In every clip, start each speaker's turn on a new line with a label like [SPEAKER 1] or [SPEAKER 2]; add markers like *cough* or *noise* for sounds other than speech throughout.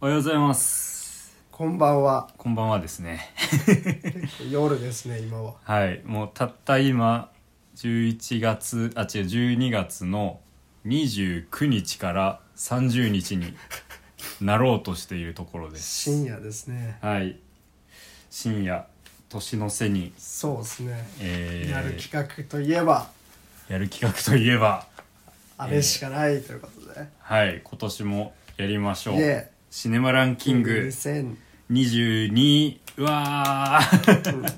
[SPEAKER 1] おはようございます
[SPEAKER 2] こんばんは。
[SPEAKER 1] こんばんはですね
[SPEAKER 2] 夜ですね、今は。
[SPEAKER 1] はいもうたった今11月あ違う12月の29日から30日になろうとしているところです
[SPEAKER 2] 深夜ですね。
[SPEAKER 1] はい深夜年の瀬に、
[SPEAKER 2] そうですね。
[SPEAKER 1] えー
[SPEAKER 2] やる企画といえば、
[SPEAKER 1] やる企画といえば
[SPEAKER 2] あれしかないということで。
[SPEAKER 1] はい今年もやりましょう、
[SPEAKER 2] イエイ
[SPEAKER 1] シネマランキング
[SPEAKER 2] 2000
[SPEAKER 1] 22うわ
[SPEAKER 2] *laughs*
[SPEAKER 1] ー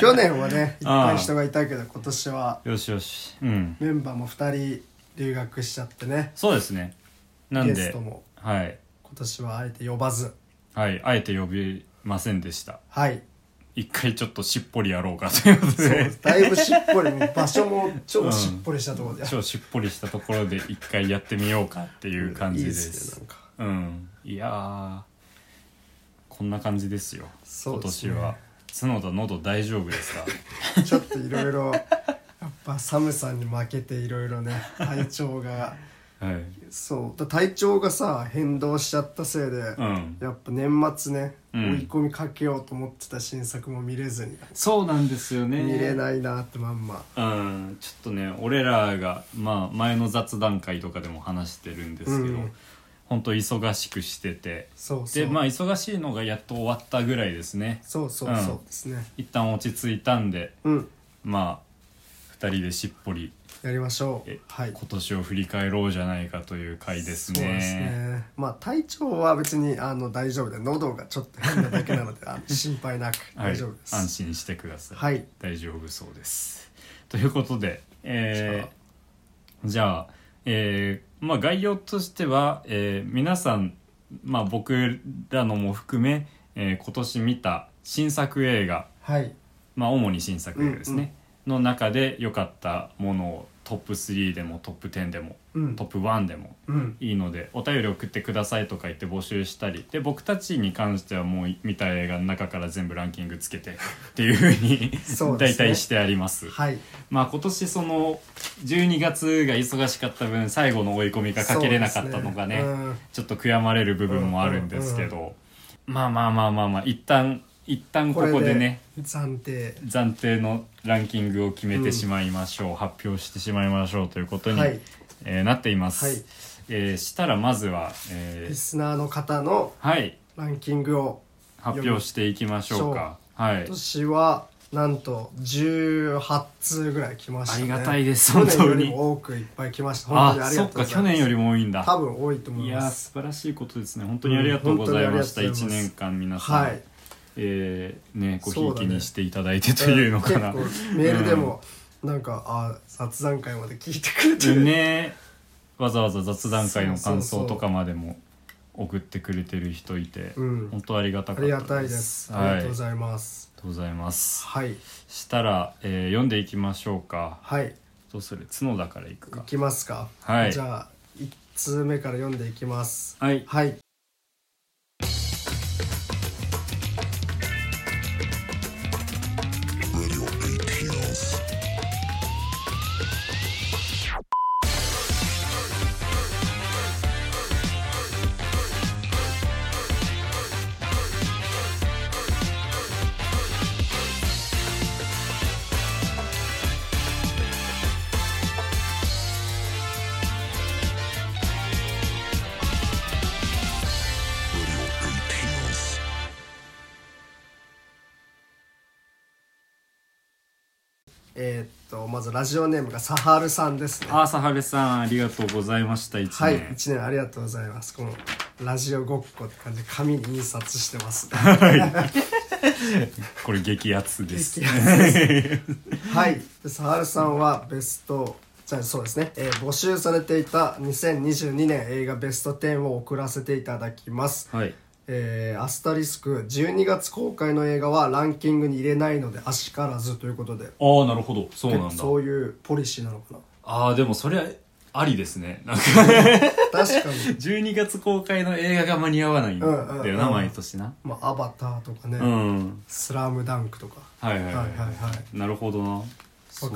[SPEAKER 2] 去年はね、いっ
[SPEAKER 1] ああ
[SPEAKER 2] ぱい人がいたけど、今年は
[SPEAKER 1] よしよしうん
[SPEAKER 2] メンバーも2人留学しちゃってね。
[SPEAKER 1] そうですねなん
[SPEAKER 2] ゲス
[SPEAKER 1] で
[SPEAKER 2] トも
[SPEAKER 1] はい
[SPEAKER 2] 今年はあえて呼ばず。
[SPEAKER 1] はいあえて呼びませんでした
[SPEAKER 2] はい。
[SPEAKER 1] 一回ちょっとしっぽりやろうかということ
[SPEAKER 2] そう
[SPEAKER 1] で
[SPEAKER 2] ですだいぶしっぽり、もう場所も超しっぽりしたところで。
[SPEAKER 1] 超しっぽりしたところで一回やってみようかっていう感じ
[SPEAKER 2] いい
[SPEAKER 1] で
[SPEAKER 2] っ
[SPEAKER 1] す
[SPEAKER 2] ね、なんか。
[SPEAKER 1] うんいやーこんな感じですよ
[SPEAKER 2] そうですね
[SPEAKER 1] 今年は角田喉大丈夫です
[SPEAKER 2] *laughs*
[SPEAKER 1] か
[SPEAKER 2] ちょっといろいろ、やっぱ寒さに負けていろいろね、体調が。
[SPEAKER 1] はい
[SPEAKER 2] そうだ体調がさ変動しちゃったせいで、
[SPEAKER 1] うん
[SPEAKER 2] やっぱ年末ね、
[SPEAKER 1] うん
[SPEAKER 2] 追い込みかけようと思ってた新作も見れずに、
[SPEAKER 1] そうなんですよね
[SPEAKER 2] 見れないなってまんま
[SPEAKER 1] うん、ちょっとね俺らが、まあ、前の雑談会とかでも話してるんですけど、
[SPEAKER 2] うん
[SPEAKER 1] 本当忙しくしてて
[SPEAKER 2] そうそう
[SPEAKER 1] でまあ忙しいのがやっと終わったぐらいですね
[SPEAKER 2] そうそううんそうですね
[SPEAKER 1] 一旦落ち着いたんで
[SPEAKER 2] うん、
[SPEAKER 1] まあ2人でしっぽり
[SPEAKER 2] やりましょう
[SPEAKER 1] え
[SPEAKER 2] はい
[SPEAKER 1] 今年を振り返ろうじゃないかという回ですね
[SPEAKER 2] そうですねまあ体調は別にあの大丈夫で喉がちょっと変なだけなのであの心配なく
[SPEAKER 1] はい
[SPEAKER 2] 大丈夫です、
[SPEAKER 1] 安心してください、
[SPEAKER 2] はい
[SPEAKER 1] 大丈夫そうですということでえ
[SPEAKER 2] じゃあ
[SPEAKER 1] ーじゃあえーまあ概要としては、えー皆さんまあ僕らのも含め、えー今年見た新作映画
[SPEAKER 2] はい
[SPEAKER 1] まあ主に新作映画ですね、の中で良かったものをトップ3でもトップ10でも
[SPEAKER 2] うん
[SPEAKER 1] トップ1でも
[SPEAKER 2] うん
[SPEAKER 1] いいのでお便り送ってくださいとか言って募集したりで僕たちに関してはもう見た映画の中から全部ランキングつけてっていうふうに
[SPEAKER 2] そうで
[SPEAKER 1] 大
[SPEAKER 2] すね
[SPEAKER 1] 体してあります
[SPEAKER 2] はい
[SPEAKER 1] まあ今年その12月が忙しかった分最後の追い込みがかけれなかったのがね
[SPEAKER 2] そうですうん
[SPEAKER 1] ちょっと悔やまれる部分もあるんですけど、まあまあまあまあまあ一旦一旦ここでね
[SPEAKER 2] これで暫定
[SPEAKER 1] 暫定のランキングを決めてしまいましょう、発表してしまいましょうということに、
[SPEAKER 2] はい
[SPEAKER 1] えーなっています、
[SPEAKER 2] はい
[SPEAKER 1] えーしたらまずは、え
[SPEAKER 2] リ
[SPEAKER 1] ー
[SPEAKER 2] スナーの方の
[SPEAKER 1] はい
[SPEAKER 2] ランキングを
[SPEAKER 1] 発表していきましょうかはい
[SPEAKER 2] 今年はなんと18通ぐらい来ました、ね、
[SPEAKER 1] ありがたいです
[SPEAKER 2] 去年よ
[SPEAKER 1] 本当
[SPEAKER 2] り
[SPEAKER 1] に
[SPEAKER 2] も多くいっぱい来ました本当に
[SPEAKER 1] あ
[SPEAKER 2] あり
[SPEAKER 1] そ
[SPEAKER 2] が
[SPEAKER 1] っ
[SPEAKER 2] とう
[SPEAKER 1] か
[SPEAKER 2] ござ
[SPEAKER 1] 去
[SPEAKER 2] います
[SPEAKER 1] 年よりも多いんだ
[SPEAKER 2] 多分多いと思
[SPEAKER 1] い
[SPEAKER 2] い
[SPEAKER 1] や
[SPEAKER 2] ま
[SPEAKER 1] ー
[SPEAKER 2] す
[SPEAKER 1] 素晴らしいことですね本当にありがとうございました、
[SPEAKER 2] うん本当
[SPEAKER 1] 一
[SPEAKER 2] にありが
[SPEAKER 1] 年
[SPEAKER 2] と
[SPEAKER 1] 間皆さん、
[SPEAKER 2] はい
[SPEAKER 1] えーねごひ
[SPEAKER 2] そ
[SPEAKER 1] いう
[SPEAKER 2] だ
[SPEAKER 1] き
[SPEAKER 2] ね
[SPEAKER 1] にしていただいてというのかな、
[SPEAKER 2] ん結構メールでもなんか、あ雑談会まで聞いてくれてる、
[SPEAKER 1] ね *laughs* わざわざ雑談会の感
[SPEAKER 2] そうそうそ
[SPEAKER 1] 想
[SPEAKER 2] う
[SPEAKER 1] とかまでも送ってくれてる人いて、
[SPEAKER 2] うん
[SPEAKER 1] 本当ありがた
[SPEAKER 2] あ
[SPEAKER 1] か
[SPEAKER 2] り
[SPEAKER 1] っ
[SPEAKER 2] が
[SPEAKER 1] た
[SPEAKER 2] た
[SPEAKER 1] で
[SPEAKER 2] いですす、
[SPEAKER 1] はい
[SPEAKER 2] あ
[SPEAKER 1] あ
[SPEAKER 2] り
[SPEAKER 1] り
[SPEAKER 2] が
[SPEAKER 1] が
[SPEAKER 2] と
[SPEAKER 1] と
[SPEAKER 2] う
[SPEAKER 1] う
[SPEAKER 2] ございます
[SPEAKER 1] ございます
[SPEAKER 2] はい
[SPEAKER 1] したら、えー読んでいきましょうか
[SPEAKER 2] はい
[SPEAKER 1] どうする角田からいく
[SPEAKER 2] い
[SPEAKER 1] か
[SPEAKER 2] きますか
[SPEAKER 1] はい
[SPEAKER 2] じゃあ1通目から読んでいきます
[SPEAKER 1] はい
[SPEAKER 2] はいえーっとまずラジオネームがサハルさんですね
[SPEAKER 1] あーサハルさんありがとうございました一年、
[SPEAKER 2] はい、1年ありがとうございます。このラジオごっこって感じで紙に印刷してます。
[SPEAKER 1] これ激アツです *laughs*
[SPEAKER 2] 激アツ *laughs* はい、でサハルさんはベスト、じゃあそうですね、えー募集されていた2022年映画ベスト10を送らせていただきます。
[SPEAKER 1] はい
[SPEAKER 2] えーアスタリスク12月公開の映画はランキングに入れないのであしからずということで
[SPEAKER 1] ああなるほどそうなん
[SPEAKER 2] 結
[SPEAKER 1] だ
[SPEAKER 2] 構そういうポリシーなのかな
[SPEAKER 1] ああでもそれはありですね *laughs* なんか
[SPEAKER 2] 確かに、
[SPEAKER 1] 12月公開の映画が間に合わないんだよな、
[SPEAKER 2] うんうんうん
[SPEAKER 1] 毎年な
[SPEAKER 2] まあ、アバターとかね、
[SPEAKER 1] うん
[SPEAKER 2] スラムダンクとか
[SPEAKER 1] はいはいは
[SPEAKER 2] はいいはいはい
[SPEAKER 1] なるほどな
[SPEAKER 2] わか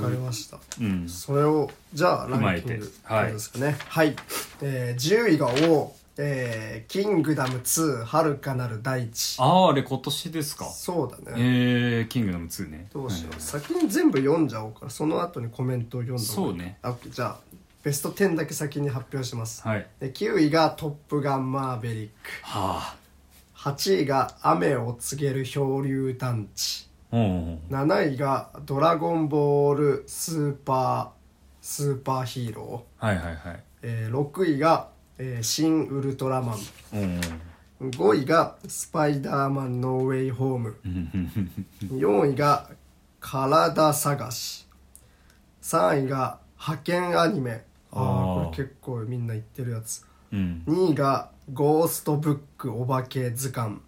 [SPEAKER 2] りました
[SPEAKER 1] うん
[SPEAKER 2] それをじゃあランキン
[SPEAKER 1] 踏まえて
[SPEAKER 2] グどうですかねはい、えー10位が「王」えーキングダム2遥かなる大地
[SPEAKER 1] あああれ今年ですか
[SPEAKER 2] そうだね、
[SPEAKER 1] えー、キングダム2ね
[SPEAKER 2] どうしよう、
[SPEAKER 1] はい
[SPEAKER 2] 先に全部読んじゃおうからその後にコメントを読んだ方がいい
[SPEAKER 1] そうね
[SPEAKER 2] あ OK じゃあベスト10だけ先に発表します、
[SPEAKER 1] はいは
[SPEAKER 2] で9位が「トップガンマーベリック
[SPEAKER 1] あ」
[SPEAKER 2] 8位が「雨を告げる漂流団地」
[SPEAKER 1] うんうん
[SPEAKER 2] 7位が「ドラゴンボールスーパースーパーヒーロ
[SPEAKER 1] はいはいはい
[SPEAKER 2] ー」えー6位が、えー新ウルトラマン」
[SPEAKER 1] うんうん
[SPEAKER 2] 5位が「スパイダーマンノーウェイホーム
[SPEAKER 1] うんうん」
[SPEAKER 2] 4位が「体探し」3位が「派遣アニメ」ああ
[SPEAKER 1] あー
[SPEAKER 2] これ結構みんな言ってるやつ
[SPEAKER 1] うん
[SPEAKER 2] 2位が「ゴーストブックお化け図鑑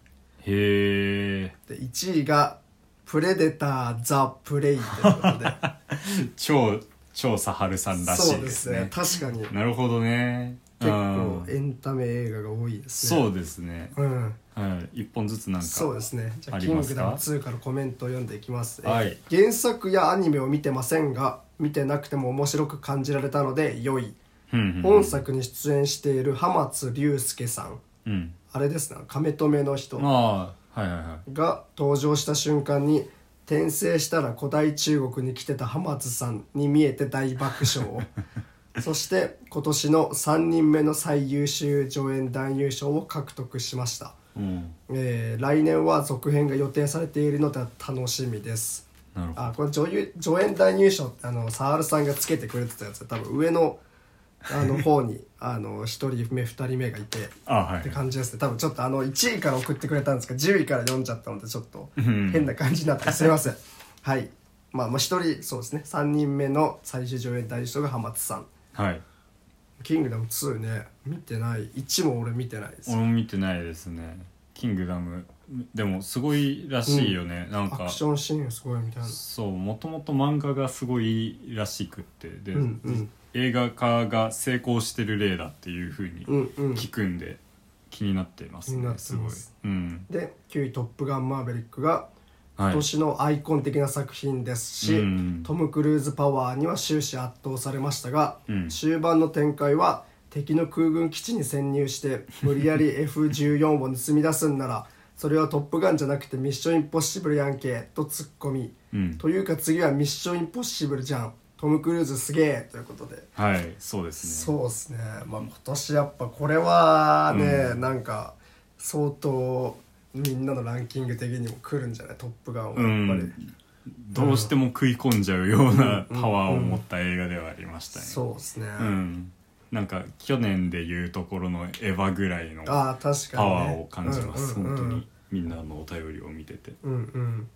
[SPEAKER 1] へえ」
[SPEAKER 2] で1位が「プレデター・ザ・プレイ」という
[SPEAKER 1] *laughs*
[SPEAKER 2] ことで
[SPEAKER 1] 超超サハルさんらし
[SPEAKER 2] そう
[SPEAKER 1] い
[SPEAKER 2] で
[SPEAKER 1] ですす
[SPEAKER 2] ね
[SPEAKER 1] ね
[SPEAKER 2] 確かに
[SPEAKER 1] なるほどね
[SPEAKER 2] 結
[SPEAKER 1] うん
[SPEAKER 2] 構エンタメ映画が多いですね
[SPEAKER 1] そうですね、
[SPEAKER 2] うん
[SPEAKER 1] はい、一本ずつなんか
[SPEAKER 2] そうですねじゃあ「
[SPEAKER 1] あ
[SPEAKER 2] キ
[SPEAKER 1] り
[SPEAKER 2] ン
[SPEAKER 1] ま
[SPEAKER 2] グ
[SPEAKER 1] すか
[SPEAKER 2] ダム2」からコメントを読んでいきます、えー
[SPEAKER 1] はい
[SPEAKER 2] 原作やアニメを見てませんが見てなくても面白く感じられたので良い
[SPEAKER 1] うんうんうん
[SPEAKER 2] 本作に出演している浜津龍介さん
[SPEAKER 1] うん
[SPEAKER 2] あれですな亀止めの人
[SPEAKER 1] ああはいはいは
[SPEAKER 2] が登場した瞬間に転生したら古代中国に来てた浜津さんに見えて大爆笑そして今年の3人目の最優秀助演男優賞を獲得しました
[SPEAKER 1] いうん
[SPEAKER 2] えー来年は続編が予定されているので楽しみです
[SPEAKER 1] なるほど
[SPEAKER 2] あこれ女優助演男優賞ってあのサールさんがつけてくれてたやつで多分上のあの方にあの1人目2人目がいてっ
[SPEAKER 1] あはい
[SPEAKER 2] て感じですね多分ちょっとあの1位から送ってくれたんですけど10位から読んじゃったのでちょっと
[SPEAKER 1] うん
[SPEAKER 2] 変な感じになってすいませんはいまあまあ1人そうですね3人目の最終助演男優賞が浜津さん
[SPEAKER 1] はい
[SPEAKER 2] 「キングダム2」ね見てない1も俺見てないです
[SPEAKER 1] 俺も見てないですねキングダムでもすごいらしいよね、なん
[SPEAKER 2] ア
[SPEAKER 1] か
[SPEAKER 2] クションシーンすごいみたいな
[SPEAKER 1] そうもともと漫画がすごいらしくってで、
[SPEAKER 2] うんうん
[SPEAKER 1] 映画化が成功してる例だっていうふうに
[SPEAKER 2] うんうん
[SPEAKER 1] 聞くんで、気になってます
[SPEAKER 2] 気になっ
[SPEAKER 1] ね
[SPEAKER 2] て
[SPEAKER 1] すご
[SPEAKER 2] ま
[SPEAKER 1] い
[SPEAKER 2] す、
[SPEAKER 1] うん
[SPEAKER 2] で9位「トップガンマーヴェリック」が
[SPEAKER 1] は
[SPEAKER 2] 今
[SPEAKER 1] い、
[SPEAKER 2] 年のアイコン的な作品ですし、
[SPEAKER 1] うん
[SPEAKER 2] トム・クルーズパワーには終始圧倒されましたが、
[SPEAKER 1] うん
[SPEAKER 2] 終盤の展開は敵の空軍基地に潜入して無理やり F14 を盗み出すんならそれは「トップガン」じゃなくて「ミッション・インポッシブルやんけ」とツッコミ、
[SPEAKER 1] うん
[SPEAKER 2] というか次は「ミッション・インポッシブルじゃんトム・クルーズすげえ」ということで。
[SPEAKER 1] はい、そうですね
[SPEAKER 2] そうですね、まあ、今年やっぱこれはね、なんか相当みんなのランキング的にも来るんじゃない「トップガン」は
[SPEAKER 1] う
[SPEAKER 2] やっぱり、
[SPEAKER 1] んどうしても食い込んじゃうようなパワーを持った映画ではありましたね、
[SPEAKER 2] そうですね、
[SPEAKER 1] うん、なんか去年でいうところのエヴァぐらいのパ
[SPEAKER 2] ああ確かに、ね、
[SPEAKER 1] ワーを感じます、
[SPEAKER 2] うんうんうん
[SPEAKER 1] 本当にみんなのお便りを見てて
[SPEAKER 2] うんうん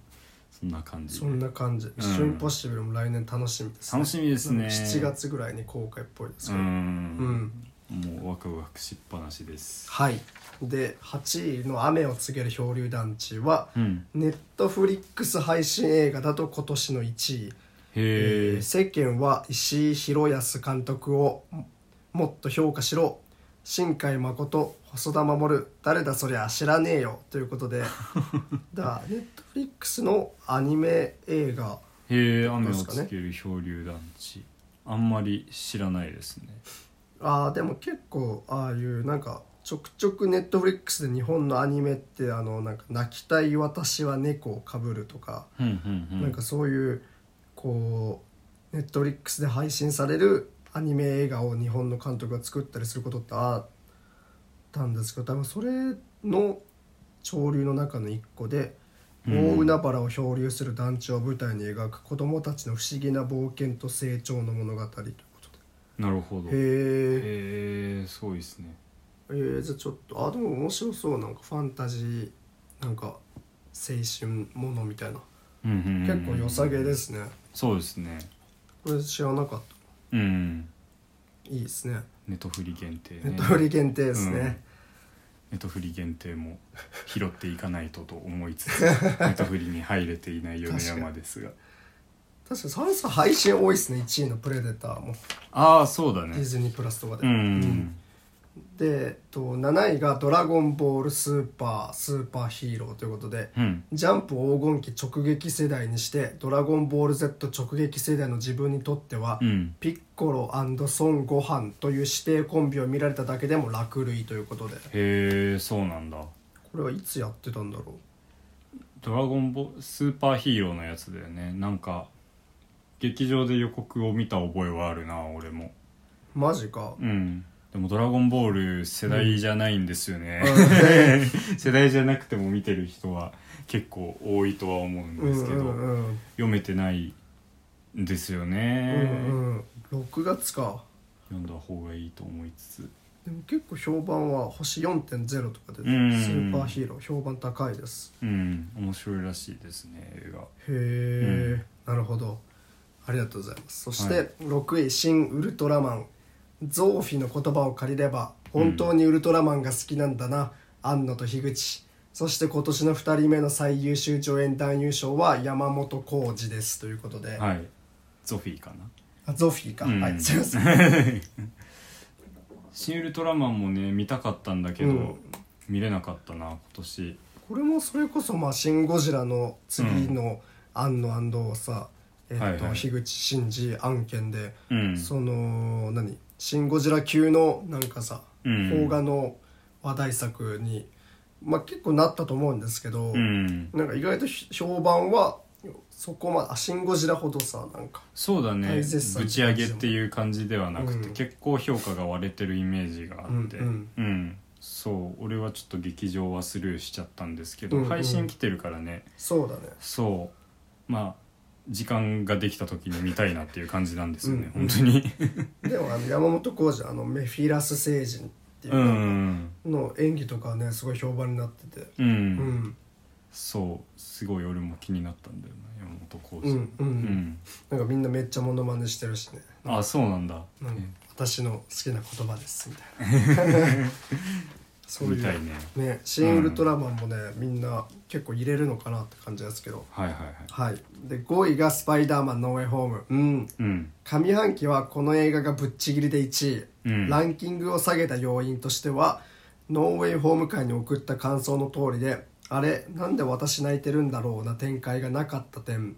[SPEAKER 1] そんな感じ
[SPEAKER 2] そんな感じ「ミッションインポッシブル」も来年楽しみです、
[SPEAKER 1] 楽しみですね、
[SPEAKER 2] 7月ぐらいに公開っぽいです
[SPEAKER 1] う
[SPEAKER 2] けど、
[SPEAKER 1] ん、もうワクワクしっぱなしです
[SPEAKER 2] はいで8位の「雨を告げる漂流団地は」
[SPEAKER 1] うん
[SPEAKER 2] ネットフリックス配信映画だと今年の1位
[SPEAKER 1] へえ、
[SPEAKER 2] 世間は石井宏康監督をもっと評価しろ新海誠細田守誰だそりゃ知らねえよということでだネットフリックスのアニメ映画
[SPEAKER 1] へえ雨
[SPEAKER 2] で
[SPEAKER 1] を
[SPEAKER 2] すかね
[SPEAKER 1] つける漂流団地あんまり知らないですね
[SPEAKER 2] あーでも結構ああいうなんかちょくちょくネットフリックスで日本のアニメってあのなんか泣きたい私は猫をかぶるとか、
[SPEAKER 1] うんうんうん
[SPEAKER 2] なんかそういうこうネットフリックスで配信されるアニメ映画を日本の監督が作ったりすることってあったんですけど多分それの潮流の中の一個で
[SPEAKER 1] うん
[SPEAKER 2] 大海原を漂流する団地を舞台に描く子どもたちの不思議な冒険と成長の物語ということ
[SPEAKER 1] なるほど
[SPEAKER 2] で
[SPEAKER 1] へ
[SPEAKER 2] へえ
[SPEAKER 1] えすごいですね
[SPEAKER 2] えー、じゃあちょっとあでも面白そうなんかファンタジーなんか青春ものみたいな
[SPEAKER 1] うんうんうん
[SPEAKER 2] 結構良さげですね
[SPEAKER 1] そうですね
[SPEAKER 2] これ知らなかった
[SPEAKER 1] うん
[SPEAKER 2] いいですね。
[SPEAKER 1] ネトフリ限定ね
[SPEAKER 2] ネットフリ限定ですね。
[SPEAKER 1] ネトフリ限定も拾っていかないとと思いつ
[SPEAKER 2] *laughs*
[SPEAKER 1] つネトフリに入れていない米山ですが
[SPEAKER 2] 確かにサルサ配信多いですね。1位のプレデターも、
[SPEAKER 1] ああそうだね
[SPEAKER 2] ディズニープラスとかで。
[SPEAKER 1] うん
[SPEAKER 2] で、えっと、7位が「ドラゴンボールスーパースーパーヒーロー」ということで、
[SPEAKER 1] うん
[SPEAKER 2] ジャンプ黄金期直撃世代にして「ドラゴンボール Z 直撃世代」の自分にとっては、
[SPEAKER 1] うん
[SPEAKER 2] ピッコロ孫悟飯という指定コンビを見られただけでも落類ということで
[SPEAKER 1] へえそうなんだ
[SPEAKER 2] これはいつやってたんだろ
[SPEAKER 1] ドラゴンボスーパーヒーローのやつだよねなんか劇場で予告を見た覚えはあるな俺も
[SPEAKER 2] うマジか
[SPEAKER 1] うんでも「ドラゴンボール」世代じゃないんですよね、 *laughs* 世代じゃなくても見てる人は結構多いとは思うん
[SPEAKER 2] う
[SPEAKER 1] で
[SPEAKER 2] ん
[SPEAKER 1] すけど、
[SPEAKER 2] うんうん
[SPEAKER 1] 読めてないんですよ
[SPEAKER 2] う
[SPEAKER 1] ね、
[SPEAKER 2] んうん6月か
[SPEAKER 1] 読んだ方がいいと思いつつ
[SPEAKER 2] でも結構評判は星4.0とかで、
[SPEAKER 1] うん
[SPEAKER 2] スーパーヒーロー評判高いです
[SPEAKER 1] うん面白いらしいですね映画
[SPEAKER 2] へえ、なるほどありがとうございますそして、
[SPEAKER 1] はい
[SPEAKER 2] 6位「新ウルトラマン」ゾーフィの言葉を借りれば本当にウルトラマンが好きなんだな、安野と樋口そして今年の2人目の最優秀助演男優賞は山本浩二ですということで、
[SPEAKER 1] はいゾフィーかな
[SPEAKER 2] *laughs* あゾフィーか、
[SPEAKER 1] うん
[SPEAKER 2] はいすいません
[SPEAKER 1] 「シン・ウルトラマン」もね見たかったんだけど、
[SPEAKER 2] うん
[SPEAKER 1] 見れなかったな今年
[SPEAKER 2] これもそれこそまあ「シン・ゴジラ」の次の庵野安藤さ、えっと
[SPEAKER 1] はいはい
[SPEAKER 2] 樋口真嗣案件で、
[SPEAKER 1] うん
[SPEAKER 2] その何「シン・ゴジラ」級のなんかさ
[SPEAKER 1] うん
[SPEAKER 2] 邦画の話題作に、まあ、結構なったと思うんですけど、
[SPEAKER 1] うん
[SPEAKER 2] なんか意外とひ評判はそこまであ「シン・ゴジラ」ほどさなんか
[SPEAKER 1] そうだね
[SPEAKER 2] 大絶賛
[SPEAKER 1] ぶち上げっていう感じではなくて、
[SPEAKER 2] うん
[SPEAKER 1] 結構評価が割れてるイメージがあってう
[SPEAKER 2] う
[SPEAKER 1] んん、そう俺はちょっと劇場はスルーしちゃったんですけど、
[SPEAKER 2] うんうん
[SPEAKER 1] 配信来てるからね
[SPEAKER 2] そうだね
[SPEAKER 1] そうまあ時間ができた時に見たいなっていう感じなんですよね、
[SPEAKER 2] うんうん
[SPEAKER 1] 本当に
[SPEAKER 2] でもあの山本浩二あのメフィラス星人っていううんの演技とかねすごい評判になってて、
[SPEAKER 1] うん、
[SPEAKER 2] うん、
[SPEAKER 1] そうすごい俺も気になったんだよな山本浩
[SPEAKER 2] う
[SPEAKER 1] 二
[SPEAKER 2] んうん
[SPEAKER 1] うん
[SPEAKER 2] なんかみんなめっちゃモノマネしてるしね
[SPEAKER 1] あそうなんだ、
[SPEAKER 2] なんか私の好きな言葉ですみたいなそうい
[SPEAKER 1] みたいうね
[SPEAKER 2] ね「シン・ウルトラマン」もね、みんな結構入れるのかなって感じですけど
[SPEAKER 1] はいはいはい
[SPEAKER 2] はいで5位が「スパイダーマン・ノーウェイ・ホーム」うん
[SPEAKER 1] うん
[SPEAKER 2] 上半期はこの映画がぶっちぎりで1位、
[SPEAKER 1] うん
[SPEAKER 2] ランキングを下げた要因としてはノーウェイホーム会に送った感想の通りであれなんで私泣いてるんだろうな展開がなかった点、
[SPEAKER 1] うんうん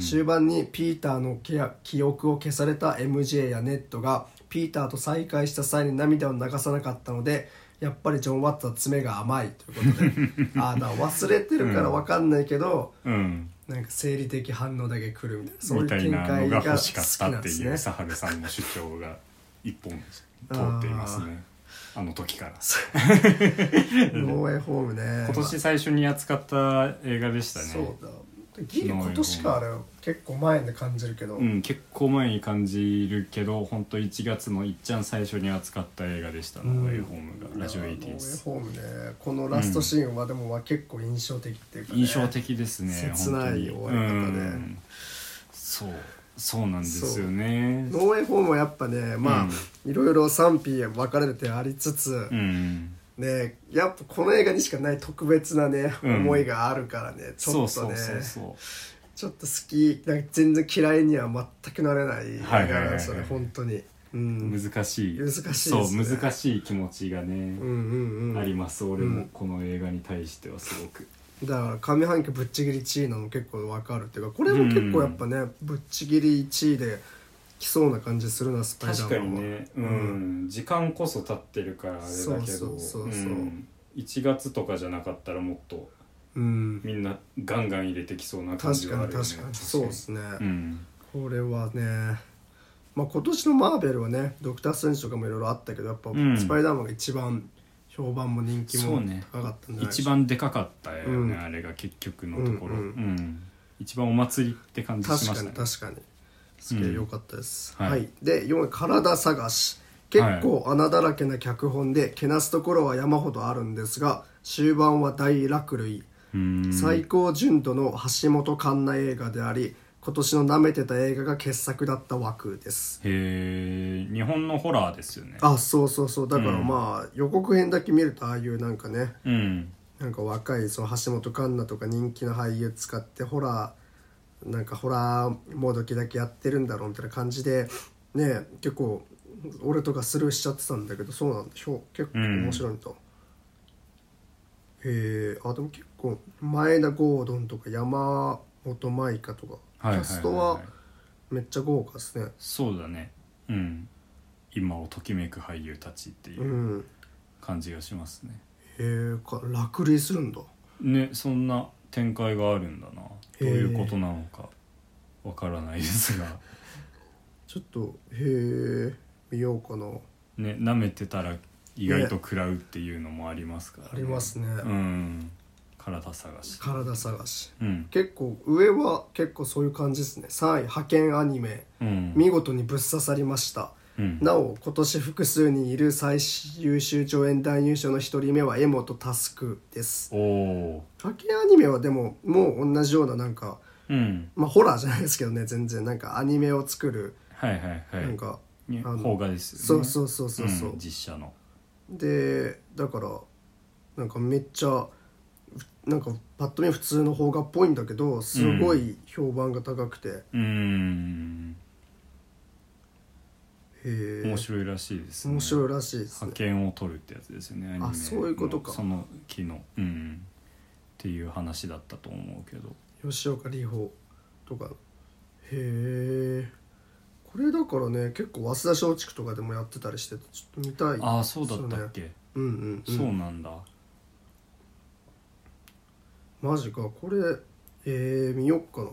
[SPEAKER 2] 終盤にピーターの記記憶を消された MJ やネットがピーターと再会した際に涙を流さなかったのでやっぱりジョン・ワッツは爪が甘いということ
[SPEAKER 1] *laughs*
[SPEAKER 2] でああだから忘れてるから分かんないけど、
[SPEAKER 1] うん
[SPEAKER 2] なんか生理的反応だけ来るみたいなそういう
[SPEAKER 1] みたい
[SPEAKER 2] 展
[SPEAKER 1] なの
[SPEAKER 2] 開が
[SPEAKER 1] が
[SPEAKER 2] 好
[SPEAKER 1] 欲しかっ
[SPEAKER 2] き
[SPEAKER 1] た
[SPEAKER 2] なん
[SPEAKER 1] っ
[SPEAKER 2] で
[SPEAKER 1] てい
[SPEAKER 2] す
[SPEAKER 1] う
[SPEAKER 2] ね
[SPEAKER 1] 佐春さんの主張が一本通っていますねあの時から
[SPEAKER 2] ノーウェイホームね
[SPEAKER 1] 今年最初に扱った映画でしたね
[SPEAKER 2] そうだギリ今年かあれ結構前で感じるけど、
[SPEAKER 1] うん、結構前に感じるけど本当1月のいっちゃん最初に扱った映画でした
[SPEAKER 2] ん
[SPEAKER 1] ノーウェイホームがラジオ
[SPEAKER 2] いやノーウ
[SPEAKER 1] AT で
[SPEAKER 2] ェイ
[SPEAKER 1] す
[SPEAKER 2] ホームねこのラストシーンはでもは結構印象的っていうか、ね、
[SPEAKER 1] 印象的ですね
[SPEAKER 2] 切ない
[SPEAKER 1] 本当に
[SPEAKER 2] 終わり方で
[SPEAKER 1] うんそうそうなんですよね
[SPEAKER 2] ノーウェイホームはやっぱねまあ、いろいろ賛否分かれる点ありつつ、
[SPEAKER 1] うん
[SPEAKER 2] ねやっぱこの映画にしかない特別なね、
[SPEAKER 1] うん
[SPEAKER 2] 思いがあるからねち
[SPEAKER 1] そ
[SPEAKER 2] ょ
[SPEAKER 1] う
[SPEAKER 2] っと
[SPEAKER 1] そ
[SPEAKER 2] ね
[SPEAKER 1] うそうそう
[SPEAKER 2] ちょっと好きなんか全然嫌いには全くなれない映画なんですよ
[SPEAKER 1] はいはいはいは
[SPEAKER 2] ね、
[SPEAKER 1] い
[SPEAKER 2] 本当に、うん、
[SPEAKER 1] 難しい
[SPEAKER 2] 難しいです
[SPEAKER 1] そ
[SPEAKER 2] ね
[SPEAKER 1] う難しい気持ちがね
[SPEAKER 2] うんうんうん
[SPEAKER 1] あります俺
[SPEAKER 2] う
[SPEAKER 1] も
[SPEAKER 2] ん
[SPEAKER 1] この映画に対してはすごく
[SPEAKER 2] だから上半期ぶっちぎり1位なの結構わかるっていうかこれも結構やっぱね、ぶっちぎり1位で来そうな感じするなスパイダ
[SPEAKER 1] 確か
[SPEAKER 2] ーマン
[SPEAKER 1] に
[SPEAKER 2] は
[SPEAKER 1] ねうん、時間こそ経ってるからあれだけど
[SPEAKER 2] そうそうそうそうん
[SPEAKER 1] 1月とかじゃなかったらもっと
[SPEAKER 2] うん
[SPEAKER 1] みんなガンガン入れてきそうな感じ
[SPEAKER 2] 確か
[SPEAKER 1] があ
[SPEAKER 2] に
[SPEAKER 1] るよね
[SPEAKER 2] 確かにそうですね、
[SPEAKER 1] うん
[SPEAKER 2] これはねまあ今年のマーベルはね「ドクター・ストレンジ」とかもいろいろあったけどやっぱ
[SPEAKER 1] ん
[SPEAKER 2] スパイダーマンが一番評判も人気
[SPEAKER 1] そ
[SPEAKER 2] も
[SPEAKER 1] うね
[SPEAKER 2] 高かったんじゃない
[SPEAKER 1] 一番でかかったよね、
[SPEAKER 2] うん
[SPEAKER 1] あれが結局のところ、
[SPEAKER 2] う
[SPEAKER 1] うんん
[SPEAKER 2] うん
[SPEAKER 1] 一番お祭りって感じしま
[SPEAKER 2] 確
[SPEAKER 1] した
[SPEAKER 2] かに
[SPEAKER 1] ね
[SPEAKER 2] 確かにすげえ良かったです、
[SPEAKER 1] うん
[SPEAKER 2] は、
[SPEAKER 1] はいい
[SPEAKER 2] で4位「体探し」結構穴だらけな脚本でけなすところは山ほどあるんですが終盤は大落類
[SPEAKER 1] うん
[SPEAKER 2] 最高純度の橋本環奈映画であり今年の舐めてた映画が傑作だった枠です
[SPEAKER 1] へえ日本のホラーですよね
[SPEAKER 2] あそうそうそうだから
[SPEAKER 1] うん
[SPEAKER 2] まあ予告編だけ見るとああいうなんかね
[SPEAKER 1] うん
[SPEAKER 2] なんか若いその橋本環奈とか人気の俳優使ってホラーなんかホラーもどきだけやってるんだろうみたいな感じでね結構俺とかスルーしちゃってたんだけどそうなんでしょう結構面白いんだ、えー、あでも結構前田ゴードンとか山本舞香とかキ
[SPEAKER 1] はいはいはいはい
[SPEAKER 2] ャストはめっちゃ豪華ですね、
[SPEAKER 1] そうだねうん今をときめく俳優たちっていう
[SPEAKER 2] うん
[SPEAKER 1] 感じがしますね、
[SPEAKER 2] へえー、か落雷するんだ
[SPEAKER 1] ねそんな展開があるんだな
[SPEAKER 2] へ
[SPEAKER 1] ど
[SPEAKER 2] ー
[SPEAKER 1] ういうことなのかわからないですが
[SPEAKER 2] ちょっとへえ見ようかな
[SPEAKER 1] ね舐めてたら意外と食らうっていうのもありますから、
[SPEAKER 2] ありますね、
[SPEAKER 1] うん体探し
[SPEAKER 2] 体探し
[SPEAKER 1] うん
[SPEAKER 2] 結構上は結構そういう感じですね3位派遣アニメ
[SPEAKER 1] うん
[SPEAKER 2] 見事にぶっ刺さりました
[SPEAKER 1] うん
[SPEAKER 2] なお今年複数にいる最優秀助演男優賞の1人目は江本佑です
[SPEAKER 1] おお
[SPEAKER 2] 派遣アニメはでももう同じようななんか
[SPEAKER 1] ーうん
[SPEAKER 2] まあホラーじゃないですけどね全然なんかアニメを作る
[SPEAKER 1] はいはいはい
[SPEAKER 2] なんか、
[SPEAKER 1] ね
[SPEAKER 2] あの
[SPEAKER 1] 邦画ですよね
[SPEAKER 2] そうそうそうそうそう、
[SPEAKER 1] ん実写の
[SPEAKER 2] でだからなんかめっちゃなんかパッと見普通の邦画っぽいんだけどすごい評判が高くて、へ
[SPEAKER 1] うーん
[SPEAKER 2] え
[SPEAKER 1] 面白いらしいですね
[SPEAKER 2] 面白いらしいですね
[SPEAKER 1] 派遣を取るってやつですよねアニメの
[SPEAKER 2] あそういうことか
[SPEAKER 1] その機能うんっていう話だったと思うけど
[SPEAKER 2] 吉岡里帆とかへえこれだからね結構早稲田松竹とかでもやってたりしてちょっと見たい
[SPEAKER 1] ああそうだったっ
[SPEAKER 2] そうね
[SPEAKER 1] け
[SPEAKER 2] うんうん、う、
[SPEAKER 1] そうんなんだ
[SPEAKER 2] マジかこれえー、見よっかな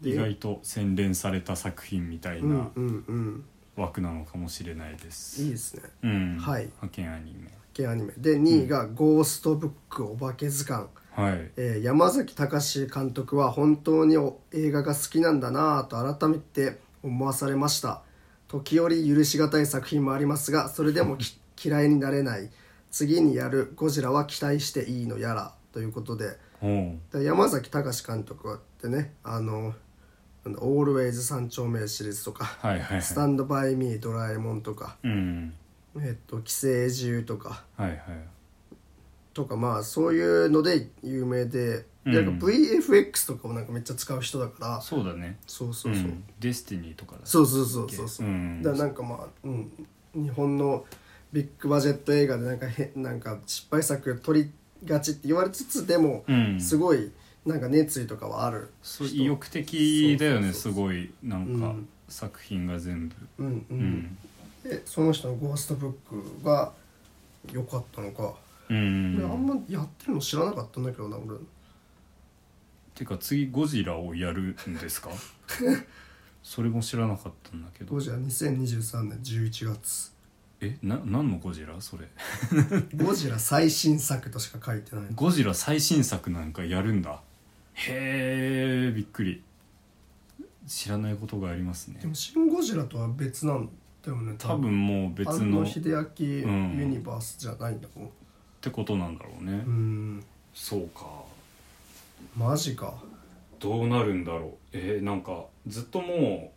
[SPEAKER 2] で
[SPEAKER 1] 意外と洗練された作品みたい
[SPEAKER 2] うん
[SPEAKER 1] な
[SPEAKER 2] うんうん
[SPEAKER 1] 枠なのかもしれないです、
[SPEAKER 2] いいですね
[SPEAKER 1] うん
[SPEAKER 2] はい
[SPEAKER 1] 派遣アニメ
[SPEAKER 2] 系アニメで2位が「ゴーストブックお化け図鑑」
[SPEAKER 1] はい
[SPEAKER 2] えー山崎隆監督は本当にお映画が好きなんだなぁと改めて思わされました時折許し難い作品もありますがそれでも
[SPEAKER 1] *laughs*
[SPEAKER 2] き嫌いになれない次にやる「ゴジラ」は期待していいのやらということで
[SPEAKER 1] おう
[SPEAKER 2] で山崎隆監督はってね「あのなんだオールウェイズ三丁目」シリーズとか
[SPEAKER 1] はいはい
[SPEAKER 2] 「スタ
[SPEAKER 1] はい
[SPEAKER 2] ンド・バイ・ミー・ドラえもん」とか
[SPEAKER 1] うん
[SPEAKER 2] 「えっと寄生獣」とか
[SPEAKER 1] はいはい
[SPEAKER 2] とかまあそういうので有名で、
[SPEAKER 1] うん
[SPEAKER 2] なんか VFX とかをなんかめっちゃ使う人だから
[SPEAKER 1] そうだね
[SPEAKER 2] そうそうそう、
[SPEAKER 1] んデスティニーとかだ
[SPEAKER 2] そうそうそうそうそう、
[SPEAKER 1] うん
[SPEAKER 2] だからなんかまあ、うん、日本のビッグバジェット映画でなんかへなんか失敗作撮りがちって言われつつでも、
[SPEAKER 1] うん
[SPEAKER 2] すごいなんか熱意とかはある
[SPEAKER 1] そう意欲的だよね
[SPEAKER 2] そ
[SPEAKER 1] す
[SPEAKER 2] うそう
[SPEAKER 1] ごいなん
[SPEAKER 2] う
[SPEAKER 1] か
[SPEAKER 2] ん
[SPEAKER 1] 作品が全部
[SPEAKER 2] うんう、
[SPEAKER 1] うんん
[SPEAKER 2] でその人の「ゴーストブック」が良かったのか、
[SPEAKER 1] う
[SPEAKER 2] 俺あん
[SPEAKER 1] ん
[SPEAKER 2] まやってるの知らなかったんだけどな俺
[SPEAKER 1] てか次ゴジラをやるんです
[SPEAKER 2] *laughs*
[SPEAKER 1] かそれも知らなかったんだけど
[SPEAKER 2] ゴジラ2023年11月
[SPEAKER 1] えな何のゴジラそれ
[SPEAKER 2] ゴジラ最新作としか書いてない
[SPEAKER 1] ゴジラ最新作なんかやるんだへえびっくり知らないことがありますね
[SPEAKER 2] でも「シン・ゴジラ」とは別なんだよね
[SPEAKER 1] 多分もう別
[SPEAKER 2] 別
[SPEAKER 1] の
[SPEAKER 2] の
[SPEAKER 1] っ
[SPEAKER 2] 秀明ユニバースじゃないんだもん
[SPEAKER 1] てことなんだろうね、
[SPEAKER 2] うん
[SPEAKER 1] そうか
[SPEAKER 2] マジか
[SPEAKER 1] どうなるんだろうえー、なんかずっとも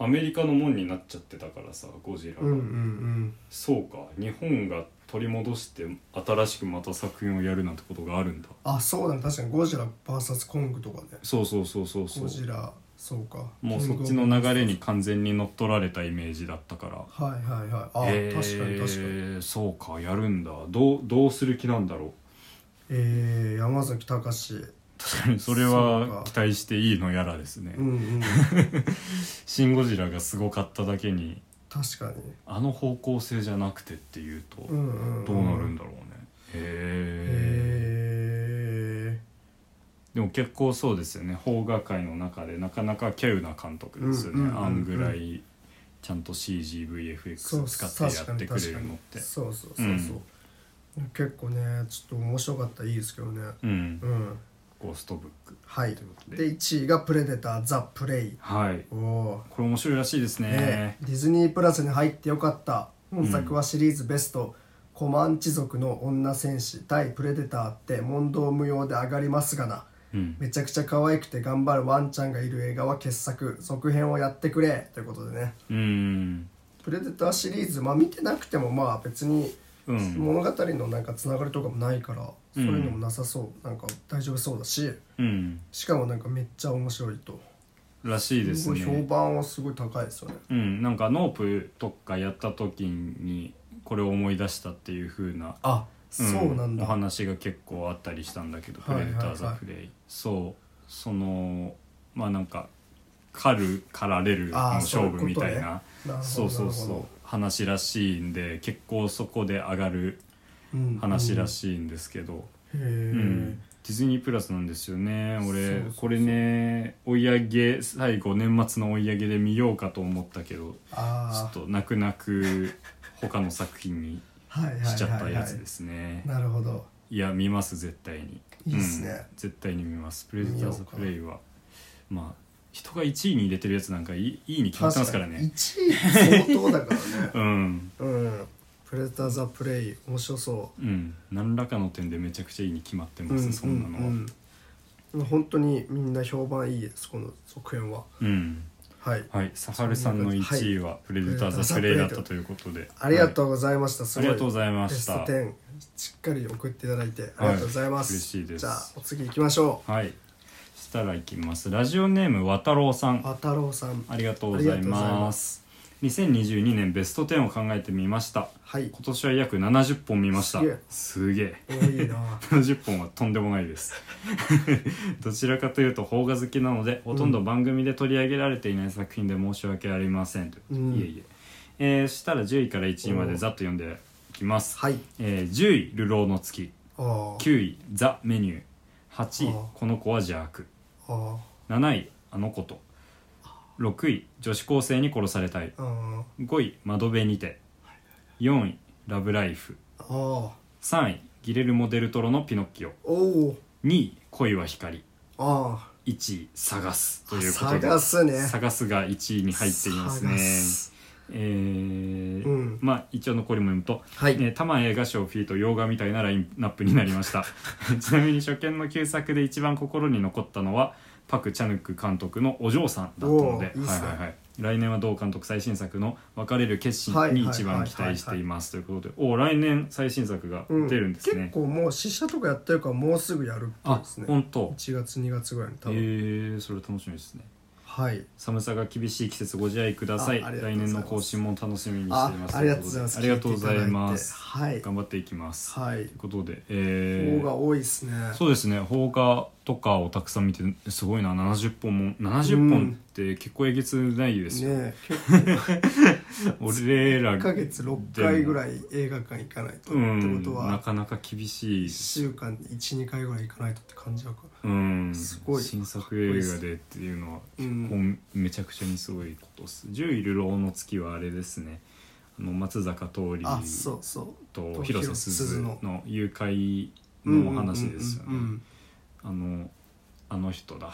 [SPEAKER 1] うアメリカのもんになっちゃってたからさゴジラが、
[SPEAKER 2] うんうんうん
[SPEAKER 1] そうか日本が取り戻して新しくまた作品をやるなんてことがあるんだ
[SPEAKER 2] あそうだね確かに「ゴジラ VS コング」とかね
[SPEAKER 1] そうそうそうそうそ
[SPEAKER 2] ゴ
[SPEAKER 1] う
[SPEAKER 2] ジラそうか
[SPEAKER 1] もうそっちの流れに完全に乗っ取られたイメージだったから
[SPEAKER 2] はいはいはいあ、
[SPEAKER 1] えー
[SPEAKER 2] 確かに確かに
[SPEAKER 1] そうかやるんだどうどうする気なんだろう
[SPEAKER 2] えー、山崎隆
[SPEAKER 1] 確
[SPEAKER 2] *laughs*
[SPEAKER 1] かにそれ
[SPEAKER 2] そう
[SPEAKER 1] は
[SPEAKER 2] か
[SPEAKER 1] 期待していいのやらですね
[SPEAKER 2] うんうん
[SPEAKER 1] 「シン・ゴジラ」がすごかっただけに
[SPEAKER 2] 確かに
[SPEAKER 1] あの方向性じゃなくてっていうと
[SPEAKER 2] うんうん、うん、
[SPEAKER 1] どうなるん
[SPEAKER 2] だ
[SPEAKER 1] だろうね、へえ
[SPEAKER 2] へ
[SPEAKER 1] でも結構そうですよね邦画界の中でなかなか稀有な監督ですよね、
[SPEAKER 2] うんうんうんうん
[SPEAKER 1] あんぐらいちゃんと
[SPEAKER 2] えそう
[SPEAKER 1] CGVFX 使ってや
[SPEAKER 2] 確か
[SPEAKER 1] って
[SPEAKER 2] に
[SPEAKER 1] く
[SPEAKER 2] 確
[SPEAKER 1] れ
[SPEAKER 2] か
[SPEAKER 1] るの
[SPEAKER 2] に
[SPEAKER 1] って
[SPEAKER 2] そうそうそうそう、結構ねちょっと面白かったらいいですけどね
[SPEAKER 1] うん
[SPEAKER 2] うん
[SPEAKER 1] ゴーストブック
[SPEAKER 2] はい
[SPEAKER 1] ということ
[SPEAKER 2] で
[SPEAKER 1] で
[SPEAKER 2] 1位が「プレデター・ザ・プレイ
[SPEAKER 1] はい」
[SPEAKER 2] おお
[SPEAKER 1] これ面白いらしいです
[SPEAKER 2] ー、
[SPEAKER 1] ね
[SPEAKER 2] ねえディズニープラスに入ってよかった本作はシリーズベスト、コマンチ族の女戦士対プレデターって問答無用で上がりますがな
[SPEAKER 1] うん
[SPEAKER 2] めちゃくちゃ可愛くて頑張るワンちゃんがいる映画は傑作続編をやってくれということでね
[SPEAKER 1] うん
[SPEAKER 2] プレデターシリーズまあ見てなくてもまあ別に
[SPEAKER 1] うん
[SPEAKER 2] 物語のなんかつながりとかもないから、
[SPEAKER 1] うん
[SPEAKER 2] そういうのもなさそうなんか大丈夫そうだし
[SPEAKER 1] うん
[SPEAKER 2] しかもなんかめっちゃ面白いと
[SPEAKER 1] らしいです
[SPEAKER 2] ごい評
[SPEAKER 1] ね
[SPEAKER 2] 判はすごい高いですよね
[SPEAKER 1] うんなんかノープとかやった時にこれを思い出したっていう風な
[SPEAKER 2] あそうなんだ、
[SPEAKER 1] お話が結構あったりしたんだけど「
[SPEAKER 2] はいはいはい
[SPEAKER 1] プレデター・ザ・プレイ」そうそのまあなんか狩る狩られるの
[SPEAKER 2] あー
[SPEAKER 1] 勝負
[SPEAKER 2] そうい
[SPEAKER 1] み
[SPEAKER 2] うこと
[SPEAKER 1] た
[SPEAKER 2] ね
[SPEAKER 1] いな
[SPEAKER 2] なるほど
[SPEAKER 1] そうそう
[SPEAKER 2] なる
[SPEAKER 1] そ
[SPEAKER 2] ほ
[SPEAKER 1] う話らしいんで結構そこで上がる
[SPEAKER 2] どうん
[SPEAKER 1] 話らしいんですけど、
[SPEAKER 2] うんへ
[SPEAKER 1] う
[SPEAKER 2] え、
[SPEAKER 1] んディズニープラスなんですよね
[SPEAKER 2] そう
[SPEAKER 1] 俺
[SPEAKER 2] そうそう
[SPEAKER 1] これね追い上げ最後年末の追い上げで見ようかと思ったけどちょ
[SPEAKER 2] あ
[SPEAKER 1] っと泣く泣く他の作品に
[SPEAKER 2] あはいはいはい、はい、
[SPEAKER 1] しちゃったやつですね。
[SPEAKER 2] なるほど
[SPEAKER 1] いや見ます絶対に
[SPEAKER 2] いいっすね
[SPEAKER 1] うん絶対に見ますプレデターズ
[SPEAKER 2] 見ようか
[SPEAKER 1] プレイはまあ人が1位に入れてるやつなんかいいいに決まってますからね
[SPEAKER 2] 1位相当だからね
[SPEAKER 1] うん
[SPEAKER 2] うんプレター・ザ・プレイ面白そ
[SPEAKER 1] うん何らかの点でめちゃくちゃいいに決まって
[SPEAKER 2] う、
[SPEAKER 1] ま
[SPEAKER 2] う
[SPEAKER 1] す、
[SPEAKER 2] ん、
[SPEAKER 1] そんなのはうん、
[SPEAKER 2] うん、本当にみんな評判いいですこの続編ははい
[SPEAKER 1] はいサハルさんの1位はプレデターズプレイだったということで
[SPEAKER 2] ありが
[SPEAKER 1] う、
[SPEAKER 2] とうございました、す
[SPEAKER 1] はいあ
[SPEAKER 2] ご
[SPEAKER 1] りが
[SPEAKER 2] い
[SPEAKER 1] とうございま
[SPEAKER 2] ベ
[SPEAKER 1] し
[SPEAKER 2] スト
[SPEAKER 1] た
[SPEAKER 2] 10しっかり送っていただいてありがとうございます、
[SPEAKER 1] はい嬉しいです
[SPEAKER 2] じゃあお次行きましょ
[SPEAKER 1] はいしたらいきますラジオネーム渡郎さん
[SPEAKER 2] う渡郎さん
[SPEAKER 1] ありがとうござ
[SPEAKER 2] あ
[SPEAKER 1] い
[SPEAKER 2] りがとうござい
[SPEAKER 1] ま
[SPEAKER 2] ます
[SPEAKER 1] 2022年ベスト10を考えてみました
[SPEAKER 2] はい
[SPEAKER 1] 今年は約70本見ました
[SPEAKER 2] すげえ
[SPEAKER 1] すげえ
[SPEAKER 2] おいいな *laughs*
[SPEAKER 1] 70本はとんでもないです *laughs* どちらかというと邦画好きなのでほとんど番組で取り上げられていない作品で申し訳ありませんと、
[SPEAKER 2] うん
[SPEAKER 1] いえいええーしたら10位から1位までざっと読んでいきます、
[SPEAKER 2] はい
[SPEAKER 1] えー10位「流浪の月
[SPEAKER 2] あー」
[SPEAKER 1] 9位「ザ・メニュー」8
[SPEAKER 2] お
[SPEAKER 1] 位
[SPEAKER 2] う
[SPEAKER 1] 「この子は邪悪
[SPEAKER 2] あー」
[SPEAKER 1] 7位「あの子と」6位「女子高生に殺されたい
[SPEAKER 2] あー」
[SPEAKER 1] 5位「窓辺にて」4位「ラブライフ
[SPEAKER 2] あー」
[SPEAKER 1] 3位「ギレル・モデルトロのピノッキオ」
[SPEAKER 2] おお
[SPEAKER 1] 2位恋は光
[SPEAKER 2] あ
[SPEAKER 1] 1位探すと
[SPEAKER 2] あ
[SPEAKER 1] いうことで
[SPEAKER 2] 探すね
[SPEAKER 1] 探すが1位に入っていますね
[SPEAKER 2] 探す
[SPEAKER 1] えー
[SPEAKER 2] うん
[SPEAKER 1] まあ一応残りも読むと
[SPEAKER 2] は
[SPEAKER 1] えー多摩映画賞フィーと洋画みたいなラインナップになりました
[SPEAKER 2] *laughs*
[SPEAKER 1] ちなみに初見の旧作で一番心に残ったのはパク・チャヌク監督の「お嬢さん」だったので
[SPEAKER 2] おーいいっすね
[SPEAKER 1] はいはいはい、来年は同監督最新作の「別れる決心」に一番期待していますということでおお来年最新作が
[SPEAKER 2] うん
[SPEAKER 1] 出るんです
[SPEAKER 2] 結
[SPEAKER 1] ね、
[SPEAKER 2] 構もう試写とかやってるからもうすぐやるっぽい
[SPEAKER 1] あ
[SPEAKER 2] ですね
[SPEAKER 1] 本当
[SPEAKER 2] 1月2月ぐらいに多
[SPEAKER 1] へえ
[SPEAKER 2] 分、
[SPEAKER 1] ー、それ楽しみですね
[SPEAKER 2] はい
[SPEAKER 1] 寒さが厳しい季節ご自愛ください
[SPEAKER 2] あありがと
[SPEAKER 1] 来
[SPEAKER 2] うございま
[SPEAKER 1] 年
[SPEAKER 2] す
[SPEAKER 1] の更新も楽しみにし
[SPEAKER 2] あ
[SPEAKER 1] ています
[SPEAKER 2] ありがとうございます
[SPEAKER 1] ありがとうございます
[SPEAKER 2] 聞いていただいて
[SPEAKER 1] 頑張っていきます
[SPEAKER 2] はいはい
[SPEAKER 1] ということでえ
[SPEAKER 2] 方が
[SPEAKER 1] ー
[SPEAKER 2] 多いですね
[SPEAKER 1] そうですね邦画とかをたくさん見てすごいな70本も70
[SPEAKER 2] うん
[SPEAKER 1] 本って結構えげつないですよ、
[SPEAKER 2] ねえ
[SPEAKER 1] 俺ら
[SPEAKER 2] 1ヶ月6回ぐらい映画館行かない
[SPEAKER 1] う
[SPEAKER 2] とってこと
[SPEAKER 1] んな
[SPEAKER 2] は
[SPEAKER 1] かなか厳しい
[SPEAKER 2] 1週間に12回ぐらい行かないとって感じだか
[SPEAKER 1] うん
[SPEAKER 2] すごい
[SPEAKER 1] 新作映画でっていうのは
[SPEAKER 2] らう
[SPEAKER 1] も
[SPEAKER 2] ん
[SPEAKER 1] うめちゃくちゃにすごいことです10位「流浪の月」はあれですねあの松坂桃李
[SPEAKER 2] あそうそ
[SPEAKER 1] と
[SPEAKER 2] と
[SPEAKER 1] 広瀬
[SPEAKER 2] 広瀬
[SPEAKER 1] す
[SPEAKER 2] す
[SPEAKER 1] ず
[SPEAKER 2] ずの
[SPEAKER 1] の誘拐
[SPEAKER 2] ううん
[SPEAKER 1] のお話ですよ
[SPEAKER 2] うんうんうんう
[SPEAKER 1] ね
[SPEAKER 2] ん
[SPEAKER 1] あのあの人だ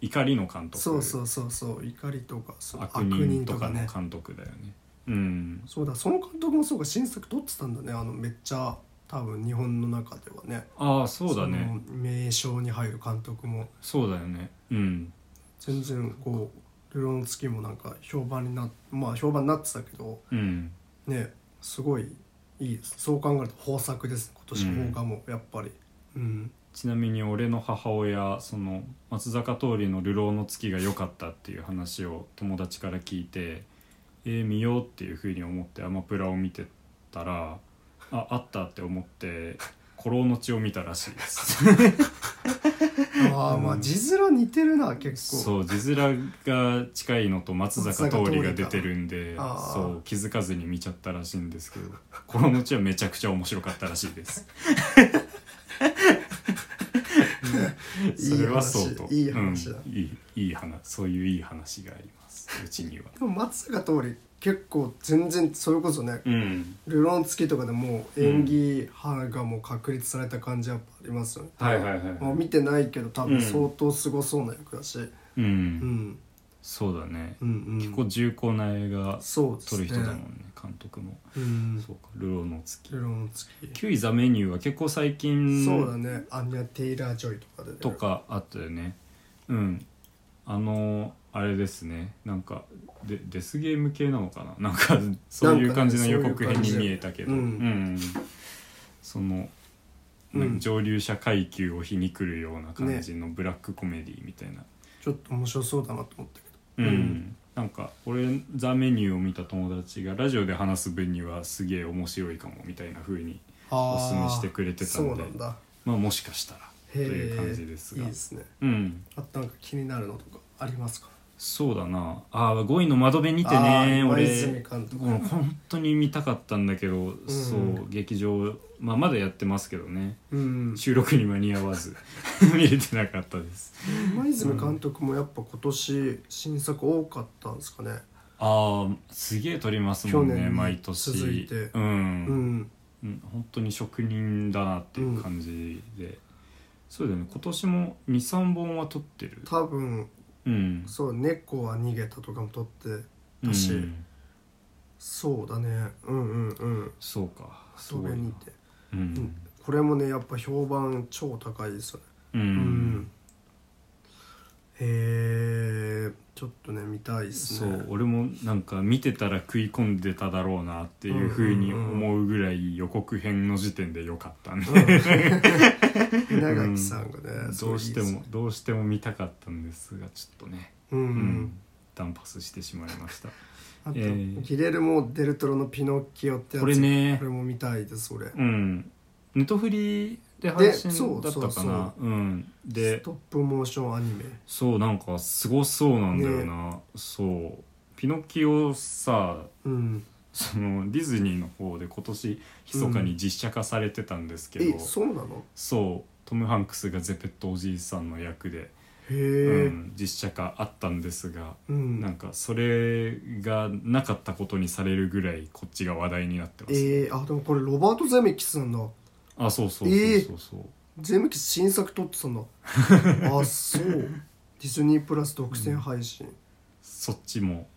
[SPEAKER 1] 怒りの監督
[SPEAKER 2] そうそうそうそう怒りとかそう
[SPEAKER 1] 悪人とかの監督だよねうん
[SPEAKER 2] そうだその監督もそうか新作撮ってたんだねあのめっちゃ多分日本の中ではね
[SPEAKER 1] ああそうだね
[SPEAKER 2] その名称に入る監督も
[SPEAKER 1] そうだよねうん
[SPEAKER 2] 全然こう「流浪の月」もなんか評判になっまあ評判になってたけど
[SPEAKER 1] うん
[SPEAKER 2] ねすごいいいですそう考えると豊作です今
[SPEAKER 1] う
[SPEAKER 2] 年
[SPEAKER 1] ん
[SPEAKER 2] の邦画もやっぱり
[SPEAKER 1] *laughs*
[SPEAKER 2] うん、
[SPEAKER 1] ちなみに俺の母親その松坂桃李の「流浪の月」が良かったっていう話を友達から聞いてえー、見ようっていうふうに思ってアマプラを見てたらああったって思って *laughs* 「古老の血」を見たらしいです
[SPEAKER 2] ああまあ字面似てるな結構
[SPEAKER 1] そう字面が近いのと松坂桃李が出てるんで
[SPEAKER 2] 松坂桃李かあー
[SPEAKER 1] そう気づかずに見ちゃったらしいんですけど *laughs* 「このうちはめちゃくちゃ面白かったらしい
[SPEAKER 2] *laughs*
[SPEAKER 1] です」それはそうと
[SPEAKER 2] いい話いい話だ
[SPEAKER 1] うん、いいいい話そういういい話がありますうちには
[SPEAKER 2] でも松坂桃李結構全然それこそね
[SPEAKER 1] うん
[SPEAKER 2] 「流浪の月」とかでもう演技派がもう確立された感じやっぱありますよね、
[SPEAKER 1] はいはいはい
[SPEAKER 2] もう
[SPEAKER 1] は
[SPEAKER 2] 見てないけど多
[SPEAKER 1] うん
[SPEAKER 2] 分相当すごそうな役だし、
[SPEAKER 1] い、うん
[SPEAKER 2] うんうん、
[SPEAKER 1] そうだね、
[SPEAKER 2] うんうん
[SPEAKER 1] 結構重厚な映画
[SPEAKER 2] そうです
[SPEAKER 1] 撮る
[SPEAKER 2] ね
[SPEAKER 1] 人だもんね監督も、
[SPEAKER 2] うん
[SPEAKER 1] そうか「流浪の月
[SPEAKER 2] 流浪の月」
[SPEAKER 1] 9位「ザ・メニュー」は結構最近
[SPEAKER 2] そうだねアンニャ・テイラー・ジョイとかで、ね、
[SPEAKER 1] とかあったよねうんあのあれですねなんかデデスゲーム系なのかな *laughs* なんかそういう感じの予告編に見えたけど、
[SPEAKER 2] そう
[SPEAKER 1] う
[SPEAKER 2] いうん
[SPEAKER 1] その、
[SPEAKER 2] うん
[SPEAKER 1] ね上流者階級を皮肉るような感じのブラックコメディみたいな、
[SPEAKER 2] ちょっと面白そうだなと思った
[SPEAKER 1] う
[SPEAKER 2] け
[SPEAKER 1] ん、
[SPEAKER 2] うん
[SPEAKER 1] なんか俺ザ・メニューを見た友達がラジオで話す分にはすげえ面白いかもみたいな風に
[SPEAKER 2] あ
[SPEAKER 1] おすすめ
[SPEAKER 2] ー
[SPEAKER 1] してくれてた
[SPEAKER 2] そ
[SPEAKER 1] ん
[SPEAKER 2] う
[SPEAKER 1] で
[SPEAKER 2] なんだ
[SPEAKER 1] まあもしかしたらと
[SPEAKER 2] へえ
[SPEAKER 1] いう感じです
[SPEAKER 2] い
[SPEAKER 1] が
[SPEAKER 2] いですね
[SPEAKER 1] うん
[SPEAKER 2] あとなんか気になるのとかありますか
[SPEAKER 1] そうだなあー5位の窓辺にて
[SPEAKER 2] あ
[SPEAKER 1] ね
[SPEAKER 2] ー今
[SPEAKER 1] 俺
[SPEAKER 2] 泉監督
[SPEAKER 1] もう本当に見たかったんだけど、そう劇場、まあ、まだやってますけどね
[SPEAKER 2] うん
[SPEAKER 1] 収録に間に合わ
[SPEAKER 2] *laughs*
[SPEAKER 1] ず見れてなかったです
[SPEAKER 2] 今泉監督もやっぱ今年新作多かったんですかね
[SPEAKER 1] ああすげえ撮りますもん
[SPEAKER 2] 去
[SPEAKER 1] ね
[SPEAKER 2] 年に
[SPEAKER 1] 毎年
[SPEAKER 2] 続いて
[SPEAKER 1] う、
[SPEAKER 2] うんん
[SPEAKER 1] うん本当に職人だなっていう感じで、そうだよね今年も23本は撮ってる
[SPEAKER 2] 多分
[SPEAKER 1] うん
[SPEAKER 2] そう「猫は逃げた」とかも撮ってだし
[SPEAKER 1] うん
[SPEAKER 2] そうだねうんうんうん
[SPEAKER 1] そうかす
[SPEAKER 2] そ
[SPEAKER 1] ごい
[SPEAKER 2] れ
[SPEAKER 1] な
[SPEAKER 2] にて
[SPEAKER 1] う
[SPEAKER 2] うん
[SPEAKER 1] ん、
[SPEAKER 2] これもねやっぱ評判超高いですよね
[SPEAKER 1] うん
[SPEAKER 2] うんへえちょっとね見たいです
[SPEAKER 1] そ
[SPEAKER 2] ね
[SPEAKER 1] う俺もなんか見てたら食い込んでただろうなっていうふうに思うぐらい予告編の時点で良かったね、
[SPEAKER 2] うん稲垣さんがね、す
[SPEAKER 1] ど
[SPEAKER 2] ご
[SPEAKER 1] う
[SPEAKER 2] いいい
[SPEAKER 1] して
[SPEAKER 2] です
[SPEAKER 1] もどうしても見たかったんですがちょっとね、
[SPEAKER 2] うん、
[SPEAKER 1] うダンパスしてしまいました
[SPEAKER 2] あと、
[SPEAKER 1] えー
[SPEAKER 2] ギレルモ・デルトロの「ピノッキオ」ってやつ
[SPEAKER 1] これね
[SPEAKER 2] これも見たいです俺、
[SPEAKER 1] うんネットフリで配信
[SPEAKER 2] でそう
[SPEAKER 1] だった
[SPEAKER 2] そう
[SPEAKER 1] か
[SPEAKER 2] そう
[SPEAKER 1] なうん
[SPEAKER 2] ス
[SPEAKER 1] で
[SPEAKER 2] トップモーションアニメ
[SPEAKER 1] そうなんかすごそうなんだよな、そうピノキオさ
[SPEAKER 2] うん
[SPEAKER 1] そのディズニーの方で今年密かに実写化されてたんですけど、
[SPEAKER 2] えそうなの
[SPEAKER 1] そうトム・ハンクスがゼペットおじいさんの役で、
[SPEAKER 2] へえ、う
[SPEAKER 1] うんん、実写化あったんですが、なんかそれがなかったことにされるぐらいこっちが話題になってます、
[SPEAKER 2] えー、あでもこれロバート・ゼメキスなんだ
[SPEAKER 1] あそうそうそう
[SPEAKER 2] えー
[SPEAKER 1] そうそう、
[SPEAKER 2] ゼメキス新作撮っ
[SPEAKER 1] *laughs*
[SPEAKER 2] てたんだあそうディズニープラス独占配信、
[SPEAKER 1] そっちも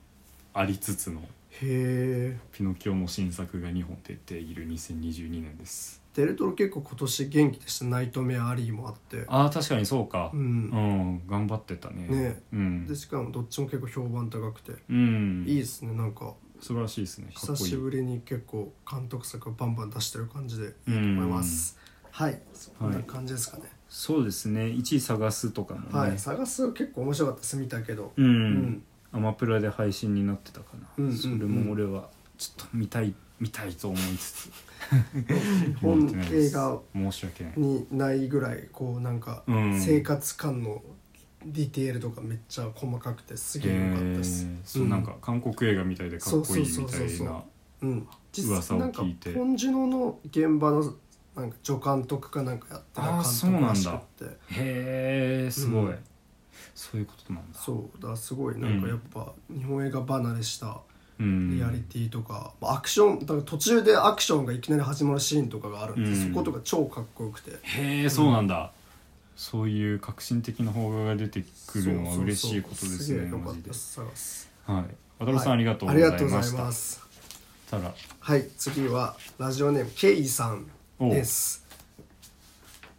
[SPEAKER 1] ありつつの
[SPEAKER 2] へえ
[SPEAKER 1] ピノキオも新作が2本出ている2022年です
[SPEAKER 2] デルトロ結構今年元気でした「ナイトメア・アリー」もあって
[SPEAKER 1] ああ確かにそうか
[SPEAKER 2] う、
[SPEAKER 1] うんん、頑張ってたね
[SPEAKER 2] ね
[SPEAKER 1] うん
[SPEAKER 2] でしかもどっちも結構評判高くて、
[SPEAKER 1] うん
[SPEAKER 2] いいですねなんか
[SPEAKER 1] 素晴らしいですねか
[SPEAKER 2] 久
[SPEAKER 1] っこいい
[SPEAKER 2] しぶりに結構監督作をバンバン出してる感じでいい
[SPEAKER 1] う
[SPEAKER 2] と
[SPEAKER 1] ん
[SPEAKER 2] 思います、はいそんな感じですかね、
[SPEAKER 1] そうですね1位探すとかもね、
[SPEAKER 2] はい探すは結構面白かったです見たけど
[SPEAKER 1] うん、
[SPEAKER 2] うん
[SPEAKER 1] アマプラで配信になってたかな、
[SPEAKER 2] うんうんうん
[SPEAKER 1] それも俺はちょっと見たい見たいと思いつつ
[SPEAKER 2] 日 *laughs* 本映画
[SPEAKER 1] 申し訳ない
[SPEAKER 2] にないぐらいこうなんか
[SPEAKER 1] うん
[SPEAKER 2] 生活感のディテールとかめっちゃ細かくてすげえ良かったです
[SPEAKER 1] へーそうなんか韓国映画みたいでかっこいいみた
[SPEAKER 2] そうそうそうそう
[SPEAKER 1] い
[SPEAKER 2] そ
[SPEAKER 1] な
[SPEAKER 2] ううん実
[SPEAKER 1] 噂
[SPEAKER 2] 際
[SPEAKER 1] を
[SPEAKER 2] なんか
[SPEAKER 1] 聞いて
[SPEAKER 2] ポンジュノの現場のなんか助監督かなんかやってた監
[SPEAKER 1] あーそう
[SPEAKER 2] 督
[SPEAKER 1] なんだ
[SPEAKER 2] らしくて
[SPEAKER 1] へえすごい、
[SPEAKER 2] うん
[SPEAKER 1] そういうことなんだ
[SPEAKER 2] そうだからすごいなんかやっぱ日本映画離れした
[SPEAKER 1] うん
[SPEAKER 2] リアリティとか、まあアクションだから途中でアクションがいきなり始まるシーンとかがあるんで、
[SPEAKER 1] うん
[SPEAKER 2] そことか超かっこよくて
[SPEAKER 1] へえそうなんだ、そういう革新的な方が出てくるのは嬉しいことで
[SPEAKER 2] そうそう
[SPEAKER 1] す
[SPEAKER 2] そう
[SPEAKER 1] ね
[SPEAKER 2] げえよか
[SPEAKER 1] マ
[SPEAKER 2] っ
[SPEAKER 1] ジ
[SPEAKER 2] た
[SPEAKER 1] で
[SPEAKER 2] です探す
[SPEAKER 1] はい渡辺さん、ありがとう
[SPEAKER 2] は
[SPEAKER 1] ご
[SPEAKER 2] い
[SPEAKER 1] ざ
[SPEAKER 2] あ
[SPEAKER 1] い
[SPEAKER 2] りがとうご
[SPEAKER 1] ま
[SPEAKER 2] ざい
[SPEAKER 1] した
[SPEAKER 2] ます
[SPEAKER 1] ただ
[SPEAKER 2] はい次はラジオネームケイさん
[SPEAKER 1] おう
[SPEAKER 2] です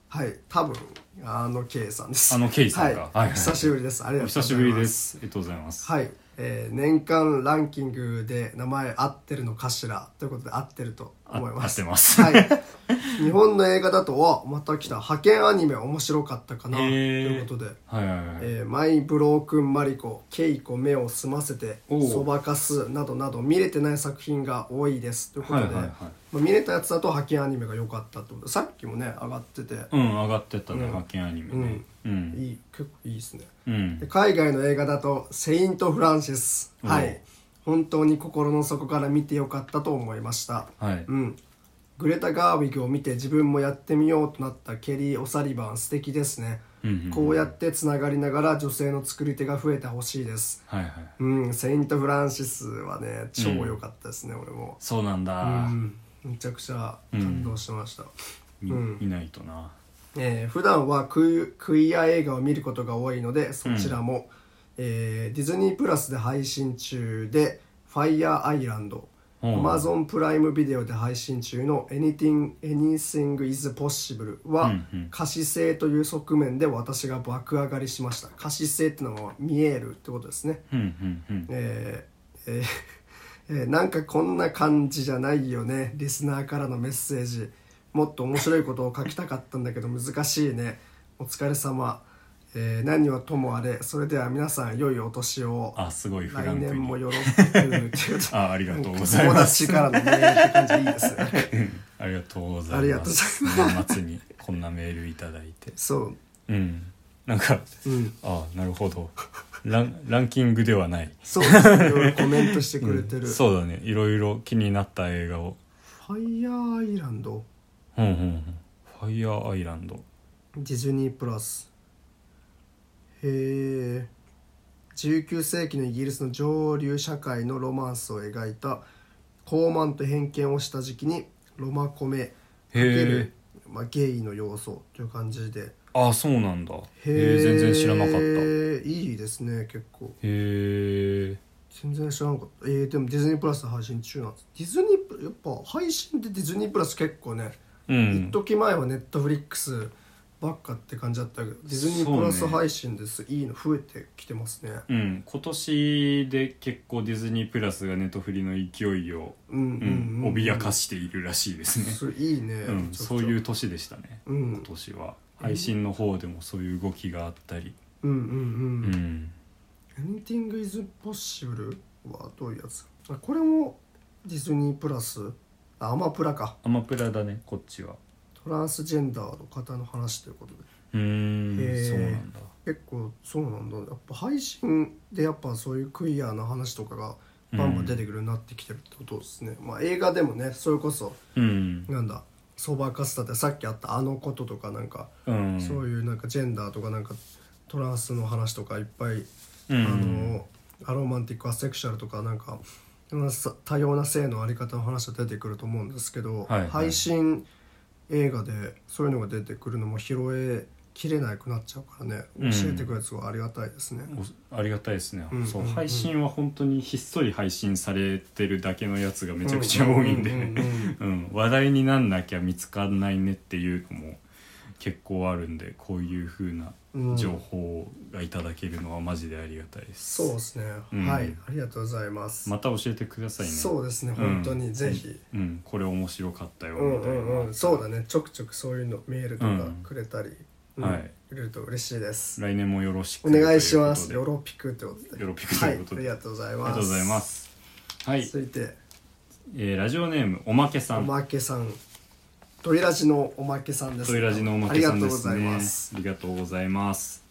[SPEAKER 2] はい多分あのケイさんです
[SPEAKER 1] あのケイさんが
[SPEAKER 2] はい、
[SPEAKER 1] はいはい
[SPEAKER 2] 久しぶりですあり
[SPEAKER 1] お
[SPEAKER 2] がとうござ
[SPEAKER 1] 久
[SPEAKER 2] います
[SPEAKER 1] しぶりですありがとうございます、
[SPEAKER 2] はい、えー年間ランキングで名前合ってるのかしらということで合ってると
[SPEAKER 1] あ
[SPEAKER 2] 思います
[SPEAKER 1] 合ってます
[SPEAKER 2] はい、日本の映画だとはまた来た派遣アニメ面白かったかな、
[SPEAKER 1] へー
[SPEAKER 2] ということで、
[SPEAKER 1] はいはいはい、
[SPEAKER 2] えーマイ・ブロークン・マリコ」「ケイコ目を澄ませて」
[SPEAKER 1] おう
[SPEAKER 2] 「そばかす」などなど見れてない作品が多いですということで、
[SPEAKER 1] はいはいはい
[SPEAKER 2] まあ、見れたやつだと派遣アニメが良かったってことさっきもね上がってて、
[SPEAKER 1] うん上がってったね、
[SPEAKER 2] うん
[SPEAKER 1] 派遣アニメねうん
[SPEAKER 2] いい結構いいですね
[SPEAKER 1] うん
[SPEAKER 2] で海外の映画だと「セイント・フランシス」
[SPEAKER 1] おう
[SPEAKER 2] はい本当に心の底から見てよかったと思いました
[SPEAKER 1] はい
[SPEAKER 2] うんグレタ・ガーウィグを見て自分もやってみようとなったケリー・オサリバン素敵ですね、
[SPEAKER 1] うんうん
[SPEAKER 2] こうやってつながりながら女性の作り手が増えてほしいです
[SPEAKER 1] はいはい
[SPEAKER 2] うん「セイント・フランシス」はね超良かったですね、俺も
[SPEAKER 1] そうなんだ、
[SPEAKER 2] うんめちゃくちゃ感動しました、
[SPEAKER 1] み
[SPEAKER 2] うん
[SPEAKER 1] 見ないとな
[SPEAKER 2] えー普段はクイクイア映画を見ることが多いのでそちらも、えーディズニープラスで配信中で「ファイヤーアイランド」
[SPEAKER 1] うん
[SPEAKER 2] Amazon プライムビデオで配信中の「Anything, Anything is Possible は」
[SPEAKER 1] うんうん
[SPEAKER 2] 可視性という側面で私が爆上がりしました可視性ってのは見えるってことですね
[SPEAKER 1] うんうんうん
[SPEAKER 2] えーえーえーなんかこんな感じじゃないよねリスナーからのメッセージもっと面白いことを書きたかったんだけど難しいねお疲れ様、えー何はともあれそれでは皆さん良いお年を
[SPEAKER 1] あすごいフラ
[SPEAKER 2] 来
[SPEAKER 1] ンク
[SPEAKER 2] 年も
[SPEAKER 1] に
[SPEAKER 2] よろしくっていうと
[SPEAKER 1] *laughs* あありがとうござい
[SPEAKER 2] 友
[SPEAKER 1] ます
[SPEAKER 2] 達からのメールって感じでいいですね
[SPEAKER 1] ありがとうござ
[SPEAKER 2] あ
[SPEAKER 1] い
[SPEAKER 2] りがと
[SPEAKER 1] ま
[SPEAKER 2] うご
[SPEAKER 1] す
[SPEAKER 2] ざ
[SPEAKER 1] 年末にこんなメールいただいて
[SPEAKER 2] そう
[SPEAKER 1] うんなんか
[SPEAKER 2] うん
[SPEAKER 1] あなるほどランランキングではない
[SPEAKER 2] そうですねいろいろコメントしてくれてる、
[SPEAKER 1] うんそうだねいろいろ気になった映画を
[SPEAKER 2] ファイヤーアイランド
[SPEAKER 1] うんうんうんファイヤーアイランド
[SPEAKER 2] ディズニープラスへえ19世紀のイギリスの上流社会のロマンスを描いた傲慢と偏見をした時期にロマコメ
[SPEAKER 1] へえ
[SPEAKER 2] るまあ、ゲイの要素という感じでへ
[SPEAKER 1] あそうなんだへえ
[SPEAKER 2] え
[SPEAKER 1] 全然知らなかったへ
[SPEAKER 2] たいいですね結構
[SPEAKER 1] え
[SPEAKER 2] 全然知らなかったえー、でもディズニープラスで配信中なんですディズニープやっぱ配信でディズニープラス結構ね
[SPEAKER 1] う
[SPEAKER 2] 一
[SPEAKER 1] ん
[SPEAKER 2] 時前はネットフリックスばっかって感じだったけどディズニープラス
[SPEAKER 1] そうね
[SPEAKER 2] 配信です、いいの増えてきてますね
[SPEAKER 1] うん今年で結構ディズニープラスがネトフリの勢いを、う
[SPEAKER 2] うんうん
[SPEAKER 1] ん、
[SPEAKER 2] うん
[SPEAKER 1] 脅かしているらしいですね
[SPEAKER 2] それいいね、
[SPEAKER 1] うん
[SPEAKER 2] めちゃくちゃ
[SPEAKER 1] そういう年でしたね
[SPEAKER 2] うん
[SPEAKER 1] 今年は配信の方でもそういう動きがあったり
[SPEAKER 2] うんうん
[SPEAKER 1] う
[SPEAKER 2] うん
[SPEAKER 1] ん
[SPEAKER 2] 「エンティング・イズ・ポッシブル」はどういうやつあこれもディズニープラスあアマプラか
[SPEAKER 1] アマプラだねこっちは
[SPEAKER 2] トランスジェンダーの方の話ということで
[SPEAKER 1] うーん
[SPEAKER 2] へー
[SPEAKER 1] そうなんだ
[SPEAKER 2] 結構そうなんだやっぱ配信でやっぱそういうクイアな話とかがバンバン出てくるようになってきてるってことですね、まあ映画でもねそれこそ
[SPEAKER 1] うん
[SPEAKER 2] なんだソーバーカスタってさっきあったあのこととかなんか、
[SPEAKER 1] うん
[SPEAKER 2] そういうなんかジェンダーとかなんかトランスの話とかいっぱい、
[SPEAKER 1] うん
[SPEAKER 2] あのアロマンティックアセクシャルとかなんかいろんなさ多様な性のあり方の話が出てくると思うんですけど、
[SPEAKER 1] はいはい
[SPEAKER 2] 配信映画でそういうのが出てくるのも拾えきれなくなっちゃうからね
[SPEAKER 1] うん
[SPEAKER 2] 教えてくれるすごいありがたいですね。
[SPEAKER 1] おありがたいですね、
[SPEAKER 2] うん
[SPEAKER 1] そう
[SPEAKER 2] うんうん
[SPEAKER 1] 配信は本当にひっそり配信されてるだけのやつがめちゃくちゃ多いんで
[SPEAKER 2] うううん
[SPEAKER 1] *laughs* うん、話題になんなきゃ見つかんないねっていうのも結構あるんでこういう風な
[SPEAKER 2] うん
[SPEAKER 1] 情報がいただけるのはマジでありがたいです、
[SPEAKER 2] そうですね、
[SPEAKER 1] うん
[SPEAKER 2] はいありがとうございます。
[SPEAKER 1] また教えてくださいね
[SPEAKER 2] そうですね本当にぜひ、
[SPEAKER 1] うん、うんこれ面白かったよみ
[SPEAKER 2] うん
[SPEAKER 1] たいな、
[SPEAKER 2] うんうん、そうだねちょくちょくそういうのメールとか
[SPEAKER 1] うん
[SPEAKER 2] くれたり、うん
[SPEAKER 1] はい
[SPEAKER 2] くれると嬉しいです
[SPEAKER 1] 来年もよろしく
[SPEAKER 2] お願いします
[SPEAKER 1] という
[SPEAKER 2] ヨ
[SPEAKER 1] こ
[SPEAKER 2] ロピクってことで
[SPEAKER 1] ヨロピクと
[SPEAKER 2] はいい
[SPEAKER 1] こ
[SPEAKER 2] う
[SPEAKER 1] と
[SPEAKER 2] あ
[SPEAKER 1] で
[SPEAKER 2] りがとうござい
[SPEAKER 1] とで
[SPEAKER 2] ます
[SPEAKER 1] ありがとうございますはい、
[SPEAKER 2] 続いて
[SPEAKER 1] えーラジオネームおまけさ
[SPEAKER 2] お
[SPEAKER 1] ん
[SPEAKER 2] まけさんトイラジのおまけさんです
[SPEAKER 1] ドイラジのおまけさんです
[SPEAKER 2] ありがとうござい
[SPEAKER 1] ね
[SPEAKER 2] ます
[SPEAKER 1] ありがとうございます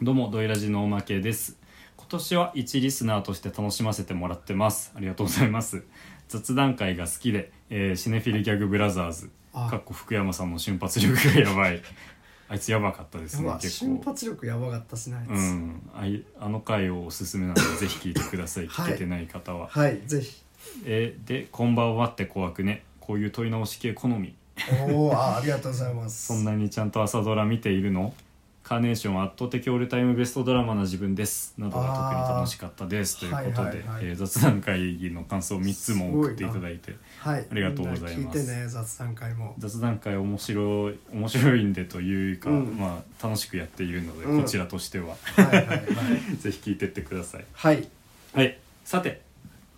[SPEAKER 1] どうもドイラジのおまけです今年は一リスナーとして楽しませてもらってますありがとうございます雑談会が好きで、えーシネフィルギャグブラザーズ
[SPEAKER 2] あ
[SPEAKER 1] かっこ福山さんの瞬発力がやばい *laughs* あいつやばかったです
[SPEAKER 2] や
[SPEAKER 1] ね
[SPEAKER 2] ばい
[SPEAKER 1] 結
[SPEAKER 2] 瞬
[SPEAKER 1] 構
[SPEAKER 2] 発力やばかったですねあいつ、
[SPEAKER 1] うんあいあの回をおすすめ *laughs* なのでぜひ聞いてください、
[SPEAKER 2] は
[SPEAKER 1] 聞
[SPEAKER 2] い
[SPEAKER 1] けてない方は
[SPEAKER 2] はいぜひ
[SPEAKER 1] えーで「こんばんはって怖くねこういう問い直し系好み」
[SPEAKER 2] おおあありがとうございます
[SPEAKER 1] そんなにちゃんと朝ドラ見ているのカーネーションは圧倒的オールタイムベストドラマな自分ですなどが特に楽しかったですということで、
[SPEAKER 2] はいはいはい
[SPEAKER 1] えー雑談会議の感想を3つも送っていただいて
[SPEAKER 2] はい
[SPEAKER 1] ありがとうございます
[SPEAKER 2] みんな聞いてね雑談会も
[SPEAKER 1] 雑談会面白い面白いんでというか、
[SPEAKER 2] うん
[SPEAKER 1] まあ、楽しくやっているので、
[SPEAKER 2] うん
[SPEAKER 1] こちらとしては
[SPEAKER 2] はいはいはい
[SPEAKER 1] ぜひ聞いてってください
[SPEAKER 2] はい
[SPEAKER 1] はいさて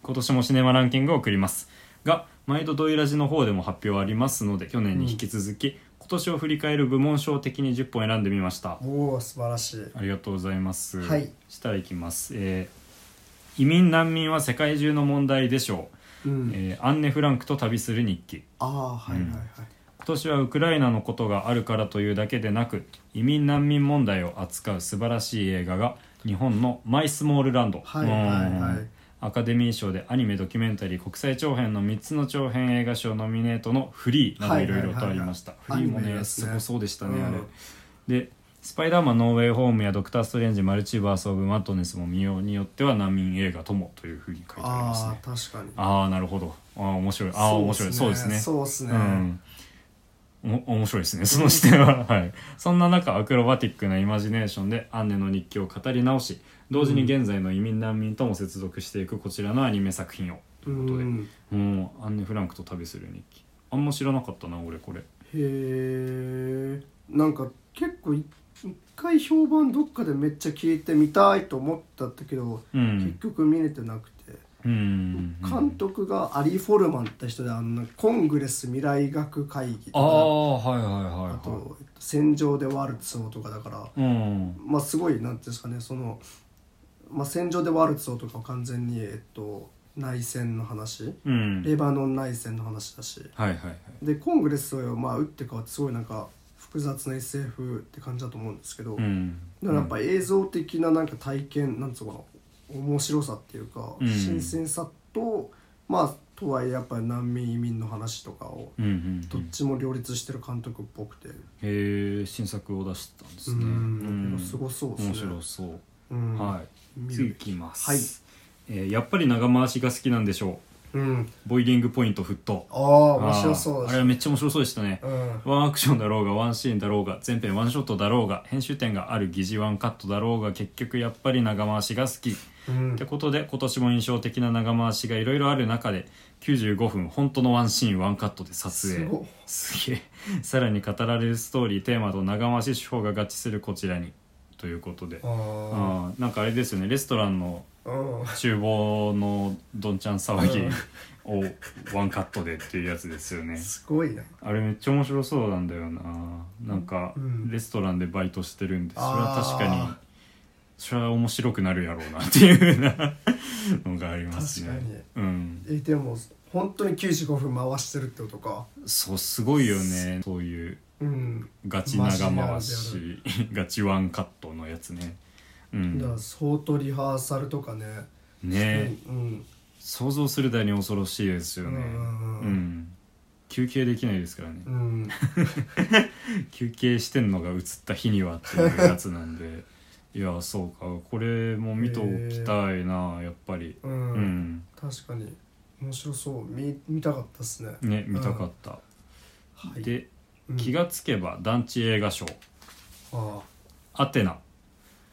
[SPEAKER 1] 今年もシネマランキングを送りますが毎度ドイラジの方でも発表ありますので去年に引き続き、今年を振り返る部門賞的に10本選んでみました
[SPEAKER 2] おお素晴らしい
[SPEAKER 1] ありがとうございます。
[SPEAKER 2] はい
[SPEAKER 1] したらいきます。えー移民難民は世界中の問題でしょ
[SPEAKER 2] う
[SPEAKER 1] う、
[SPEAKER 2] ん、
[SPEAKER 1] えーアンネ・フランクと旅する日記
[SPEAKER 2] ああはいはいはい、
[SPEAKER 1] 今年はウクライナのことがあるからというだけでなく移民難民問題を扱う素晴らしい映画が日本の「マイ・スモールランド」
[SPEAKER 2] はいはいはい
[SPEAKER 1] うんアカデミー賞でアニメドキュメンタリー国際長編の3つの長編映画賞ノミネートの「フリー」など
[SPEAKER 2] はい
[SPEAKER 1] い
[SPEAKER 2] はい
[SPEAKER 1] ろ
[SPEAKER 2] はいい
[SPEAKER 1] ろとありました、
[SPEAKER 2] アニ
[SPEAKER 1] フリーも
[SPEAKER 2] メ
[SPEAKER 1] ね
[SPEAKER 2] です
[SPEAKER 1] す
[SPEAKER 2] ね
[SPEAKER 1] ごそうでしたね、あれ
[SPEAKER 2] うん
[SPEAKER 1] で「スパイダーマンノーウェイホーム」や「ドクター・ストレンジ」「マルチバース・オブ・マットネス」も見ようによっては難民映画ともというふうに書いてあります
[SPEAKER 2] あ
[SPEAKER 1] ね
[SPEAKER 2] あー確かに
[SPEAKER 1] ああなるほどああ面白いああ面白いそうですね
[SPEAKER 2] そうですね
[SPEAKER 1] うんお面白いですね *laughs* その視点は、はい、そんな中アクロバティックなイマジネーションでアンネの日記を語り直し同時に現在の移民難民とも接続していくこちらのアニメ作品をということで、
[SPEAKER 2] ん
[SPEAKER 1] もうアンネ・フランクと旅する日記あんま知らなかったな俺これ
[SPEAKER 2] へえんか結構い一回評判どっかでめっちゃ聞いてみたいと思ったんだけど、
[SPEAKER 1] う
[SPEAKER 2] 結
[SPEAKER 1] ん
[SPEAKER 2] 局見れてなくて
[SPEAKER 1] うん
[SPEAKER 2] 監督がアリ・フォルマンって人であのコングレス未来学会議と
[SPEAKER 1] あ
[SPEAKER 2] か
[SPEAKER 1] あはいはいはい
[SPEAKER 2] あ
[SPEAKER 1] は
[SPEAKER 2] と「戦場でワルツを」とかだから
[SPEAKER 1] いうん
[SPEAKER 2] まあすごいなんていうんですかねその、まあ、戦場でワルツをとかは完全に、えっと、内戦の話
[SPEAKER 1] うん
[SPEAKER 2] レバノン内戦の話だし
[SPEAKER 1] はいはいはい
[SPEAKER 2] でコングレスをまあ打って変わってすごいなんか複雑な SF って感じだと思うんですけど、
[SPEAKER 1] うん
[SPEAKER 2] だからやっぱ映像的ななんか体験なんつうのかな面白さっていうか、
[SPEAKER 1] うん
[SPEAKER 2] 新鮮さとまあとはいえやっぱり難民移民の話とかを
[SPEAKER 1] うんうんうん
[SPEAKER 2] どっちも両立してる監督っぽくて、
[SPEAKER 1] へえ新作を出したんですね
[SPEAKER 2] うん
[SPEAKER 1] うん
[SPEAKER 2] すごそうですね
[SPEAKER 1] 面白そう
[SPEAKER 2] うん
[SPEAKER 1] はい
[SPEAKER 2] 見
[SPEAKER 1] 次
[SPEAKER 2] る
[SPEAKER 1] いきます
[SPEAKER 2] はい
[SPEAKER 1] えーやっぱり長回しが好きなんでしょ
[SPEAKER 2] うん、
[SPEAKER 1] うボイリングポイント沸騰
[SPEAKER 2] ああ面白
[SPEAKER 1] あ
[SPEAKER 2] そう
[SPEAKER 1] ー
[SPEAKER 2] で
[SPEAKER 1] あ
[SPEAKER 2] す
[SPEAKER 1] れはめっちゃ面白そうでしたね
[SPEAKER 2] うん
[SPEAKER 1] ワンアクションだろうがワンシーンだろうが全編ワンショットだろうが編集点がある疑似ワンカットだろうが結局やっぱり長回しが好きっ
[SPEAKER 2] うん
[SPEAKER 1] てことで今年も印象的な長回しがいろいろある中で95分本当のワンシーンワンカットで撮
[SPEAKER 2] す
[SPEAKER 1] 影
[SPEAKER 2] ごっ
[SPEAKER 1] すげえさらに語られるストーリーテーマと長回し手法が合致するこちらにということで
[SPEAKER 2] あ
[SPEAKER 1] あーなんかあれですよねレストランの
[SPEAKER 2] あうん
[SPEAKER 1] 厨房のどんちゃん騒ぎをワンカットでっていうやつですよね
[SPEAKER 2] すごいな
[SPEAKER 1] あれめっちゃ面白そうなんだよななんか
[SPEAKER 2] うん
[SPEAKER 1] レストランでバイトしてるんでそれは
[SPEAKER 2] あ
[SPEAKER 1] 確
[SPEAKER 2] ー
[SPEAKER 1] かにそれは面白くなるやろうなっていうふうな *laughs* のがありますね
[SPEAKER 2] 確かに
[SPEAKER 1] うん
[SPEAKER 2] えでも本当に95分回してるってことか
[SPEAKER 1] そうすごいよねそういう
[SPEAKER 2] うん
[SPEAKER 1] ガチ長
[SPEAKER 2] マ
[SPEAKER 1] 回
[SPEAKER 2] ジ
[SPEAKER 1] し *laughs* ガチワンカットのやつねう
[SPEAKER 2] だから
[SPEAKER 1] ん
[SPEAKER 2] 相当リハーサルとかね
[SPEAKER 1] ね
[SPEAKER 2] うん
[SPEAKER 1] 想像するだに恐ろしいです
[SPEAKER 2] う
[SPEAKER 1] よ
[SPEAKER 2] ん
[SPEAKER 1] ね
[SPEAKER 2] うん
[SPEAKER 1] う
[SPEAKER 2] うん
[SPEAKER 1] ん休憩できないですからね
[SPEAKER 2] うん
[SPEAKER 1] 休憩してんのが映った日にはっていうやつなんで *laughs* いやそうかこれも見ときたいなやっぱり
[SPEAKER 2] う
[SPEAKER 1] うんん
[SPEAKER 2] 確かに面白そう見見たかったですね
[SPEAKER 1] ね見たかった、
[SPEAKER 2] はい
[SPEAKER 1] で、
[SPEAKER 2] うん
[SPEAKER 1] 気がつけば団地映画賞
[SPEAKER 2] あ
[SPEAKER 1] アテナ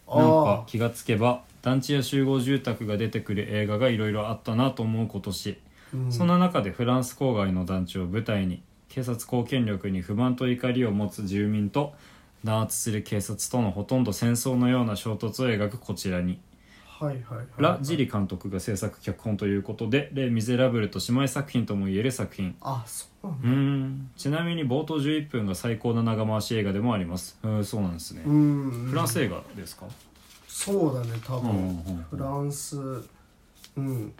[SPEAKER 2] あ
[SPEAKER 1] なんか
[SPEAKER 2] あ
[SPEAKER 1] 気がつけば団地や集合住宅が出てくる映画がいろいろあったなと思う今年
[SPEAKER 2] あうん
[SPEAKER 1] そんな中でフランス郊外の団地を舞台に警察公権力に不満と怒りを持つ住民と弾圧する警察とのほとんど戦争のような衝突を描くこちらに
[SPEAKER 2] はいはいはい
[SPEAKER 1] ラ・ジリ監督が制作脚本ということで「レ・ミゼラブル」と姉妹作品ともいえる作品
[SPEAKER 2] あそうなん
[SPEAKER 1] う
[SPEAKER 2] だ
[SPEAKER 1] ーんちなみに冒頭11分が最高の長回し映画でもありますうーんそうなんですね
[SPEAKER 2] うん
[SPEAKER 1] フランス映画ですか
[SPEAKER 2] そうだね多
[SPEAKER 1] うんうん
[SPEAKER 2] 分
[SPEAKER 1] うん
[SPEAKER 2] フランスうん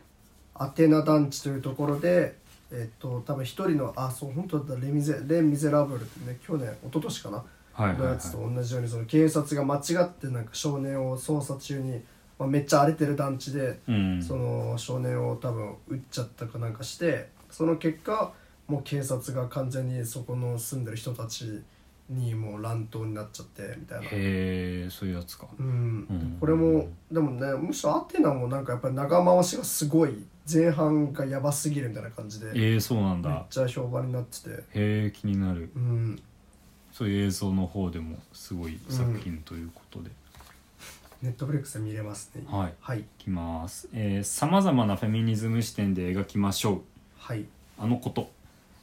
[SPEAKER 2] アテナ団地というところでえっと多分一人のあそう本当だったレミゼレ・ミゼラブルってね去年一昨年かな
[SPEAKER 1] はいはい
[SPEAKER 2] の
[SPEAKER 1] は
[SPEAKER 2] や
[SPEAKER 1] い
[SPEAKER 2] つと同じようにその警察が間違ってなんか少年を捜査中に、まあ、めっちゃ荒れてる団地で、
[SPEAKER 1] うん
[SPEAKER 2] その少年を多分撃っちゃったかなんかしてその結果もう警察が完全にそこの住んでる人たちにもう乱闘になっちゃってみたいな。
[SPEAKER 1] へえそういうやつか
[SPEAKER 2] うん
[SPEAKER 1] うん
[SPEAKER 2] これもでもねむしろアテナもなんかやっぱり長回しがすごい前半がやばすぎるみたいな感じでめっ
[SPEAKER 1] ええそうなんだ
[SPEAKER 2] ちゃ評判になってて、
[SPEAKER 1] へえ気になる
[SPEAKER 2] うん、
[SPEAKER 1] そういう映像の方でもすごい作品ということで、
[SPEAKER 2] ネットフリックスで見れますね。
[SPEAKER 1] はい
[SPEAKER 2] はい、
[SPEAKER 1] いきますさまざまなフェミニズム視点で描きましょう
[SPEAKER 2] はい、
[SPEAKER 1] あのこと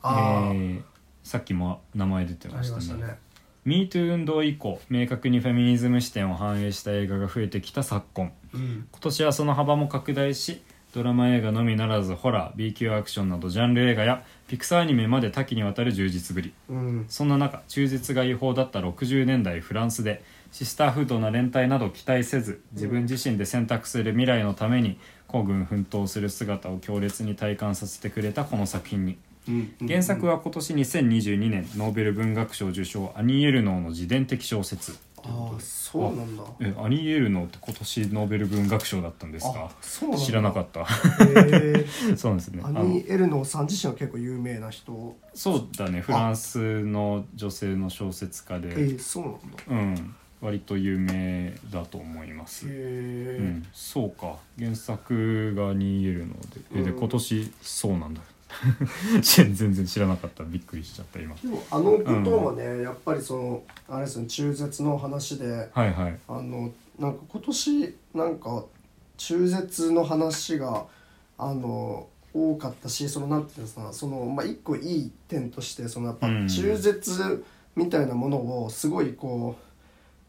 [SPEAKER 2] あ
[SPEAKER 1] え
[SPEAKER 2] ー
[SPEAKER 1] ーさっきも名前出て
[SPEAKER 2] あ
[SPEAKER 1] ま
[SPEAKER 2] り
[SPEAKER 1] し
[SPEAKER 2] ま
[SPEAKER 1] た
[SPEAKER 2] した
[SPEAKER 1] ね
[SPEAKER 2] ね。
[SPEAKER 1] MeToo 運動以降明確にフェミニズム視点を反映した映画が増えてきた昨今
[SPEAKER 2] うん、
[SPEAKER 1] 今年はその幅も拡大しドラマ映画のみならずホラー B 級アクションなどジャンル映画やピクサーアニメまで多岐にわたる充実ぶり
[SPEAKER 2] うん、
[SPEAKER 1] そんな中中絶が違法だった60年代フランスでシスターフードな連帯など期待せず自分自身で選択する未来のために孤軍奮闘する姿を強烈に体感させてくれたこの作品に原作は今年2022年ノーベル文学賞受賞アニー・エルノーの自伝的小説
[SPEAKER 2] ああそうなんだ
[SPEAKER 1] えアニー・エルノーって今年ノーベル文学賞だったんですか
[SPEAKER 2] あそうなんだ
[SPEAKER 1] 知らなか
[SPEAKER 2] っ
[SPEAKER 1] った *laughs*
[SPEAKER 2] たへえ
[SPEAKER 1] そうなんですね *laughs*
[SPEAKER 2] ア
[SPEAKER 1] あの
[SPEAKER 2] ニー・エルノーさん自身は結構有名な人
[SPEAKER 1] そうだねフランスの女性の小説家
[SPEAKER 2] え
[SPEAKER 1] で
[SPEAKER 2] ー、そうなんだ
[SPEAKER 1] うん割と有名だと思います
[SPEAKER 2] へ
[SPEAKER 1] う
[SPEAKER 2] え
[SPEAKER 1] ん、そうか原作がに言えるのでえで
[SPEAKER 2] うん
[SPEAKER 1] 今年そうなんだ *laughs* 全然知らなかったびっくりしちゃった今
[SPEAKER 2] でもあのこともね、やっぱりそのあれですね中絶の話で
[SPEAKER 1] はいはい
[SPEAKER 2] あのなんか今年なんか中絶の話があの多かったしそのなんていうんですかそのまあ一個いい点としてそのやっぱ
[SPEAKER 1] うん
[SPEAKER 2] 中絶みたいなものをすごいこう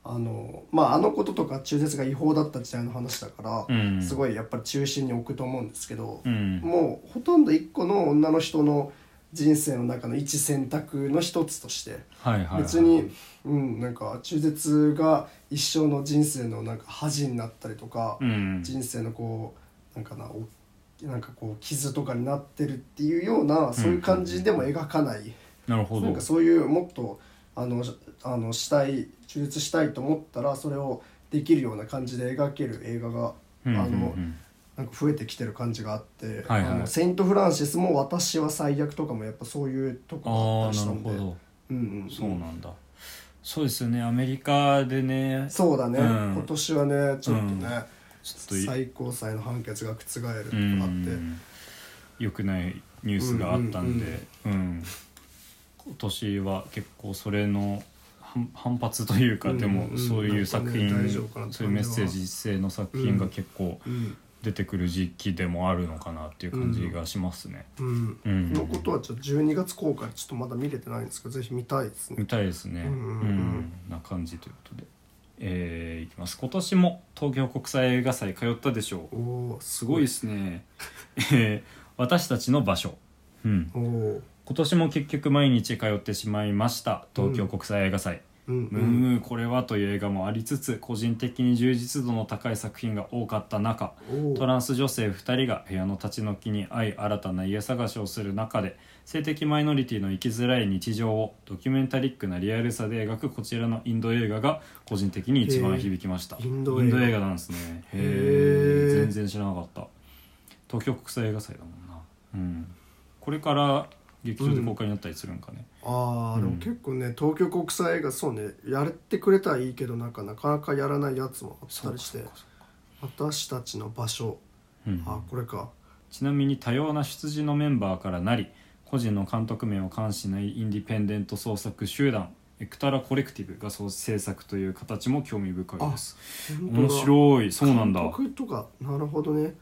[SPEAKER 2] あのまああのこととか中絶が違法だった時代の話だから、
[SPEAKER 1] うん
[SPEAKER 2] すごいやっぱり中心に置くと思うんですけど、
[SPEAKER 1] うん
[SPEAKER 2] もうほとんど一個の女の人の人生の中の一選択の一つとして
[SPEAKER 1] はいはいはい
[SPEAKER 2] 別に、うん、なんか中絶が一生の人生のなんか恥になったりとか、
[SPEAKER 1] うん
[SPEAKER 2] 人生のこうなんかなおなんかこう傷とかになってるっていうようなそういう感じでも描かない、
[SPEAKER 1] なるほ
[SPEAKER 2] なん
[SPEAKER 1] ど
[SPEAKER 2] かそういうもっとあのしあのしたい中絶したいと思ったらそれをできるような感じで描ける映画が、
[SPEAKER 1] うんうんう
[SPEAKER 2] あの
[SPEAKER 1] ん
[SPEAKER 2] なんか増えてきてる感じがあって「
[SPEAKER 1] はいはい
[SPEAKER 2] あのセイント・フランシス」も「私は最悪」とかもやっぱそういうとこがあ
[SPEAKER 1] あ
[SPEAKER 2] った
[SPEAKER 1] あなる
[SPEAKER 2] りしたんで
[SPEAKER 1] ほど
[SPEAKER 2] うんうん、
[SPEAKER 1] そうなんだそうですよねアメリカでねちょ
[SPEAKER 2] そうだね、
[SPEAKER 1] うん
[SPEAKER 2] 今年はねちょっとね、
[SPEAKER 1] っとい
[SPEAKER 2] 最高裁の判決が覆るとかあって、
[SPEAKER 1] うん良くないニュースがあったんでうん今年は結構それの反反発というか
[SPEAKER 2] うんうん
[SPEAKER 1] でもそういう作品
[SPEAKER 2] なんかね大丈夫かな
[SPEAKER 1] そういうメッセージ性の作品が結構
[SPEAKER 2] うん
[SPEAKER 1] 出てくる時期でもあるのかなっていう感じがしますね
[SPEAKER 2] うん
[SPEAKER 1] うんうん
[SPEAKER 2] のことはちょっと12月公開ちょっとまだ見れてないんですけどぜひ見たいですね
[SPEAKER 1] 見たいですねう
[SPEAKER 2] うんうんうん
[SPEAKER 1] んな感じということでえーいきます今年も東京国際映画祭通ったでしょう
[SPEAKER 2] おお
[SPEAKER 1] すごいですね、えー私たちの場所、うん、
[SPEAKER 2] おお
[SPEAKER 1] 今年も結局毎日通ってしまいました東京国際映画祭
[SPEAKER 2] うん
[SPEAKER 1] 「ムームーこれは」という映画もありつつ個人的に充実度の高い作品が多かった中
[SPEAKER 2] お
[SPEAKER 1] ト
[SPEAKER 2] ー
[SPEAKER 1] ランス女性2人が部屋の立ち退きに合い新たな家探しをする中で性的マイノリティの生きづらい日常をドキュメンタリックなリアルさで描くこちらのインド映画が個人的に一番響きました
[SPEAKER 2] へーインド映画
[SPEAKER 1] なんですねへ
[SPEAKER 2] へ
[SPEAKER 1] え
[SPEAKER 2] ー
[SPEAKER 1] 全然知らなかった東京国際映画祭だもんなうんこれから劇場で公開になったりするんかね、
[SPEAKER 2] あーで
[SPEAKER 1] う
[SPEAKER 2] も
[SPEAKER 1] ん
[SPEAKER 2] 結構ね東京国際映画そうねやってくれたらいいけどなんかなかなかやらないやつもあった
[SPEAKER 1] そう
[SPEAKER 2] り
[SPEAKER 1] か
[SPEAKER 2] し
[SPEAKER 1] そう
[SPEAKER 2] て
[SPEAKER 1] かそうか
[SPEAKER 2] 私たちの場所
[SPEAKER 1] うん
[SPEAKER 2] あーこれか
[SPEAKER 1] ちなみに多様な出自のメンバーからなり個人の監督名を冠しないインディペンデント創作集団エクタラコレクティブがそう制作という形も興味深いです
[SPEAKER 2] 本当だ
[SPEAKER 1] 面白いそうなんだ
[SPEAKER 2] 監督とかなるほどね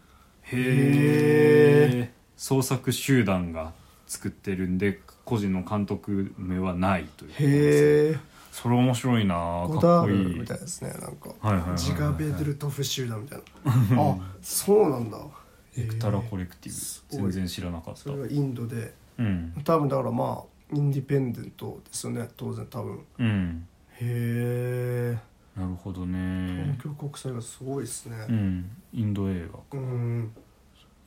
[SPEAKER 1] へえ創作集団が作ってるんで個人の監督名はないということなんですね
[SPEAKER 2] へえ
[SPEAKER 1] それ面白いな
[SPEAKER 2] ゴ
[SPEAKER 1] か
[SPEAKER 2] ダ
[SPEAKER 1] っこ
[SPEAKER 2] ー
[SPEAKER 1] い
[SPEAKER 2] ル
[SPEAKER 1] い
[SPEAKER 2] みたいですねなんか
[SPEAKER 1] はいはいはいはい
[SPEAKER 2] ジガベドルトフ集団みたいなあそうなんだ
[SPEAKER 1] エクタラコ
[SPEAKER 2] れ
[SPEAKER 1] レクティ
[SPEAKER 2] す
[SPEAKER 1] ブ
[SPEAKER 2] ご
[SPEAKER 1] 全然
[SPEAKER 2] い
[SPEAKER 1] 知らなかっ
[SPEAKER 2] そ
[SPEAKER 1] た
[SPEAKER 2] れはインドで
[SPEAKER 1] うん
[SPEAKER 2] 多分だからまあインディペンデントですよね当然多分
[SPEAKER 1] うん
[SPEAKER 2] へ
[SPEAKER 1] なるほど
[SPEAKER 2] え
[SPEAKER 1] ね
[SPEAKER 2] 東京国際がすごいです
[SPEAKER 1] う
[SPEAKER 2] ね
[SPEAKER 1] んインド映画
[SPEAKER 2] うん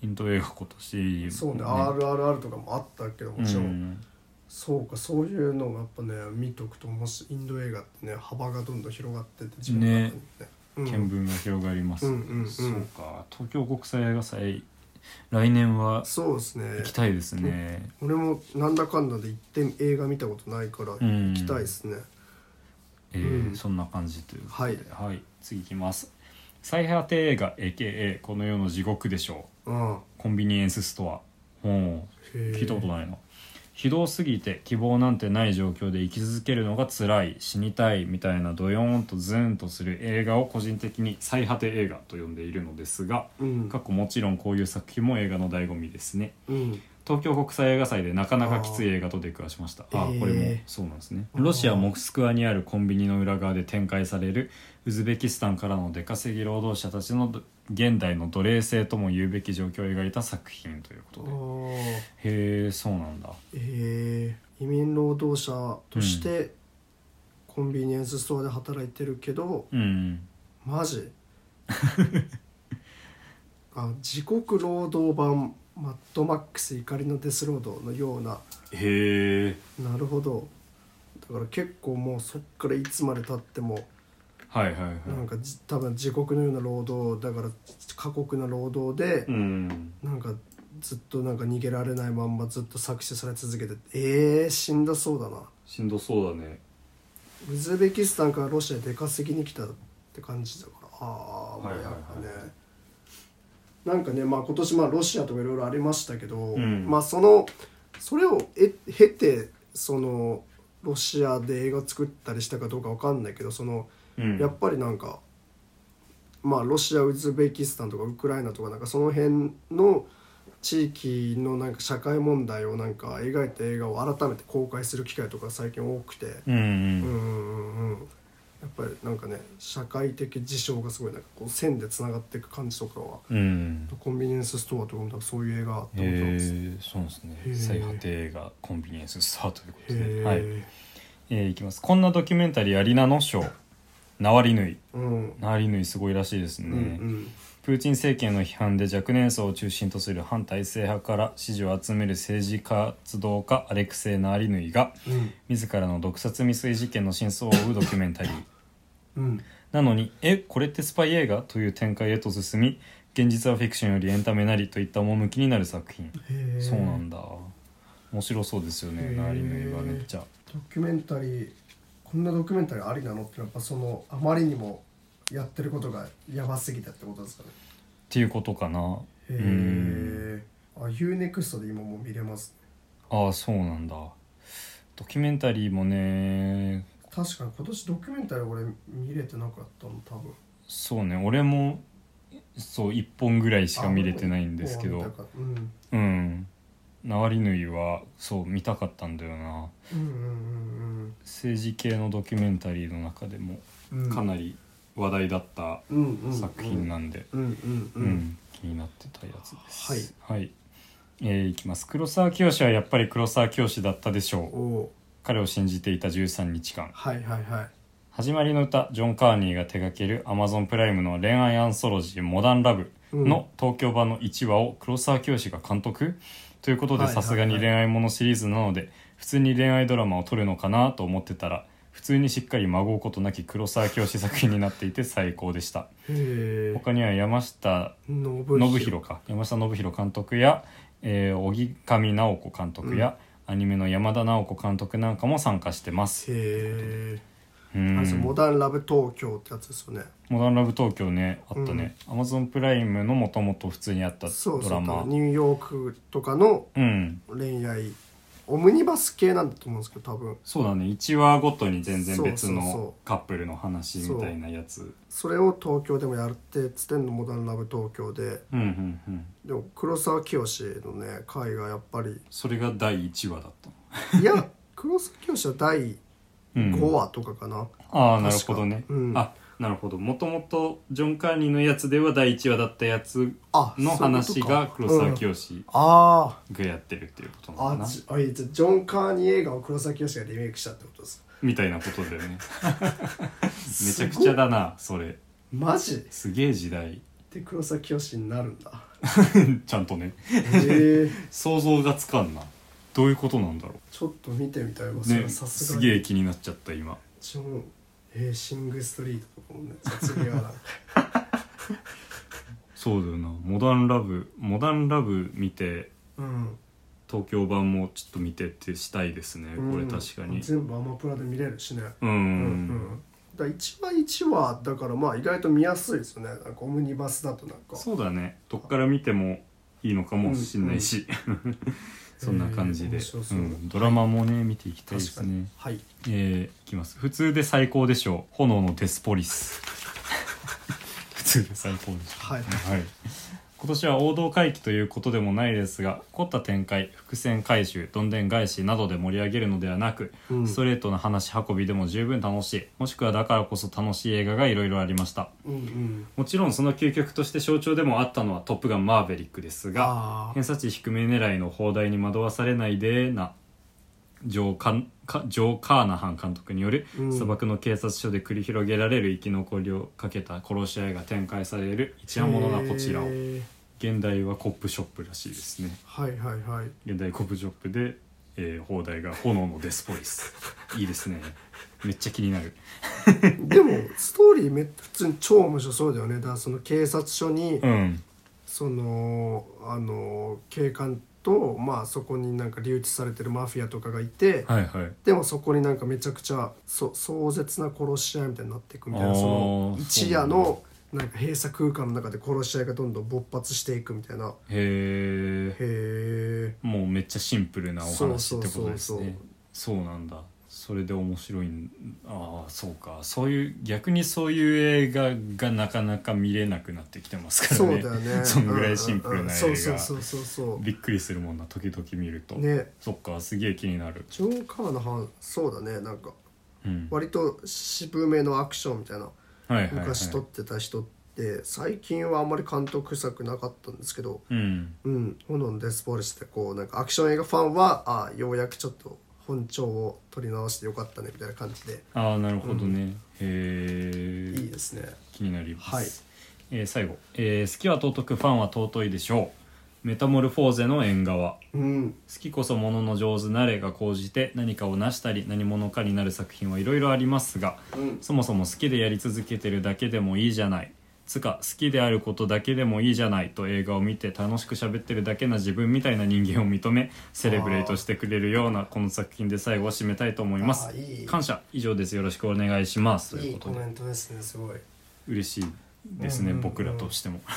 [SPEAKER 1] インド映画今年
[SPEAKER 2] そうね「RRR」とかもあったけどもちろん、
[SPEAKER 1] うん
[SPEAKER 2] そうかそういうのがやっぱね見とくともしインド映画ってね幅がどんどん広がってって自分の中にねうん
[SPEAKER 1] 見聞が広がります、
[SPEAKER 2] うんうんうん
[SPEAKER 1] そうか東京国際映画祭来年は
[SPEAKER 2] そうですね
[SPEAKER 1] 行きたいですね、
[SPEAKER 2] 俺もなんだかんだで行って映画見たことないから
[SPEAKER 1] うん
[SPEAKER 2] 行きたいですね、
[SPEAKER 1] えー
[SPEAKER 2] うん
[SPEAKER 1] そんな感じということ
[SPEAKER 2] はい
[SPEAKER 1] で、はい、次いきます最果て映画 AKA この世の地獄でしょう
[SPEAKER 2] うん
[SPEAKER 1] コンビニエンスストアうん聞
[SPEAKER 2] 聞
[SPEAKER 1] いたことないなひどすぎて希望なんてない状況で生き続けるのが辛い死にたいみたいなドヨーンとズーンとする映画を個人的に最果て映画と呼んでいるのですが
[SPEAKER 2] うん
[SPEAKER 1] 過去もちろんこういう作品も映画の醍醐味ですね
[SPEAKER 2] うん
[SPEAKER 1] 東京国際映画祭でなかなかきつい映画と出くわしましたあ
[SPEAKER 2] あー
[SPEAKER 1] ー
[SPEAKER 2] えー
[SPEAKER 1] これもそうなんですね
[SPEAKER 2] あー
[SPEAKER 1] ロシア・モスクワにあるコンビニの裏側で展開されるウズベキスタンからの出稼ぎ労働者たちのど現代の奴隷制とも言うべき状況を描いた作品というこ
[SPEAKER 2] あ
[SPEAKER 1] とで
[SPEAKER 2] ー
[SPEAKER 1] へえそうなんだ
[SPEAKER 2] えー移民労働者としてコンビニエンスストアで働いてるけど、
[SPEAKER 1] うん
[SPEAKER 2] マジあ自国労働版マッドマックス怒りのデスロードのような
[SPEAKER 1] へえ
[SPEAKER 2] なるほどだから結構もうそっからいつまでたっても
[SPEAKER 1] はいはいはい
[SPEAKER 2] なんかじ多分自国のような労働だから過酷な労働で
[SPEAKER 1] うん
[SPEAKER 2] なんかずっとなんか逃げられないまんまずっと搾取され続けてえー、死んだそうだな
[SPEAKER 1] しんどそうだね
[SPEAKER 2] ウズベキスタンからロシアに出稼ぎに来たって感じだからああまあ
[SPEAKER 1] はいはい
[SPEAKER 2] や
[SPEAKER 1] は
[SPEAKER 2] っ
[SPEAKER 1] い
[SPEAKER 2] ぱね、なんかねまあ今年まあロシアとかいろいろありましたけど、
[SPEAKER 1] ん
[SPEAKER 2] まあそのそれをえ経てそのロシアで映画作ったりしたかどうかわかんないけどその
[SPEAKER 1] うん
[SPEAKER 2] やっぱりなんかまあロシアウズベキスタンとかウクライナとかなんかその辺の地域のなんか社会問題をなんか描いた映画を改めて公開する機会とか最近多くて、
[SPEAKER 1] うんう
[SPEAKER 2] うん
[SPEAKER 1] ん
[SPEAKER 2] うんうんやっぱぱりなんかね社会的事象がすごいなんかこう線でつながっていく感じとかは
[SPEAKER 1] うん
[SPEAKER 2] コンビニエンスストアとかも多分そういう映画あったことあるんです
[SPEAKER 1] えー、そうですね
[SPEAKER 2] へー
[SPEAKER 1] 最果てがコンビニエンススターということで、
[SPEAKER 2] へ
[SPEAKER 1] はい
[SPEAKER 2] え、
[SPEAKER 1] えーいきますこんなドキュメンタリーアリナの賞ナワリヌイ
[SPEAKER 2] うんうん
[SPEAKER 1] ナワリヌイすごいらしいです
[SPEAKER 2] う
[SPEAKER 1] ね、
[SPEAKER 2] ん
[SPEAKER 1] プーチン政権の批判で若年層を中心とする反体制派から支持を集める政治活動家アレクセイ・ナワリヌイが
[SPEAKER 2] うん
[SPEAKER 1] 自らの毒殺未遂事件の真相を追うドキュメンタリー
[SPEAKER 2] うん
[SPEAKER 1] なのに「えこれってスパイ映画?」という展開へと進み現実はフィクションよりエンタメなりといった趣になる作品
[SPEAKER 2] へえ
[SPEAKER 1] そうなんだ面白そうですよ
[SPEAKER 2] へ
[SPEAKER 1] ね
[SPEAKER 2] ー
[SPEAKER 1] ナリの絵はめっちゃ
[SPEAKER 2] ドキュメンタリーこんなドキュメンタリーありなのってやっぱそのあまりにもやってることがやばすぎたってことですかね
[SPEAKER 1] っていうことかなう
[SPEAKER 2] へ
[SPEAKER 1] ん
[SPEAKER 2] えあ UNEXT で今もう見れます
[SPEAKER 1] ああそうなんだドキュメンタリーもね
[SPEAKER 2] 確かに今年ドキュメンタリー俺見れてなかったの多分
[SPEAKER 1] そうね俺もそう1本ぐらいしか見れてないんですけ
[SPEAKER 2] あもう
[SPEAKER 1] ど
[SPEAKER 2] 見たかうん
[SPEAKER 1] うんナワリヌイはそう見たかったんだよな
[SPEAKER 2] うんうん
[SPEAKER 1] 政治系のドキュメンタリーの中でも
[SPEAKER 2] うんうん
[SPEAKER 1] かなり話題だった
[SPEAKER 2] り
[SPEAKER 1] 作品なんで、
[SPEAKER 2] うんうんう
[SPEAKER 1] うんん、気になってたやつです。はい。えーいきます。黒沢清はやっぱり黒沢清だったでしょう。
[SPEAKER 2] おう
[SPEAKER 1] 彼を信じていた13日間。
[SPEAKER 2] はいはいはい
[SPEAKER 1] 始まりの歌、ジョン・カーニーが手掛ける Amazon プライムの恋愛アンソロジー、モダン・ラブの東京版の1話を黒沢清が監督ということ
[SPEAKER 2] は
[SPEAKER 1] で
[SPEAKER 2] いはいは
[SPEAKER 1] さ
[SPEAKER 2] い
[SPEAKER 1] すがに恋愛ものシリーズなので、普通に恋愛ドラマを撮るのかなと思ってたら、普通にしっかりまごうことなき黒沢清作品になっていて最高でした。
[SPEAKER 2] へえ
[SPEAKER 1] 他には山下
[SPEAKER 2] 信
[SPEAKER 1] 信弘か山下信弘監督やえー荻上直子監督や、アニメの山田直子監督なんかも参加してます。
[SPEAKER 2] へえ
[SPEAKER 1] うん
[SPEAKER 2] あれですモダンラブ東京ってやつですよね
[SPEAKER 1] モダンラブ東京ねあったね、Amazon プライムのもともと普通にあった
[SPEAKER 2] そう
[SPEAKER 1] ド
[SPEAKER 2] そ
[SPEAKER 1] ラ
[SPEAKER 2] う多
[SPEAKER 1] マ
[SPEAKER 2] 分ニューヨークとかの
[SPEAKER 1] うん
[SPEAKER 2] 恋愛オムニバス系なんだと思うんですけど多分
[SPEAKER 1] そうだね1話ごとに全然
[SPEAKER 2] そうそう
[SPEAKER 1] 別
[SPEAKER 2] そう
[SPEAKER 1] のカップルの話みたいなやつ
[SPEAKER 2] それを東京でもやるってつってんのモダンラブ東京で
[SPEAKER 1] うんうんうん
[SPEAKER 2] でも黒沢清のね回がやっぱり
[SPEAKER 1] それが第1話だったの
[SPEAKER 2] い
[SPEAKER 1] *laughs*
[SPEAKER 2] や黒沢清は第
[SPEAKER 1] うん
[SPEAKER 2] 5話とかかな、
[SPEAKER 1] ああなるほどね、
[SPEAKER 2] 確かうん
[SPEAKER 1] あなるほどもともとジョン・カーニーのやつでは第1話だったやつ
[SPEAKER 2] あ
[SPEAKER 1] の話が
[SPEAKER 2] そう
[SPEAKER 1] 黒
[SPEAKER 2] いうことか
[SPEAKER 1] 沢
[SPEAKER 2] うん
[SPEAKER 1] 清
[SPEAKER 2] ああ
[SPEAKER 1] がやってるっていうことなの
[SPEAKER 2] あ
[SPEAKER 1] かな、
[SPEAKER 2] じあいやじゃあジョン・カーニー映画を黒沢清がリメイクしたってことですか
[SPEAKER 1] みたいなことだよねめちゃく
[SPEAKER 2] す
[SPEAKER 1] ち
[SPEAKER 2] ご
[SPEAKER 1] ゃ
[SPEAKER 2] い
[SPEAKER 1] だなそれ
[SPEAKER 2] マジ
[SPEAKER 1] すげえ時代
[SPEAKER 2] で黒沢清になるん
[SPEAKER 1] *laughs*
[SPEAKER 2] だ
[SPEAKER 1] ちゃんとね
[SPEAKER 2] へえ
[SPEAKER 1] 想像がつかんなどういうことなんだろ
[SPEAKER 2] ちょっと見てみたいわ
[SPEAKER 1] う
[SPEAKER 2] それ
[SPEAKER 1] ね
[SPEAKER 2] はさす
[SPEAKER 1] す
[SPEAKER 2] が
[SPEAKER 1] げ
[SPEAKER 2] に
[SPEAKER 1] え気になっちゃった今
[SPEAKER 2] ジョンえー、シングストリートとかもね卒業
[SPEAKER 1] *laughs*
[SPEAKER 2] なんか
[SPEAKER 1] そうだよなモダンラブモダンラブ見て
[SPEAKER 2] うん
[SPEAKER 1] 東京版もちょっと見てってしたいですねこれ
[SPEAKER 2] うん
[SPEAKER 1] 確かに
[SPEAKER 2] 全部アマプラで見れるしね
[SPEAKER 1] うん
[SPEAKER 2] うんうんだ1話1話だからまあ意外と見やすいですよねなんかオムニバスだとなんか
[SPEAKER 1] そうだねどっから見てもいいのかもしんないし、 *laughs* そんな感じで、
[SPEAKER 2] へー面白そう
[SPEAKER 1] うんドラマもね見ていきたいですね
[SPEAKER 2] はい
[SPEAKER 1] えー、いきます普通で最高でしょう炎のデスポリス *laughs* 普通で最高でしょ、
[SPEAKER 2] はいう
[SPEAKER 1] はい、今年は王道回帰ということでもないですが凝った展開伏線回収どんでん返しなどで盛り上げるのではなく、
[SPEAKER 2] うん
[SPEAKER 1] ストレートな話運びでも十分楽しいもしくはだからこそ楽しい映画がいろいろありました
[SPEAKER 2] うんうん
[SPEAKER 1] もちろんその究極として象徴でもあったのは「トップガンマーヴェリック」ですが
[SPEAKER 2] あー
[SPEAKER 1] 偏差値低め狙いの放題に惑わされないでなジョーカンカジョー・カーナハン監督による
[SPEAKER 2] うん
[SPEAKER 1] 砂漠の警察署で繰り広げられる生き残りをかけた殺し合いが展開される一夜ものなこちらを
[SPEAKER 2] へー
[SPEAKER 1] 現代はコップショップらしいですね
[SPEAKER 2] はいはいはい
[SPEAKER 1] 現代コップショップで、えー、放題が炎のデスポリ
[SPEAKER 2] *laughs*
[SPEAKER 1] スいいですねめっちゃ気になる
[SPEAKER 2] でもストーリーめ普通に超面白そうだよねだからその警察署に、
[SPEAKER 1] うん
[SPEAKER 2] そのあの警官と、まあ、そこになんか留置されてるマフィアとかがいて、
[SPEAKER 1] はいはい
[SPEAKER 2] でもそこになんかめちゃくちゃそ壮絶な殺し合いみたいになっていくみたい
[SPEAKER 1] あ
[SPEAKER 2] な
[SPEAKER 1] ー
[SPEAKER 2] その一夜
[SPEAKER 1] そう
[SPEAKER 2] のなんか閉鎖空間の中で殺し合いがどんどん勃発していくみたいな
[SPEAKER 1] へえ
[SPEAKER 2] へえ
[SPEAKER 1] もうめっちゃシンプルなお話ってことです
[SPEAKER 2] そうそうそう
[SPEAKER 1] ねそうなんだそれで面白いんああそうかそういう逆にそういう映画がなかなか見れなくなってきてますか
[SPEAKER 2] そう
[SPEAKER 1] ら
[SPEAKER 2] だ
[SPEAKER 1] ね
[SPEAKER 2] よ
[SPEAKER 1] *laughs*
[SPEAKER 2] ね
[SPEAKER 1] そんぐらいシンプルな映画、
[SPEAKER 2] うんうんうんそうそうそうそう
[SPEAKER 1] びっくりするもんな時々見ると、
[SPEAKER 2] そうね
[SPEAKER 1] そっかすげえ気になる
[SPEAKER 2] ジョン・カーナハンそうだねなんか
[SPEAKER 1] うん
[SPEAKER 2] 割と渋めのアクションみたいな
[SPEAKER 1] はいはいはい
[SPEAKER 2] 昔撮ってた人って最近はあんまり監督作なかったんですけど
[SPEAKER 1] うん
[SPEAKER 2] 「うん、炎のデスポルシってこうなんかアクション映画ファンはあようやくちょっと本調を取り直してよかったねみたいな感じで
[SPEAKER 1] ああなるほどね、へ
[SPEAKER 2] い
[SPEAKER 1] え
[SPEAKER 2] いですね
[SPEAKER 1] 気になります、
[SPEAKER 2] はい
[SPEAKER 1] えー最後、えー好きは尊くファンは尊いでしょう」「メタモルフォーゼの縁側」
[SPEAKER 2] うん
[SPEAKER 1] 「好きこそものの上手なれが高じて何かを成したり何者かになる作品はいろいろありますが
[SPEAKER 2] うん
[SPEAKER 1] そもそも好きでやり続けてるだけでもいいじゃない」つか好きであることだけでもいいじゃないと映画を見て楽しく喋ってるだけな自分みたいな人間を認めセレブレートしてくれるようなこの作品で最後を締めたいと思います
[SPEAKER 2] あーいい
[SPEAKER 1] 感謝以上ですよろしくお願いしますと
[SPEAKER 2] い
[SPEAKER 1] いう
[SPEAKER 2] い
[SPEAKER 1] こと
[SPEAKER 2] コ
[SPEAKER 1] で
[SPEAKER 2] メントですねすごい
[SPEAKER 1] 嬉しいですね、
[SPEAKER 2] うんうんうん
[SPEAKER 1] 僕らとしても
[SPEAKER 2] こ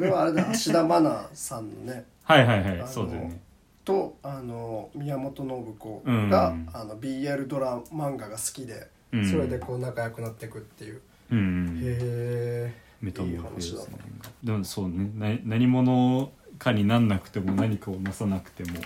[SPEAKER 2] れはあれだ芦田愛菜さんのね
[SPEAKER 1] はいはいは
[SPEAKER 2] あの
[SPEAKER 1] いそうだよね
[SPEAKER 2] とあの宮本信子
[SPEAKER 1] うんうん
[SPEAKER 2] が、あの BL ドラ漫画が好きで、
[SPEAKER 1] うん
[SPEAKER 2] それでこう仲良くなっていくっていう、
[SPEAKER 1] うんうん
[SPEAKER 2] へ
[SPEAKER 1] メタ
[SPEAKER 2] えい
[SPEAKER 1] モ
[SPEAKER 2] い
[SPEAKER 1] ルフォーゼ
[SPEAKER 2] 話だ
[SPEAKER 1] ですねでもそうねな何者かになんなくても何かをなさなくても
[SPEAKER 2] うんうん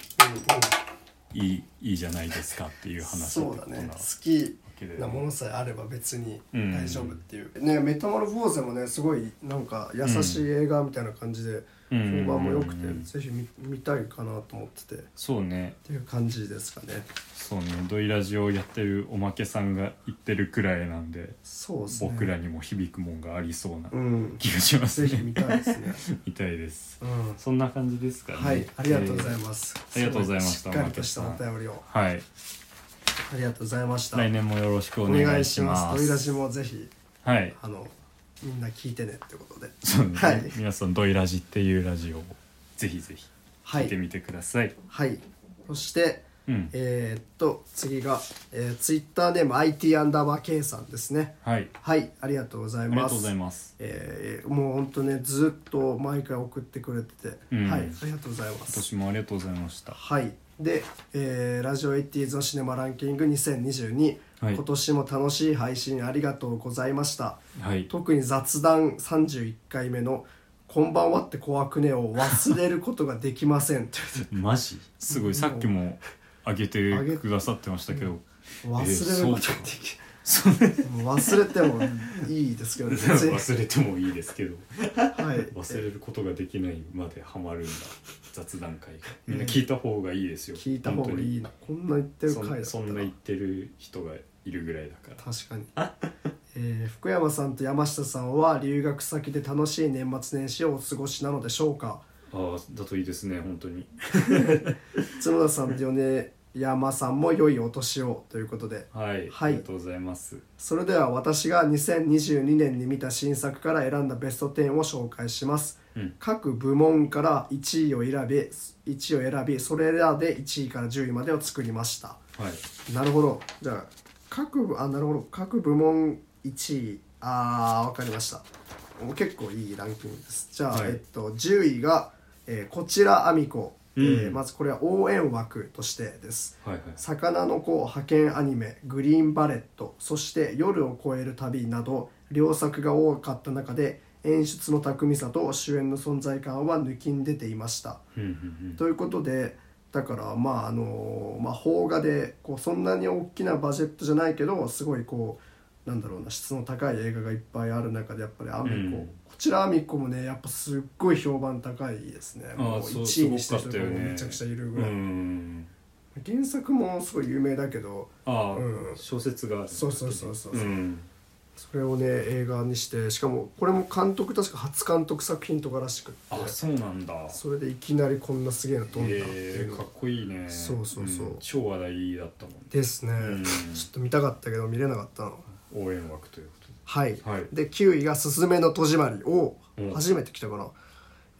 [SPEAKER 1] いいいいじゃないですかっていう話って
[SPEAKER 2] そ
[SPEAKER 1] こ
[SPEAKER 2] うだ
[SPEAKER 1] と
[SPEAKER 2] ね
[SPEAKER 1] な
[SPEAKER 2] 好き
[SPEAKER 1] けれど
[SPEAKER 2] なも
[SPEAKER 1] も
[SPEAKER 2] のさえあれば別に大丈夫っていう、ねメタモルフォーゼもねすごいなんか優しい映画みたいな感じで
[SPEAKER 1] うん
[SPEAKER 2] 評判も良くて、
[SPEAKER 1] うん
[SPEAKER 2] ぜひ見見たいかなと思っててっ
[SPEAKER 1] そうね
[SPEAKER 2] ていう感じですかね
[SPEAKER 1] そうねドイラジをやってるおまけさんが言ってるくらいなんで
[SPEAKER 2] そうですね
[SPEAKER 1] 僕らにも響くもんがありそうな
[SPEAKER 2] うん
[SPEAKER 1] 気がします
[SPEAKER 2] ぜひ
[SPEAKER 1] ね
[SPEAKER 2] 見たいですね
[SPEAKER 1] みたいです
[SPEAKER 2] うん
[SPEAKER 1] そんな感じですかね
[SPEAKER 2] はいありがとうござい
[SPEAKER 1] す
[SPEAKER 2] ます、
[SPEAKER 1] ありがとうございました
[SPEAKER 2] すごしっかりとしたお便りを
[SPEAKER 1] はい
[SPEAKER 2] ありがとうございました
[SPEAKER 1] 来年もよろしくお
[SPEAKER 2] お
[SPEAKER 1] 願
[SPEAKER 2] 願
[SPEAKER 1] い
[SPEAKER 2] い
[SPEAKER 1] し
[SPEAKER 2] し
[SPEAKER 1] ま
[SPEAKER 2] ますす飛び出しもぜひ
[SPEAKER 1] はい
[SPEAKER 2] あのみんな聞いてねってことで
[SPEAKER 1] そうですね、
[SPEAKER 2] はい
[SPEAKER 1] 皆さん「ドイラジ」っていうラジオをぜひぜひ
[SPEAKER 2] は
[SPEAKER 1] 聞いて
[SPEAKER 2] い
[SPEAKER 1] みてください、
[SPEAKER 2] はいそして
[SPEAKER 1] うん
[SPEAKER 2] えーっと次が、えー、ツイッターネーム IT アンダーバー K さんですね
[SPEAKER 1] はい
[SPEAKER 2] はいありがとうござい
[SPEAKER 1] ありが
[SPEAKER 2] ま
[SPEAKER 1] とうご
[SPEAKER 2] す
[SPEAKER 1] ざいます
[SPEAKER 2] えーもうほんとねずっと毎回送ってくれてて、
[SPEAKER 1] うん
[SPEAKER 2] はいありがとうございま
[SPEAKER 1] 今
[SPEAKER 2] す
[SPEAKER 1] 年もありがとうございました
[SPEAKER 2] はいで、えーラジオ 80s のシネマランキング2022、
[SPEAKER 1] はい
[SPEAKER 2] 今年も楽しい配信ありがとうございました
[SPEAKER 1] はい
[SPEAKER 2] 特に雑談31回目の「こんばんはって怖くね」を忘れることができま
[SPEAKER 1] *laughs*
[SPEAKER 2] せん
[SPEAKER 1] マジすごいさっきも上げ
[SPEAKER 2] 上げ
[SPEAKER 1] てくださってましたけど
[SPEAKER 2] 忘れることができ
[SPEAKER 1] それ
[SPEAKER 2] もう忘れてもいいですけどね別
[SPEAKER 1] *laughs*
[SPEAKER 2] に
[SPEAKER 1] 忘れてもいいですけど
[SPEAKER 2] はい、
[SPEAKER 1] 忘れることができないまでハマるんだ雑談会がみんな聞いた方がいいですよ
[SPEAKER 2] 聞いた方がいいなこんな言って
[SPEAKER 1] 本
[SPEAKER 2] る
[SPEAKER 1] 当
[SPEAKER 2] 回だっ
[SPEAKER 1] に
[SPEAKER 2] た
[SPEAKER 1] そんそんな言ってる人がいるぐらいだから
[SPEAKER 2] 確かに、えー福山さんと山下さんは留学先で楽しい年末年始をお過ごしなのでしょうか
[SPEAKER 1] ああだといいですね本当に
[SPEAKER 2] 角田さんと米山さんも良いお年をということで
[SPEAKER 1] はい、
[SPEAKER 2] はい
[SPEAKER 1] ありがとうございます
[SPEAKER 2] それでは私が2022年に見た新作から選んだベスト10を紹介します、
[SPEAKER 1] うん
[SPEAKER 2] 各部門から1位を選び1位を選びそれらで1位から10位までを作りました
[SPEAKER 1] はい
[SPEAKER 2] なるほどじゃあ各部あなるほど各部門1位あーわかりましたお結構いいランキングですじゃあ、
[SPEAKER 1] はい
[SPEAKER 2] えっと、10位が、えーこちらあみこ、
[SPEAKER 1] うん
[SPEAKER 2] えーまずこれは応援枠としてです
[SPEAKER 1] はいはい
[SPEAKER 2] 魚の子派遣アニメ「グリーンバレット」そして「夜を越える旅」など両作が多かった中で演出の巧みさと主演の存在感は抜きん出ていました
[SPEAKER 1] うんうん
[SPEAKER 2] ということでだからまああのまあ邦画でこうそんなに大きなバジェットじゃないけどすごいこうなんだろうな質の高い映画がいっぱいある中でやっぱりアミコ、
[SPEAKER 1] うん
[SPEAKER 2] こちらアミコもねやっぱすっごい評判高いですね
[SPEAKER 1] あー
[SPEAKER 2] もう
[SPEAKER 1] そう
[SPEAKER 2] 1位にしてる
[SPEAKER 1] すごか
[SPEAKER 2] 人
[SPEAKER 1] ったよ
[SPEAKER 2] が
[SPEAKER 1] ね
[SPEAKER 2] めちゃくちゃいる
[SPEAKER 1] うん
[SPEAKER 2] ぐ
[SPEAKER 1] う
[SPEAKER 2] らい、
[SPEAKER 1] ん
[SPEAKER 2] 原作もすごい有名だけど
[SPEAKER 1] ああ、
[SPEAKER 2] うん
[SPEAKER 1] 小説がある
[SPEAKER 2] そうそうそうそう
[SPEAKER 1] うん
[SPEAKER 2] それをね映画にしてしかもこれも監督確か初監督作品とからしくって
[SPEAKER 1] あそうなんだ
[SPEAKER 2] それでいきなりこんなすげえの撮んだってい
[SPEAKER 1] え
[SPEAKER 2] うの
[SPEAKER 1] ー、か
[SPEAKER 2] が
[SPEAKER 1] っこいいね
[SPEAKER 2] そうそうそうん
[SPEAKER 1] 超話題だったもん
[SPEAKER 2] ですね、
[SPEAKER 1] ん
[SPEAKER 2] ちょっと見たかったけど見れなかったの
[SPEAKER 1] 応援枠というこ
[SPEAKER 2] はい、
[SPEAKER 1] はい
[SPEAKER 2] で9位が「すすめの戸締まり」を
[SPEAKER 1] うん
[SPEAKER 2] 初めて来たから、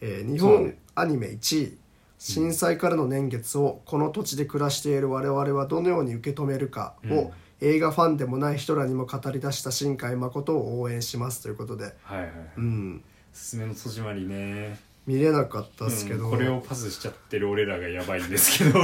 [SPEAKER 2] えー日
[SPEAKER 1] そうだ
[SPEAKER 2] 本
[SPEAKER 1] ね
[SPEAKER 2] アニメ1位震災からの年月をこの土地で暮らしている我々はどのように受け止めるかを、
[SPEAKER 1] うん
[SPEAKER 2] 映画ファンでもない人らにも語り出した新海誠を応援しますということで、
[SPEAKER 1] とはいはいはい
[SPEAKER 2] うん、
[SPEAKER 1] すすめの戸締まりね
[SPEAKER 2] 見れなかったですけど、
[SPEAKER 1] うんこれをパスしちゃってる俺らがやばいんですけど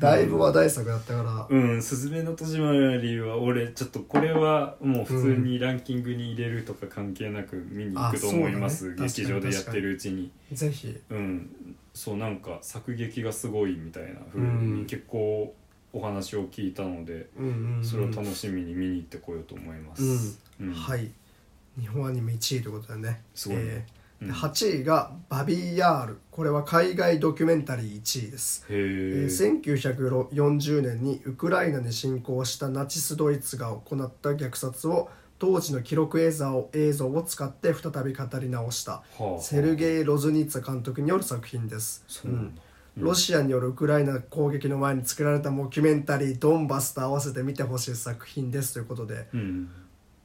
[SPEAKER 2] だいぶ話題作だったから、
[SPEAKER 1] うん「すずめの戸締まり」は俺ちょっとこれはもう普通にランキングに入れるとか関係なく見に行くと思います、
[SPEAKER 2] あそ
[SPEAKER 1] 劇
[SPEAKER 2] うだ
[SPEAKER 1] 場
[SPEAKER 2] ね
[SPEAKER 1] でやっ
[SPEAKER 2] 確かに
[SPEAKER 1] てるうちに
[SPEAKER 2] ぜひ
[SPEAKER 1] うんそうなんか作劇がすごいみたいな風
[SPEAKER 2] う
[SPEAKER 1] に
[SPEAKER 2] ん
[SPEAKER 1] 結構お話を聞いたので
[SPEAKER 2] うんうんうん
[SPEAKER 1] それを楽しみに見に行ってこようと思います、うん
[SPEAKER 2] はい日本アニメ1位ということだね
[SPEAKER 1] すごいね
[SPEAKER 2] え
[SPEAKER 1] う
[SPEAKER 2] ー
[SPEAKER 1] ん
[SPEAKER 2] で8位が「バビー・ヤール」これは海外ドキュメンタリー1位です、
[SPEAKER 1] へえ
[SPEAKER 2] えー1940年にウクライナに侵攻したナチスドイツが行った虐殺を当時の記録映像を映像を使って再び語り直した
[SPEAKER 1] はあ
[SPEAKER 2] セルゲイ・ロズニーツァ監督による作品です
[SPEAKER 1] そうなんだ、
[SPEAKER 2] ロシアによるウクライナ攻撃の前に作られたモキュメンタリー「ドンバス」と合わせて見てほしい作品ですということで
[SPEAKER 1] うん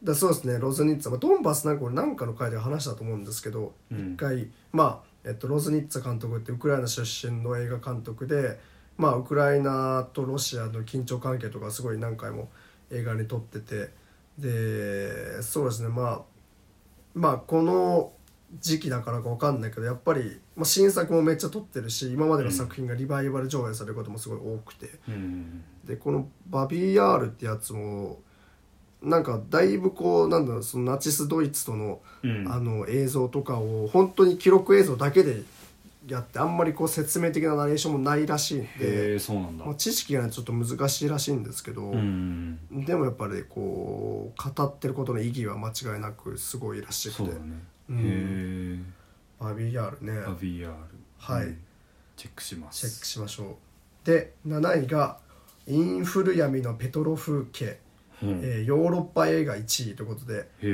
[SPEAKER 2] だそうですねロズニッツァ、まあ、ドンバスなんか俺なんかの回で話したと思うんですけど
[SPEAKER 1] う
[SPEAKER 2] 一、
[SPEAKER 1] ん
[SPEAKER 2] 回、まあえっと、ロズニッツァ監督ってウクライナ出身の映画監督で、まあ、ウクライナとロシアの緊張関係とかすごい何回も映画に撮っててでそうですねまあまあこの時期だからか分かんないけどやっぱり、まあ、新作もめっちゃ撮ってるし今までの作品がリバイバル上映されることもすごい多くて。
[SPEAKER 1] うん
[SPEAKER 2] でこのバビーヤールってやつもなんかだいぶこうなんだろうそのナチスドイツとの,、
[SPEAKER 1] うん
[SPEAKER 2] あの映像とかを本当に記録映像だけでやってあんまりこう説明的なナレーションもないらしい
[SPEAKER 1] へ
[SPEAKER 2] んで、
[SPEAKER 1] えそうなんだ
[SPEAKER 2] まあ、知識がないとちょっと難しいらしいんですけど、
[SPEAKER 1] うん
[SPEAKER 2] でもやっぱりこう語ってることの意義は間違いなくすごいらし
[SPEAKER 1] そう
[SPEAKER 2] くて
[SPEAKER 1] だね、
[SPEAKER 2] うん
[SPEAKER 1] へ
[SPEAKER 2] バビーヤールね
[SPEAKER 1] え VR
[SPEAKER 2] はい
[SPEAKER 1] うんチェックしま
[SPEAKER 2] チ
[SPEAKER 1] す
[SPEAKER 2] ェックしましょうで7位が「インフル闇のペトロ風景」
[SPEAKER 1] うん
[SPEAKER 2] えーヨーロッパ映画1位ということで、
[SPEAKER 1] へえ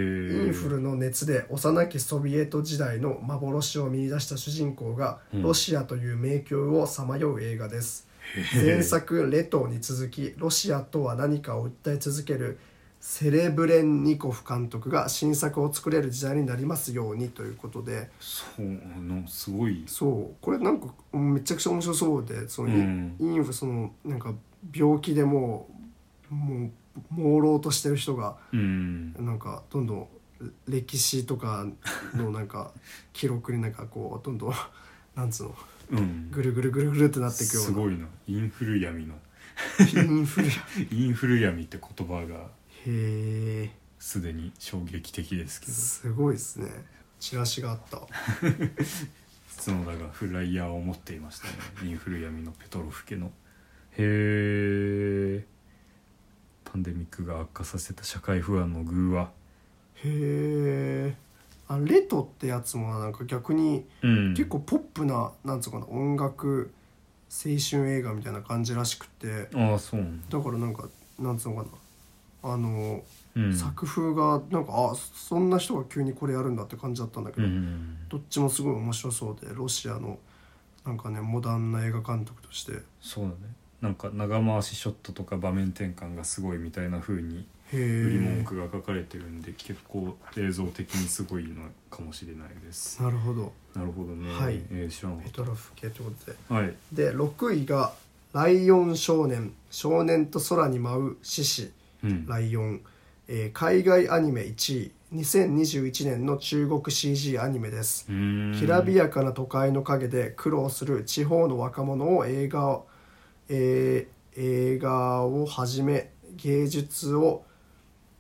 [SPEAKER 2] インフルの熱で幼きソビエト時代の幻を見出した主人公が、
[SPEAKER 1] うん
[SPEAKER 2] ロシアという迷宮をさまよう映画です前作「レトー」に続きロシアとは何かを訴え続けるセレブレンニコフ監督が新作を作れる時代になりますようにということで
[SPEAKER 1] そうあのすごい
[SPEAKER 2] そうこれなんかめちゃくちゃ面白そうでその、イ
[SPEAKER 1] うん
[SPEAKER 2] インフルそのなんか病気でもうもう朦朧としてる人が
[SPEAKER 1] うん
[SPEAKER 2] なんかどんどん歴史とかのなんか記録になんかこうどん *laughs* どんなんつうの
[SPEAKER 1] うん
[SPEAKER 2] ぐるぐるぐるぐるってなっていくよ
[SPEAKER 1] す
[SPEAKER 2] う
[SPEAKER 1] ごいなインフル闇の
[SPEAKER 2] な *laughs* インフルや
[SPEAKER 1] インフル闇って言葉が
[SPEAKER 2] へえ
[SPEAKER 1] すでに衝撃的ですけど
[SPEAKER 2] すごいですねチラシがあった
[SPEAKER 1] 角田がフライヤーを持っていましたねインフル闇のペトロフ家のへえパンデミックが悪化させた社会不安の偶話
[SPEAKER 2] へえあレトってやつもなんか逆に
[SPEAKER 1] うん
[SPEAKER 2] 結構ポップななんつうかな音楽青春映画みたいな感じらしくて
[SPEAKER 1] ああそうなんだ
[SPEAKER 2] だからなんかなんつうのかなあの
[SPEAKER 1] うん
[SPEAKER 2] 作風がなんかあそんな人が急にこれやるんだって感じだったんだけ
[SPEAKER 1] う
[SPEAKER 2] ど、
[SPEAKER 1] ん
[SPEAKER 2] どっちもすごい面白そうでロシアのなんかねモダンな映画監督としてへ
[SPEAKER 1] そうだねなんか長回しショットとか場面転換がすごいみたいな風に売り文
[SPEAKER 2] え
[SPEAKER 1] 句が書かれてるんで結構映像的にすごいのかもしれないです
[SPEAKER 2] なるほど
[SPEAKER 1] なるほどね、
[SPEAKER 2] はい
[SPEAKER 1] えー知らなか
[SPEAKER 2] ペ
[SPEAKER 1] っ
[SPEAKER 2] トロフ系ってことで
[SPEAKER 1] たはい
[SPEAKER 2] で6位が「ライオン少年少年と空に舞う獅子
[SPEAKER 1] うん
[SPEAKER 2] ライオン」えー海外アニメ1位2021年の中国 CG アニメです
[SPEAKER 1] うーん
[SPEAKER 2] きらびやかな都会の陰で苦労する地方の若者を映画を、えー映画をはじめ芸術を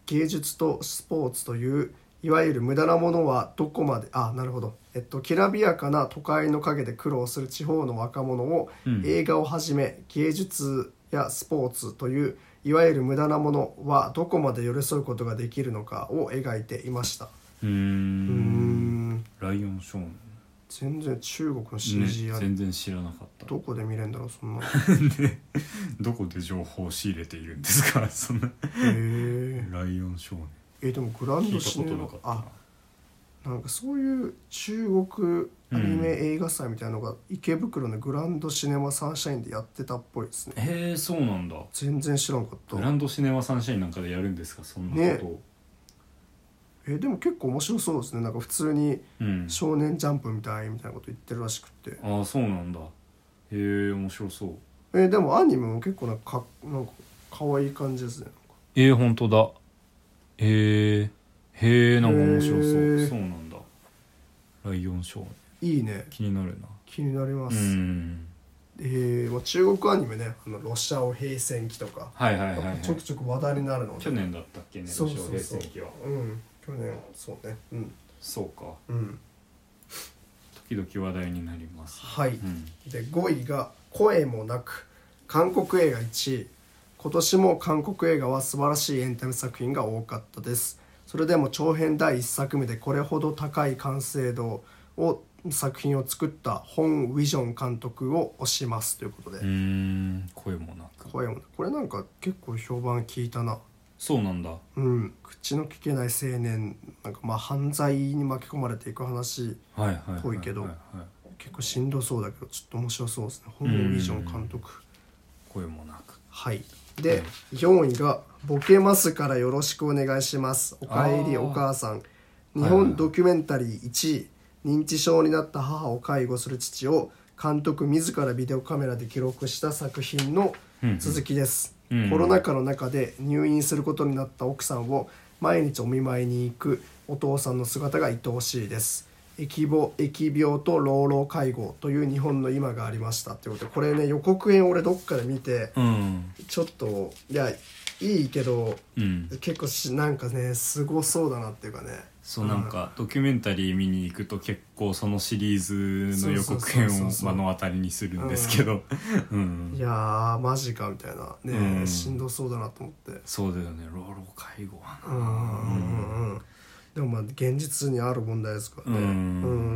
[SPEAKER 2] 芸術とスポーツといういわゆる無駄なものはどこまであなるほど、えっと、きらびやかな都会の陰で苦労する地方の若者を、
[SPEAKER 1] うん
[SPEAKER 2] 映画をはじめ芸術やスポーツといういわゆる無駄なものはどこまで寄り添うことができるのかを描いていました。
[SPEAKER 1] うー
[SPEAKER 2] うー
[SPEAKER 1] ん
[SPEAKER 2] ん
[SPEAKER 1] ライオンショーン
[SPEAKER 2] 全然中国の
[SPEAKER 1] ね
[SPEAKER 2] CG や、
[SPEAKER 1] 全然知らなかった
[SPEAKER 2] どこで見れるんだろうそんな *laughs* へ
[SPEAKER 1] どこで情報を仕入れているんですか *laughs* そんな
[SPEAKER 2] え
[SPEAKER 1] ライオンショーン
[SPEAKER 2] えでもグラン
[SPEAKER 1] 聞
[SPEAKER 2] ド
[SPEAKER 1] い
[SPEAKER 2] シ
[SPEAKER 1] た
[SPEAKER 2] ネ
[SPEAKER 1] ことな
[SPEAKER 2] マ
[SPEAKER 1] かったな
[SPEAKER 2] あなんかそういう中国アニメ映画祭みたいなのが池袋のグランドシネマサンシャインでやってたっぽいですね
[SPEAKER 1] へえそうなんだ
[SPEAKER 2] 全然知らんかった
[SPEAKER 1] グランドシネマサンシャインなんかでやるんですかそんなことを、
[SPEAKER 2] えでも結構面白そうですねなんか普通に
[SPEAKER 1] うん
[SPEAKER 2] 少年ジャンプみたいみたいなこと言ってるらしくって
[SPEAKER 1] ああそうなんだへえ面白そう
[SPEAKER 2] えでもアニメも結構なんかかなんか可愛い感じですね
[SPEAKER 1] えー、本当だえー、へえなんか面白そう、
[SPEAKER 2] へー
[SPEAKER 1] そうなんだライオンショー
[SPEAKER 2] いいね
[SPEAKER 1] 気になるな
[SPEAKER 2] 気になりま
[SPEAKER 1] う
[SPEAKER 2] す、
[SPEAKER 1] ん
[SPEAKER 2] えーまあ、中国アニメねあのロシアを平戦期とか、
[SPEAKER 1] はいはいはい、はい、
[SPEAKER 2] ちょくちょく話題になるので
[SPEAKER 1] 去年だったっけね
[SPEAKER 2] そうそうそう
[SPEAKER 1] ロシア平成期は
[SPEAKER 2] うん去年そうねうん
[SPEAKER 1] そうか
[SPEAKER 2] うん
[SPEAKER 1] 時々話題になります
[SPEAKER 2] は
[SPEAKER 1] う
[SPEAKER 2] い、
[SPEAKER 1] ん
[SPEAKER 2] で5位が「声もなく」韓国映画1位今年も韓国映画は素晴らしいエンタメ作品が多かったですそれでも長編第1作目でこれほど高い完成度を作品を作ったホン・ウィジョン監督を推しますということで、
[SPEAKER 1] うーん声もなく
[SPEAKER 2] 声もこれなんか結構評判聞いたな
[SPEAKER 1] そうなんだ
[SPEAKER 2] うん口の聞けない青年なんかまあ犯罪に巻き込まれていく話
[SPEAKER 1] はいはいはは
[SPEAKER 2] ぽいけど
[SPEAKER 1] はいはい
[SPEAKER 2] 結構しんどそうだけどちょっと面白そうですねホン・ウィジョン監督
[SPEAKER 1] 声もなく
[SPEAKER 2] はいで4位が「ボケますからよろしくお願いします」「おかえり
[SPEAKER 1] あー
[SPEAKER 2] お母さん」「
[SPEAKER 1] い
[SPEAKER 2] 日
[SPEAKER 1] はい
[SPEAKER 2] 本ドキュメンタリー1位」認知症になった母を介護する父を監督自らビデオカメラで記録した作品の続きで
[SPEAKER 1] うんう
[SPEAKER 2] す、
[SPEAKER 1] ん
[SPEAKER 2] コロナ禍の中で入院することになった奥さんを毎日お見舞いに行くお父さんの姿が愛おしいです疫病疫病と老老介護という日本の今がありましたということでこれね予告編俺どっかで見て、
[SPEAKER 1] うん
[SPEAKER 2] ちょっといやいいけど
[SPEAKER 1] うん
[SPEAKER 2] 結構しなんかねすごそうだなっていうかね
[SPEAKER 1] そうなんかドキュメンタリー見に行くと結構そのシリーズの予告編
[SPEAKER 2] そうそうそう
[SPEAKER 1] を
[SPEAKER 2] そう
[SPEAKER 1] 目の当たりにするんですけどうん
[SPEAKER 2] いやーマジかみたいなね、
[SPEAKER 1] うん
[SPEAKER 2] しんどそうだなと思って
[SPEAKER 1] そうだよね老老介護は
[SPEAKER 2] う
[SPEAKER 1] な、
[SPEAKER 2] んうんうんでもまあ現実にある問題ですからね
[SPEAKER 1] うん
[SPEAKER 2] う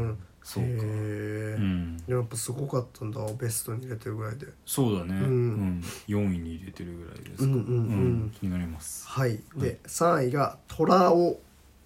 [SPEAKER 2] ん
[SPEAKER 1] そうか
[SPEAKER 2] へ
[SPEAKER 1] う
[SPEAKER 2] え、
[SPEAKER 1] ん、
[SPEAKER 2] やっぱすごかったんだベストに入れてるぐらいで
[SPEAKER 1] そうだね、
[SPEAKER 2] う
[SPEAKER 1] うんん4位に入れてるぐらいです
[SPEAKER 2] うん
[SPEAKER 1] か、
[SPEAKER 2] うんう
[SPEAKER 1] うん
[SPEAKER 2] ん
[SPEAKER 1] 気になります
[SPEAKER 2] はいで3位が「虎を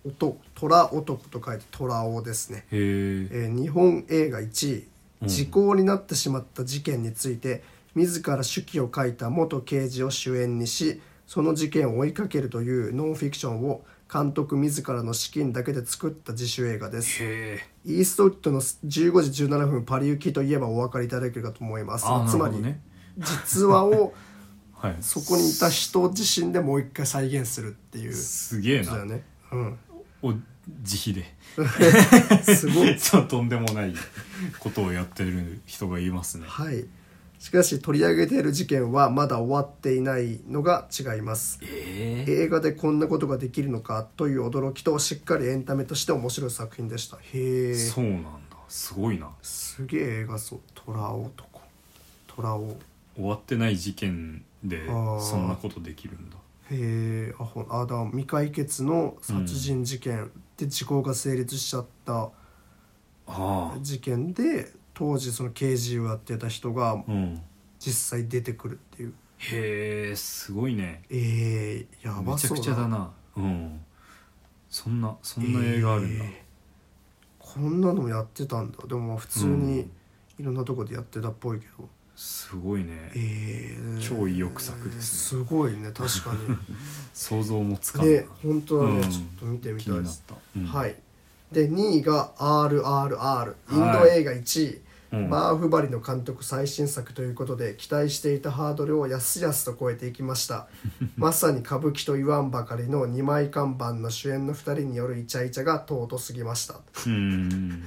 [SPEAKER 2] 男」「虎男」と書いて「虎王」ですね
[SPEAKER 1] へえ
[SPEAKER 2] えー日本映画1位
[SPEAKER 1] うん
[SPEAKER 2] 時効になってしまった事件について、自ら手記を書いた元刑事を主演にしその事件を追いかけるというノンフィクションを監督自らの資金だけで作った自主映画です
[SPEAKER 1] へえ
[SPEAKER 2] イーストウッドの15時17分パリ行きといえばお分かりいただけるかと思います
[SPEAKER 1] ああな
[SPEAKER 2] つ
[SPEAKER 1] る
[SPEAKER 2] ま
[SPEAKER 1] ほ
[SPEAKER 2] り、
[SPEAKER 1] どね
[SPEAKER 2] 実話を
[SPEAKER 1] はい
[SPEAKER 2] そこにいた人自身でもう一回再現するっていう
[SPEAKER 1] すげえ
[SPEAKER 2] ことだよ
[SPEAKER 1] な
[SPEAKER 2] ね、
[SPEAKER 1] *laughs*
[SPEAKER 2] うん、
[SPEAKER 1] お
[SPEAKER 2] *laughs*
[SPEAKER 1] 自費です *laughs*
[SPEAKER 2] ごい
[SPEAKER 1] そうとんでもないことをやってる人がいますね
[SPEAKER 2] はい。しかし取り上げている事件はまだ終わっていないのが違います。
[SPEAKER 1] え
[SPEAKER 2] 映画でこんなことができるのかという驚きとしっかりエンタメとして面白い作品でした。へえ。
[SPEAKER 1] そうなんだすごいな
[SPEAKER 2] すげえ映画そう。虎男。虎男。
[SPEAKER 1] 終わってない事件で
[SPEAKER 2] あー
[SPEAKER 1] そんなことできるんだ
[SPEAKER 2] へえ。あほあだから未解決の殺人事件で時効が成立しちゃった
[SPEAKER 1] あ
[SPEAKER 2] 事件で当時その刑事をやってた人が
[SPEAKER 1] あうん
[SPEAKER 2] 実際出てくるっていう。
[SPEAKER 1] へえすごいね
[SPEAKER 2] ええやば
[SPEAKER 1] めちゃ
[SPEAKER 2] そう
[SPEAKER 1] く
[SPEAKER 2] だ
[SPEAKER 1] ちゃだなうんそんなそんな映画あるんだ、
[SPEAKER 2] えーこんなのもやってたんだでもまあ普通にいろんなとこでやってたっぽいけど、
[SPEAKER 1] すごいね、
[SPEAKER 2] ええ
[SPEAKER 1] 超意欲作ですね、
[SPEAKER 2] すごいね確
[SPEAKER 1] *laughs*
[SPEAKER 2] か
[SPEAKER 1] 想像もつか
[SPEAKER 2] に
[SPEAKER 1] んな
[SPEAKER 2] で本当はね、
[SPEAKER 1] うん
[SPEAKER 2] ちょっと見てみ
[SPEAKER 1] 気
[SPEAKER 2] たい
[SPEAKER 1] に
[SPEAKER 2] で
[SPEAKER 1] なっ
[SPEAKER 2] す、
[SPEAKER 1] た、うん
[SPEAKER 2] はいで2位が「RRR」インド映画1位、
[SPEAKER 1] うん
[SPEAKER 2] バーフバリの監督最新作ということで期待していたハードルをやすやすと超えていきました
[SPEAKER 1] *laughs*
[SPEAKER 2] まさに歌舞伎と言わんばかりの二枚看板の主演の2人によるイチャイチャが尊すぎました
[SPEAKER 1] うん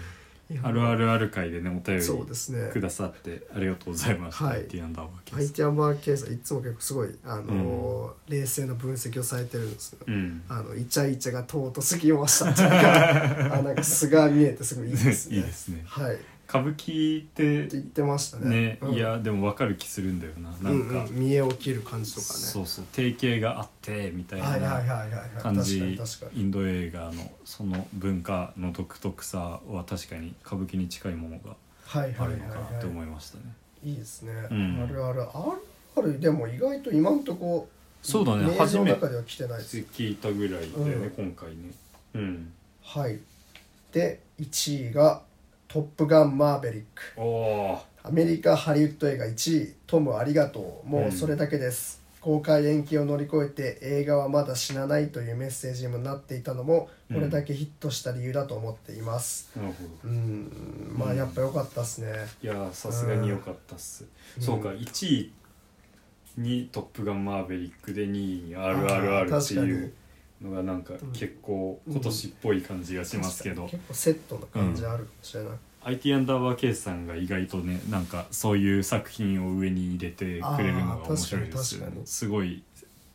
[SPEAKER 1] あるあるある会でねお便
[SPEAKER 2] そうですね
[SPEAKER 1] りくださってありがとうございました、
[SPEAKER 2] はい
[SPEAKER 1] ティアンダーバーケー
[SPEAKER 2] ハイ
[SPEAKER 1] ス、
[SPEAKER 2] ティアンバーケースはいつも結構すごい、あのー冷静な分析をされてるんですよ、
[SPEAKER 1] うん
[SPEAKER 2] あのイチャイチャが尊すぎましたってい
[SPEAKER 1] *laughs*
[SPEAKER 2] うかあなんか素が見えてすごいいいですね
[SPEAKER 1] いいですね
[SPEAKER 2] はいって
[SPEAKER 1] 歌舞伎って
[SPEAKER 2] 言ってましたね
[SPEAKER 1] ね、
[SPEAKER 2] うん
[SPEAKER 1] いやでも分かる気するんだよな
[SPEAKER 2] う
[SPEAKER 1] なん
[SPEAKER 2] ん
[SPEAKER 1] か、
[SPEAKER 2] うん、見えを切る感じとかね
[SPEAKER 1] そうそう定型があってみたい
[SPEAKER 2] はいはいはい
[SPEAKER 1] な
[SPEAKER 2] はいはい
[SPEAKER 1] 感じ、
[SPEAKER 2] 確かに確かに
[SPEAKER 1] インド映画のその文化の独特さは確かに歌舞伎に近いものが
[SPEAKER 2] はいは
[SPEAKER 1] あ
[SPEAKER 2] いは
[SPEAKER 1] る
[SPEAKER 2] い
[SPEAKER 1] のかなって
[SPEAKER 2] は
[SPEAKER 1] 思いましたね、
[SPEAKER 2] いいいですね、
[SPEAKER 1] うん
[SPEAKER 2] あるあるあるあるでも意外と今んとこ
[SPEAKER 1] そうだね
[SPEAKER 2] 映像
[SPEAKER 1] 初
[SPEAKER 2] の
[SPEAKER 1] め
[SPEAKER 2] 中では来てないです
[SPEAKER 1] 聞いたぐらいだよね、
[SPEAKER 2] うん
[SPEAKER 1] 今回ねうん
[SPEAKER 2] はいで1位が「トップガンマーヴェリック」
[SPEAKER 1] おお
[SPEAKER 2] アメリカハリウッド映画1位「トムありがとう」もうそれだけです、公開延期を乗り越えて映画はまだ死なないというメッセージにもなっていたのもこれだけヒットした理由だと思っています
[SPEAKER 1] なるほど
[SPEAKER 2] うんんまあやっぱ良かったですね
[SPEAKER 1] いやーさすがに良かったっす、
[SPEAKER 2] うん
[SPEAKER 1] そうか1位に「トップガンマーヴェリック」で2位に「
[SPEAKER 2] あー
[SPEAKER 1] RRR」ってい
[SPEAKER 2] 確
[SPEAKER 1] うのがなんか結構今年っぽい感じがしますけど、
[SPEAKER 2] 結構セットな感じあるかもしれない、
[SPEAKER 1] IT アンダーバーケースさんが意外とねなんかそういう作品を上に入れてくれるのが面白いですよ
[SPEAKER 2] あー確かに確か
[SPEAKER 1] ね
[SPEAKER 2] に
[SPEAKER 1] すごい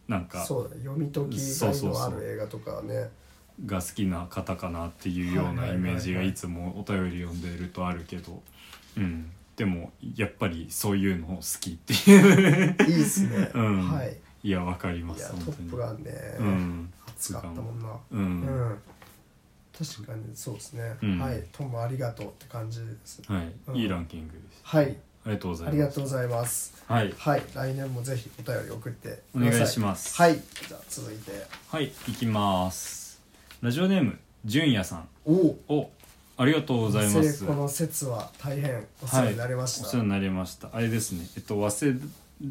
[SPEAKER 1] なんか
[SPEAKER 2] そうだ読み解き
[SPEAKER 1] そう
[SPEAKER 2] 才
[SPEAKER 1] そう
[SPEAKER 2] 能
[SPEAKER 1] そ
[SPEAKER 2] あ
[SPEAKER 1] う
[SPEAKER 2] る映画とかね
[SPEAKER 1] が好きな方かなっていうようなイメージがいつもお便り読んでるとあるけどうんでもやっぱりそういうの好きっていう
[SPEAKER 2] いいですね、
[SPEAKER 1] うん
[SPEAKER 2] はい
[SPEAKER 1] いやわかりま
[SPEAKER 2] いや
[SPEAKER 1] す
[SPEAKER 2] ト
[SPEAKER 1] 本当に
[SPEAKER 2] ップガンね、
[SPEAKER 1] うん
[SPEAKER 2] 熱かったもんな
[SPEAKER 1] う
[SPEAKER 2] うん、
[SPEAKER 1] ん、
[SPEAKER 2] 確かにそうですね、
[SPEAKER 1] うん
[SPEAKER 2] はいトムありがとうって感じです
[SPEAKER 1] はい、
[SPEAKER 2] うん
[SPEAKER 1] いいランキングです
[SPEAKER 2] はい
[SPEAKER 1] ありがとうござい
[SPEAKER 2] あ
[SPEAKER 1] ます
[SPEAKER 2] りがとうございます
[SPEAKER 1] はい
[SPEAKER 2] はい来年もぜひお便り送って
[SPEAKER 1] お
[SPEAKER 2] くださ
[SPEAKER 1] 願いします
[SPEAKER 2] はいじゃあ続いて
[SPEAKER 1] はいいきますラジオネームじゅんやさん
[SPEAKER 2] おお
[SPEAKER 1] おありがとうございま
[SPEAKER 2] 成
[SPEAKER 1] す
[SPEAKER 2] 功の説は大変お世話になりまし
[SPEAKER 1] お
[SPEAKER 2] た
[SPEAKER 1] 世話になりましたあれですねえっと早稲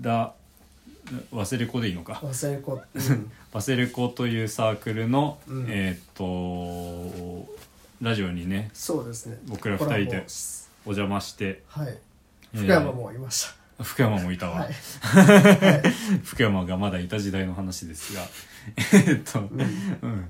[SPEAKER 1] 田忘れ子でいいのか
[SPEAKER 2] 忘れ子、うん、
[SPEAKER 1] 忘れ子というサークルの、
[SPEAKER 2] うん
[SPEAKER 1] えーっとラジオにね
[SPEAKER 2] そうですね
[SPEAKER 1] 僕ら二人でお邪魔して、
[SPEAKER 2] はい
[SPEAKER 1] えー
[SPEAKER 2] 福山もいまし
[SPEAKER 1] 福山もいた
[SPEAKER 2] た、
[SPEAKER 1] わ、
[SPEAKER 2] はい、
[SPEAKER 1] 福山がまだいた時代の話です
[SPEAKER 2] *laughs*
[SPEAKER 1] がえーっと、うん、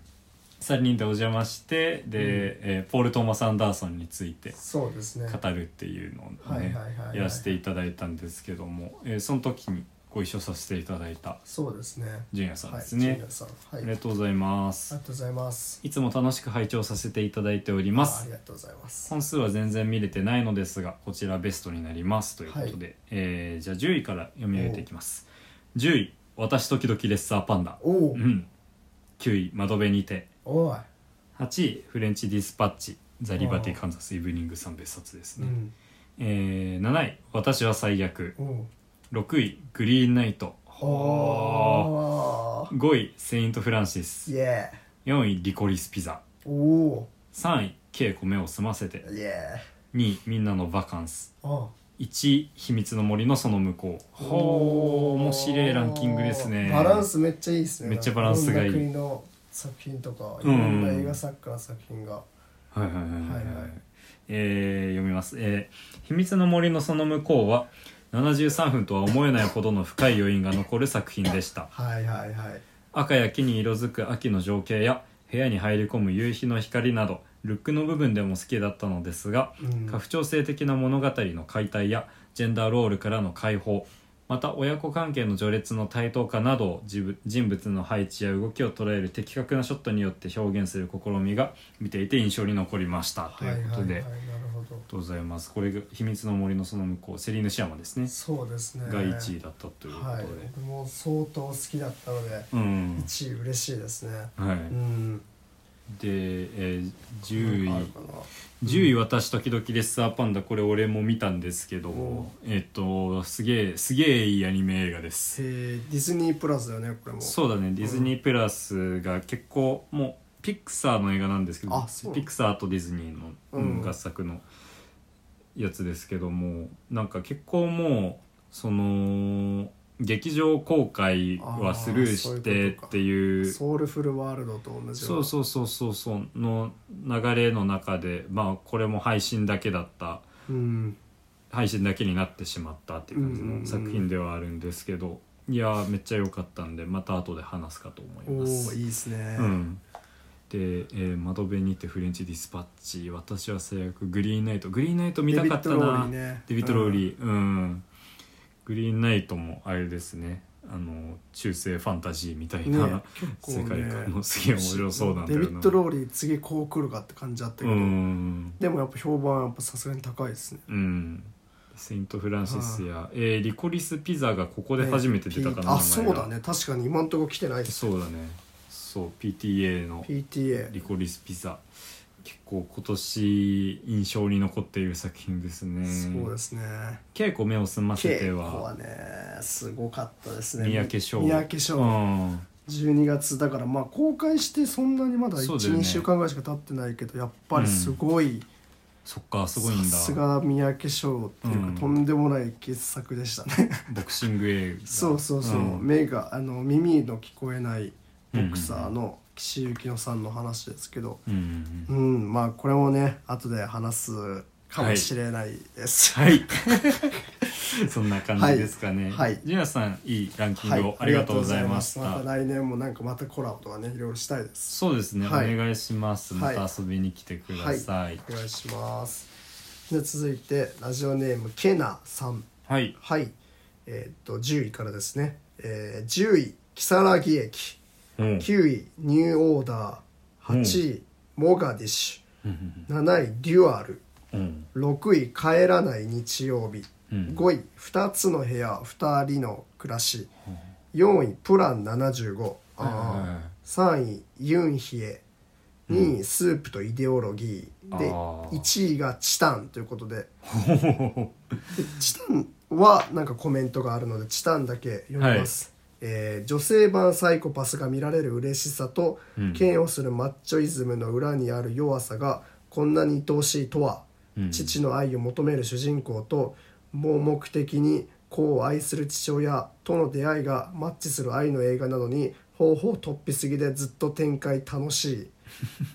[SPEAKER 1] 3人でお邪魔してで、えーポール・トーマス・アンダーソンについて
[SPEAKER 2] そうですね
[SPEAKER 1] 語るっていうのをね、
[SPEAKER 2] はいはいはいはい
[SPEAKER 1] やらせていただいたんですけども、えーその時にご一緒させていただいた
[SPEAKER 2] そうですね
[SPEAKER 1] 純也さんです
[SPEAKER 2] はい
[SPEAKER 1] ね、
[SPEAKER 2] ジュニアさんはい
[SPEAKER 1] あ
[SPEAKER 2] あ
[SPEAKER 1] り
[SPEAKER 2] り
[SPEAKER 1] が
[SPEAKER 2] が
[SPEAKER 1] とうございま
[SPEAKER 2] と
[SPEAKER 1] す
[SPEAKER 2] うございます
[SPEAKER 1] いつも楽しく拝聴させていただいておりま
[SPEAKER 2] ああ
[SPEAKER 1] す
[SPEAKER 2] りがとうございます
[SPEAKER 1] 本数は全然見れてないのですがこちらベストになりますということで、えーじゃあ10位から読み上げていきます10位私時々レッサーパンダ
[SPEAKER 2] おお
[SPEAKER 1] うん9位窓辺にて
[SPEAKER 2] おい
[SPEAKER 1] 8位フレンチディスパッチザ・リバティ・カンザス・イブニング3別冊です
[SPEAKER 2] う
[SPEAKER 1] ね、
[SPEAKER 2] ん
[SPEAKER 1] えー7位私は最悪
[SPEAKER 2] おう
[SPEAKER 1] 6位グリーンナイト5
[SPEAKER 2] おー
[SPEAKER 1] 位セイント・フランシス
[SPEAKER 2] イエ
[SPEAKER 1] 4位リコリス・ピザ
[SPEAKER 2] ーおお
[SPEAKER 1] 3位「稽古目を澄ませて
[SPEAKER 2] イエ」
[SPEAKER 1] 2位「みんなのバカンス
[SPEAKER 2] ーお」
[SPEAKER 1] 1位「秘密の森のその向こう」ほう面白いランキングですね
[SPEAKER 2] バランスめっちゃいいですね
[SPEAKER 1] めっちゃバランスがいい
[SPEAKER 2] ろんな国の作品とかい
[SPEAKER 1] うん
[SPEAKER 2] ろんな映画作家の作品が
[SPEAKER 1] はいはいはいはい、
[SPEAKER 2] はいはい
[SPEAKER 1] えー読みます、えー秘密の森のその向こう」は73分とは思えないほどの深い余韻が残る作品でした
[SPEAKER 2] はいはいはい
[SPEAKER 1] 赤や木に色づく秋の情景や部屋に入り込む夕日の光などルックの部分でも好きだったのですが
[SPEAKER 2] うん
[SPEAKER 1] 家父長制的な物語の解体やジェンダーロールからの解放また親子関係の序列の対等化などを自分人物の配置や動きを捉える的確なショットによって表現する試みが見ていて印象に残りましたということで、
[SPEAKER 2] はい
[SPEAKER 1] あ
[SPEAKER 2] はい
[SPEAKER 1] り
[SPEAKER 2] はい、なるほ
[SPEAKER 1] が
[SPEAKER 2] ど
[SPEAKER 1] とうございますこれが「秘密の森のその向こう」セリーヌ・シアマですね
[SPEAKER 2] そうですね
[SPEAKER 1] が1位だったということで、
[SPEAKER 2] はい僕も相当好きだったので
[SPEAKER 1] うん
[SPEAKER 2] 1位嬉しいですね
[SPEAKER 1] はい、
[SPEAKER 2] うん
[SPEAKER 1] で、えー10
[SPEAKER 2] なんかあ
[SPEAKER 1] 位
[SPEAKER 2] るかな
[SPEAKER 1] 10位私時々レッサーパンダこれ俺も見たんですけど、
[SPEAKER 2] お
[SPEAKER 1] えっとすげえすげえいいアニメ映画です
[SPEAKER 2] えーディズニープラスだよねこれも
[SPEAKER 1] そうだねディズニープラスが結構もうピクサーの映画なんですけど
[SPEAKER 2] あそう
[SPEAKER 1] ピクサーとディズニーの、
[SPEAKER 2] うん
[SPEAKER 1] 合作のやつですけどもなんか結構もうその劇場公開はスルーしてっていう
[SPEAKER 2] ソウルフルワールドと同じよ
[SPEAKER 1] そうそうそうそうそうの流れの中でまあこれも配信だけだった
[SPEAKER 2] う、うん、
[SPEAKER 1] 配信だけになってしまったっていう感じ
[SPEAKER 2] うんうんう
[SPEAKER 1] の
[SPEAKER 2] ん
[SPEAKER 1] 作品ではあるんですけど、いやーめっちゃ良かったんでまた後で話すかと思い
[SPEAKER 2] おお
[SPEAKER 1] ます。
[SPEAKER 2] ーいいですね、
[SPEAKER 1] うんで、えー窓辺にてフレンチディスパッチ」「私は最悪」「グリーンナイト」「グリーンナイト見たかったな」デ
[SPEAKER 2] デ
[SPEAKER 1] ビ
[SPEAKER 2] ビ
[SPEAKER 1] ッ
[SPEAKER 2] ッ
[SPEAKER 1] ド・
[SPEAKER 2] ド
[SPEAKER 1] ロ
[SPEAKER 2] ロ
[SPEAKER 1] ー
[SPEAKER 2] ーリーね
[SPEAKER 1] リーうん、グリーンナイトもあれですねあの中世ファンタジーみたいな、 *laughs*
[SPEAKER 2] ね結構ね
[SPEAKER 1] 世界観のすげえ面白そうなんだよな
[SPEAKER 2] デビッド・ローリー次こう来るかって感じだったけど、
[SPEAKER 1] うん
[SPEAKER 2] でもやっぱ評判はやっぱさすがに高いですね
[SPEAKER 1] うんセイント・フランシスや、えーリコリス・ピザがここで初めて出たかな、
[SPEAKER 2] あそ
[SPEAKER 1] 名
[SPEAKER 2] う
[SPEAKER 1] 前が
[SPEAKER 2] だね確かに今んとこ来てないです
[SPEAKER 1] そうだねそう PTA の
[SPEAKER 2] PTA
[SPEAKER 1] リコリス・ピザ結構今年印象に残っている作品ですね
[SPEAKER 2] そうですね
[SPEAKER 1] 稽古目を澄ませて
[SPEAKER 2] 稽古
[SPEAKER 1] は
[SPEAKER 2] はねすごかったですね
[SPEAKER 1] 三宅翔
[SPEAKER 2] 三宅翔、
[SPEAKER 1] うん
[SPEAKER 2] 12月だからまあ公開してそんなにまだ
[SPEAKER 1] そうだよ
[SPEAKER 2] 12、
[SPEAKER 1] ね
[SPEAKER 2] 週間ぐらいしか経ってないけどやっぱりすごい、
[SPEAKER 1] そっかすごいんだ
[SPEAKER 2] さすが三宅翔っていうか、
[SPEAKER 1] うん
[SPEAKER 2] とんでもない傑作でしたね
[SPEAKER 1] ボクシング映画
[SPEAKER 2] そうそうそう、
[SPEAKER 1] ん
[SPEAKER 2] 目があの耳の聞こえないボクサーの岸由紀乃さんの話ですけど
[SPEAKER 1] うんうん
[SPEAKER 2] うん、まあこれもね後で話すかもしれないです、
[SPEAKER 1] はい *laughs* そんな感じですかね
[SPEAKER 2] はいはい
[SPEAKER 1] ジュニアさんいいランキン
[SPEAKER 2] は
[SPEAKER 1] グをありがとうございまし
[SPEAKER 2] ありが
[SPEAKER 1] た
[SPEAKER 2] とうございますまた来年もなんかまたコラボとかねいろいろしたいです
[SPEAKER 1] そうですね、
[SPEAKER 2] はい
[SPEAKER 1] お願いしますま
[SPEAKER 2] はい
[SPEAKER 1] た遊びに来てください
[SPEAKER 2] お願いしますで続いてラジオネームけなさん
[SPEAKER 1] はい、
[SPEAKER 2] はいえーっと10位からですね、えー10位如月駅
[SPEAKER 1] うん
[SPEAKER 2] 9位ニューオーダー8位、モガディッシ
[SPEAKER 1] うん
[SPEAKER 2] ュ7位デュアル
[SPEAKER 1] うん
[SPEAKER 2] 6位帰らない日曜日、
[SPEAKER 1] うん
[SPEAKER 2] 5位2つの部屋2人の暮らし、 4位プラン75あ
[SPEAKER 1] は
[SPEAKER 2] 3位ユンヒエ2位スープとイデオロギーで
[SPEAKER 1] あー
[SPEAKER 2] 1位がチタンということで
[SPEAKER 1] いはい
[SPEAKER 2] でチタンはなんかコメントがあるのでチタンだけ読みます、えー女性版サイコパスが見られる嬉しさと、
[SPEAKER 1] うん
[SPEAKER 2] 嫌悪するマッチョイズムの裏にある弱さがこんなに愛おしいとは、
[SPEAKER 1] うん
[SPEAKER 2] 父の愛を求める主人公と盲目的に子を愛する父親との出会いがマッチする愛の映画なのに方法突飛すぎでずっと展開楽しい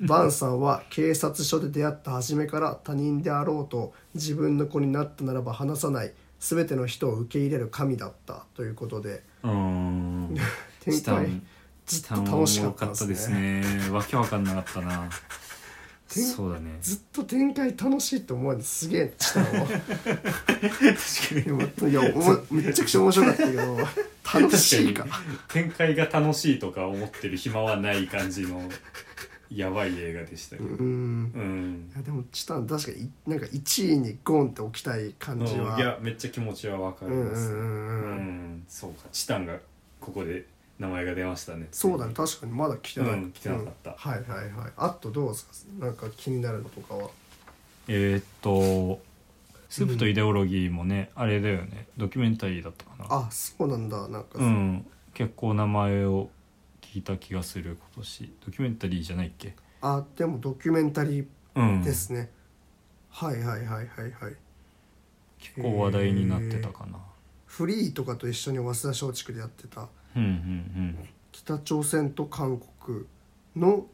[SPEAKER 2] バンさんは警察署で出会った初めから他人であろうと自分の子になったならば離さない全ての人を受け入れる神だったということで
[SPEAKER 1] うーん
[SPEAKER 2] *laughs* 展
[SPEAKER 1] チタ
[SPEAKER 2] 開
[SPEAKER 1] ン
[SPEAKER 2] ず
[SPEAKER 1] チ
[SPEAKER 2] っ
[SPEAKER 1] タ
[SPEAKER 2] と
[SPEAKER 1] ンは
[SPEAKER 2] 楽しか
[SPEAKER 1] 重
[SPEAKER 2] っ
[SPEAKER 1] か
[SPEAKER 2] たで
[SPEAKER 1] った
[SPEAKER 2] す
[SPEAKER 1] で
[SPEAKER 2] ね
[SPEAKER 1] すねわけわかんなかったな
[SPEAKER 2] てん
[SPEAKER 1] そうだね
[SPEAKER 2] ずっと展開楽しいって思われてすげえチタンは。
[SPEAKER 1] 確か
[SPEAKER 2] いやいやおもめっちゃくちゃ面白かったけど楽しいか
[SPEAKER 1] *laughs* 展開が楽しいとか思ってる暇はない感じのやばい映画でしたけ
[SPEAKER 2] う
[SPEAKER 1] ど
[SPEAKER 2] ん
[SPEAKER 1] うん
[SPEAKER 2] いやでもチタン確かになんか1位にゴンって置きたい感じはい
[SPEAKER 1] やめっちゃ気持ちはわか
[SPEAKER 2] う
[SPEAKER 1] り
[SPEAKER 2] んうん
[SPEAKER 1] ま
[SPEAKER 2] う
[SPEAKER 1] すうん
[SPEAKER 2] うん
[SPEAKER 1] そうかチタンがここで名前が出ましたね
[SPEAKER 2] そうだね確かにまだ来てない、
[SPEAKER 1] うん来てなかった
[SPEAKER 2] うんはいはいはいあとどうですかなんか気になるのとかは
[SPEAKER 1] えーっと「スープとイデオロギー」もね、あれだよねドキュメンタリーだったかな
[SPEAKER 2] あそうなんだなんか、
[SPEAKER 1] うん結構名前を聞いた気がする今年ドキュメンタリーじゃないっけ
[SPEAKER 2] あでもドキュメンタリ
[SPEAKER 1] うん
[SPEAKER 2] ーですね、はいはいはいはいはい
[SPEAKER 1] 結構話題になってたかな
[SPEAKER 2] フリーとかと一緒に早稲田松竹でやってた
[SPEAKER 1] うんうん
[SPEAKER 2] 北朝鮮と韓国の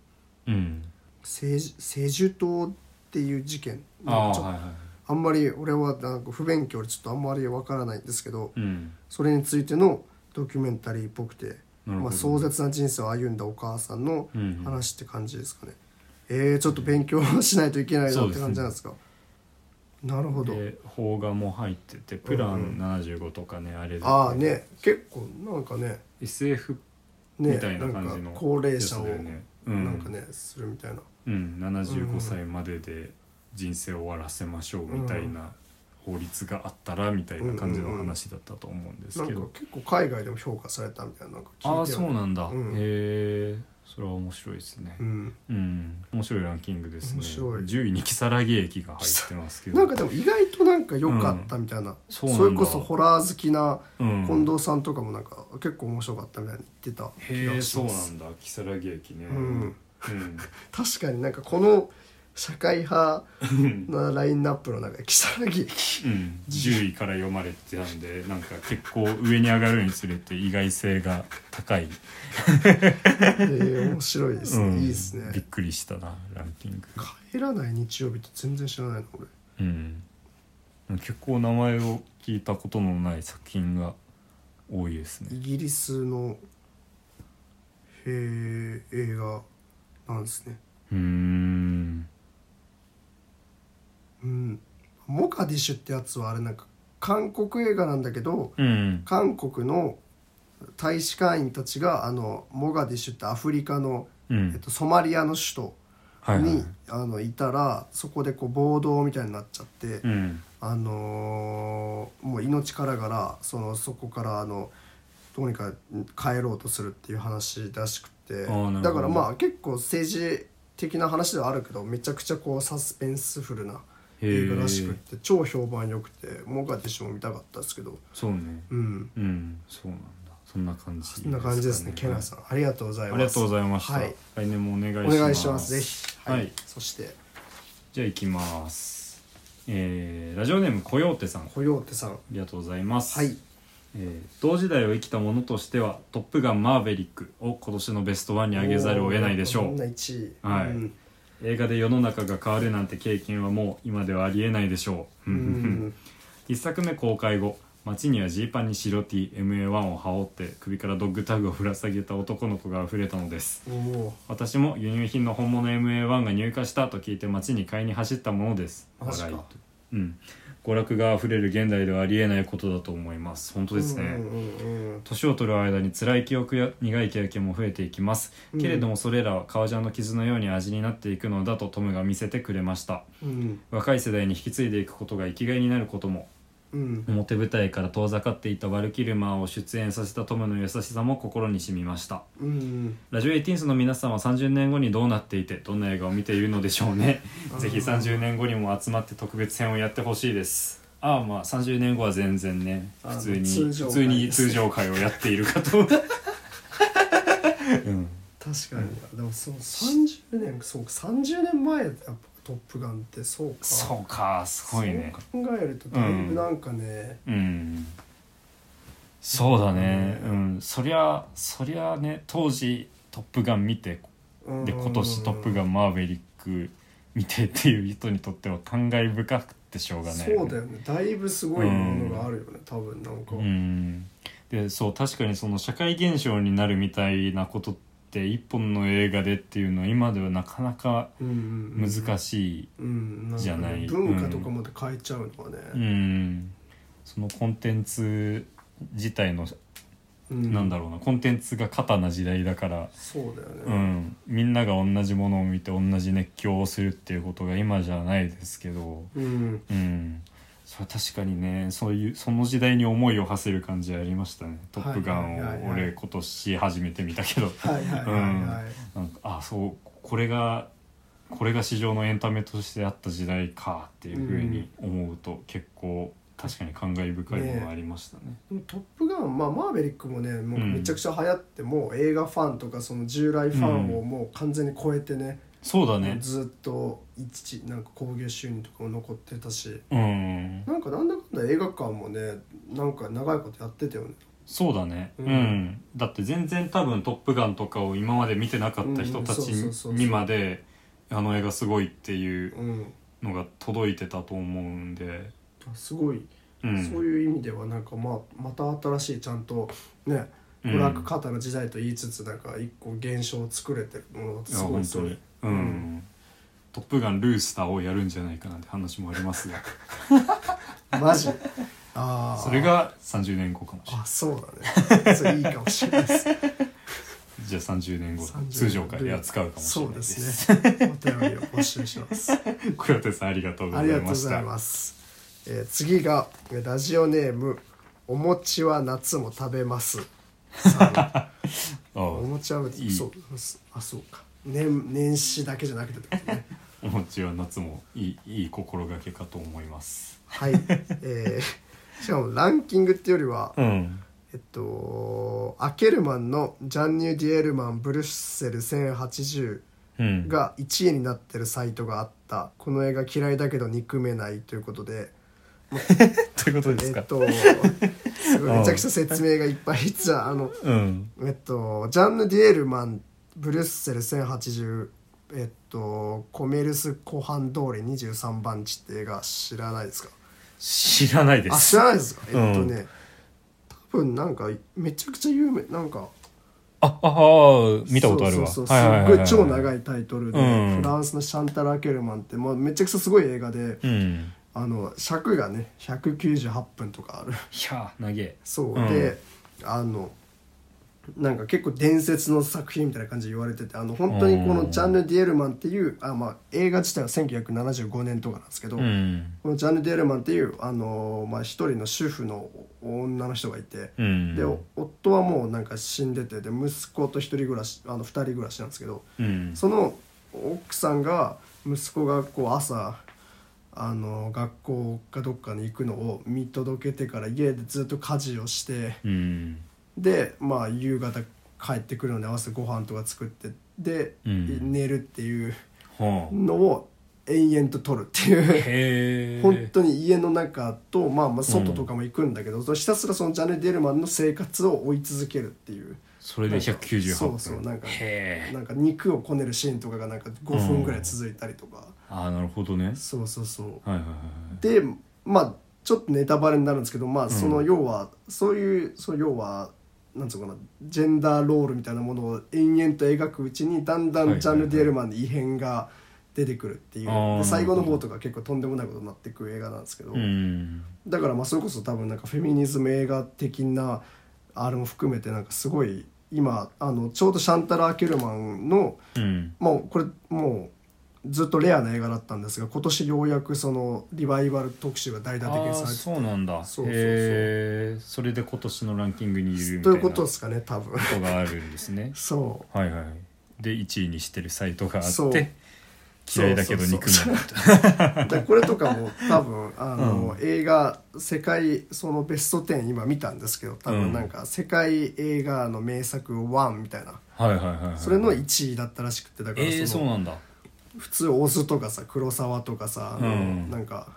[SPEAKER 1] うんうん
[SPEAKER 2] セジセジュ島っていう事件
[SPEAKER 1] ああ
[SPEAKER 2] ちょ
[SPEAKER 1] はいはい
[SPEAKER 2] あんまり俺はなんか不勉強でちょっとあんまりわからないんですけど
[SPEAKER 1] うん
[SPEAKER 2] それについてのドキュメンタリーっぽくて、
[SPEAKER 1] なるほど
[SPEAKER 2] まあ、壮絶な人生を歩んだお母さんの
[SPEAKER 1] うんうん
[SPEAKER 2] 話って感じですかね、えー、ちょっと勉強しないといけないな
[SPEAKER 1] そう
[SPEAKER 2] っ
[SPEAKER 1] で
[SPEAKER 2] て
[SPEAKER 1] すね
[SPEAKER 2] 感じなんですかなるほど
[SPEAKER 1] で邦画も入っててプラン75とかね、あれで
[SPEAKER 2] ああね結構なんかね
[SPEAKER 1] SF
[SPEAKER 2] ね
[SPEAKER 1] みたいな感じの
[SPEAKER 2] んか高齢者
[SPEAKER 1] や
[SPEAKER 2] を
[SPEAKER 1] つだよねうん
[SPEAKER 2] なんかね、するみたいな
[SPEAKER 1] うん、
[SPEAKER 2] うん
[SPEAKER 1] 75歳までで人生を終わらせましょうみたいな法律があったらみたいな感じの話だったと思うんです
[SPEAKER 2] なん
[SPEAKER 1] け
[SPEAKER 2] か
[SPEAKER 1] ど、
[SPEAKER 2] 結構海外でも評価されたみたいななんか聞いて
[SPEAKER 1] ああそうなんだ、
[SPEAKER 2] うん
[SPEAKER 1] へえそれは面白いですね
[SPEAKER 2] うん
[SPEAKER 1] うん、面白いランキングですね
[SPEAKER 2] 面白い
[SPEAKER 1] 10位に如月駅が入ってますけど
[SPEAKER 2] なんかでも意外となんか良かったみたいな、
[SPEAKER 1] そ
[SPEAKER 2] そう
[SPEAKER 1] なんだ
[SPEAKER 2] れこそホラー好きな
[SPEAKER 1] うん、
[SPEAKER 2] 近藤さんとかもなんか結構面白かったみたいに言ってた気
[SPEAKER 1] へ
[SPEAKER 2] が
[SPEAKER 1] え
[SPEAKER 2] し
[SPEAKER 1] そう
[SPEAKER 2] ま
[SPEAKER 1] な
[SPEAKER 2] す
[SPEAKER 1] んだ如月駅ね
[SPEAKER 2] うん
[SPEAKER 1] うん
[SPEAKER 2] 確かになんかこの社会派
[SPEAKER 1] うん
[SPEAKER 2] なラインナップの中で如月
[SPEAKER 1] うん、10位から読まれてたんでなんか結構上に上がるにつれて意外性が高い
[SPEAKER 2] えー面白いですね、
[SPEAKER 1] うん
[SPEAKER 2] いいですね
[SPEAKER 1] びっくりしたなランキング、
[SPEAKER 2] 帰らない日曜日って全然知らないの俺
[SPEAKER 1] うん、結構名前を聞いたことのない作品が多いですね
[SPEAKER 2] イギリスのへー映画なんですね
[SPEAKER 1] うーん
[SPEAKER 2] うんモカディシュってやつはあれなんか韓国映画なんだけど、
[SPEAKER 1] うん
[SPEAKER 2] 韓国の大使館員たちがあのモガディシュってアフリカの、
[SPEAKER 1] う
[SPEAKER 2] えっ
[SPEAKER 1] ん
[SPEAKER 2] と、ソマリアの首
[SPEAKER 1] は
[SPEAKER 2] 都
[SPEAKER 1] いはい
[SPEAKER 2] に、
[SPEAKER 1] はい
[SPEAKER 2] あのいたらそこでこう暴動みたいになっちゃって、
[SPEAKER 1] うん
[SPEAKER 2] あのーもう命からがらそのそこからあのどうにか帰ろうとするっていう話らしくて
[SPEAKER 1] あーなるほど
[SPEAKER 2] だからまあ結構政治的な話ではあるけどめちゃくちゃこうサスペンスフルな映画らしくって超評判良くてモガディシュも見たかったですけど
[SPEAKER 1] そうね
[SPEAKER 2] うん。
[SPEAKER 1] うんそうなんだそんな感じ
[SPEAKER 2] そんな感じですね、ケナさん、ありがとうござい
[SPEAKER 1] ん
[SPEAKER 2] ま
[SPEAKER 1] あ
[SPEAKER 2] す。
[SPEAKER 1] りがとうございました、
[SPEAKER 2] はい、
[SPEAKER 1] 来年もお願いし
[SPEAKER 2] お
[SPEAKER 1] ます
[SPEAKER 2] 願いします、ぜひ。
[SPEAKER 1] はい、
[SPEAKER 2] そして、
[SPEAKER 1] じゃあ行きますえーラジオネームコヨーテさんあ
[SPEAKER 2] コヨーテさん。
[SPEAKER 1] りがとうございます
[SPEAKER 2] はい、
[SPEAKER 1] えー同時代を生きたものとしては「トップガンマーヴェリック」を今年のベストワンに上げざるを得ないでし
[SPEAKER 2] こ
[SPEAKER 1] ょ
[SPEAKER 2] ん
[SPEAKER 1] う
[SPEAKER 2] な1位。
[SPEAKER 1] はい
[SPEAKER 2] うん
[SPEAKER 1] 映画で世の中が変わるなんて経験はもう今ではありえないでしょう *laughs*
[SPEAKER 2] うん
[SPEAKER 1] 作目公開後街にはジーパンに白 TMA1 を羽織って首からドッグタグをぶら下げた男の子が溢れたのです
[SPEAKER 2] おお
[SPEAKER 1] 私も輸入品の本物 MA1 が入荷したと聞いて街に買いに走ったものです
[SPEAKER 2] マジか
[SPEAKER 1] 笑いとうん娯楽が溢れる現代ではありえないことだと思います本当ですね、
[SPEAKER 2] うんうんうんうん
[SPEAKER 1] 年を取る間に辛い記憶や苦い経験も増えていきます、
[SPEAKER 2] うん
[SPEAKER 1] けれどもそれらは革ジャンの傷のように味になっていくのだとトムが見せてくれました
[SPEAKER 2] うん
[SPEAKER 1] 若い世代に引き継いでいくことが生きがいになることも
[SPEAKER 2] うん
[SPEAKER 1] 表舞台から遠ざかっていたワルキルマーを出演させたトムの優しさも心に染みました
[SPEAKER 2] うん
[SPEAKER 1] ラジオエイティーンスの皆さんは30年後にどうなっていてどんな映画を見ているのでしょうねぜひ30年後にも集まって特別編をやってほしいですああまあ30年後は全然ね
[SPEAKER 2] あ
[SPEAKER 1] 普通に
[SPEAKER 2] の通常
[SPEAKER 1] 普
[SPEAKER 2] 会
[SPEAKER 1] 通に通常会をやっているかと、うん、
[SPEAKER 2] 確かに、でもそう30年そうか30年前やっぱ「トップガン」ってそうか
[SPEAKER 1] そうかすごいね
[SPEAKER 2] そう考えるとだいぶなんかね、
[SPEAKER 1] うんそうだね
[SPEAKER 2] う
[SPEAKER 1] うんんそりゃそりゃね当時「トップガン」見て
[SPEAKER 2] うん
[SPEAKER 1] で今年「トップガンマーヴェリック」見てっていう人にとっては感慨深くてしょうがない
[SPEAKER 2] そうだよねだいぶすごいものがあるよね、多分なんか、
[SPEAKER 1] うんでそう確かにその社会現象になるみたいなことって一本の映画でっていうのは今ではなかなか
[SPEAKER 2] うんうんうん、
[SPEAKER 1] 難しい、
[SPEAKER 2] うんんかね
[SPEAKER 1] じゃない
[SPEAKER 2] 文化とかまで変えちゃうのはね、
[SPEAKER 1] うん、そのコンテンツ自体の、
[SPEAKER 2] う
[SPEAKER 1] なんだろうなコンテンツが過多な時代だから、
[SPEAKER 2] そうだよね、
[SPEAKER 1] うん、みんなが同じものを見て同じ熱狂をするっていうことが今じゃないですけど、
[SPEAKER 2] うん、
[SPEAKER 1] うん、それは確かにねそういうその時代に思いを馳せる感じありましたね「トップガン」
[SPEAKER 2] はいはいはい
[SPEAKER 1] を
[SPEAKER 2] はい
[SPEAKER 1] 俺今年初めて見たけど
[SPEAKER 2] はいはいはいはい、
[SPEAKER 1] なんかあそうこれがこれが市場のエンタメとしてあった時代かっていうふうに思うと結構確かに感慨深いものがありましたね。
[SPEAKER 2] でもトップガン」まあマーヴェリックもねもう
[SPEAKER 1] うん
[SPEAKER 2] めちゃくちゃ流行って、もう映画ファンとかその従来ファンをもう完全に超えてね、
[SPEAKER 1] そうだね
[SPEAKER 2] ずっと一なんか興行収入とかも残ってたし
[SPEAKER 1] うん
[SPEAKER 2] なんかなんだかんだ映画館もねなんか長いことやってたよね
[SPEAKER 1] そうだね、
[SPEAKER 2] う
[SPEAKER 1] うんんだって全然多分「トップガン」とかを今まで見てなかった人たち
[SPEAKER 2] うんそうそうそうそう
[SPEAKER 1] にまであの映画すごいっていう
[SPEAKER 2] うん
[SPEAKER 1] のが届いてたと思うんで、
[SPEAKER 2] あすごい、
[SPEAKER 1] うん、
[SPEAKER 2] そういう意味ではなんかまあまた新しいちゃんとね
[SPEAKER 1] うん
[SPEAKER 2] 娯楽過多な時代と言いつつなんか一個現象を作れてるものだって
[SPEAKER 1] いや
[SPEAKER 2] すごい
[SPEAKER 1] 本
[SPEAKER 2] そ
[SPEAKER 1] 当
[SPEAKER 2] れ
[SPEAKER 1] にうん、トップガンルースターをやるんじゃないかなんて話もありますが
[SPEAKER 2] マジ *laughs* ああ
[SPEAKER 1] それが30年後かもしれな
[SPEAKER 2] あそうだねそれいいかもしれないです
[SPEAKER 1] いじゃあ30年後
[SPEAKER 2] 30
[SPEAKER 1] 通常会で扱うかもしれない
[SPEAKER 2] そう
[SPEAKER 1] *laughs*
[SPEAKER 2] ですねお便りを募集します
[SPEAKER 1] 小籔 *laughs* さんありがとうご
[SPEAKER 2] あ
[SPEAKER 1] ざ
[SPEAKER 2] り
[SPEAKER 1] い
[SPEAKER 2] がとうご
[SPEAKER 1] まし
[SPEAKER 2] ざ
[SPEAKER 1] た
[SPEAKER 2] います、えー次がえーラジオネームお餅は夏も食べます
[SPEAKER 1] *laughs*
[SPEAKER 2] さんお
[SPEAKER 1] おう
[SPEAKER 2] 餅はい
[SPEAKER 1] い
[SPEAKER 2] そうあそうか年年始だけじゃなくてって
[SPEAKER 1] *laughs*
[SPEAKER 2] ことね
[SPEAKER 1] お餅は夏もいいいい心がけかと思います
[SPEAKER 2] はいえーしかもランキングっていうよりは、
[SPEAKER 1] うん
[SPEAKER 2] えっとアケルマンのジャンニュ・ディエルマンブリュッセル1080
[SPEAKER 1] うん
[SPEAKER 2] が1位になってるサイトがあったこの映画嫌いだけど憎めないということで
[SPEAKER 1] *laughs* ということで
[SPEAKER 2] え
[SPEAKER 1] すか、
[SPEAKER 2] っとす
[SPEAKER 1] *laughs*
[SPEAKER 2] ごいめちゃくちゃ説明がいっぱいじゃああの
[SPEAKER 1] うん
[SPEAKER 2] えっとジャンヌ・ディエルマンブリュッセル1080えっとコメルス湖畔通り23番地って映画知らないですか
[SPEAKER 1] 知らないで
[SPEAKER 2] あ知
[SPEAKER 1] す
[SPEAKER 2] らないですかえっと
[SPEAKER 1] うん
[SPEAKER 2] ね、多分なんかめちゃくちゃ有名なんか
[SPEAKER 1] あああ見たことあるわ
[SPEAKER 2] そうそう
[SPEAKER 1] はいはいはいはい
[SPEAKER 2] すっごい超長いタイトルで、
[SPEAKER 1] うん
[SPEAKER 2] フランスのシャンタル・アケルマンって、まあ、めちゃくちゃすごい映画で、
[SPEAKER 1] うん
[SPEAKER 2] あの尺がね198分とかある *laughs*
[SPEAKER 1] いやー長え
[SPEAKER 2] そう、
[SPEAKER 1] うん
[SPEAKER 2] であのなんか結構伝説の作品みたいな感じで言われててあの本当にこ
[SPEAKER 1] う
[SPEAKER 2] の
[SPEAKER 1] ん
[SPEAKER 2] ジャンヌ・ディエルマンっていうあ、まあ、映画自体は1975年とかなんですけど、
[SPEAKER 1] うん
[SPEAKER 2] このジャンヌ・ディエルマンっていう、あのまあ、一人の主婦の女の人がいて、
[SPEAKER 1] うん
[SPEAKER 2] でお夫はもうなんか死んでてで息子と一人暮らしあの二人暮らしなんですけど
[SPEAKER 1] うん
[SPEAKER 2] その奥さんが息子がこう朝あの学校かどっかに行くのを見届けてから家でずっと家事をして
[SPEAKER 1] うん
[SPEAKER 2] でまあ夕方帰ってくるので合わせてご飯とか作ってで、
[SPEAKER 1] うん
[SPEAKER 2] 寝るっていう
[SPEAKER 1] はあ
[SPEAKER 2] のを延々と取るっていう。
[SPEAKER 1] へえ
[SPEAKER 2] 本当に家の中と、まあ、まあ外とかも行くんだけど、そのひたすらそのジャネ・ディエルマンの生活を追い続けるっていう
[SPEAKER 1] それで198分
[SPEAKER 2] そうそうなんか
[SPEAKER 1] へえ
[SPEAKER 2] なんか肉をこねるシーンとかがなんか5分ぐらい続いたりとか、
[SPEAKER 1] ああなるほどね
[SPEAKER 2] そうそうそう
[SPEAKER 1] はいはいは
[SPEAKER 2] でまあちょっとネタバレになるんですけどまあその
[SPEAKER 1] うん
[SPEAKER 2] 要は、そういうその要はなんつうのかなジェンダーロールみたいなものを延々と描くうちにだんだ
[SPEAKER 1] はいはいは
[SPEAKER 2] ん
[SPEAKER 1] い
[SPEAKER 2] ジャンヌ・ディエルマンの異変が出てくるっていう、
[SPEAKER 1] あー
[SPEAKER 2] で最後の方とか結構とんでもないことになってく映画なんですけど、
[SPEAKER 1] いうん
[SPEAKER 2] だからまあそれこそ多分なんかフェミニズム映画的なあれも含めてなんかすごい今あのちょうどシャンタラ・アケルマンの
[SPEAKER 1] うん
[SPEAKER 2] もうこれもうずっとレアな映画だったんですが今年ようやくそのリバイバル特集が大々的に
[SPEAKER 1] あ
[SPEAKER 2] さ
[SPEAKER 1] あ
[SPEAKER 2] れて
[SPEAKER 1] そうなんだ
[SPEAKER 2] そうそうそ
[SPEAKER 1] へ
[SPEAKER 2] う
[SPEAKER 1] えそれで今年のランキングにいるみた
[SPEAKER 2] と
[SPEAKER 1] い
[SPEAKER 2] い
[SPEAKER 1] な
[SPEAKER 2] うこと
[SPEAKER 1] こ
[SPEAKER 2] ですかね多分 *laughs*
[SPEAKER 1] とがあるんですね
[SPEAKER 2] そ
[SPEAKER 1] はいはいで1位にしてるサイトがあ
[SPEAKER 2] そ
[SPEAKER 1] っ
[SPEAKER 2] う
[SPEAKER 1] て嫌いだけど
[SPEAKER 2] そうそ
[SPEAKER 1] 憎
[SPEAKER 2] うそう
[SPEAKER 1] むなと
[SPEAKER 2] うでこれとかも多分あの、映画世界そのベスト10今見たんですけど多
[SPEAKER 1] うん
[SPEAKER 2] 分なんか世界映画の名作1みたいな、
[SPEAKER 1] はいはいはいはい
[SPEAKER 2] それの1位だったらしくてだから
[SPEAKER 1] えー、
[SPEAKER 2] そ
[SPEAKER 1] そう
[SPEAKER 2] の、
[SPEAKER 1] なんだ
[SPEAKER 2] 普通オズとかさ黒沢とかさ、あの
[SPEAKER 1] うん
[SPEAKER 2] なんか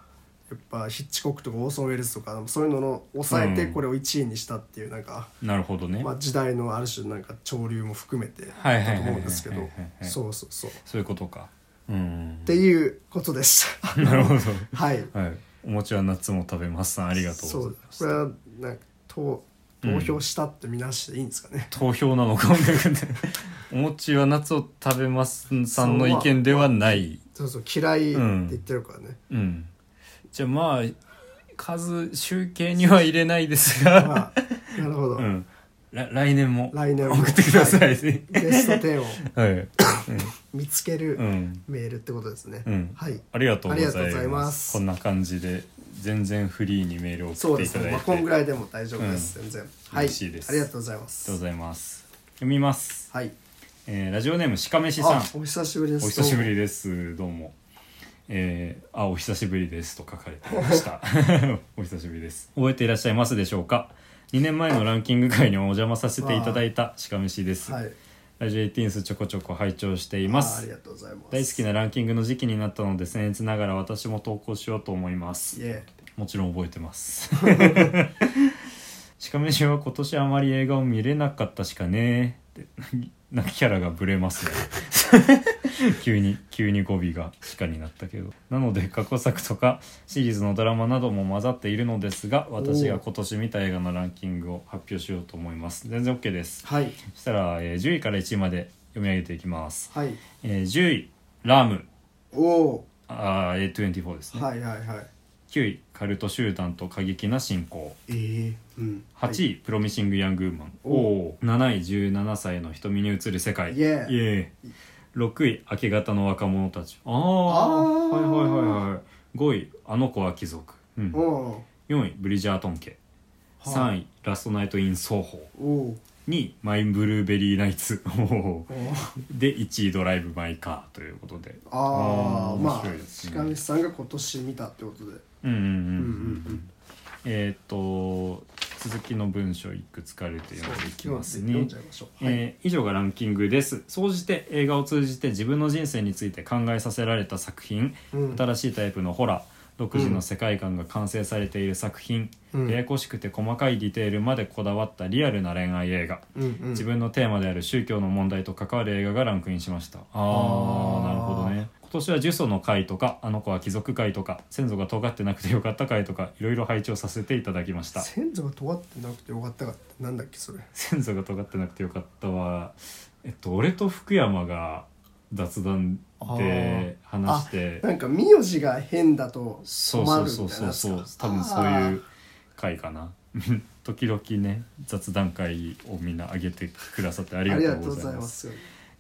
[SPEAKER 2] やっぱヒッチコックとかオーソン・ウェルスとかそういうのの抑えて
[SPEAKER 1] うん
[SPEAKER 2] これを1位にしたっていうなんか、
[SPEAKER 1] なるほどね、
[SPEAKER 2] まあ、時代のある種のなんか潮流も含めて
[SPEAKER 1] はいはいはい
[SPEAKER 2] だと
[SPEAKER 1] はい
[SPEAKER 2] 思
[SPEAKER 1] は
[SPEAKER 2] う
[SPEAKER 1] い
[SPEAKER 2] んですけ
[SPEAKER 1] は
[SPEAKER 2] ど
[SPEAKER 1] いはい
[SPEAKER 2] そうそうそうっ
[SPEAKER 1] そういうことかうん
[SPEAKER 2] ていうことでし
[SPEAKER 1] *laughs*
[SPEAKER 2] た *laughs*
[SPEAKER 1] なるほ
[SPEAKER 2] はい
[SPEAKER 1] どはいお餅は夏も食べますさんありがとうございま
[SPEAKER 2] そうこれはなんか投投票したって見なしていいんですかね、
[SPEAKER 1] 投票なのか音楽で *laughs* お餅は夏を食べますさんの意見ではない
[SPEAKER 2] そうそう嫌いって言ってるからね、
[SPEAKER 1] うんじゃあまあ数集計には入れないです
[SPEAKER 2] *laughs*
[SPEAKER 1] が、
[SPEAKER 2] まあなるほど、
[SPEAKER 1] うん、ら来年も
[SPEAKER 2] 来年も
[SPEAKER 1] 送ってくださいね
[SPEAKER 2] ベスト10を
[SPEAKER 1] はい、
[SPEAKER 2] 見つけ
[SPEAKER 1] う
[SPEAKER 2] る
[SPEAKER 1] ん、
[SPEAKER 2] メールってことですね、
[SPEAKER 1] うん
[SPEAKER 2] はい
[SPEAKER 1] ありがとうございます
[SPEAKER 2] ありがとうございます
[SPEAKER 1] こんな感じで全然フリーにメールを
[SPEAKER 2] そ
[SPEAKER 1] 送ってい
[SPEAKER 2] うです
[SPEAKER 1] ただい
[SPEAKER 2] ね、
[SPEAKER 1] て、
[SPEAKER 2] まあ、こんぐらいでも大丈夫です、全然はい
[SPEAKER 1] 嬉しいです
[SPEAKER 2] ありがとうございま
[SPEAKER 1] ありがとうご
[SPEAKER 2] す
[SPEAKER 1] ざいます読みます、
[SPEAKER 2] はい
[SPEAKER 1] えーラジオネームしかめしさん
[SPEAKER 2] あお久しぶりです
[SPEAKER 1] お久しぶりですどうもえーあお久しぶりですと書かれていました
[SPEAKER 2] *laughs*
[SPEAKER 1] お久しぶりです覚えていらっしゃいますでしょうか2年前のランキング会にお邪魔させていただいたしかめしです、
[SPEAKER 2] はい
[SPEAKER 1] ラジオエイティーンスちょこちょこ拝聴していま
[SPEAKER 2] ああ
[SPEAKER 1] す
[SPEAKER 2] りがとうございます
[SPEAKER 1] 大好きなランキングの時期になったので僭越ながら私も投稿しようと思います
[SPEAKER 2] イエ
[SPEAKER 1] もちろん覚えてますしかめしは今年あまり映画を見れなかったしかねって泣きキャラがブレ
[SPEAKER 2] *laughs*
[SPEAKER 1] ますね急に急に語尾が「しか」になったけどなので過去作とかシリーズのドラマなども混ざっているのですが私が今年見た映画のランキングを発表しようと思います全然 OK です
[SPEAKER 2] はい
[SPEAKER 1] そしたら、えー10位から1位まで読み上げていきます、
[SPEAKER 2] はい
[SPEAKER 1] えー10位ラーム
[SPEAKER 2] おお
[SPEAKER 1] あー A24 です
[SPEAKER 2] ー
[SPEAKER 1] ね、
[SPEAKER 2] はいはいはい
[SPEAKER 1] 9位カルト集団と過激な進行
[SPEAKER 2] ええうん
[SPEAKER 1] 8位、プロミシング・ヤング・ウーマン
[SPEAKER 2] お
[SPEAKER 1] お7位17歳の瞳に映る世界
[SPEAKER 2] イエーイ
[SPEAKER 1] エーイ6位明け方の若者たちああ
[SPEAKER 2] ー
[SPEAKER 1] はいはいはいはい5位あの子は貴族、うん、
[SPEAKER 2] おお
[SPEAKER 1] 4位ブリジャートン家
[SPEAKER 2] はい
[SPEAKER 1] 3位ラストナイト・イン・奏法
[SPEAKER 2] ーおー
[SPEAKER 1] 2位マイン・ブルーベリー・ナイツおー
[SPEAKER 2] おー
[SPEAKER 1] で1位ドライブ・マイ・カーということで
[SPEAKER 2] あ
[SPEAKER 1] あ
[SPEAKER 2] あ
[SPEAKER 1] ー面
[SPEAKER 2] まあ
[SPEAKER 1] 白いですね
[SPEAKER 2] 鹿西さんが今年見たってことで
[SPEAKER 1] うんうんうん
[SPEAKER 2] うんう
[SPEAKER 1] うん
[SPEAKER 2] ん
[SPEAKER 1] えー、と続きの文章いくつかあると
[SPEAKER 2] うん
[SPEAKER 1] 読んでいきます
[SPEAKER 2] 読
[SPEAKER 1] ね
[SPEAKER 2] んじ。ゃいましょうはい
[SPEAKER 1] えー以上がランキングです総じて映画を通じて自分の人生について考えさせられた作品、
[SPEAKER 2] うん
[SPEAKER 1] 新しいタイプのホラー独自の世界観が完成されている作品、
[SPEAKER 2] うん
[SPEAKER 1] ややこしくて細かいディテールまでこだわったリアルな恋愛映画、
[SPEAKER 2] うんうん
[SPEAKER 1] 自分のテーマである宗教の問題と関わる映画がランクインしましたあ
[SPEAKER 2] あ
[SPEAKER 1] ー
[SPEAKER 2] ー
[SPEAKER 1] なるほどね今年は呪詛の会とかあの子は貴族会とか先祖が尖ってなくてよかった会とかいろいろ拝聴させていただきました
[SPEAKER 2] 先祖が尖ってなくてよかったかってなんだっけそれ
[SPEAKER 1] 先祖が尖ってなくてよかったはえっと俺と福山が雑談で話して
[SPEAKER 2] なんか名字が変だと
[SPEAKER 1] そう
[SPEAKER 2] 困
[SPEAKER 1] そ
[SPEAKER 2] る
[SPEAKER 1] う
[SPEAKER 2] み
[SPEAKER 1] そうそ
[SPEAKER 2] たいな
[SPEAKER 1] う
[SPEAKER 2] や
[SPEAKER 1] そ
[SPEAKER 2] つ
[SPEAKER 1] う多
[SPEAKER 2] か
[SPEAKER 1] 分そう
[SPEAKER 2] あ
[SPEAKER 1] い
[SPEAKER 2] ー
[SPEAKER 1] う回かな *laughs* 時々ね雑談会をみんな上げてくださってあり
[SPEAKER 2] あ
[SPEAKER 1] が
[SPEAKER 2] り
[SPEAKER 1] と
[SPEAKER 2] が
[SPEAKER 1] う
[SPEAKER 2] とう
[SPEAKER 1] ご
[SPEAKER 2] ご
[SPEAKER 1] ざ
[SPEAKER 2] ざ
[SPEAKER 1] い
[SPEAKER 2] い
[SPEAKER 1] ま
[SPEAKER 2] ますす。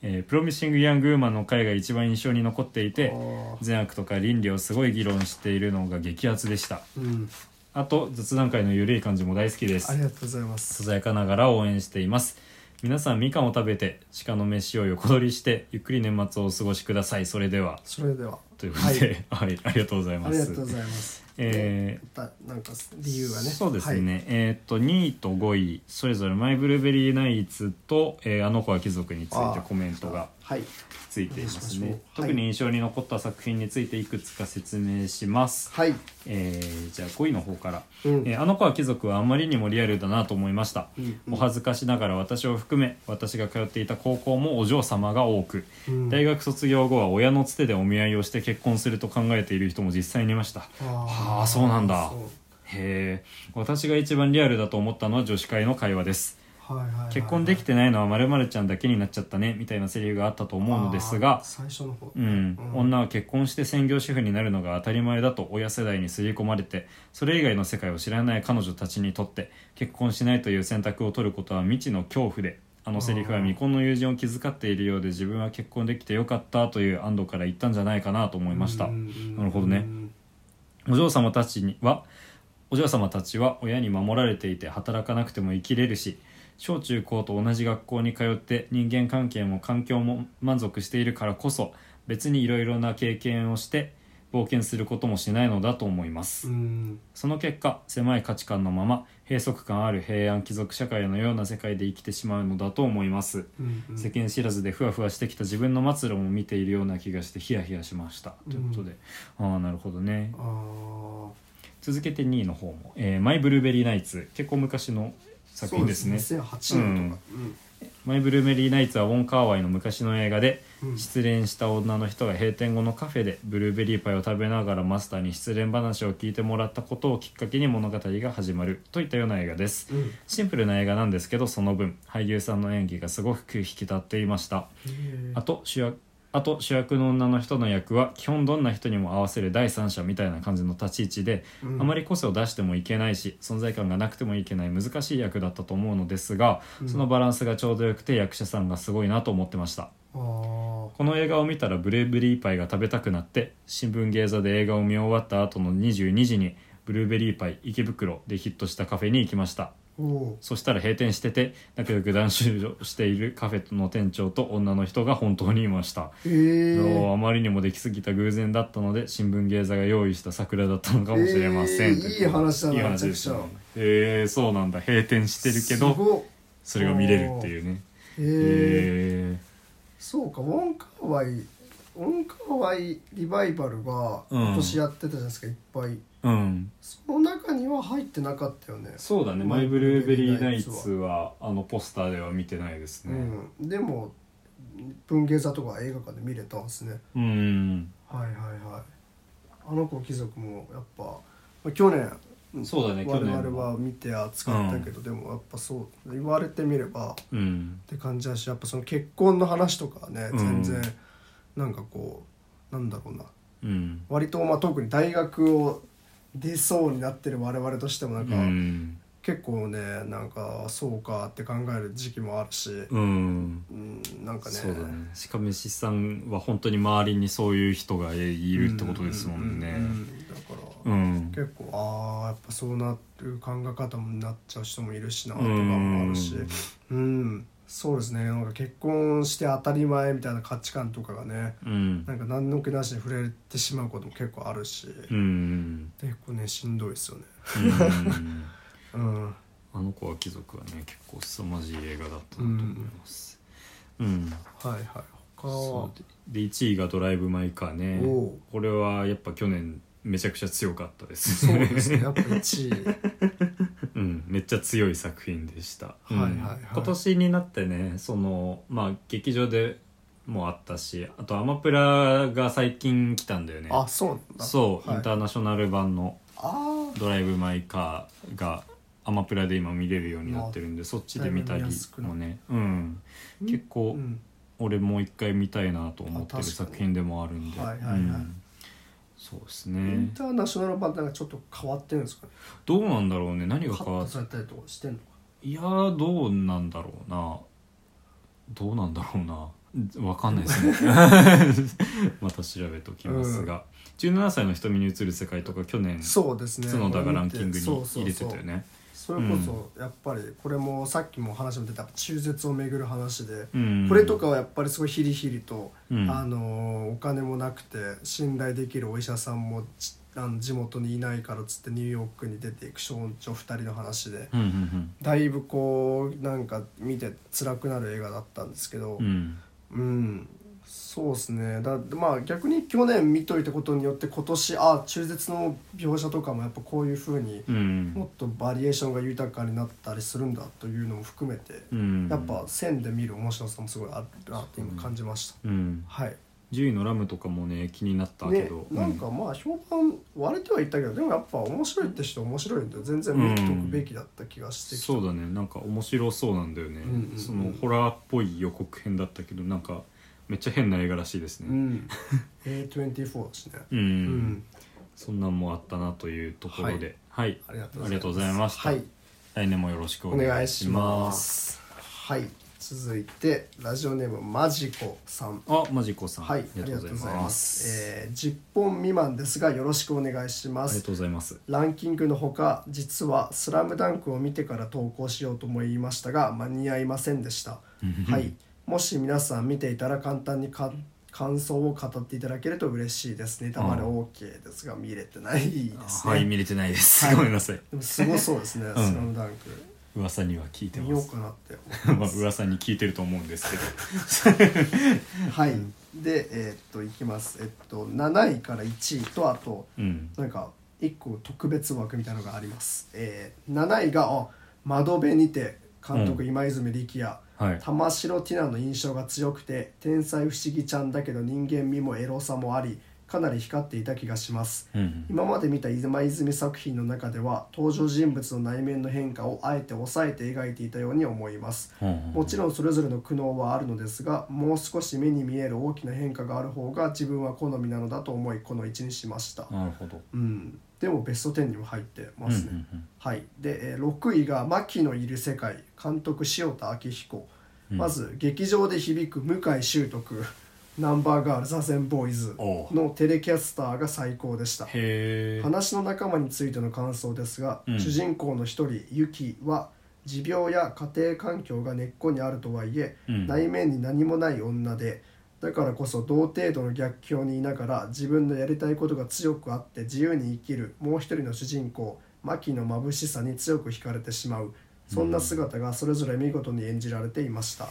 [SPEAKER 1] えープロミシング・ヤング・ウーマンの回が一番印象に残ってい
[SPEAKER 2] あ
[SPEAKER 1] て
[SPEAKER 2] ー
[SPEAKER 1] 善悪とか倫理をすごい議論しているのが激アツでした
[SPEAKER 2] うん、
[SPEAKER 1] あと雑談会の緩い感じも大好きで
[SPEAKER 2] あり
[SPEAKER 1] す
[SPEAKER 2] がとうございます。
[SPEAKER 1] ささやかながら応援しています皆さんみかんを食べて鹿の飯を横取りしてゆっくり年末をお過ごしくださいそれでは
[SPEAKER 2] それでは、
[SPEAKER 1] ということで、はいありがとうござい
[SPEAKER 2] あ
[SPEAKER 1] ま
[SPEAKER 2] り
[SPEAKER 1] す
[SPEAKER 2] がとうございます。
[SPEAKER 1] えー
[SPEAKER 2] またなんか理由がね、
[SPEAKER 1] そうですね、えーっと2位と5位それぞれ「マイ・ブルーベリー・ナイツ」と、えーあの子は貴族」についてコメントが
[SPEAKER 2] はい。
[SPEAKER 1] ついていますね、
[SPEAKER 2] はい
[SPEAKER 1] 特に印象に残った作品についていくつか説明します、
[SPEAKER 2] はい、はい、
[SPEAKER 1] えーじゃあ5位の方から、
[SPEAKER 2] うん
[SPEAKER 1] えーあの子は貴族」はあまりにもリアルだなと思いました、
[SPEAKER 2] うん
[SPEAKER 1] お恥ずかしながら私を含め私が通っていた高校もお嬢様が多く、
[SPEAKER 2] うん
[SPEAKER 1] 大学卒業後は親のつてでお見合いをして結婚すると考えている人も実際にいましたはあそうなんだ
[SPEAKER 2] そう
[SPEAKER 1] へえ私が一番リアルだと思ったのは女子会の会話です
[SPEAKER 2] はいはいはい
[SPEAKER 1] 結婚できてないのは〇〇ちゃんだけになっちゃったねみたいなセリフがあったと思うのです
[SPEAKER 2] あー
[SPEAKER 1] が
[SPEAKER 2] 最初の方、
[SPEAKER 1] うん、
[SPEAKER 2] うん
[SPEAKER 1] 女は結婚して専業主婦になるのが当たり前だと親世代に刷り込まれてそれ以外の世界を知らない彼女たちにとって結婚しないという選択を取ることは未知の恐怖であのセリフは
[SPEAKER 2] あー
[SPEAKER 1] 未婚の友人を気遣っているようで自分は結婚できてよかったという安堵から言ったんじゃないかなと思いましたな
[SPEAKER 2] な
[SPEAKER 1] るほどねお嬢様たちにはお嬢様たちは親に守られていて働かなくても生きれるし小中高と同じ学校に通って人間関係も環境も満足しているからこそ別にいろいろな経験をして冒険することもしないのだと思います、
[SPEAKER 2] うん
[SPEAKER 1] その結果狭い価値観のまま閉塞感ある平安貴族社会のような世界で生きてしまうのだと思います、
[SPEAKER 2] うんうん
[SPEAKER 1] 世間知らずでふわふわしてきた自分の末路も見ているような気がしてヒヤヒヤしました、ということでああなるほどね
[SPEAKER 2] あー
[SPEAKER 1] 続けて2位の方も「えーマイ・ブルーベリー・ナイツ」結構昔の作品ですね
[SPEAKER 2] そうですね2008年とか、
[SPEAKER 1] マイ・ブルーベリー・ナイツはウォン・カーワイの昔の映画で
[SPEAKER 2] うんうん
[SPEAKER 1] 失恋した女の人が閉店後のカフェでブルーベリーパイを食べながらマスターに失恋話を聞いてもらったことをきっかけに物語が始まるといったような映画です
[SPEAKER 2] うん
[SPEAKER 1] シンプルな映画なんですけどその分俳優さんの演技がすごく引き立っていましたあと主役あと主役の女の人の役は基本どんな人にも合わせる第三者みたいな感じの立ち位置で
[SPEAKER 2] うん
[SPEAKER 1] あまり個性を出してもいけないし存在感がなくてもいけない難しい役だったと思うのですが、
[SPEAKER 2] うん
[SPEAKER 1] そのバランスがちょうどよくて役者さんがすごいなと思ってました
[SPEAKER 2] あー
[SPEAKER 1] この映画を見たらブルーベリーパイが食べたくなって新聞芸座で映画を見終わった後の22時にブルーベリーパイ池袋でヒットしたカフェに行きました
[SPEAKER 2] おー
[SPEAKER 1] そしたら閉店してて仲良く談笑しているカフェの店長と女の人が本当にいました
[SPEAKER 2] え
[SPEAKER 1] もう
[SPEAKER 2] ー
[SPEAKER 1] あまりにもできすぎた偶然だったので新聞芸座が用意した桜だったのかもしれません、
[SPEAKER 2] えーいい話だない
[SPEAKER 1] い話ですよ
[SPEAKER 2] めち
[SPEAKER 1] ね
[SPEAKER 2] ゃくち
[SPEAKER 1] えー、そうなんだ閉店してるけ
[SPEAKER 2] す
[SPEAKER 1] ど
[SPEAKER 2] ごっ
[SPEAKER 1] それが見れるっていうね
[SPEAKER 2] え
[SPEAKER 1] えー、
[SPEAKER 2] ーそうかウォンカワイウォンカワイリバイバルが
[SPEAKER 1] うん
[SPEAKER 2] 今年やってたじゃないですか、いっぱい
[SPEAKER 1] うん
[SPEAKER 2] その中には入ってなかったよね
[SPEAKER 1] そうだね「マイ・ブルーベリー・ナイツは」あのポスターでは見てないですね
[SPEAKER 2] うん、でも文芸座とか映画館で見れたんですね
[SPEAKER 1] うん、
[SPEAKER 2] はいはいはいあの子貴族もやっぱまあ去年
[SPEAKER 1] そうだね去
[SPEAKER 2] 我
[SPEAKER 1] 年
[SPEAKER 2] 々は見て扱ったけど、でもやっぱそう言われてみれば
[SPEAKER 1] うん
[SPEAKER 2] って感じだしやっぱその結婚の話とかはね
[SPEAKER 1] うん
[SPEAKER 2] 全然なんかこうなんだろうな
[SPEAKER 1] うん
[SPEAKER 2] 割とまあ特に大学を出そうになってる我々としてもな
[SPEAKER 1] う
[SPEAKER 2] んか、
[SPEAKER 1] ん
[SPEAKER 2] 結構ねなんかそうかって考える時期もあるし、
[SPEAKER 1] うん
[SPEAKER 2] うん、なんかね
[SPEAKER 1] そうだねしかめしさんは本当に周りにそういう人がいるってことですもんね
[SPEAKER 2] うううんだから、
[SPEAKER 1] うん
[SPEAKER 2] 結構ああやっぱそうなる考え方になっちゃう人もいるしなと
[SPEAKER 1] う
[SPEAKER 2] かもあ
[SPEAKER 1] ん
[SPEAKER 2] るしうん、そうですねなんか結婚して当たり前みたいな価値観とかがね
[SPEAKER 1] うん
[SPEAKER 2] なんか何の気なしに触れてしまうことも結構あるし、
[SPEAKER 1] うん
[SPEAKER 2] 結構ねしんどいですよね
[SPEAKER 1] うん
[SPEAKER 2] うん
[SPEAKER 1] *laughs* あの子は貴族はね結構凄まじい映画だったなと思いますうん、
[SPEAKER 2] はいはい他は
[SPEAKER 1] そうでで1位が「ドライブ・マイ・カーね」
[SPEAKER 2] おう
[SPEAKER 1] これはやっぱ去年めちゃくちゃ強かったです
[SPEAKER 2] そうですねやっぱ1位
[SPEAKER 1] *laughs* うん、めっちゃ強い作品でした、
[SPEAKER 2] いはいはい
[SPEAKER 1] うん今年になってねそのまあ劇場でもあったしあとアマプラが最近来たんだよね
[SPEAKER 2] あそうなんだ
[SPEAKER 1] そう、
[SPEAKER 2] はい
[SPEAKER 1] インターナショナル版の
[SPEAKER 2] あ
[SPEAKER 1] 「ドライブ・マイ・カー」がアマプラで今見れるようになってるんでそっちで見たり
[SPEAKER 2] だいぶ見やすくな
[SPEAKER 1] もね、うん、
[SPEAKER 2] ー
[SPEAKER 1] 結
[SPEAKER 2] う
[SPEAKER 1] 構
[SPEAKER 2] ん
[SPEAKER 1] 俺もう一回見たいなと思って
[SPEAKER 2] あ確か
[SPEAKER 1] る
[SPEAKER 2] に
[SPEAKER 1] 作品でもあるんで、
[SPEAKER 2] はいはいはい
[SPEAKER 1] うんそうです
[SPEAKER 2] イ
[SPEAKER 1] ね
[SPEAKER 2] ンターナショナル版ってなんかちょっと変わってるんですかね
[SPEAKER 1] どうなんだろうね何が
[SPEAKER 2] カ
[SPEAKER 1] 変わ
[SPEAKER 2] ッ
[SPEAKER 1] っ
[SPEAKER 2] トされたりとかしてんのか
[SPEAKER 1] いやーどうなんだろうなどうなんだろうなわかんない
[SPEAKER 2] *laughs*
[SPEAKER 1] ですねまた調べときますが、17歳の瞳に映る世界とか去年
[SPEAKER 2] そうですね
[SPEAKER 1] 角田がランキングに
[SPEAKER 2] そうそうそう
[SPEAKER 1] 入れてたよね
[SPEAKER 2] それこそやっぱりこれもさっきも話も出た中絶をめぐる話で、
[SPEAKER 1] うん
[SPEAKER 2] これとかはやっぱりすごいヒリヒリと、
[SPEAKER 1] うん
[SPEAKER 2] あのお金もなくて信頼できるお医者さんもちあの地元にいないからっつってニューヨークに出ていく少女2人の話で
[SPEAKER 1] うんうん
[SPEAKER 2] だいぶこうなんか見て辛くなる映画だったんですけど、
[SPEAKER 1] うんうん
[SPEAKER 2] うんそうですねだまあ逆に去年見といたことによって今年あ中絶の描写とかもやっぱこういうふうに
[SPEAKER 1] うん
[SPEAKER 2] もっとバリエーションが豊かになったりするんだというのも含めて、
[SPEAKER 1] うん
[SPEAKER 2] やっぱ線で見る面白さもすごいあるなって今感じました、
[SPEAKER 1] うん
[SPEAKER 2] はい
[SPEAKER 1] 10位のラムとかもね気になったけ
[SPEAKER 2] で
[SPEAKER 1] ど、
[SPEAKER 2] なんかまあ評判割れてはいったけどでもやっぱ面白いって人は面白いんで全然見とくべきだった気がしてきた、
[SPEAKER 1] そうだねなんか面白そうなんだよね、
[SPEAKER 2] うんうんうん
[SPEAKER 1] そのホラーっぽい予告編だったけどなんかめっちゃ変な映画らしいです
[SPEAKER 2] う
[SPEAKER 1] ね
[SPEAKER 2] ん A24 だしね
[SPEAKER 1] うん、
[SPEAKER 2] うん
[SPEAKER 1] そんなんもあったなというところではい、
[SPEAKER 2] ありが
[SPEAKER 1] ありがとうございました
[SPEAKER 2] はい
[SPEAKER 1] 来年もよろしくお
[SPEAKER 2] お願
[SPEAKER 1] 願
[SPEAKER 2] い
[SPEAKER 1] いし
[SPEAKER 2] しま
[SPEAKER 1] ます
[SPEAKER 2] すはい続いてラジオネームマジコさん
[SPEAKER 1] あマジコさん、
[SPEAKER 2] はい
[SPEAKER 1] あ
[SPEAKER 2] あ
[SPEAKER 1] り
[SPEAKER 2] り
[SPEAKER 1] が
[SPEAKER 2] が
[SPEAKER 1] と
[SPEAKER 2] と
[SPEAKER 1] う
[SPEAKER 2] う
[SPEAKER 1] ござ
[SPEAKER 2] ござ
[SPEAKER 1] い
[SPEAKER 2] い
[SPEAKER 1] ま
[SPEAKER 2] ますすえー10本未満ですがよろしくお願いしま
[SPEAKER 1] ありが
[SPEAKER 2] す
[SPEAKER 1] とうございます
[SPEAKER 2] ランキングのほか実は「スラムダンクを見てから投稿しようと思いましたが間に合いませんでした、はい、もし皆さん見ていたら簡単にか感想を語っていただけると嬉しいですネタバレ
[SPEAKER 1] う
[SPEAKER 2] OK ですが見れてないですね、
[SPEAKER 1] はい見れてないです、
[SPEAKER 2] はい
[SPEAKER 1] ごめんなさい
[SPEAKER 2] でもすごそうですね「
[SPEAKER 1] ん
[SPEAKER 2] スラムダンク
[SPEAKER 1] 噂には聞いて
[SPEAKER 2] 見よ
[SPEAKER 1] ま
[SPEAKER 2] う
[SPEAKER 1] す
[SPEAKER 2] かなって思って
[SPEAKER 1] まあ *laughs* 噂に聞いてると思うんですけど
[SPEAKER 2] はいでえーっといきますえっと7位から1位とあと
[SPEAKER 1] うん
[SPEAKER 2] なんか一個特別枠みたいなのがあります、えー、7位があ「窓辺にて」監督
[SPEAKER 1] うん
[SPEAKER 2] 今泉力也、
[SPEAKER 1] はい
[SPEAKER 2] 玉城ティナの印象が強くて天才不思議ちゃんだけど人間味もエロさもありかなり光っていた気がします
[SPEAKER 1] うん
[SPEAKER 2] 今まで見た今泉作品の中では登場人物の内面の変化をあえて抑えて描いていたように思いますもちろんそれぞれの苦悩はあるのですがもう少し目に見える大きな変化がある方が自分は好みなのだと思いこの1にしました
[SPEAKER 1] なるほど
[SPEAKER 2] うん、でもベスト10にも入ってますね。
[SPEAKER 1] うんうんうん
[SPEAKER 2] はい、で、えー6位が「牧のいる世界」監督塩田明彦、
[SPEAKER 1] うん
[SPEAKER 2] まず劇場で響く向井秀徳ナンバーガールザゼンボーイズ
[SPEAKER 1] おう
[SPEAKER 2] のテレキャスターが最高でした
[SPEAKER 1] へえ
[SPEAKER 2] 話の仲間についての感想ですが、
[SPEAKER 1] うん
[SPEAKER 2] 主人公の一人ユキは持病や家庭環境が根っこにあるとはいえ、
[SPEAKER 1] うん
[SPEAKER 2] 内面に何もない女でだからこそ同程度の逆境にいながら自分のやりたいことが強くあって自由に生きるもう一人の主人公マキの眩しさに強く惹かれてしまうそんな姿がそれぞれ見事に演じられていました、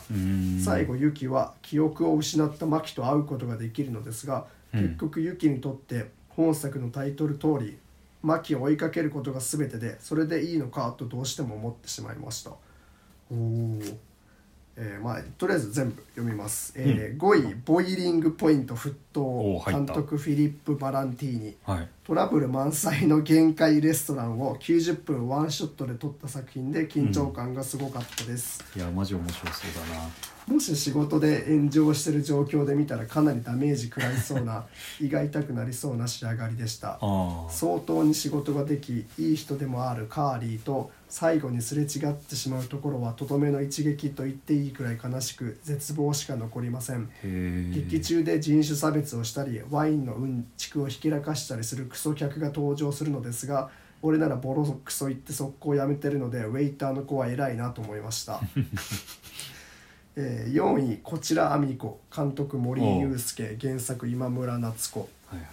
[SPEAKER 2] 最後ユキは記憶を失ったマキと会うことができるのですが、
[SPEAKER 1] うん
[SPEAKER 2] 結局ユキにとって本作のタイトル通りマキを追いかけることが全てでそれでいいのかとどうしても思ってしまいましたおーえーまあ、とりあえず全部読みます、えー5位ボイリングポイント沸
[SPEAKER 1] お
[SPEAKER 2] 騰
[SPEAKER 1] ー入っ
[SPEAKER 2] 監
[SPEAKER 1] た
[SPEAKER 2] 督フィリップ・バランティーニ
[SPEAKER 1] はい
[SPEAKER 2] トラブル満載の限界レストランを90分ワンショットで撮った作品で緊張感がすごかったです、
[SPEAKER 1] いやマジ面白そうだな
[SPEAKER 2] もし仕事で炎上してる状況で見たらかなりダメージ食らいそうな胃が痛くなりそうな仕上がりでした
[SPEAKER 1] ああ
[SPEAKER 2] 相当に仕事ができいい人でもあるカーリーと最後にすれ違ってしまうところはとどめの一撃と言っていいくらい悲しく絶望しか残りません
[SPEAKER 1] へえ
[SPEAKER 2] 劇中で人種差別をしたりワインのうんちくをひけらかしたりするクソ客が登場するのですが俺ならボロクソ言って速攻やめてるのでウェイターの子は偉いなと思いました、えー4位こちらアミコ監督森井祐介原作今村夏子
[SPEAKER 1] はいはい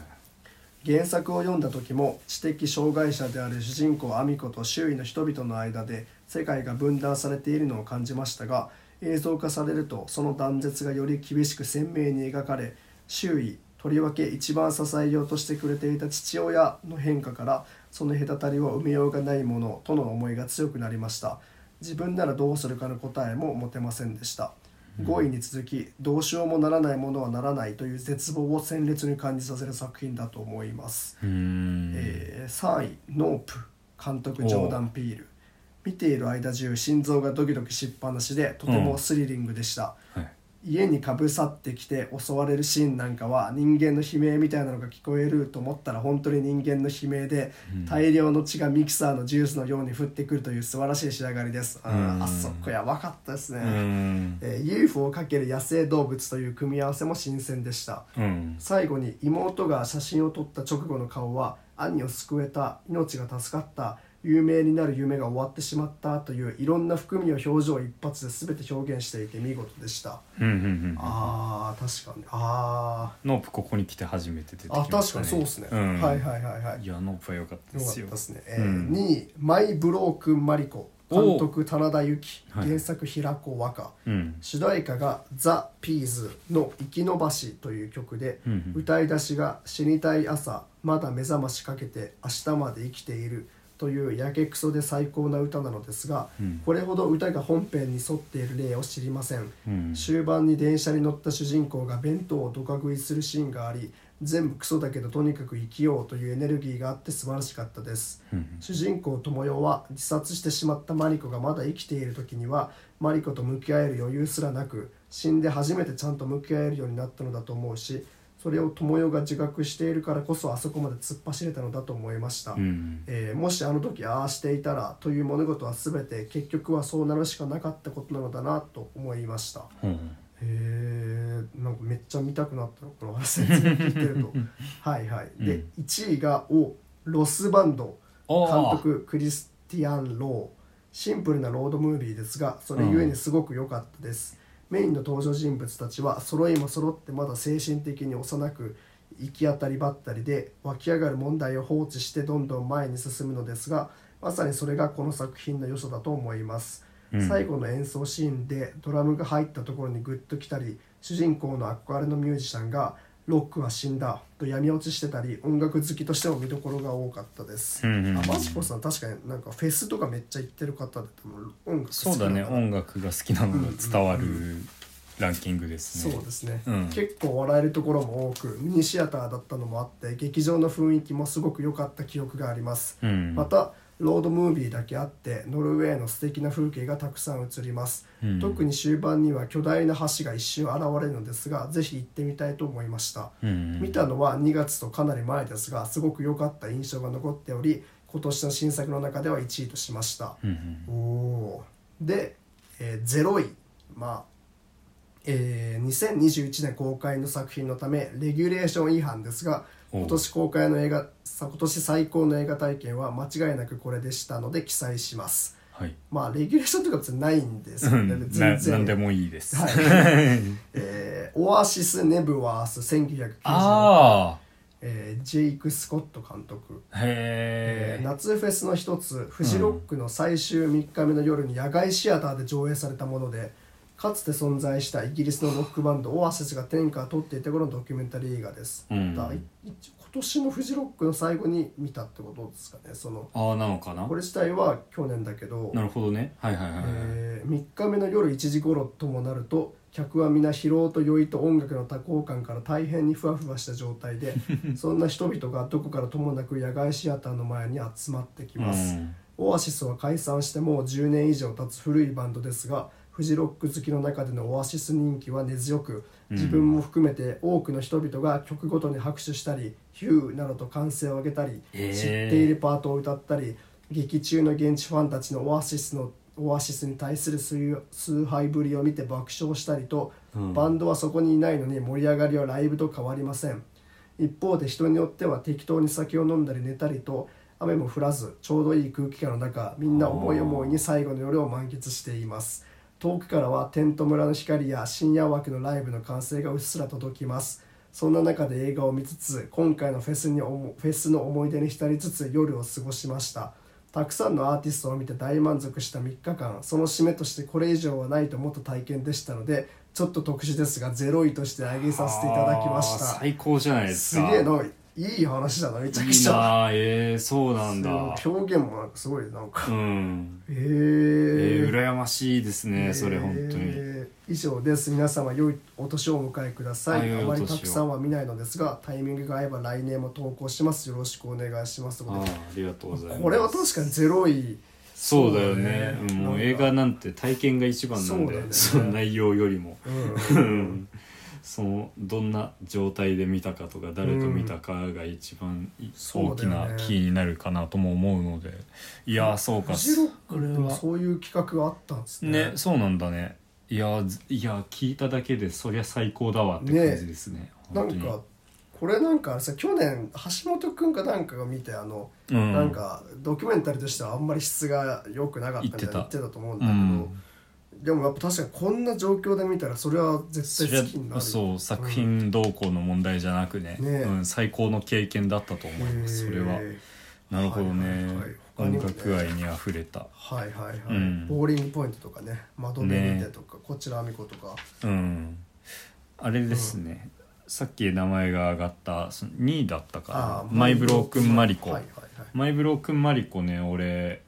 [SPEAKER 2] 原作を読んだ時も知的障害者である主人公アミコと周囲の人々の間で世界が分断されているのを感じましたが映像化されるとその断絶がより厳しく鮮明に描かれ周囲とりわけ一番支えようとしてくれていた父親の変化からその隔たりを埋めようがないものとの思いが強くなりました自分ならどうするかの答えも持てませんでした5位に続きどうしようもならないものはならないという絶望を鮮烈に感じさせる作品だと思います、
[SPEAKER 1] うーん
[SPEAKER 2] えー3位「ノープ」監督
[SPEAKER 1] おう
[SPEAKER 2] ジョーダン・ピール見ている間中心臓がドキドキしっぱなしでとてもスリリングでした、
[SPEAKER 1] はい
[SPEAKER 2] 家にかぶさってきて襲われるシーンなんかは人間の悲鳴みたいなのが聞こえると思ったら本当に人間の悲鳴で大量の血がミキサーのジュースのように降ってくるという素晴らしい仕上がりです、あ
[SPEAKER 1] う
[SPEAKER 2] ー
[SPEAKER 1] ん
[SPEAKER 2] あそこやばかったですね、
[SPEAKER 1] うーん
[SPEAKER 2] えー UFO かける野生動物という組み合わせも新鮮でした
[SPEAKER 1] うん
[SPEAKER 2] 最後に妹が写真を撮った直後の顔は兄を救えた命が助かった有名になる夢が終わってしまったといういろんな含みを表情一発で全て表現していて見事でした
[SPEAKER 1] うんうんうん
[SPEAKER 2] あー確かにあ
[SPEAKER 1] ノープここに来て初めて出てき
[SPEAKER 2] ーあ
[SPEAKER 1] ましたね
[SPEAKER 2] 確かにそうですね、
[SPEAKER 1] ん
[SPEAKER 2] はいはいはいはい
[SPEAKER 1] いやノープは良かったで
[SPEAKER 2] よかっ
[SPEAKER 1] す
[SPEAKER 2] た
[SPEAKER 1] よ
[SPEAKER 2] ですね、え
[SPEAKER 1] うん
[SPEAKER 2] 2位「マイ・ブロークン・マリコ」監督棚田由紀
[SPEAKER 1] はい
[SPEAKER 2] 原作平子和歌、
[SPEAKER 1] うん
[SPEAKER 2] 主題歌が「ザ・ピーズの「生き延ばし」という曲で、
[SPEAKER 1] うんうん
[SPEAKER 2] 歌い出しが「死にたい朝まだ目覚ましかけて明日まで生きている」というやけくそで最高な歌なのですが、
[SPEAKER 1] うん
[SPEAKER 2] これほど歌が本編に沿っている例を知りません、
[SPEAKER 1] うん
[SPEAKER 2] 終盤に電車に乗った主人公が弁当をドカ食いするシーンがあり全部クソだけどとにかく生きようというエネルギーがあって素晴らしかったです、
[SPEAKER 1] うん
[SPEAKER 2] 主人公友よは自殺してしまったマリコがまだ生きている時にはマリコと向き合える余裕すらなく死んで初めてちゃんと向き合えるようになったのだと思うしそれを友よが自覚しているからこそあそこまで突っ走れたのだと思いました、
[SPEAKER 1] うん
[SPEAKER 2] えーもしあの時ああしていたらという物事は全て結局はそうなるしかなかったことなのだなと思いました
[SPEAKER 1] ほうん
[SPEAKER 2] へえなんかめっちゃ見たくなったのこの話説明聞いて
[SPEAKER 1] *laughs*
[SPEAKER 2] るとはいはい、で1位が「おロスバンド」
[SPEAKER 1] ああ
[SPEAKER 2] 監督クリスティアン・ローシンプルなロードムービーですがそれゆえにすごく良かったです、メインの登場人物たちは揃いも揃ってまだ精神的に幼く行き当たりばったりで湧き上がる問題を放置してどんどん前に進むのですがまさにそれがこの作品の良さだと思います、
[SPEAKER 1] うん
[SPEAKER 2] 最後の演奏シーンでドラムが入ったところにグッときたり主人公の憧れのミュージシャンが「ロックは死んだ」と闇落ちしてたり音楽好きとしても見どころが多かったです、
[SPEAKER 1] うんうんうん
[SPEAKER 2] あマジコさん確かになんかフェスとかめっちゃ行ってる方で音楽好き
[SPEAKER 1] そうだね
[SPEAKER 2] なんな
[SPEAKER 1] 音楽が好きなのが伝わるランキングです
[SPEAKER 2] そ
[SPEAKER 1] ね
[SPEAKER 2] うですね、
[SPEAKER 1] うん
[SPEAKER 2] 結構笑えるところも多くミニシアターだったのもあって劇場の雰囲気もすごく良かった記憶があります、
[SPEAKER 1] うん
[SPEAKER 2] またロードムービーだけあってノルウェーの素敵な風景がたくさん映ります、
[SPEAKER 1] うん
[SPEAKER 2] 特に終盤には巨大な橋が一瞬現れるのですがぜひ行ってみたいと思いました、
[SPEAKER 1] うん
[SPEAKER 2] 見たのは2月とかなり前ですがすごく良かった印象が残っており今年の新作の中では1位としました、
[SPEAKER 1] うん
[SPEAKER 2] おーで、えー0位、まあえー2021年公開の作品のためレギュレーション違反ですが
[SPEAKER 1] おう
[SPEAKER 2] 今年公開の映画さ今年最高の映画体験は間違いなくこれでしたので記載します
[SPEAKER 1] はい
[SPEAKER 2] まあレギュレーションとか別にないんです
[SPEAKER 1] う
[SPEAKER 2] よね
[SPEAKER 1] んな
[SPEAKER 2] *laughs* 全
[SPEAKER 1] なんで
[SPEAKER 2] 然
[SPEAKER 1] もいいです
[SPEAKER 2] はいえーオアシス・ネブワース1990、
[SPEAKER 1] *laughs* あ
[SPEAKER 2] えージェイク・スコット監督
[SPEAKER 1] あへえ
[SPEAKER 2] 夏フェスの一つフジロックの最終3日目の夜に野外シアターで上映されたものでかつて存在したイギリスのロックバンドオアシスが天下を取っていた頃のドキュメンタリー映画です、
[SPEAKER 1] うん
[SPEAKER 2] だからい一応今年のフジロックの最後に見たってことですかねその
[SPEAKER 1] ああなのかな
[SPEAKER 2] これ自体は去年だけど、
[SPEAKER 1] なるほどねはいはいはいはい
[SPEAKER 2] え3日目の夜1時頃ともなると客は皆疲労と酔いと音楽の多幸感から大変にふわふわした状
[SPEAKER 1] *laughs*
[SPEAKER 2] 態でそんな人々がどこからともなく野外シアターの前に集まってきます、
[SPEAKER 1] うん
[SPEAKER 2] オアシスは解散してもう10年以上経つ古いバンドですがフジロック好きの中でのオアシス人気は根強く自分も含めて多くの人々が曲ごとに拍手したり「ヒュー」などと歓声を上げたり、
[SPEAKER 1] へー
[SPEAKER 2] 知っているパートを歌ったり劇中の現地ファンたちのオアシスのオアシスに対する崇崇拝ぶりを見て爆笑したりと、
[SPEAKER 1] うん
[SPEAKER 2] バンドはそこにいないのに盛り上がりはライブと変わりません一方で人によっては適当に酒を飲んだり寝たりと雨も降らずちょうどいい空気感の中みんな思い思いに最後の夜を満喫しています遠くからはテント村の光や深夜枠のライブの歓声がうっすら届きますそんな中で映画を見つつ今回のフェスに思フェスの思い出に浸りつつ夜を過ごしましたたくさんのアーティストを見て大満足した3日間その締めとしてこれ以上はないと思った体験でしたのでちょっと特殊ですが0位として挙げさせていただきまし
[SPEAKER 1] あー
[SPEAKER 2] た
[SPEAKER 1] 最高じゃないです
[SPEAKER 2] す
[SPEAKER 1] か
[SPEAKER 2] げえないい話だなめちゃく
[SPEAKER 1] いい
[SPEAKER 2] ちゃ
[SPEAKER 1] なあえー、そうなんだ
[SPEAKER 2] すごい表現もなんかすごいなんか、
[SPEAKER 1] うん
[SPEAKER 2] へえ
[SPEAKER 1] えー、
[SPEAKER 2] ー、
[SPEAKER 1] 羨ましいですね、それ本当に
[SPEAKER 2] えー以上です皆様良いお年をお迎えくださ
[SPEAKER 1] はい
[SPEAKER 2] い
[SPEAKER 1] 良い
[SPEAKER 2] あ
[SPEAKER 1] お
[SPEAKER 2] ま
[SPEAKER 1] 年を
[SPEAKER 2] りたくさんは見ないのですがタイミングが合えば来年も投稿しますよろしくお願いします
[SPEAKER 1] ああありがとうございます
[SPEAKER 2] これは確かに0位
[SPEAKER 1] そうだよね
[SPEAKER 2] そう
[SPEAKER 1] う
[SPEAKER 2] だね
[SPEAKER 1] んも
[SPEAKER 2] なん
[SPEAKER 1] う
[SPEAKER 2] か
[SPEAKER 1] 映画なんて体験が一番なん
[SPEAKER 2] そうだよ
[SPEAKER 1] で
[SPEAKER 2] ね
[SPEAKER 1] その内容よりも
[SPEAKER 2] うん
[SPEAKER 1] うん *laughs* そのどんな状態で見たかとか誰と見たかが一番い
[SPEAKER 2] そ
[SPEAKER 1] 大
[SPEAKER 2] うだ
[SPEAKER 1] き
[SPEAKER 2] よね
[SPEAKER 1] なキーになるかなとも思うのでいやーそうか
[SPEAKER 2] フジロッ
[SPEAKER 1] これ
[SPEAKER 2] でも
[SPEAKER 1] は
[SPEAKER 2] そういう企画があったんですね
[SPEAKER 1] ねそうなんだねいやーずいやー聞いただけでそりゃ最高だわって感じですね
[SPEAKER 2] な
[SPEAKER 1] 本当
[SPEAKER 2] ん
[SPEAKER 1] に
[SPEAKER 2] かこれなんかさ去年橋本くんかなんかが見てあの、
[SPEAKER 1] うん
[SPEAKER 2] なんかドキュメンタリーとしてはあんまり質が良くなかったみたいな
[SPEAKER 1] 言
[SPEAKER 2] 言
[SPEAKER 1] っ
[SPEAKER 2] っててたと思うん
[SPEAKER 1] う
[SPEAKER 2] だけど、
[SPEAKER 1] ん
[SPEAKER 2] でもやっぱ確かにこんな状況で見たらそれは
[SPEAKER 1] そ
[SPEAKER 2] 絶
[SPEAKER 1] り
[SPEAKER 2] 対好きにな
[SPEAKER 1] ゃ
[SPEAKER 2] る
[SPEAKER 1] そう作品どうこうの問題じゃなくね,、
[SPEAKER 2] ね
[SPEAKER 1] うん、最高の経験だったと思いますそれは
[SPEAKER 2] へ
[SPEAKER 1] なるほどね、
[SPEAKER 2] はいはいはい他にも
[SPEAKER 1] 音
[SPEAKER 2] ね
[SPEAKER 1] 楽愛にあふれた
[SPEAKER 2] ーはいはいはい、
[SPEAKER 1] うん
[SPEAKER 2] ボーリングポイントとかね窓辺見てとか、こちらあみことか
[SPEAKER 1] うんあれですね、さっき名前が上がったその2位だったかなマイブロークンマリコ、
[SPEAKER 2] はいはいはい
[SPEAKER 1] マイブロークンマリコね俺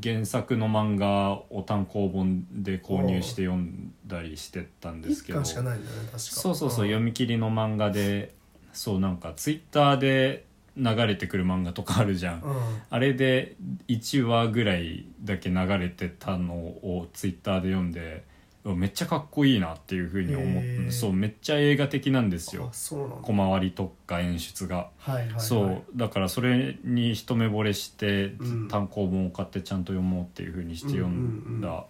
[SPEAKER 1] 原作の漫画を単行本で購入して読んだりしてたんです
[SPEAKER 2] 一
[SPEAKER 1] けど
[SPEAKER 2] 巻しかないんだよね確か
[SPEAKER 1] そうそうそう、
[SPEAKER 2] ん
[SPEAKER 1] 読み切りの漫画でそうなんかツイッターで流れてくる漫画とかあるじゃん、
[SPEAKER 2] うん
[SPEAKER 1] あれで1話ぐらいだけ流れてたのをツイッターで読んでうわめっちゃかっこいいなっていうふうに思っ
[SPEAKER 2] へー
[SPEAKER 1] そうめっちゃ映画的なんですよ
[SPEAKER 2] あそうなんだ
[SPEAKER 1] 小回り特化演出が。
[SPEAKER 2] はいはいはい
[SPEAKER 1] そうだからそれに一目惚れして、
[SPEAKER 2] うん
[SPEAKER 1] 単行本を買ってちゃんと読もうっていうふうにして読んだ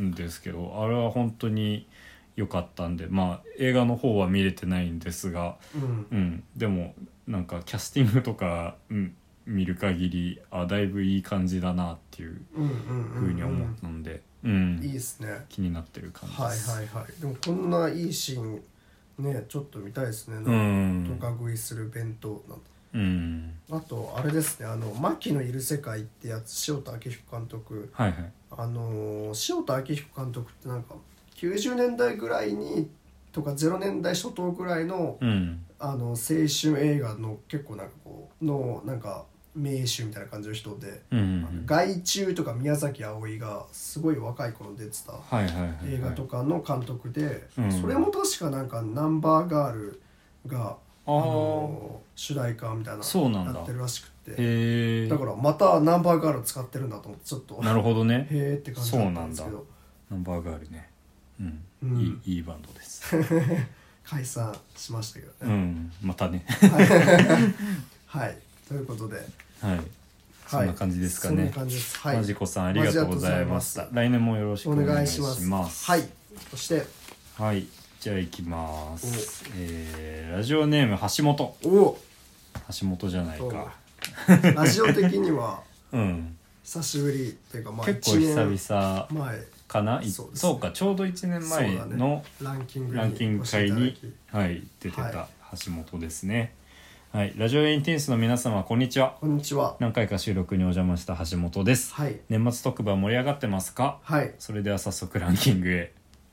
[SPEAKER 1] んですけど、あれは本当に良かったんでまあ映画の方は見れてないんですが、
[SPEAKER 2] うん
[SPEAKER 1] うん、でもなんかキャスティングとか、うん、見る限りあだいぶいい感じだなっていう
[SPEAKER 2] うん
[SPEAKER 1] ふう
[SPEAKER 2] うん
[SPEAKER 1] に
[SPEAKER 2] うんう
[SPEAKER 1] 思っ
[SPEAKER 2] ん
[SPEAKER 1] たので、うん
[SPEAKER 2] いいですね
[SPEAKER 1] 気になってる感じで
[SPEAKER 2] はい
[SPEAKER 1] す。
[SPEAKER 2] はいはいでもこんないいシーンねちょっと見たいですね
[SPEAKER 1] う
[SPEAKER 2] なんと
[SPEAKER 1] ん
[SPEAKER 2] か食いする弁当なんて
[SPEAKER 1] うん
[SPEAKER 2] あとあれですね「あの牧のいる世界」ってやつ塩田明彦監督
[SPEAKER 1] はいはい
[SPEAKER 2] あのー塩田明彦監督ってなんか90年代ぐらいにとか0年代初頭ぐらいの
[SPEAKER 1] うん
[SPEAKER 2] あの青春映画の結構なんかこうのなんか名手みたいな感じの人で
[SPEAKER 1] うんうんうん
[SPEAKER 2] 外中とか宮崎あおいがすごい若い頃出てた
[SPEAKER 1] はいはいはいはい
[SPEAKER 2] 映画とかの監督で、
[SPEAKER 1] うん
[SPEAKER 2] それも確かなんかナンバーガールが
[SPEAKER 1] あー
[SPEAKER 2] あの主題歌みたいな
[SPEAKER 1] そうなんだ
[SPEAKER 2] やってるらしくて
[SPEAKER 1] へえ
[SPEAKER 2] だからまたナンバーガール使ってるんだと思ってちょっと
[SPEAKER 1] なるほど
[SPEAKER 2] へ
[SPEAKER 1] ね
[SPEAKER 2] えって感じだったんですけ
[SPEAKER 1] そ
[SPEAKER 2] ど
[SPEAKER 1] ナンバーガールねうん、
[SPEAKER 2] うん
[SPEAKER 1] いいいいバンドです、
[SPEAKER 2] *laughs* 解散しましたけど
[SPEAKER 1] う
[SPEAKER 2] ね、
[SPEAKER 1] ん、またね
[SPEAKER 2] はいということで、は
[SPEAKER 1] は
[SPEAKER 2] い、
[SPEAKER 1] いそんな感じですかね
[SPEAKER 2] そんな感じですはい
[SPEAKER 1] マジコさんありがとうございました
[SPEAKER 2] マジ
[SPEAKER 1] 来年もよろしく
[SPEAKER 2] お
[SPEAKER 1] お願
[SPEAKER 2] 願
[SPEAKER 1] い
[SPEAKER 2] い
[SPEAKER 1] し
[SPEAKER 2] し
[SPEAKER 1] ま
[SPEAKER 2] ますすはいそして
[SPEAKER 1] はい、じゃあ行きますえーラジオネーム橋本
[SPEAKER 2] おお
[SPEAKER 1] 橋本じゃない
[SPEAKER 2] そう
[SPEAKER 1] か
[SPEAKER 2] ラジオ的には
[SPEAKER 1] うん
[SPEAKER 2] 久しぶりっていうかまあ
[SPEAKER 1] 結構久
[SPEAKER 2] 一
[SPEAKER 1] 々
[SPEAKER 2] 年前
[SPEAKER 1] かない
[SPEAKER 2] そ
[SPEAKER 1] そうう,、
[SPEAKER 2] ですね
[SPEAKER 1] かちょうど1年前
[SPEAKER 2] そうだ
[SPEAKER 1] の
[SPEAKER 2] ねランキング
[SPEAKER 1] ランキング会に
[SPEAKER 2] 教えていただき、
[SPEAKER 1] はい、出て
[SPEAKER 2] は
[SPEAKER 1] た橋本ですね、はい、ラジオエインティーンスの皆様こんにちは
[SPEAKER 2] こんにちは
[SPEAKER 1] 何回か収録にお邪魔した橋本です
[SPEAKER 2] はい
[SPEAKER 1] 年末特番盛り上がってますか
[SPEAKER 2] はい
[SPEAKER 1] それでは早速ランキングへ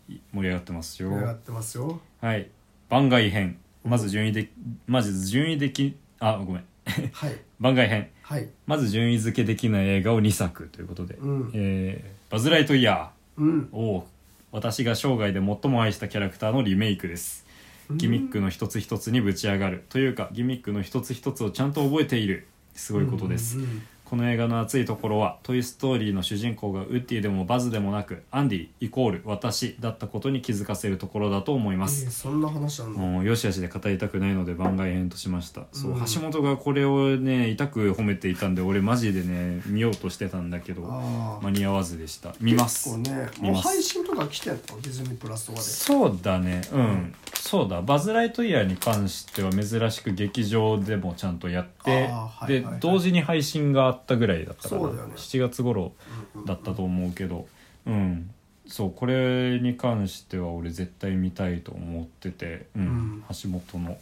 [SPEAKER 1] い盛り上がってますよ
[SPEAKER 2] 盛り上がってますよ
[SPEAKER 1] はい番外編まず順位でまず順位できあごめん
[SPEAKER 2] はい
[SPEAKER 1] 番外編
[SPEAKER 2] はい
[SPEAKER 1] まず順位付けできない映画を2作ということで、
[SPEAKER 2] うん
[SPEAKER 1] えーバズ・ライトイヤ
[SPEAKER 2] うん
[SPEAKER 1] ー」を私が生涯で最も愛したキャラクターのリメイクですギミックの一つ一つにぶち上がるというかギミックの一つ一つをちゃんと覚えているすごいことです、
[SPEAKER 2] うんうん
[SPEAKER 1] この映画の熱いところは「トイ・ストーリー」の主人公がウッディでもバズでもなくアンディイコール私だったことに気づかせるところだと思い
[SPEAKER 2] え
[SPEAKER 1] ます
[SPEAKER 2] ー、そんな話なんだ
[SPEAKER 1] もうよしあしで語りたくないので番外編としましたそう、
[SPEAKER 2] うん
[SPEAKER 1] 橋本がこれをね痛く褒めていたんで俺マジでね見ようとしてたんだけど
[SPEAKER 2] あ
[SPEAKER 1] 間に合わずでした見ます
[SPEAKER 2] 結構ね
[SPEAKER 1] 見
[SPEAKER 2] もう
[SPEAKER 1] ます
[SPEAKER 2] 配信とか来てんのディズニープラスとかで
[SPEAKER 1] そうだねうん、そうだバズ・ライトイヤーに関しては珍しく劇場でもちゃんとやって、
[SPEAKER 2] あーはいはいはい
[SPEAKER 1] で同時に配信があったぐらいだから
[SPEAKER 2] そうだよね
[SPEAKER 1] 7月頃
[SPEAKER 2] うんうん
[SPEAKER 1] だったと思うけどうんそうこれに関しては俺絶対見たいと思ってて、うん
[SPEAKER 2] うん
[SPEAKER 1] 橋本の、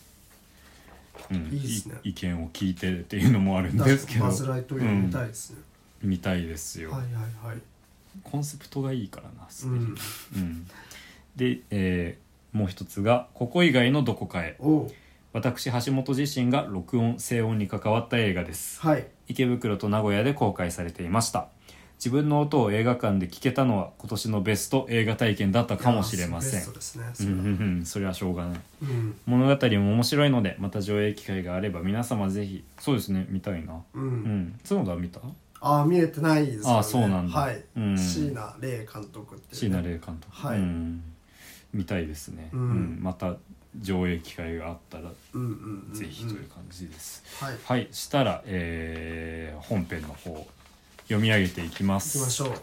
[SPEAKER 1] うん
[SPEAKER 2] いいっすね
[SPEAKER 1] 意見を聞いてっていうのもあるんですけど
[SPEAKER 2] バズ・ライトイヤーみたいですね、
[SPEAKER 1] うん見たいですよ、
[SPEAKER 2] はいはいはい
[SPEAKER 1] コンセプトがいいからなす
[SPEAKER 2] う
[SPEAKER 1] でに、
[SPEAKER 2] ん
[SPEAKER 1] うんで、えーもう一つが「ここ以外のどこかへ
[SPEAKER 2] おう」
[SPEAKER 1] 私橋本自身が録音静音に関わった映画です
[SPEAKER 2] はい
[SPEAKER 1] 池袋と名古屋で公開されていました自分の音を映画館で聞けたのは今年のベスト映画体験だったかもしれませ
[SPEAKER 2] ベス
[SPEAKER 1] ん
[SPEAKER 2] トですね
[SPEAKER 1] う
[SPEAKER 2] そ
[SPEAKER 1] ん
[SPEAKER 2] れ
[SPEAKER 1] う
[SPEAKER 2] は
[SPEAKER 1] んうんそれはしょうがない
[SPEAKER 2] うん
[SPEAKER 1] 物語も面白いのでまた上映機会があれば皆様ぜひそうですね見たいな
[SPEAKER 2] う
[SPEAKER 1] うんん角田見た
[SPEAKER 2] ああ見えてないですよね
[SPEAKER 1] ああそうなんだ
[SPEAKER 2] はい
[SPEAKER 1] うん
[SPEAKER 2] 椎名玲監督ってい
[SPEAKER 1] 椎
[SPEAKER 2] うね
[SPEAKER 1] 名玲監督、
[SPEAKER 2] はい
[SPEAKER 1] うん見たいですね、
[SPEAKER 2] うん
[SPEAKER 1] うんまた上映機会があったら
[SPEAKER 2] うんうんうんうん
[SPEAKER 1] ぜひという感じです、
[SPEAKER 2] はい
[SPEAKER 1] はいしたら、えー本編の方読み上げていきま
[SPEAKER 2] 行
[SPEAKER 1] す
[SPEAKER 2] きましょう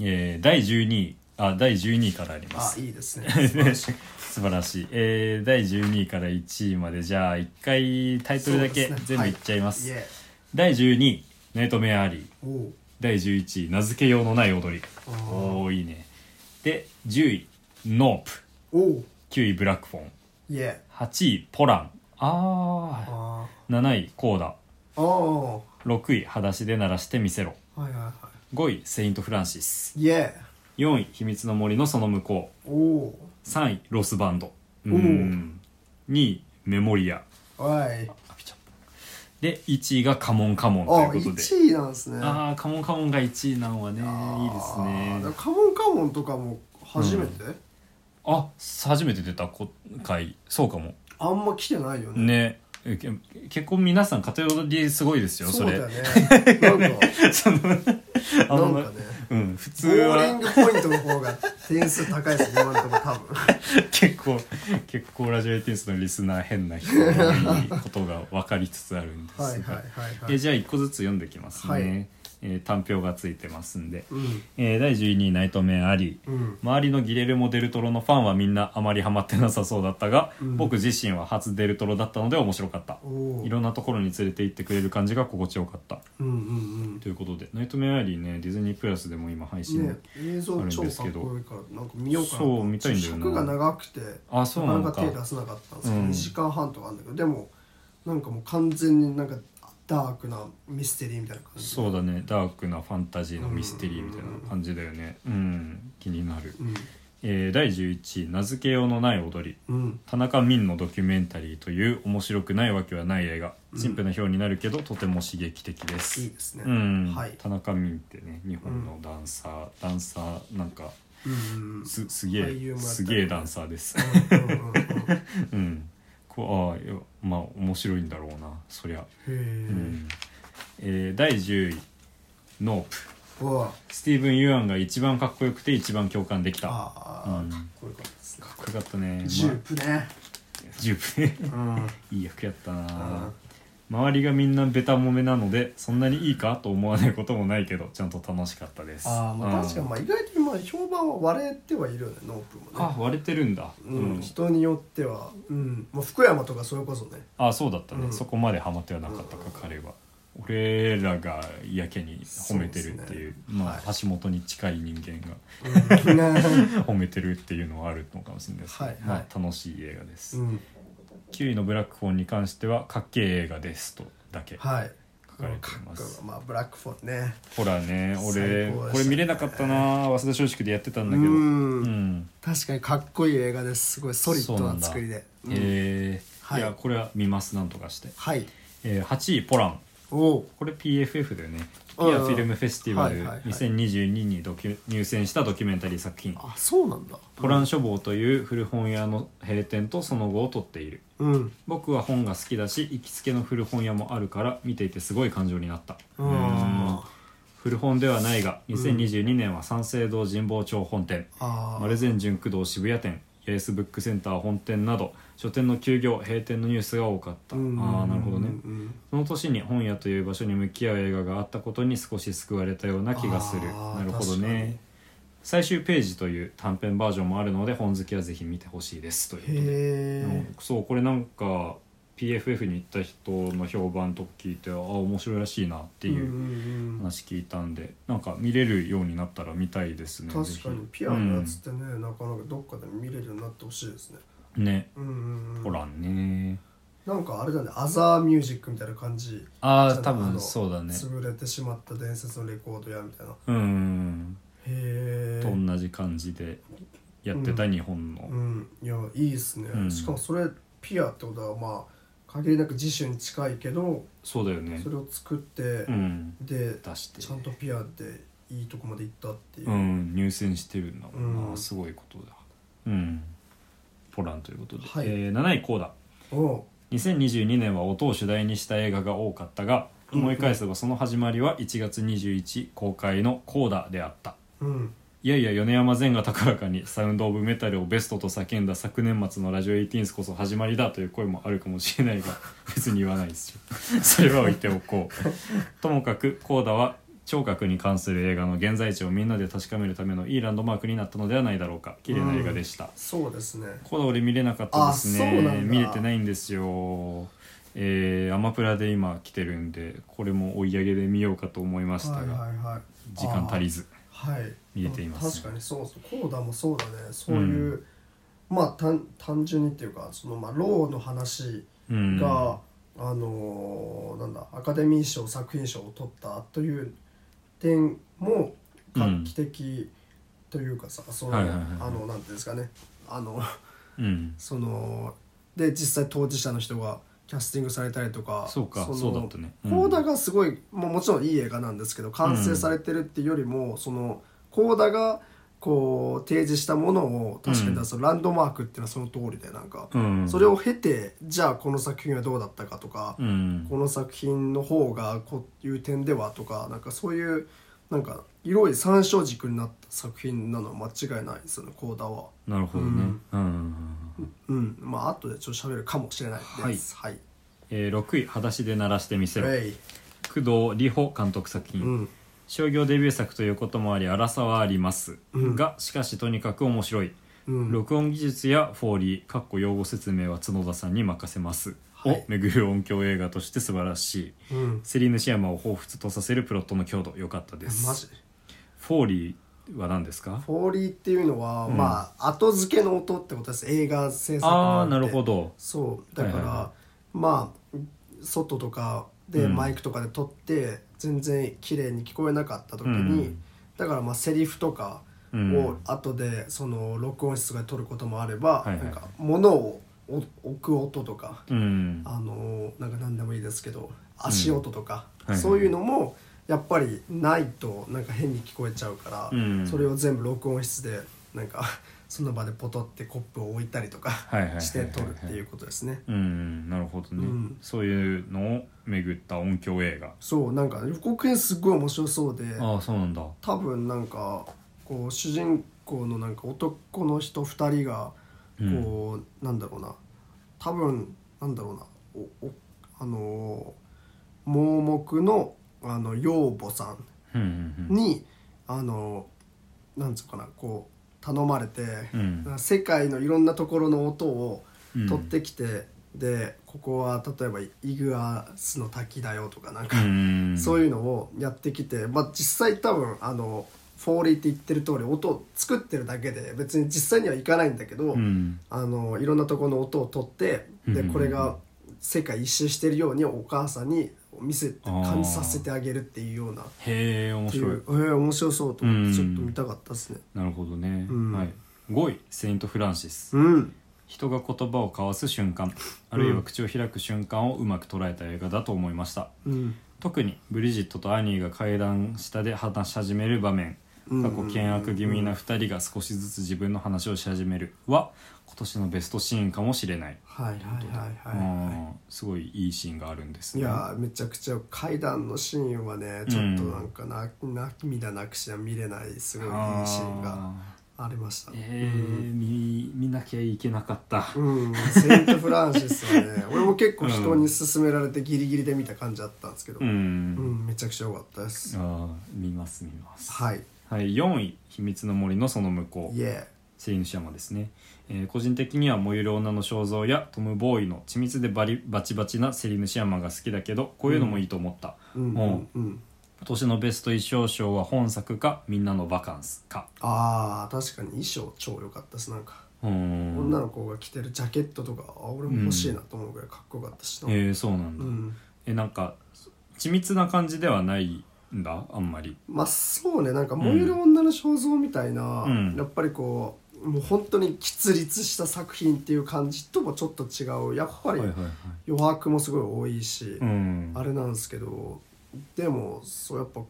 [SPEAKER 1] えー第12位あ第12位からありま
[SPEAKER 2] あ
[SPEAKER 1] す
[SPEAKER 2] いいですね素晴らしい
[SPEAKER 1] *laughs* 素晴らしい、えー第12位から1位までじゃあ1回タイトルだけ
[SPEAKER 2] そうですね
[SPEAKER 1] 全部いっちゃいます
[SPEAKER 2] イエ
[SPEAKER 1] 第12位「ナイトメアリー
[SPEAKER 2] ーおう」
[SPEAKER 1] 第11位「名付けようのない踊り」
[SPEAKER 2] あー
[SPEAKER 1] おおいいねで10位「ノープ」
[SPEAKER 2] おう
[SPEAKER 1] 9位ブラックフォン
[SPEAKER 2] イエ
[SPEAKER 1] 8位ポランあー
[SPEAKER 2] ーあ
[SPEAKER 1] 7位コーダ
[SPEAKER 2] あああ
[SPEAKER 1] 6位裸足で鳴らしてみせろ
[SPEAKER 2] はいはいは
[SPEAKER 1] 5位セイント・フランシス
[SPEAKER 2] いイエ
[SPEAKER 1] 4位秘密の森のその向こ
[SPEAKER 2] ーおう
[SPEAKER 1] う3位ロスバンドうーん2位メモリア
[SPEAKER 2] おい
[SPEAKER 1] あピチャで1位がカモンカモン
[SPEAKER 2] あ
[SPEAKER 1] ということで
[SPEAKER 2] 一位なんですね
[SPEAKER 1] ああカモンカモンが1位なんはねいいです
[SPEAKER 2] あ
[SPEAKER 1] ね
[SPEAKER 2] ーだからカモンカモンとかも初めて、
[SPEAKER 1] あ初めて出た回そうかも
[SPEAKER 2] あんま来てないよね
[SPEAKER 1] ねええけ結構皆さん偏りすごいですよそ
[SPEAKER 2] そうだ
[SPEAKER 1] れ
[SPEAKER 2] よねなんか
[SPEAKER 1] その *laughs* あ
[SPEAKER 2] なんん
[SPEAKER 1] ま
[SPEAKER 2] かね
[SPEAKER 1] うん普通
[SPEAKER 2] ボーリン
[SPEAKER 1] は
[SPEAKER 2] グポイントの方が点数高いですね今のところ多分
[SPEAKER 1] 結構結構ラジオエティスのリスナー変な人が多いことが分かりつつあるんですが
[SPEAKER 2] はいはいはいは
[SPEAKER 1] え
[SPEAKER 2] い
[SPEAKER 1] じゃあ一個ずつ読んできますね、
[SPEAKER 2] はい
[SPEAKER 1] えー短評がついてますんで、
[SPEAKER 2] うん
[SPEAKER 1] えー第12位ナイトメアリー
[SPEAKER 2] うん
[SPEAKER 1] 周りのギレルモ・デルトロのファンはみんなあまりハマってなさそうだったが、
[SPEAKER 2] うん
[SPEAKER 1] 僕自身は初デルトロだったので面白かった
[SPEAKER 2] おお
[SPEAKER 1] いろんなところに連れて行ってくれる感じが心地よかった
[SPEAKER 2] うんうん
[SPEAKER 1] ということで「ナイトメアリーね」ディズニープラスでも今配
[SPEAKER 2] うん
[SPEAKER 1] 信、
[SPEAKER 2] ね映像超かっこいいからなんか見ようかな
[SPEAKER 1] そう見たいんだよな
[SPEAKER 2] 尺が長くて
[SPEAKER 1] あそうな
[SPEAKER 2] なか
[SPEAKER 1] のか
[SPEAKER 2] なか手出せなかったんですけど、
[SPEAKER 1] うん
[SPEAKER 2] 2時間半とかあるんだけどでもなんかもう完全になんかダークなミステリーみたいな感じ
[SPEAKER 1] そうだねダークなファンタジーのミステリーみたいな感じだよねうん、気になる、
[SPEAKER 2] うん
[SPEAKER 1] えー第11位名付けようのない踊り
[SPEAKER 2] うん
[SPEAKER 1] 田中泯のドキュメンタリーという面白くないわけはない映画
[SPEAKER 2] うん
[SPEAKER 1] 陳腐な表になるけど、とても刺激的です
[SPEAKER 2] いいですね
[SPEAKER 1] うん、
[SPEAKER 2] はい
[SPEAKER 1] 田中泯ってね日本のダンサー、ダンサーなんか
[SPEAKER 2] うんうんうん
[SPEAKER 1] すすげ
[SPEAKER 2] 俳優
[SPEAKER 1] え
[SPEAKER 2] もやったり
[SPEAKER 1] すげえダンサーです
[SPEAKER 2] *laughs* うんうんうんうんへ
[SPEAKER 1] うんこうああいやまあ面白いんだろうなそりゃ、う
[SPEAKER 2] え
[SPEAKER 1] んえー第10位「ノープ
[SPEAKER 2] うわ」
[SPEAKER 1] スティーブン・ユアンが一番かっこよくて一番共感できたか
[SPEAKER 2] あ
[SPEAKER 1] うん
[SPEAKER 2] ーかっこよかったですね
[SPEAKER 1] っこよかったね、
[SPEAKER 2] ジ
[SPEAKER 1] ま
[SPEAKER 2] ュープね
[SPEAKER 1] あ、ジュープね
[SPEAKER 2] うん
[SPEAKER 1] *laughs* いい役やった
[SPEAKER 2] あ
[SPEAKER 1] な周りがみんなベタもめなのでそんなにいいかと思わないこともないけどちゃんと楽しかったです
[SPEAKER 2] あーまあ確かに
[SPEAKER 1] に
[SPEAKER 2] まあ意外と今評判は割れてはいるよねノープも
[SPEAKER 1] あ
[SPEAKER 2] ね
[SPEAKER 1] 割れてるんだう、
[SPEAKER 2] うんん、人によっては、うんまあ、福山とかそれこそね
[SPEAKER 1] あそうだったね、
[SPEAKER 2] うん
[SPEAKER 1] そこまでハマってはなかったか、彼は俺らがやけに褒めてるっていう
[SPEAKER 2] そうですね
[SPEAKER 1] まあ
[SPEAKER 2] は
[SPEAKER 1] 橋本に近い人間が
[SPEAKER 2] うん
[SPEAKER 1] *laughs* 褒めてるっていうのはあるのかもしれないです、ね
[SPEAKER 2] はいはい
[SPEAKER 1] まあ、楽しい映画です、
[SPEAKER 2] うん
[SPEAKER 1] 9位の「ブラックホーン」に関しては「かっけえ映画です」とだけ
[SPEAKER 2] はい
[SPEAKER 1] 書かれています、
[SPEAKER 2] かっこいいまあブラックフォンね
[SPEAKER 1] ほらね俺
[SPEAKER 2] 最高でしたね
[SPEAKER 1] これ見れなかったな早稲田松竹でやってたんだけど
[SPEAKER 2] うん
[SPEAKER 1] うん
[SPEAKER 2] 確かにかっこいい映画ですすごいソリッドな作りで、うん
[SPEAKER 1] えー
[SPEAKER 2] はい
[SPEAKER 1] いやこれは見ますなんとかして、
[SPEAKER 2] はい
[SPEAKER 1] えー8位ポラン
[SPEAKER 2] おう
[SPEAKER 1] これ PFF だよねピ
[SPEAKER 2] う
[SPEAKER 1] ア
[SPEAKER 2] ん
[SPEAKER 1] フィルムフェスティバル
[SPEAKER 2] はいはいはい
[SPEAKER 1] 2022にドキュ入選したドキュメンタリー作品
[SPEAKER 2] あそうなんだ
[SPEAKER 1] 「ホラン書房」という古本屋の閉店とその後を撮っている
[SPEAKER 2] うん
[SPEAKER 1] 僕は本が好きだし行きつけの古本屋もあるから見ていてすごい感情になった
[SPEAKER 2] うん
[SPEAKER 1] うん古本ではないが2022年は三省堂神保町本店
[SPEAKER 2] あ
[SPEAKER 1] 丸善純駆動渋谷店八重洲ブックセンター本店など書店の休業閉店のニュースが多かったああーなるほどね
[SPEAKER 2] うん
[SPEAKER 1] その年に本屋という場所に向き合う映画があったことに少し救われたような気がする
[SPEAKER 2] あー
[SPEAKER 1] なるほど
[SPEAKER 2] 確かに
[SPEAKER 1] ね最終ページという短編バージョンもあるので本好きはぜひ見てほしいですということで
[SPEAKER 2] へ
[SPEAKER 1] うんそうこれなんか PFF に行った人の評判とか聞いてああ面白いらしいなって
[SPEAKER 2] え
[SPEAKER 1] いうん
[SPEAKER 2] うん
[SPEAKER 1] 話聞いたんでなんか見れるようになったら見たいですね
[SPEAKER 2] 確か
[SPEAKER 1] ぜ
[SPEAKER 2] に
[SPEAKER 1] ひ
[SPEAKER 2] ピアノやつってね、なかなかどっかで見れるようになってほしいですね
[SPEAKER 1] うんね
[SPEAKER 2] うんうんうん
[SPEAKER 1] ほらね
[SPEAKER 2] なんかあれだねアザーミュージックみたいな感じ
[SPEAKER 1] あ
[SPEAKER 2] じゃ
[SPEAKER 1] あ
[SPEAKER 2] あ
[SPEAKER 1] 多
[SPEAKER 2] あ
[SPEAKER 1] 分
[SPEAKER 2] の
[SPEAKER 1] そうだね
[SPEAKER 2] 潰れてしまった伝説のレコード屋みたいな
[SPEAKER 1] うん
[SPEAKER 2] へえ
[SPEAKER 1] と同じ感じでやってた日本の
[SPEAKER 2] うんいやいいですね、
[SPEAKER 1] うん
[SPEAKER 2] しかもそれピアってことはまあ限りなく自主に近いけど
[SPEAKER 1] そうだよね
[SPEAKER 2] それを作って、
[SPEAKER 1] うん
[SPEAKER 2] で
[SPEAKER 1] 出して
[SPEAKER 2] ちゃんとピアでいいとこまで行ったっていう、
[SPEAKER 1] うん入選してるんだもんな、
[SPEAKER 2] うん
[SPEAKER 1] すごいことだうんポランということで、
[SPEAKER 2] はい
[SPEAKER 1] えー7位こうだ
[SPEAKER 2] おう
[SPEAKER 1] 2022年は音を主題にした映画が多かったが
[SPEAKER 2] うん
[SPEAKER 1] 思い返せばその始まりは1月21公開の「コーダ」であった
[SPEAKER 2] うん
[SPEAKER 1] いやいや米山善が高らかにサウンド・オブ・メタルをベストと叫んだ昨年末の「ラジオ18こそ始まりだという声もあるかもしれないが *laughs* 別に言わないですよ *laughs* それは置いておこうともかくコーダは聴覚に関する映画の現在地をみんなで確かめるためのいいランドマークになったのではないだろうか綺麗な映画でした、
[SPEAKER 2] そうですね
[SPEAKER 1] コーダ俺見れなかったです
[SPEAKER 2] あそうな
[SPEAKER 1] ね
[SPEAKER 2] んだ
[SPEAKER 1] 見れてないんですよえー、アマプラで今来てるんでこれも追い上げで見ようかと思いましたが、
[SPEAKER 2] はいはいはい
[SPEAKER 1] 時間足りず
[SPEAKER 2] はい
[SPEAKER 1] 見えています
[SPEAKER 2] 確かにそうそうコーダもそうだねそういう、まあ単単純にっていうかそのまあローの話
[SPEAKER 1] うん
[SPEAKER 2] が、あのーなんだアカデミー賞作品賞を取ったという点も画期的というかさ、その、
[SPEAKER 1] はいはいはい
[SPEAKER 2] あのなんていうんですかねあの
[SPEAKER 1] うん
[SPEAKER 2] そので実際当事者の人がキャスティングされたりとか
[SPEAKER 1] そうか
[SPEAKER 2] の
[SPEAKER 1] そうだったねうん
[SPEAKER 2] コーダがすごい、まあ、もちろんいい映画なんですけど完成されてるっていうよりも、そのコーダがこう提示したものを確かに出す、ランドマークっていうのはその通りでなんか、
[SPEAKER 1] うん
[SPEAKER 2] それを経てじゃあこの作品はどうだったかとか、
[SPEAKER 1] うん
[SPEAKER 2] この作品の方がこういう点ではとかなんかそういうなんか色い参照軸になった作品なのは間違いないですよねコーダは。
[SPEAKER 1] なるほどね、うん
[SPEAKER 2] うん、まあ後でちょっと喋るかもしれないです。はい。
[SPEAKER 1] えー、6位「裸足で鳴らしてみせろ」
[SPEAKER 2] はい。
[SPEAKER 1] 工藤里穂監督作品、
[SPEAKER 2] うん。
[SPEAKER 1] 商業デビュー作ということもあり荒さはあります、
[SPEAKER 2] うん
[SPEAKER 1] がしかしとにかく面白い、
[SPEAKER 2] うん。
[SPEAKER 1] 録音技術やフォーリーかっこ用語説明は角田さんに任せます、
[SPEAKER 2] はい
[SPEAKER 1] を巡る音響映画として素晴らしい
[SPEAKER 2] うん。
[SPEAKER 1] セリーヌ・シアマを彷彿とさせるプロットの強度良かったです
[SPEAKER 2] マジ
[SPEAKER 1] フォーリーは何ですか
[SPEAKER 2] フォーリーっていうのは、
[SPEAKER 1] うん
[SPEAKER 2] まあ後付けの音ってことです映画制作
[SPEAKER 1] ああ
[SPEAKER 2] んて
[SPEAKER 1] なるほど
[SPEAKER 2] そうだから、
[SPEAKER 1] はいはいは
[SPEAKER 2] まあ外とかで、
[SPEAKER 1] うん
[SPEAKER 2] マイクとかで撮って全然綺麗に聞こえなかった時に、
[SPEAKER 1] うん
[SPEAKER 2] だからまあセリフとか
[SPEAKER 1] うん
[SPEAKER 2] を後でその録音室が撮ることもあれば、
[SPEAKER 1] はいはい
[SPEAKER 2] なんか物を置く音とか
[SPEAKER 1] うん
[SPEAKER 2] あのなんか何でもいいですけど足音とか、
[SPEAKER 1] はいはい
[SPEAKER 2] そういうのもやっぱりないとなんか変に聞こえちゃうから、
[SPEAKER 1] うん
[SPEAKER 2] それを全部録音室でなんか *laughs* その場でポトってコップを置いたりとか
[SPEAKER 1] いはいはいはい
[SPEAKER 2] して撮るっていうことですね。
[SPEAKER 1] うんなるほどね、
[SPEAKER 2] うん
[SPEAKER 1] そういうのを巡った音響映画
[SPEAKER 2] そうなんか予告編すごい面白そうで
[SPEAKER 1] ああそうなんだ
[SPEAKER 2] 多分なんかこう主人公のなんか男の人2人がこう、なんだろうな多分なんだろうなおおあのー盲目のあの養母さ
[SPEAKER 1] う
[SPEAKER 2] ん
[SPEAKER 1] んうん
[SPEAKER 2] に、あのなんつうかなこう頼まれて、
[SPEAKER 1] うん
[SPEAKER 2] 世界のいろんなところの音を
[SPEAKER 1] うん
[SPEAKER 2] 取ってきて、でここは例えばイグアスの滝だよとかなんか、
[SPEAKER 1] うんうん
[SPEAKER 2] そういうのをやってきて、まあ、実際多分あのフォーリーって言ってる通り音を作ってるだけで別に実際にはいかないんだけど、
[SPEAKER 1] うん
[SPEAKER 2] あのいろんなところの音を取ってで
[SPEAKER 1] うん
[SPEAKER 2] これが世界一周してるようにお母さんに見せて
[SPEAKER 1] あー
[SPEAKER 2] 感じさせてあげるっていうようなっ
[SPEAKER 1] へえ面
[SPEAKER 2] てい
[SPEAKER 1] 白いう
[SPEAKER 2] えー面白そうと思
[SPEAKER 1] う
[SPEAKER 2] っ
[SPEAKER 1] ん
[SPEAKER 2] てちょっと見たかったですね。
[SPEAKER 1] なるほどね、
[SPEAKER 2] うん
[SPEAKER 1] はい、5位「セイント・フランシス」
[SPEAKER 2] うん、
[SPEAKER 1] 人が言葉を交わす瞬間あるいは口を開く瞬間をうまく捉えた映画だと思いました、
[SPEAKER 2] うん
[SPEAKER 1] 特にブリジットとアニーが階段下で話し始める場面
[SPEAKER 2] うん
[SPEAKER 1] 過去険悪気味な2人が少しずつ自分の話をし始めるは今年のベストシーンかもしれない、
[SPEAKER 2] はいはいはいはい、は
[SPEAKER 1] うんすごいいいシーンがあるんです
[SPEAKER 2] い、い
[SPEAKER 1] ね
[SPEAKER 2] やーめちゃくちゃ階段のシーンはねちょっとなんかな、涙なくしは見れないすごいいいシーンが
[SPEAKER 1] あ
[SPEAKER 2] ありました
[SPEAKER 1] ーえー見見なきゃいけなかった、
[SPEAKER 2] うん、セント・フランシスはね俺も結構人に勧められてギリギリで見た感じだったんですけど、
[SPEAKER 1] うん
[SPEAKER 2] うん、めちゃくちゃ良かったです。
[SPEAKER 1] あー見ます見ます
[SPEAKER 2] はい。
[SPEAKER 1] はい、4位「秘密の森のその向こ
[SPEAKER 2] いうえ。」
[SPEAKER 1] セリヌシヤマですね、えー個人的には「燃ゆる女の肖像」やトム・ボーイの緻密でバリバチバチなセリヌシヤマが好きだけどこういうのもいいと思った、
[SPEAKER 2] うんうんうん。
[SPEAKER 1] 今年のベスト衣装賞は本作か「みんなのバカンスか」
[SPEAKER 2] ああ、確かに衣装超良かったです。なんか、
[SPEAKER 1] うーん
[SPEAKER 2] 女の子が着てるジャケットとか、あ俺も欲しいなと思うぐらいかっこよかったしな。
[SPEAKER 1] えー、そうなん
[SPEAKER 2] う
[SPEAKER 1] だ、
[SPEAKER 2] ん。
[SPEAKER 1] えなんか緻密な感じではないんだあんまり
[SPEAKER 2] まあそうね、なんか燃える女の肖像みたいな、
[SPEAKER 1] うん
[SPEAKER 2] やっぱりこう、もう本当に喫立した作品っていう感じともちょっと違う。やっぱり
[SPEAKER 1] はいはいはい
[SPEAKER 2] 余白もすごい多いし
[SPEAKER 1] う、ん
[SPEAKER 2] あれなんですけど、でも、そうやっぱ、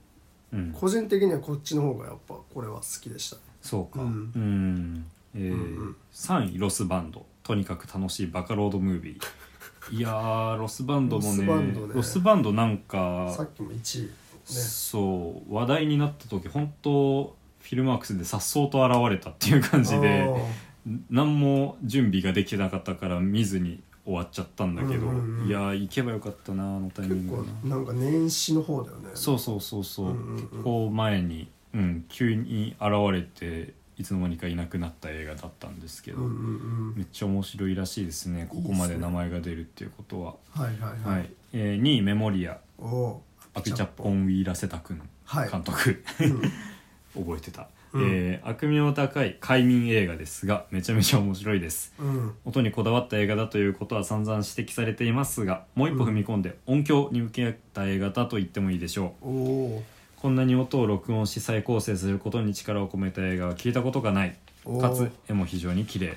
[SPEAKER 1] うん
[SPEAKER 2] 個人的にはこっちの方がやっぱこれは好きでしたね。
[SPEAKER 1] そうか
[SPEAKER 2] う
[SPEAKER 1] うんん、えー
[SPEAKER 2] うんうん
[SPEAKER 1] 3位ロスバンドとにかく楽しいバカロードムービ
[SPEAKER 2] *laughs*
[SPEAKER 1] ーいやーロスバンドもね
[SPEAKER 2] ロスバンドね
[SPEAKER 1] ロスバンドなんか
[SPEAKER 2] さっきも1位ね
[SPEAKER 1] そう話題になった時本当フィルマークスで颯爽と現れたっていう感じで何も準備ができてなかったから見ずに終わっちゃったんだけど、
[SPEAKER 2] うんうんうん
[SPEAKER 1] いやー行けばよかったなあのタイ
[SPEAKER 2] あー
[SPEAKER 1] ミ
[SPEAKER 2] 結
[SPEAKER 1] ングな
[SPEAKER 2] 構なんか年始の方だよね
[SPEAKER 1] そうそうそうそう,、
[SPEAKER 2] うんうんうん
[SPEAKER 1] 結構前に、うん、急に現れていつの間にかいなくなった映画だったんですけど、
[SPEAKER 2] うんうんう
[SPEAKER 1] めっちゃ面白いらしいですねここまで名前が出るっていうことは
[SPEAKER 2] んはいはいは
[SPEAKER 1] は
[SPEAKER 2] い、
[SPEAKER 1] い、えー、2位メモリア
[SPEAKER 2] おお
[SPEAKER 1] アピチャッポンウィーラセタ君
[SPEAKER 2] はい
[SPEAKER 1] 監督、 *laughs*
[SPEAKER 2] うん
[SPEAKER 1] 覚えてた、
[SPEAKER 2] うん
[SPEAKER 1] えー悪名高い快眠映画ですがめちゃめちゃ面白いです
[SPEAKER 2] うん
[SPEAKER 1] 音にこだわった映画だということは散々指摘されていますがもう一歩踏み込んで音響に向き合った映画だと言ってもいいでしょう、
[SPEAKER 2] おお
[SPEAKER 1] こんなに音を録音し再構成することに力を込めた映画は聞いたことがない
[SPEAKER 2] おー
[SPEAKER 1] かつ絵も非常に綺麗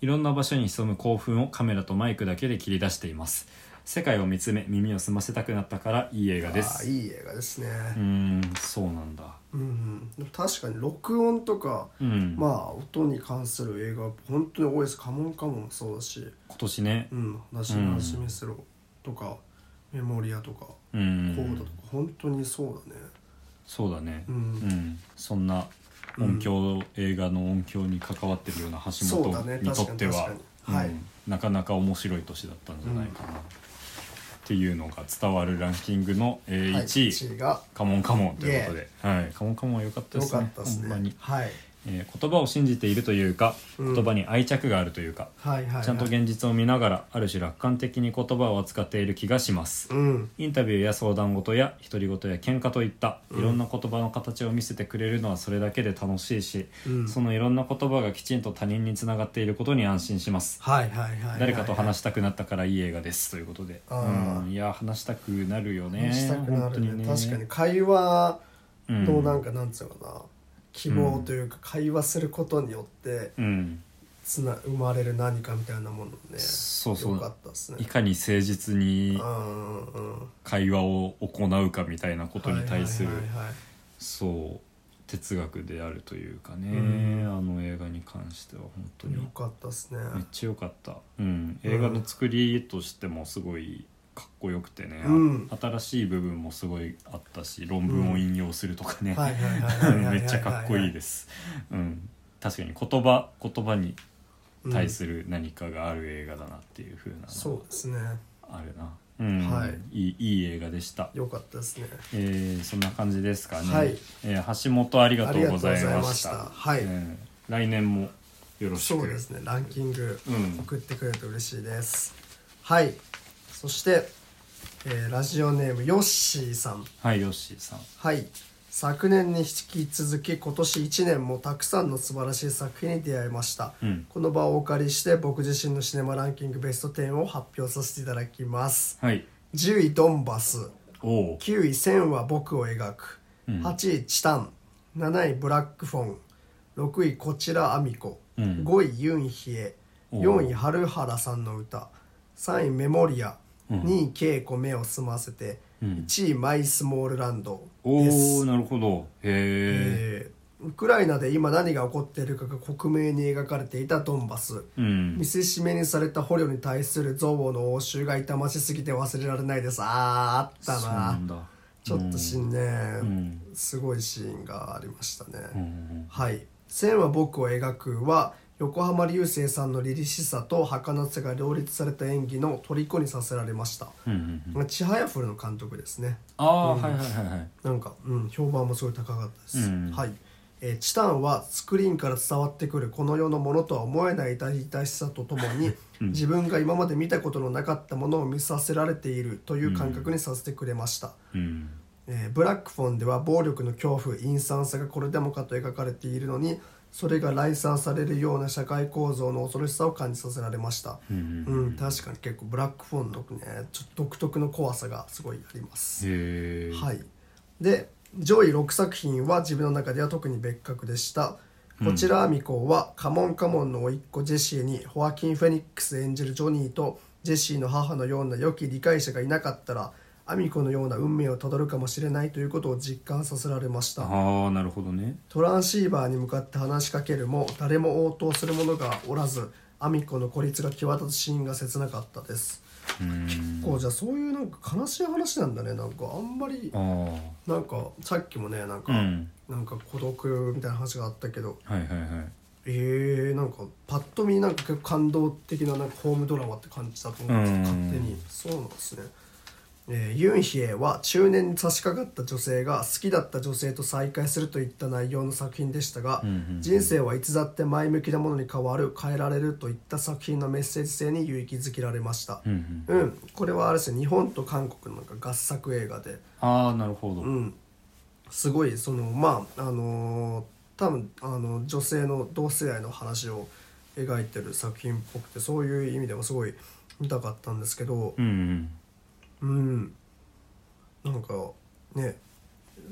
[SPEAKER 1] いろんな場所に潜む興奮をカメラとマイクだけで切り出しています世界を見つめ耳を澄ませたくなったからいい映画で
[SPEAKER 2] あ
[SPEAKER 1] す
[SPEAKER 2] ーいい映画ですね、
[SPEAKER 1] うーんそうなんだ
[SPEAKER 2] うん、でも確かに録音とか、
[SPEAKER 1] うん、
[SPEAKER 2] まあ音に関する映画本当に多いです「カモンカモン」もそうだし
[SPEAKER 1] 今年ね
[SPEAKER 2] 「うん、話の話めせろ」とか「メモリア」と
[SPEAKER 1] う
[SPEAKER 2] か「コ
[SPEAKER 1] ん
[SPEAKER 2] ード」とか本当にそうだね
[SPEAKER 1] そうだね
[SPEAKER 2] う
[SPEAKER 1] うん、
[SPEAKER 2] ん、
[SPEAKER 1] そんな音響、映画の音響に関わってるような橋
[SPEAKER 2] そうだ
[SPEAKER 1] 本
[SPEAKER 2] ね
[SPEAKER 1] にとっては、
[SPEAKER 2] 確かに確かにはい
[SPEAKER 1] うんなかなか面白い年だったんじゃないかな、っていうのが伝わるランキングの、えー
[SPEAKER 2] はい、
[SPEAKER 1] 1位、
[SPEAKER 2] 1位が
[SPEAKER 1] カモンカモン」ということで、はい、カモンカモンは良かった
[SPEAKER 2] 良
[SPEAKER 1] ですね
[SPEAKER 2] かったです
[SPEAKER 1] ほ
[SPEAKER 2] ね
[SPEAKER 1] んまに、
[SPEAKER 2] はい、
[SPEAKER 1] えー言葉を信じているというか
[SPEAKER 2] うん
[SPEAKER 1] 言葉に愛着があるというか、
[SPEAKER 2] はいはいはい
[SPEAKER 1] ちゃんと現実を見ながらある種楽観的に言葉を扱っている気がします、
[SPEAKER 2] うん
[SPEAKER 1] インタビューや相談事や独り言や喧嘩といったいろんな言葉の形を見せてくれるのはそれだけで楽しいし、
[SPEAKER 2] うん
[SPEAKER 1] そのいろんな言葉がきちんと他人につながっていることに安心します、
[SPEAKER 2] はいはいはいはい
[SPEAKER 1] 誰かと話したくなったからいい映画ですということで、
[SPEAKER 2] あー
[SPEAKER 1] うんいや話したくなるよね
[SPEAKER 2] 話したくな
[SPEAKER 1] 本当
[SPEAKER 2] るね
[SPEAKER 1] にね
[SPEAKER 2] 確かに会話のなん
[SPEAKER 1] か、
[SPEAKER 2] かなんつうのかな、希望というか会話することによって
[SPEAKER 1] うん、
[SPEAKER 2] つな生まれる何かみたいなものね
[SPEAKER 1] そうそう
[SPEAKER 2] よかったです
[SPEAKER 1] い
[SPEAKER 2] ね
[SPEAKER 1] かに誠実
[SPEAKER 2] う
[SPEAKER 1] に
[SPEAKER 2] んうんうん
[SPEAKER 1] 会話を行うかみたいなことに対する、
[SPEAKER 2] はいはいはいはい
[SPEAKER 1] そう哲学であるというかね、
[SPEAKER 2] うん
[SPEAKER 1] あの映画に関しては本当に
[SPEAKER 2] よかったですね
[SPEAKER 1] めっちゃ良かった、うん、映画の作りとしてもすごいかっこよくてね、
[SPEAKER 2] うん
[SPEAKER 1] 新しい部分もすごいあったし論文を引用するとかね、 *laughs*
[SPEAKER 2] はいはいはいはいはいはいはい
[SPEAKER 1] めっちゃかっこいいです、うん、確かに言葉言葉に対する何かがある映画だなっていう風なのが
[SPEAKER 2] そうですね
[SPEAKER 1] あるな、うん、
[SPEAKER 2] はい
[SPEAKER 1] いいいい映画でした
[SPEAKER 2] よかったですね
[SPEAKER 1] えーそんな感じですかね、
[SPEAKER 2] はい
[SPEAKER 1] えー橋本ありがとうござい
[SPEAKER 2] ありがとうござい
[SPEAKER 1] ま
[SPEAKER 2] ま
[SPEAKER 1] し
[SPEAKER 2] したたはい
[SPEAKER 1] えー来年もよろしく
[SPEAKER 2] そうですねランキング
[SPEAKER 1] うん
[SPEAKER 2] 送ってくれると嬉しいです、はいそして、えーラジオネームヨッシーさん
[SPEAKER 1] はいヨッシーさん
[SPEAKER 2] はい昨年に引き続き今年1年もたくさんの素晴らしい作品に出会いました、
[SPEAKER 1] うん
[SPEAKER 2] この場をお借りして僕自身のシネマランキングベスト10を発表させていただきます
[SPEAKER 1] はい
[SPEAKER 2] 10位ドンバス
[SPEAKER 1] おお
[SPEAKER 2] 9位「線は僕を描く」
[SPEAKER 1] うん
[SPEAKER 2] 8位「チタン」7位「ブラックフォン」6位「こちらあみこ」
[SPEAKER 1] うん
[SPEAKER 2] 5位「ユンヒエ」
[SPEAKER 1] おう
[SPEAKER 2] 4位「春原さんの歌」3位「メモリア」
[SPEAKER 1] うん
[SPEAKER 2] 2位「稽古目を澄ませて」
[SPEAKER 1] うん
[SPEAKER 2] 1位「マイスモールランド」
[SPEAKER 1] お
[SPEAKER 2] で
[SPEAKER 1] ー
[SPEAKER 2] す、
[SPEAKER 1] なるほどへえ
[SPEAKER 2] えーウクライナで今何が起こっているかが克明に描かれていたドンバス
[SPEAKER 1] うん
[SPEAKER 2] 見せしめにされた捕虜に対する憎悪の応酬が痛ましすぎて忘れられないですあーあった
[SPEAKER 1] そう
[SPEAKER 2] な
[SPEAKER 1] なんだ
[SPEAKER 2] ちょっとしんね、
[SPEAKER 1] うん
[SPEAKER 2] すごいシーンがありましたね、
[SPEAKER 1] うんうん
[SPEAKER 2] はい「線は僕を描く」は横浜流星さんの凛々しさと儚さが両立された演技の虜にさせられました
[SPEAKER 1] うんうんうん
[SPEAKER 2] ちはやふるの監督ですね
[SPEAKER 1] ああ、はいはいはいはい
[SPEAKER 2] なんか、うん、評判もすごい高かったです、
[SPEAKER 1] うん
[SPEAKER 2] はいえーチタン」はスクリーンから伝わってくるこの世のものとは思えない痛々しさととも
[SPEAKER 1] *laughs*
[SPEAKER 2] に、自分が今まで見たことのなかったものを見させられているという感覚にさせてくれました、
[SPEAKER 1] うん
[SPEAKER 2] えーブラックフォンでは暴力の恐怖陰惨さがこれでもかと描かれているのにそれが来賛されるような社会構造の恐ろしさを感じさせられました
[SPEAKER 1] う
[SPEAKER 2] うんん、確かに結構ブラックフォンのねちょっと独特の怖さがすごいあります
[SPEAKER 1] へえ
[SPEAKER 2] はい、で上位6作品は自分の中では特に別格でしたこちらアミコは「カモンカモン」の甥っ子ジェシーにホアキン・フェニックス演じるジョニーとジェシーの母のような良き理解者がいなかったらアミコのような運命をたどるかもしれないということを実感させられました
[SPEAKER 1] ああなるほどね
[SPEAKER 2] トランシーバーに向かって話しかけるも誰も応答する者がおらずアミコの孤立が際立つシーンが切なかったです
[SPEAKER 1] うん
[SPEAKER 2] こうじゃあそういうなんか悲しい話なんだねなんかあんまり
[SPEAKER 1] ああ
[SPEAKER 2] なんかさっきもねなんか、
[SPEAKER 1] うん
[SPEAKER 2] なんか孤独みたいな話があったけど
[SPEAKER 1] はいはいはい
[SPEAKER 2] えー、なんかパッと見なんか結構感動的ななんかホームドラマって感じだと思うんです
[SPEAKER 1] うん
[SPEAKER 2] 勝手にそうなんですね、えーユンヒエは中年に差し掛かった女性が好きだった女性と再会するといった内容の作品でしたが、
[SPEAKER 1] うんうんうん
[SPEAKER 2] 人生はいつだって前向きなものに変わる変えられるといった作品のメッセージ性に勇気づけられました
[SPEAKER 1] うんうん
[SPEAKER 2] うん、これはあれですね日本と韓国のなんか合作映画で
[SPEAKER 1] ああなるほど
[SPEAKER 2] うん、すごいそのまああのー多分あの女性の同世代の話を描いてる作品っぽくてそういう意味でもすごい見たかったんですけど
[SPEAKER 1] うんうん
[SPEAKER 2] うんなんかね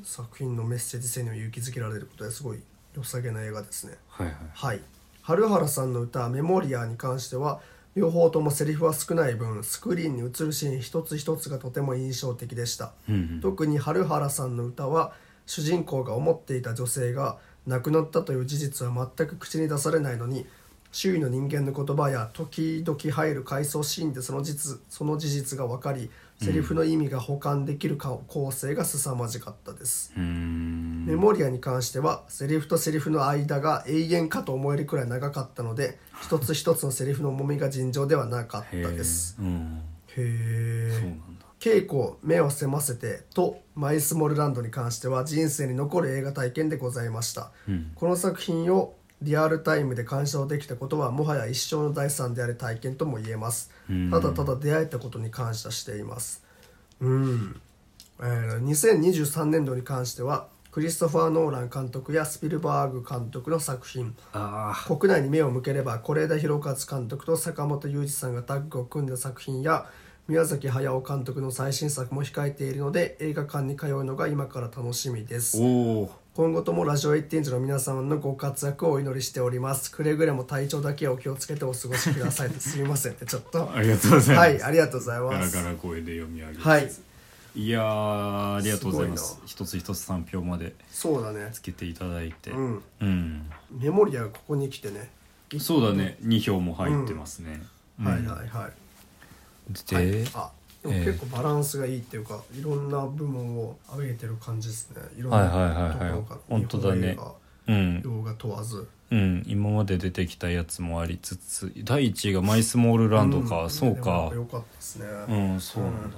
[SPEAKER 2] 作品のメッセージ性にも勇気づけられることですごい良さげな映画ですね。
[SPEAKER 1] はいはい
[SPEAKER 2] はい、春原さんの歌「メモリア」に関しては両方ともセリフは少ない分スクリーンに映るシーン一つ一つがとても印象的でした
[SPEAKER 1] うんうん
[SPEAKER 2] 特に春原さんの歌は主人公が思っていた女性が亡くなったという事実は全く口に出されないのに周囲の人間の言葉や時々入る回想シーンでその実その事実が分かりセリフの意味が補完できるか構成が凄まじかったです、
[SPEAKER 1] うーん
[SPEAKER 2] メモリアに関してはセリフとセリフの間が永遠かと思えるくらい長かったので一つ一つのセリフの重みが尋常ではなかった
[SPEAKER 1] へえ
[SPEAKER 2] です
[SPEAKER 1] うん
[SPEAKER 2] へえ
[SPEAKER 1] そうなんだ
[SPEAKER 2] 稽古目を澄ませてとマイスモルランドに関しては人生に残る映画体験でございました
[SPEAKER 1] うん
[SPEAKER 2] この作品をリアルタイムで鑑賞できたことはもはや一生の財産である体験とも言えます
[SPEAKER 1] うん
[SPEAKER 2] ただただ出会えたことに感謝していますうん、えー2023年度に関してはクリストファー・ノーラン監督やスピルバーグ監督の作品
[SPEAKER 1] あ
[SPEAKER 2] 国内に目を向ければ是枝裕和監督と坂本雄二さんがタッグを組んだ作品や宮崎駿監督の最新作も控えているので映画館に通うのが今から楽しみで
[SPEAKER 1] あ
[SPEAKER 2] す
[SPEAKER 1] おお
[SPEAKER 2] 今後ともラジオ18の皆様のご活躍をお祈りしておりますくれぐれも体調だけはお気をつけてお過ごしくださいすみませんねちょっ
[SPEAKER 1] *laughs*
[SPEAKER 2] と
[SPEAKER 1] ありがとうございます
[SPEAKER 2] はいありがとうござい
[SPEAKER 1] ガ
[SPEAKER 2] ま
[SPEAKER 1] ラ
[SPEAKER 2] す
[SPEAKER 1] ガラ声で読み上げて
[SPEAKER 2] はい
[SPEAKER 1] いやーありがとうございますす
[SPEAKER 2] ごい
[SPEAKER 1] 一つ一つ三票まで
[SPEAKER 2] そうだね
[SPEAKER 1] つけていただいて
[SPEAKER 2] うん
[SPEAKER 1] うん
[SPEAKER 2] メモリアがここに来てね
[SPEAKER 1] そうだね二票も入ってますねうん
[SPEAKER 2] はいはいはい、
[SPEAKER 1] で
[SPEAKER 2] あでも
[SPEAKER 1] えー
[SPEAKER 2] 結構バランスがいいっていうか、いろんな部門を上げてる感じですねいろん
[SPEAKER 1] はいはいはいは
[SPEAKER 2] ないところから
[SPEAKER 1] 本当だね
[SPEAKER 2] 日本映
[SPEAKER 1] うん
[SPEAKER 2] 画動画問わず
[SPEAKER 1] うん今まで出てきたやつもありつつ第1位がマイスモールランドか
[SPEAKER 2] ん
[SPEAKER 1] そう
[SPEAKER 2] でもな
[SPEAKER 1] か
[SPEAKER 2] ん良かったですね、
[SPEAKER 1] うんそうなんだ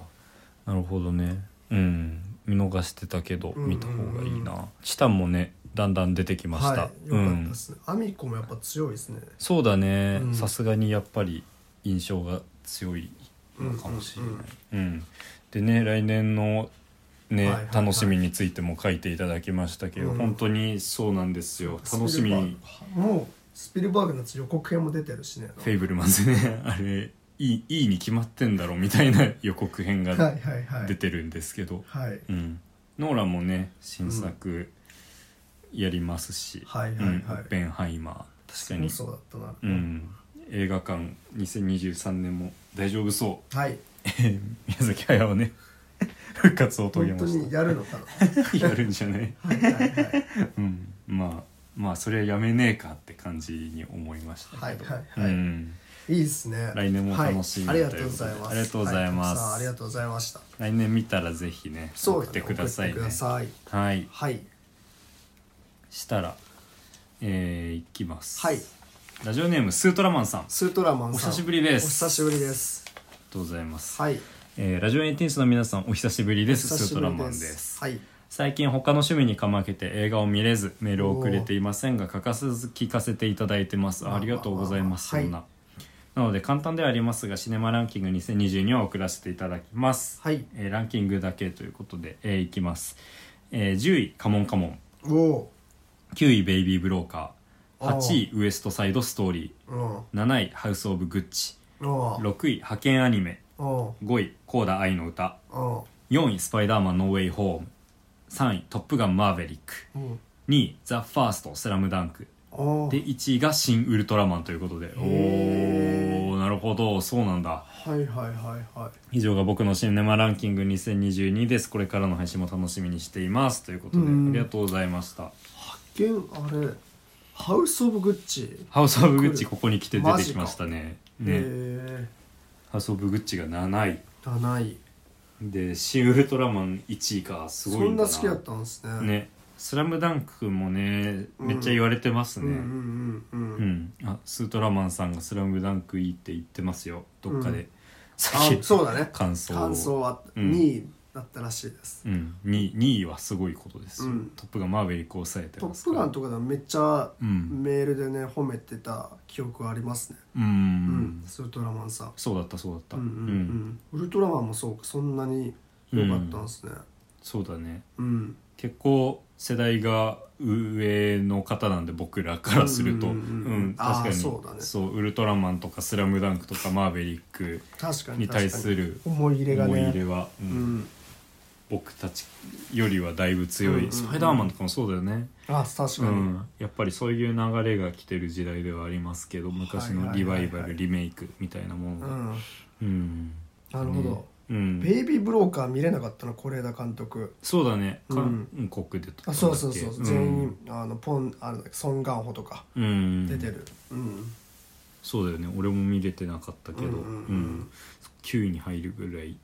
[SPEAKER 1] なるほどねうん見逃してたけど
[SPEAKER 2] うん
[SPEAKER 1] 見た方がいいなチタンもねだんだん出てきまし
[SPEAKER 2] はい
[SPEAKER 1] た
[SPEAKER 2] 良
[SPEAKER 1] う
[SPEAKER 2] かった
[SPEAKER 1] ん
[SPEAKER 2] ですね、アミコもやっぱ強いですね
[SPEAKER 1] そうだね
[SPEAKER 2] うん
[SPEAKER 1] さすがにやっぱり印象が強いのかもしれないうんでね来年のね
[SPEAKER 2] はいはいはい
[SPEAKER 1] 楽しみについても書いていただきましたけど
[SPEAKER 2] うん
[SPEAKER 1] 本当にそうなんですよ楽しみに
[SPEAKER 2] スピルバーグもうスピルバーグのやつ予告編も出てるしね
[SPEAKER 1] フェイブルマンズね *laughs* あれいいいいに決まってんだろみたいな *laughs* 予告編
[SPEAKER 2] はい
[SPEAKER 1] が
[SPEAKER 2] はいは
[SPEAKER 1] 出
[SPEAKER 2] い
[SPEAKER 1] てるんですけど、
[SPEAKER 2] はい
[SPEAKER 1] うん、ノーランもね新作やりますし、
[SPEAKER 2] はい
[SPEAKER 1] うん
[SPEAKER 2] はいはい
[SPEAKER 1] オッペンハイマー確かに
[SPEAKER 2] そうだったな、
[SPEAKER 1] うん、映画館2023年も大丈夫そ
[SPEAKER 2] はい、
[SPEAKER 1] う *laughs* 宮崎駿ね復活を遂げ
[SPEAKER 2] 本当
[SPEAKER 1] ま
[SPEAKER 2] に
[SPEAKER 1] し
[SPEAKER 2] やるのかな
[SPEAKER 1] た *laughs* やるんじゃない、
[SPEAKER 2] はいはいはいはい
[SPEAKER 1] うん、まあまあそれはやめねえかって感じに思いましたけど、
[SPEAKER 2] はいはいはい
[SPEAKER 1] うん
[SPEAKER 2] いいですね。
[SPEAKER 1] 来年も楽しみ
[SPEAKER 2] はい。ありがとうございま
[SPEAKER 1] ということで
[SPEAKER 2] す。
[SPEAKER 1] ありがとうございます
[SPEAKER 2] はたくさんありがとうございました。
[SPEAKER 1] 来年見たらぜひね
[SPEAKER 2] そう
[SPEAKER 1] 送ってください
[SPEAKER 2] 送
[SPEAKER 1] ね
[SPEAKER 2] ってください。
[SPEAKER 1] はい
[SPEAKER 2] はい。
[SPEAKER 1] したらえー、いきます
[SPEAKER 2] はい。
[SPEAKER 1] ラジオネームスートラマンさんあり
[SPEAKER 2] スートラマンさん。
[SPEAKER 1] お久しぶりです
[SPEAKER 2] お久しぶりです。
[SPEAKER 1] がとうございます、
[SPEAKER 2] はい。
[SPEAKER 1] えーラジオエンティンスの皆さんお久しぶりです
[SPEAKER 2] お久
[SPEAKER 1] ス
[SPEAKER 2] し
[SPEAKER 1] ー
[SPEAKER 2] ぶ
[SPEAKER 1] ト
[SPEAKER 2] り
[SPEAKER 1] ラマンです
[SPEAKER 2] はい。
[SPEAKER 1] 最近他の趣味にかまけて映画を見れずメールを送れていませんが欠かさず聞かせていただいてますあありがとうございます
[SPEAKER 2] は
[SPEAKER 1] そ
[SPEAKER 2] い
[SPEAKER 1] んな、なので簡単ではありますがシネマランキング2022を送らせていただきます、
[SPEAKER 2] はい。
[SPEAKER 1] えーランキングだけということで、えーいきます、えー10位「カモンカモン」
[SPEAKER 2] おお
[SPEAKER 1] 9位「ベイビー・ブローカー」
[SPEAKER 2] あー
[SPEAKER 1] 8位「ウエスト・サイド・ストーリ
[SPEAKER 2] ー。うん。
[SPEAKER 1] ー」7位「ハウス・オブ・グッチ」
[SPEAKER 2] おー
[SPEAKER 1] 6位「派遣アニメ
[SPEAKER 2] お」
[SPEAKER 1] 5位「コーダ愛の歌
[SPEAKER 2] ー。お」
[SPEAKER 1] 4位「スパイダーマン・ノーウェイ・ホーム」3位「トップガン・マーヴェリック
[SPEAKER 2] ー。うん。」
[SPEAKER 1] 2位「ザ・ファースト・スラムダンク」
[SPEAKER 2] おー
[SPEAKER 1] で1位が「新ウルトラマン」ということでお
[SPEAKER 2] へー
[SPEAKER 1] ーなるほどそうなんだ
[SPEAKER 2] はいはいはいはい。
[SPEAKER 1] 以上が僕のシネマランキング2022ですこれからの配信も楽しみにしていますということであ
[SPEAKER 2] うん
[SPEAKER 1] りがとうございました
[SPEAKER 2] 現あれハウスオブグッチ。
[SPEAKER 1] ハウス・オブ・グッチここに来て出てきましたねね
[SPEAKER 2] え
[SPEAKER 1] ハウス・オブ・グッチが7位
[SPEAKER 2] ー。7位。
[SPEAKER 1] で「シン・ウルトラマン」1位かす
[SPEAKER 2] そ
[SPEAKER 1] ごい
[SPEAKER 2] ん
[SPEAKER 1] ん
[SPEAKER 2] な
[SPEAKER 1] だな
[SPEAKER 2] 好きだったんですね。。
[SPEAKER 1] ね「スラムダンクもね
[SPEAKER 2] うん
[SPEAKER 1] めっちゃ言われてます
[SPEAKER 2] うんう
[SPEAKER 1] ね
[SPEAKER 2] んうん
[SPEAKER 1] う
[SPEAKER 2] うん。
[SPEAKER 1] んあスートラマンさんが「スラムダンクいいって言ってますよどっか
[SPEAKER 2] う
[SPEAKER 1] でさ
[SPEAKER 2] あ
[SPEAKER 1] っ、き
[SPEAKER 2] そうだね。
[SPEAKER 1] 感想を
[SPEAKER 2] 感想は
[SPEAKER 1] うん
[SPEAKER 2] 2位だったらしいです、
[SPEAKER 1] うん、2, 2位はすごいことですよ、
[SPEAKER 2] うん
[SPEAKER 1] トップガンマーヴェリックを抑えて
[SPEAKER 2] ト
[SPEAKER 1] ま
[SPEAKER 2] ッ
[SPEAKER 1] すか
[SPEAKER 2] プ
[SPEAKER 1] ら
[SPEAKER 2] ガン」とかでもめっちゃ
[SPEAKER 1] うん、
[SPEAKER 2] メールでね褒めてた記憶はありますね
[SPEAKER 1] うん
[SPEAKER 2] うん、スートラマンさん
[SPEAKER 1] そうだったそうだった、
[SPEAKER 2] うんうんうん、ウルトラマンもそうかそんなに良かったんですね
[SPEAKER 1] そうだね
[SPEAKER 2] うん、
[SPEAKER 1] 結構世代が上の方なんで僕らからすると、
[SPEAKER 2] う
[SPEAKER 1] うんん
[SPEAKER 2] うんうんうんあー
[SPEAKER 1] 確かに
[SPEAKER 2] そうだね
[SPEAKER 1] ウルトラマン」とか「スラムダンク」とか「マーヴェリック
[SPEAKER 2] 確か」に
[SPEAKER 1] に
[SPEAKER 2] 確かに
[SPEAKER 1] 対する
[SPEAKER 2] 思い入れが
[SPEAKER 1] 思い入れ
[SPEAKER 2] ね
[SPEAKER 1] は、う
[SPEAKER 2] うんん
[SPEAKER 1] 僕たちよりはだいぶ強い、
[SPEAKER 2] うんうんうん
[SPEAKER 1] スパイダーマンとかもそうだよね、
[SPEAKER 2] あ確か
[SPEAKER 1] う
[SPEAKER 2] に、
[SPEAKER 1] ん、やっぱりそういう流れが来てる時代ではありますけど昔のリバイバル、
[SPEAKER 2] はいはいはいはい
[SPEAKER 1] リメイクみたいなもの
[SPEAKER 2] う
[SPEAKER 1] が、
[SPEAKER 2] ん
[SPEAKER 1] うん
[SPEAKER 2] なるほど、
[SPEAKER 1] うん、
[SPEAKER 2] ベイビー・ブローカー見れなかったの是枝監督
[SPEAKER 1] そうだね
[SPEAKER 2] うん
[SPEAKER 1] 韓国でと
[SPEAKER 2] あそうそうそう、全員あのポンあのソン・ガンホとか
[SPEAKER 1] うん、うん
[SPEAKER 2] 出てるうん、
[SPEAKER 1] そうだよね俺も見れてなかったけど、
[SPEAKER 2] うんうんうん
[SPEAKER 1] 9位に入るぐらい、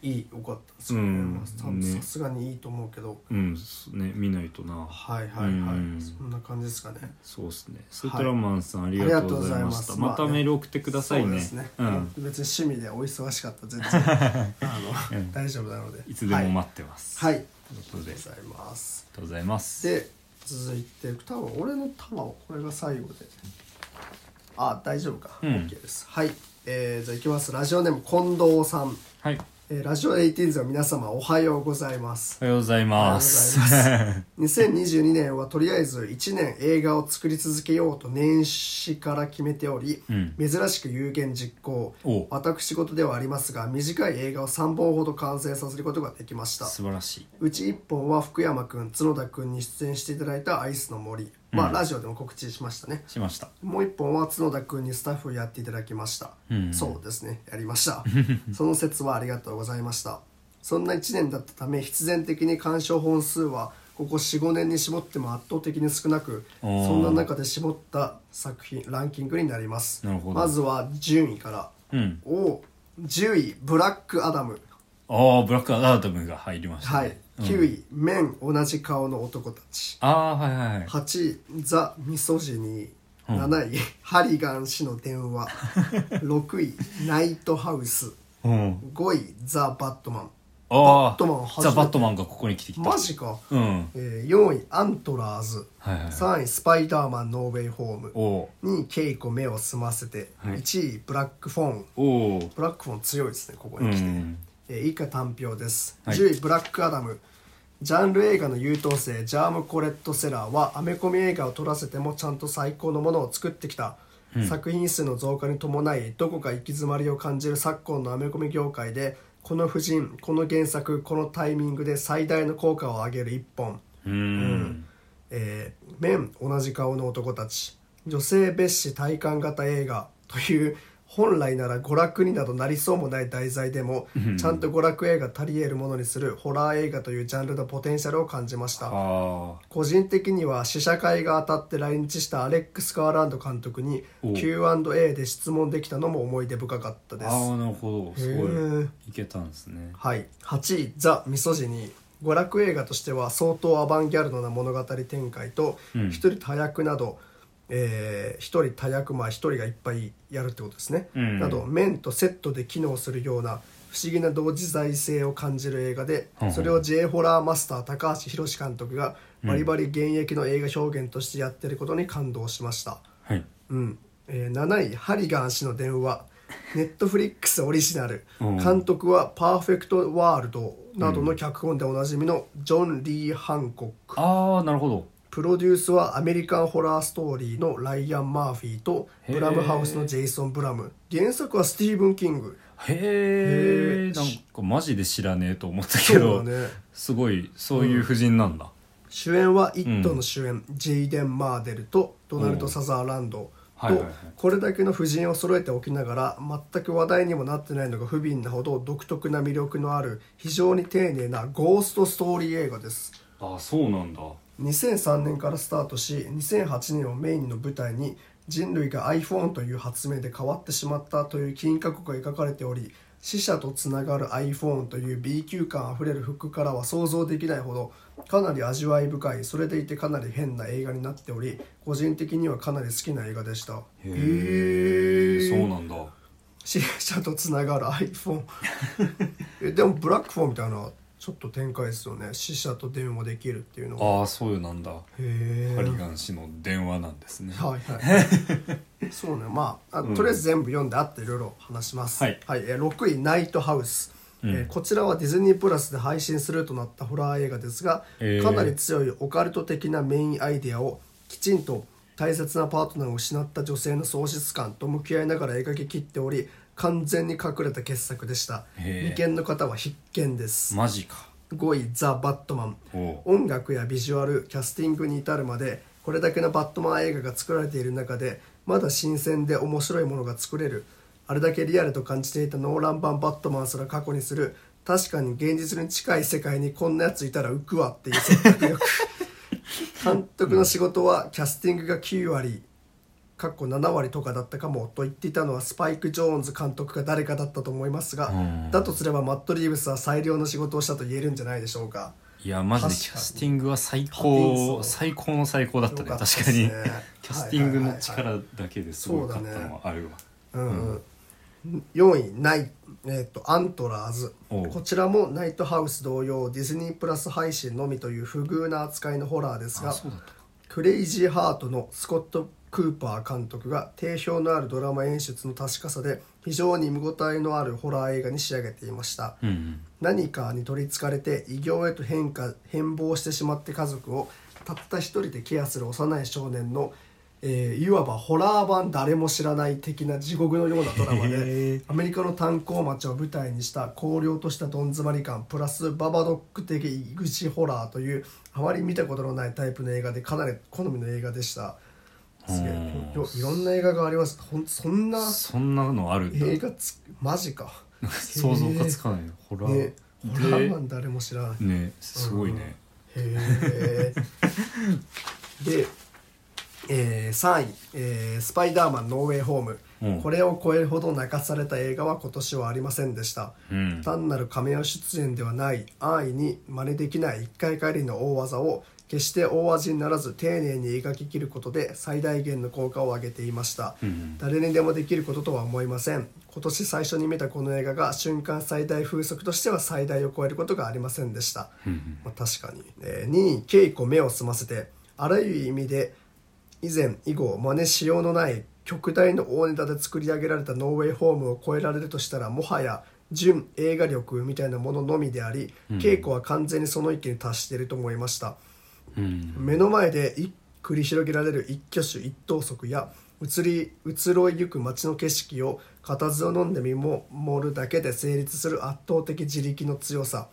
[SPEAKER 2] いいよかったですね、
[SPEAKER 1] うん
[SPEAKER 2] まあ多分
[SPEAKER 1] ね
[SPEAKER 2] さすがにいいと思うけど、
[SPEAKER 1] うんそうね、見ないとな
[SPEAKER 2] はいはいはい、
[SPEAKER 1] うん
[SPEAKER 2] そんな感じですかね
[SPEAKER 1] そうですねスートラマンさん、ありがとうございました
[SPEAKER 2] ありがとうございます
[SPEAKER 1] また
[SPEAKER 2] まあね
[SPEAKER 1] メール送ってください
[SPEAKER 2] そう
[SPEAKER 1] ね,、
[SPEAKER 2] ですね、
[SPEAKER 1] うん、
[SPEAKER 2] 別に趣味でお忙しかった全
[SPEAKER 1] *laughs*
[SPEAKER 2] 然あの、
[SPEAKER 1] うん
[SPEAKER 2] 大丈夫なので
[SPEAKER 1] いつでも待ってます、
[SPEAKER 2] はい、はい、
[SPEAKER 1] ということで
[SPEAKER 2] あ
[SPEAKER 1] あ
[SPEAKER 2] り
[SPEAKER 1] り
[SPEAKER 2] がとうございます
[SPEAKER 1] がとうございます
[SPEAKER 2] で続いて多分俺のタワーこれが最後であ大丈夫か、
[SPEAKER 1] うん
[SPEAKER 2] OK ですはい、えー、じゃあいきますラジオネーム近藤さん、
[SPEAKER 1] はいお
[SPEAKER 2] えー、ラジオ18の皆様おはようございます
[SPEAKER 1] はようございます
[SPEAKER 2] おはようございま2022年はとりあえず1年映画を作り続けようと年始から決めており、
[SPEAKER 1] うん
[SPEAKER 2] 珍しく有言実行
[SPEAKER 1] *laughs* お
[SPEAKER 2] 私事ではありますが短い映画を3本ほど完成させることができました
[SPEAKER 1] 素晴らしいう
[SPEAKER 2] ち1本は福山くん角田くんに出演していただいた「アイスの森」まあ、
[SPEAKER 1] うん
[SPEAKER 2] ラジオでも告知しましたね
[SPEAKER 1] しました
[SPEAKER 2] もう1本は角田くんにスタッフをやっていただきました、
[SPEAKER 1] うん
[SPEAKER 2] そうですねやりました
[SPEAKER 1] *laughs*
[SPEAKER 2] その説はありがとうございましたそんな1年だったため必然的に鑑賞本数はここ45年に絞っても圧倒的に少なくそ
[SPEAKER 1] おー
[SPEAKER 2] んな中で絞った作品ランキングになります
[SPEAKER 1] なるほど
[SPEAKER 2] まずは順位から
[SPEAKER 1] うん
[SPEAKER 2] お10位「ブラックアダム」
[SPEAKER 1] ああブラックアダムが入りました、ね、
[SPEAKER 2] はい、9位「面同じ顔の男たち」
[SPEAKER 1] ああはいはいはい
[SPEAKER 2] 8位「ザ・ミソジニー」
[SPEAKER 1] うん
[SPEAKER 2] 7位「ハリガン氏の
[SPEAKER 1] *laughs*
[SPEAKER 2] 電話」6位「ナイトハウス
[SPEAKER 1] うん」
[SPEAKER 2] 5位「ザ・バットマン
[SPEAKER 1] あ
[SPEAKER 2] バットマン
[SPEAKER 1] あ
[SPEAKER 2] 初め
[SPEAKER 1] ザ・
[SPEAKER 2] て
[SPEAKER 1] バットマンがここに来てき」た
[SPEAKER 2] マジか、
[SPEAKER 1] うん
[SPEAKER 2] えー4位「アントラーズ」
[SPEAKER 1] はいはいはい
[SPEAKER 2] 3位「スパイダーマンノーウェイホーム
[SPEAKER 1] お」お
[SPEAKER 2] 2位「ケイコ目を澄ませて」
[SPEAKER 1] はい
[SPEAKER 2] 1位「ブラックフォーン」
[SPEAKER 1] おお
[SPEAKER 2] ブラックフォーン強いですねここ
[SPEAKER 1] う
[SPEAKER 2] に来て、
[SPEAKER 1] ん
[SPEAKER 2] えー以下単票です、
[SPEAKER 1] はい
[SPEAKER 2] 10位ブラックアダムジャンル映画の優等生ジャーム・コレット・セラーはアメコミ映画を撮らせてもちゃんと最高のものを作ってきた、作品数の増加に伴いどこか行き詰まりを感じる昨今のアメコミ業界でこの布陣この原作このタイミングで最大の効果を上げる一本
[SPEAKER 1] うんうん
[SPEAKER 2] えー「面同じ顔の男たち」「女性蔑視体感型映画」という本来なら娯楽になどなりそうもない題材でも、ちゃんと娯楽映画たり得るものにするホラー映画というジャンルのポテンシャルを感じました
[SPEAKER 1] ああ
[SPEAKER 2] 個人的には試写会が当たって来日したアレックス・カーランド監督に
[SPEAKER 1] お
[SPEAKER 2] Q&A で質問できたのも思い出深かったです
[SPEAKER 1] ああなるほどす
[SPEAKER 2] へ
[SPEAKER 1] ごい
[SPEAKER 2] ー
[SPEAKER 1] いけたんですね
[SPEAKER 2] はい、8位「ザ・ミソジニー」娯楽映画としては相当アバンギャルドな物語展開と
[SPEAKER 1] うん
[SPEAKER 2] 一人多役など、えー一人多役まあ一人がいっぱいやるってことですね、
[SPEAKER 1] うん
[SPEAKER 2] など面とセットで機能するような不思議な同時在性を感じる映画で
[SPEAKER 1] うんうん
[SPEAKER 2] それを J ホラーマスター高橋宏監督がバリバリ現役の映画表現としてやってることに感動しました、
[SPEAKER 1] はい
[SPEAKER 2] うんえー7位「ハリガン氏の
[SPEAKER 1] *laughs*
[SPEAKER 2] 電話」ネットフリックスオリジナル、
[SPEAKER 1] うん
[SPEAKER 2] 監督は「パーフェクト・ワールド」などの脚本でおなじみのジョン・リー・ハンコック、
[SPEAKER 1] ああなるほど
[SPEAKER 2] プロデュースはアメリカンホラーストーリーのライアン・マーフィーと
[SPEAKER 1] へー
[SPEAKER 2] ブラムハウスのジェイソン・ブラム原作はスティーブン・キング
[SPEAKER 1] へえ
[SPEAKER 2] へー
[SPEAKER 1] なんかマジで知らねえと思ったけど、
[SPEAKER 2] ね
[SPEAKER 1] すごいそういう布陣なんだ、
[SPEAKER 2] 主演は「イット!」の主演、ジェイデン・マーデルとドナルド・
[SPEAKER 1] うん
[SPEAKER 2] サザーランドと、
[SPEAKER 1] はいはいはい
[SPEAKER 2] これだけの夫人を揃えておきながら全く話題にもなってないのが不憫なほど独特な魅力のある非常に丁寧なゴーストストーリー映画です
[SPEAKER 1] ああそうなんだ
[SPEAKER 2] 2003年からスタートし2008年をメインの舞台に人類が iPhone という発明で変わってしまったという金閣が描かれており死者とつながる iPhone という B 級感あふれる服からは想像できないほどかなり味わい深いそれでいてかなり変な映画になっており個人的にはかなり好きな映画でした
[SPEAKER 1] へえそうなんだ
[SPEAKER 2] 死者とつながる iPhone *laughs* えでもブラックフォンみたいなちょっと展開ですよね死者と電話できるっていうのは
[SPEAKER 1] ああそうなんだ
[SPEAKER 2] へえ
[SPEAKER 1] ハリガン氏の電話なんですね
[SPEAKER 2] はいはい。 *laughs* そうね、まあ、あとりあえず全部読んであっていろいろ話します。
[SPEAKER 1] はい
[SPEAKER 2] えー6位ナイトハウス。
[SPEAKER 1] うん
[SPEAKER 2] えーこちらはディズニープラスで配信するとなったホラー映画ですが、
[SPEAKER 1] えー
[SPEAKER 2] かなり強いオカルト的なメインアイデアをきちんと大切なパートナーを失った女性の喪失感と向き合いながら描き切っており完全に隠れた傑作でした
[SPEAKER 1] へー
[SPEAKER 2] 未見の方は必見です
[SPEAKER 1] マジか
[SPEAKER 2] 5位「ザ・バットマン」
[SPEAKER 1] お
[SPEAKER 2] 音楽やビジュアルキャスティングに至るまでこれだけのバットマン映画が作られている中でまだ新鮮で面白いものが作れるあれだけリアルと感じていたノーラン版バットマンすら過去にする確かに現実に近い世界にこんなやついたら浮くわ
[SPEAKER 1] *laughs*
[SPEAKER 2] っていう説得力監督の仕事はキャスティングが9割かっこ7割とかだったかもと言っていたのはスパイク・ジョーンズ監督が誰かだったと思いますが
[SPEAKER 1] うん
[SPEAKER 2] だとすればマット・リーブスは最良の仕事をしたと言えるんじゃないでしょうか。
[SPEAKER 1] いやマジで
[SPEAKER 2] 確かに
[SPEAKER 1] キャスティングは最
[SPEAKER 2] ハティ
[SPEAKER 1] 高
[SPEAKER 2] ンソン
[SPEAKER 1] 最高の最高だったね
[SPEAKER 2] よかったっ
[SPEAKER 1] 確
[SPEAKER 2] す
[SPEAKER 1] かに
[SPEAKER 2] ね
[SPEAKER 1] キャスティング
[SPEAKER 2] はいはいはいは
[SPEAKER 1] の
[SPEAKER 2] い
[SPEAKER 1] 力だけですごかったのはあるわ、
[SPEAKER 2] うんうん、4位ない、えーと「アントラーズ」
[SPEAKER 1] おう
[SPEAKER 2] こちらもナイトハウス同様ディズニープラス配信のみという不遇な扱いのホラーです
[SPEAKER 1] あ
[SPEAKER 2] が
[SPEAKER 1] そうだった
[SPEAKER 2] クレイジーハートのスコット・クーパー監督が定評のあるドラマ演出の確かさで非常に見応えのあるホラー映画に仕上げていました
[SPEAKER 1] うんうん
[SPEAKER 2] 何かに取りつかれて異形へと変化変貌してしまって家族をたった一人でケアする幼い少年の、えーいわばホラー版誰も知らない的な地獄のようなドラマ
[SPEAKER 1] へー
[SPEAKER 2] でアメリカの炭鉱町を舞台にした荒涼としたどん詰まり感プラスババドック的井口ホラーというあまり見たことのないタイプの映画でかなり好みの映画でしたすげえ
[SPEAKER 1] うん
[SPEAKER 2] よいろんな映画がありますほんそんな
[SPEAKER 1] そんなのあるんだ
[SPEAKER 2] 映画つマジか
[SPEAKER 1] 想像がつかない *laughs* ホラー
[SPEAKER 2] ね、ホラーマ
[SPEAKER 1] で
[SPEAKER 2] ン誰も知らない
[SPEAKER 1] ねすごいね、
[SPEAKER 2] へえで、えー3位、えースパイダーマンノーウェイホーム」
[SPEAKER 1] うん
[SPEAKER 2] これを超えるほど泣かされた映画は今年はありませんでした、
[SPEAKER 1] うん
[SPEAKER 2] 単なる仮面出演ではない安易に真似できない一回限りの大技を決して大味にならず丁寧に描ききることで最大限の効果を上げていました、
[SPEAKER 1] うん
[SPEAKER 2] 誰にでもできることとは思いません今年最初に見たこの映画が瞬間最大風速としては最大を超えることがありませんでした、
[SPEAKER 1] うん
[SPEAKER 2] まあ、確かに、えー、2位稽古目を澄ませてあらゆる意味で以前以後真似しようのない極大の大ネタで作り上げられたノーウェイホームを超えられるとしたらもはや純映画力みたいなもののみであり、稽古は完全にその域に達していると思いました、
[SPEAKER 1] うん
[SPEAKER 2] 目の前でい繰り広げられる一挙手一投足や移り移ろいゆく街の景色を固唾を飲んで見守るだけで成立する圧倒的自力の強さ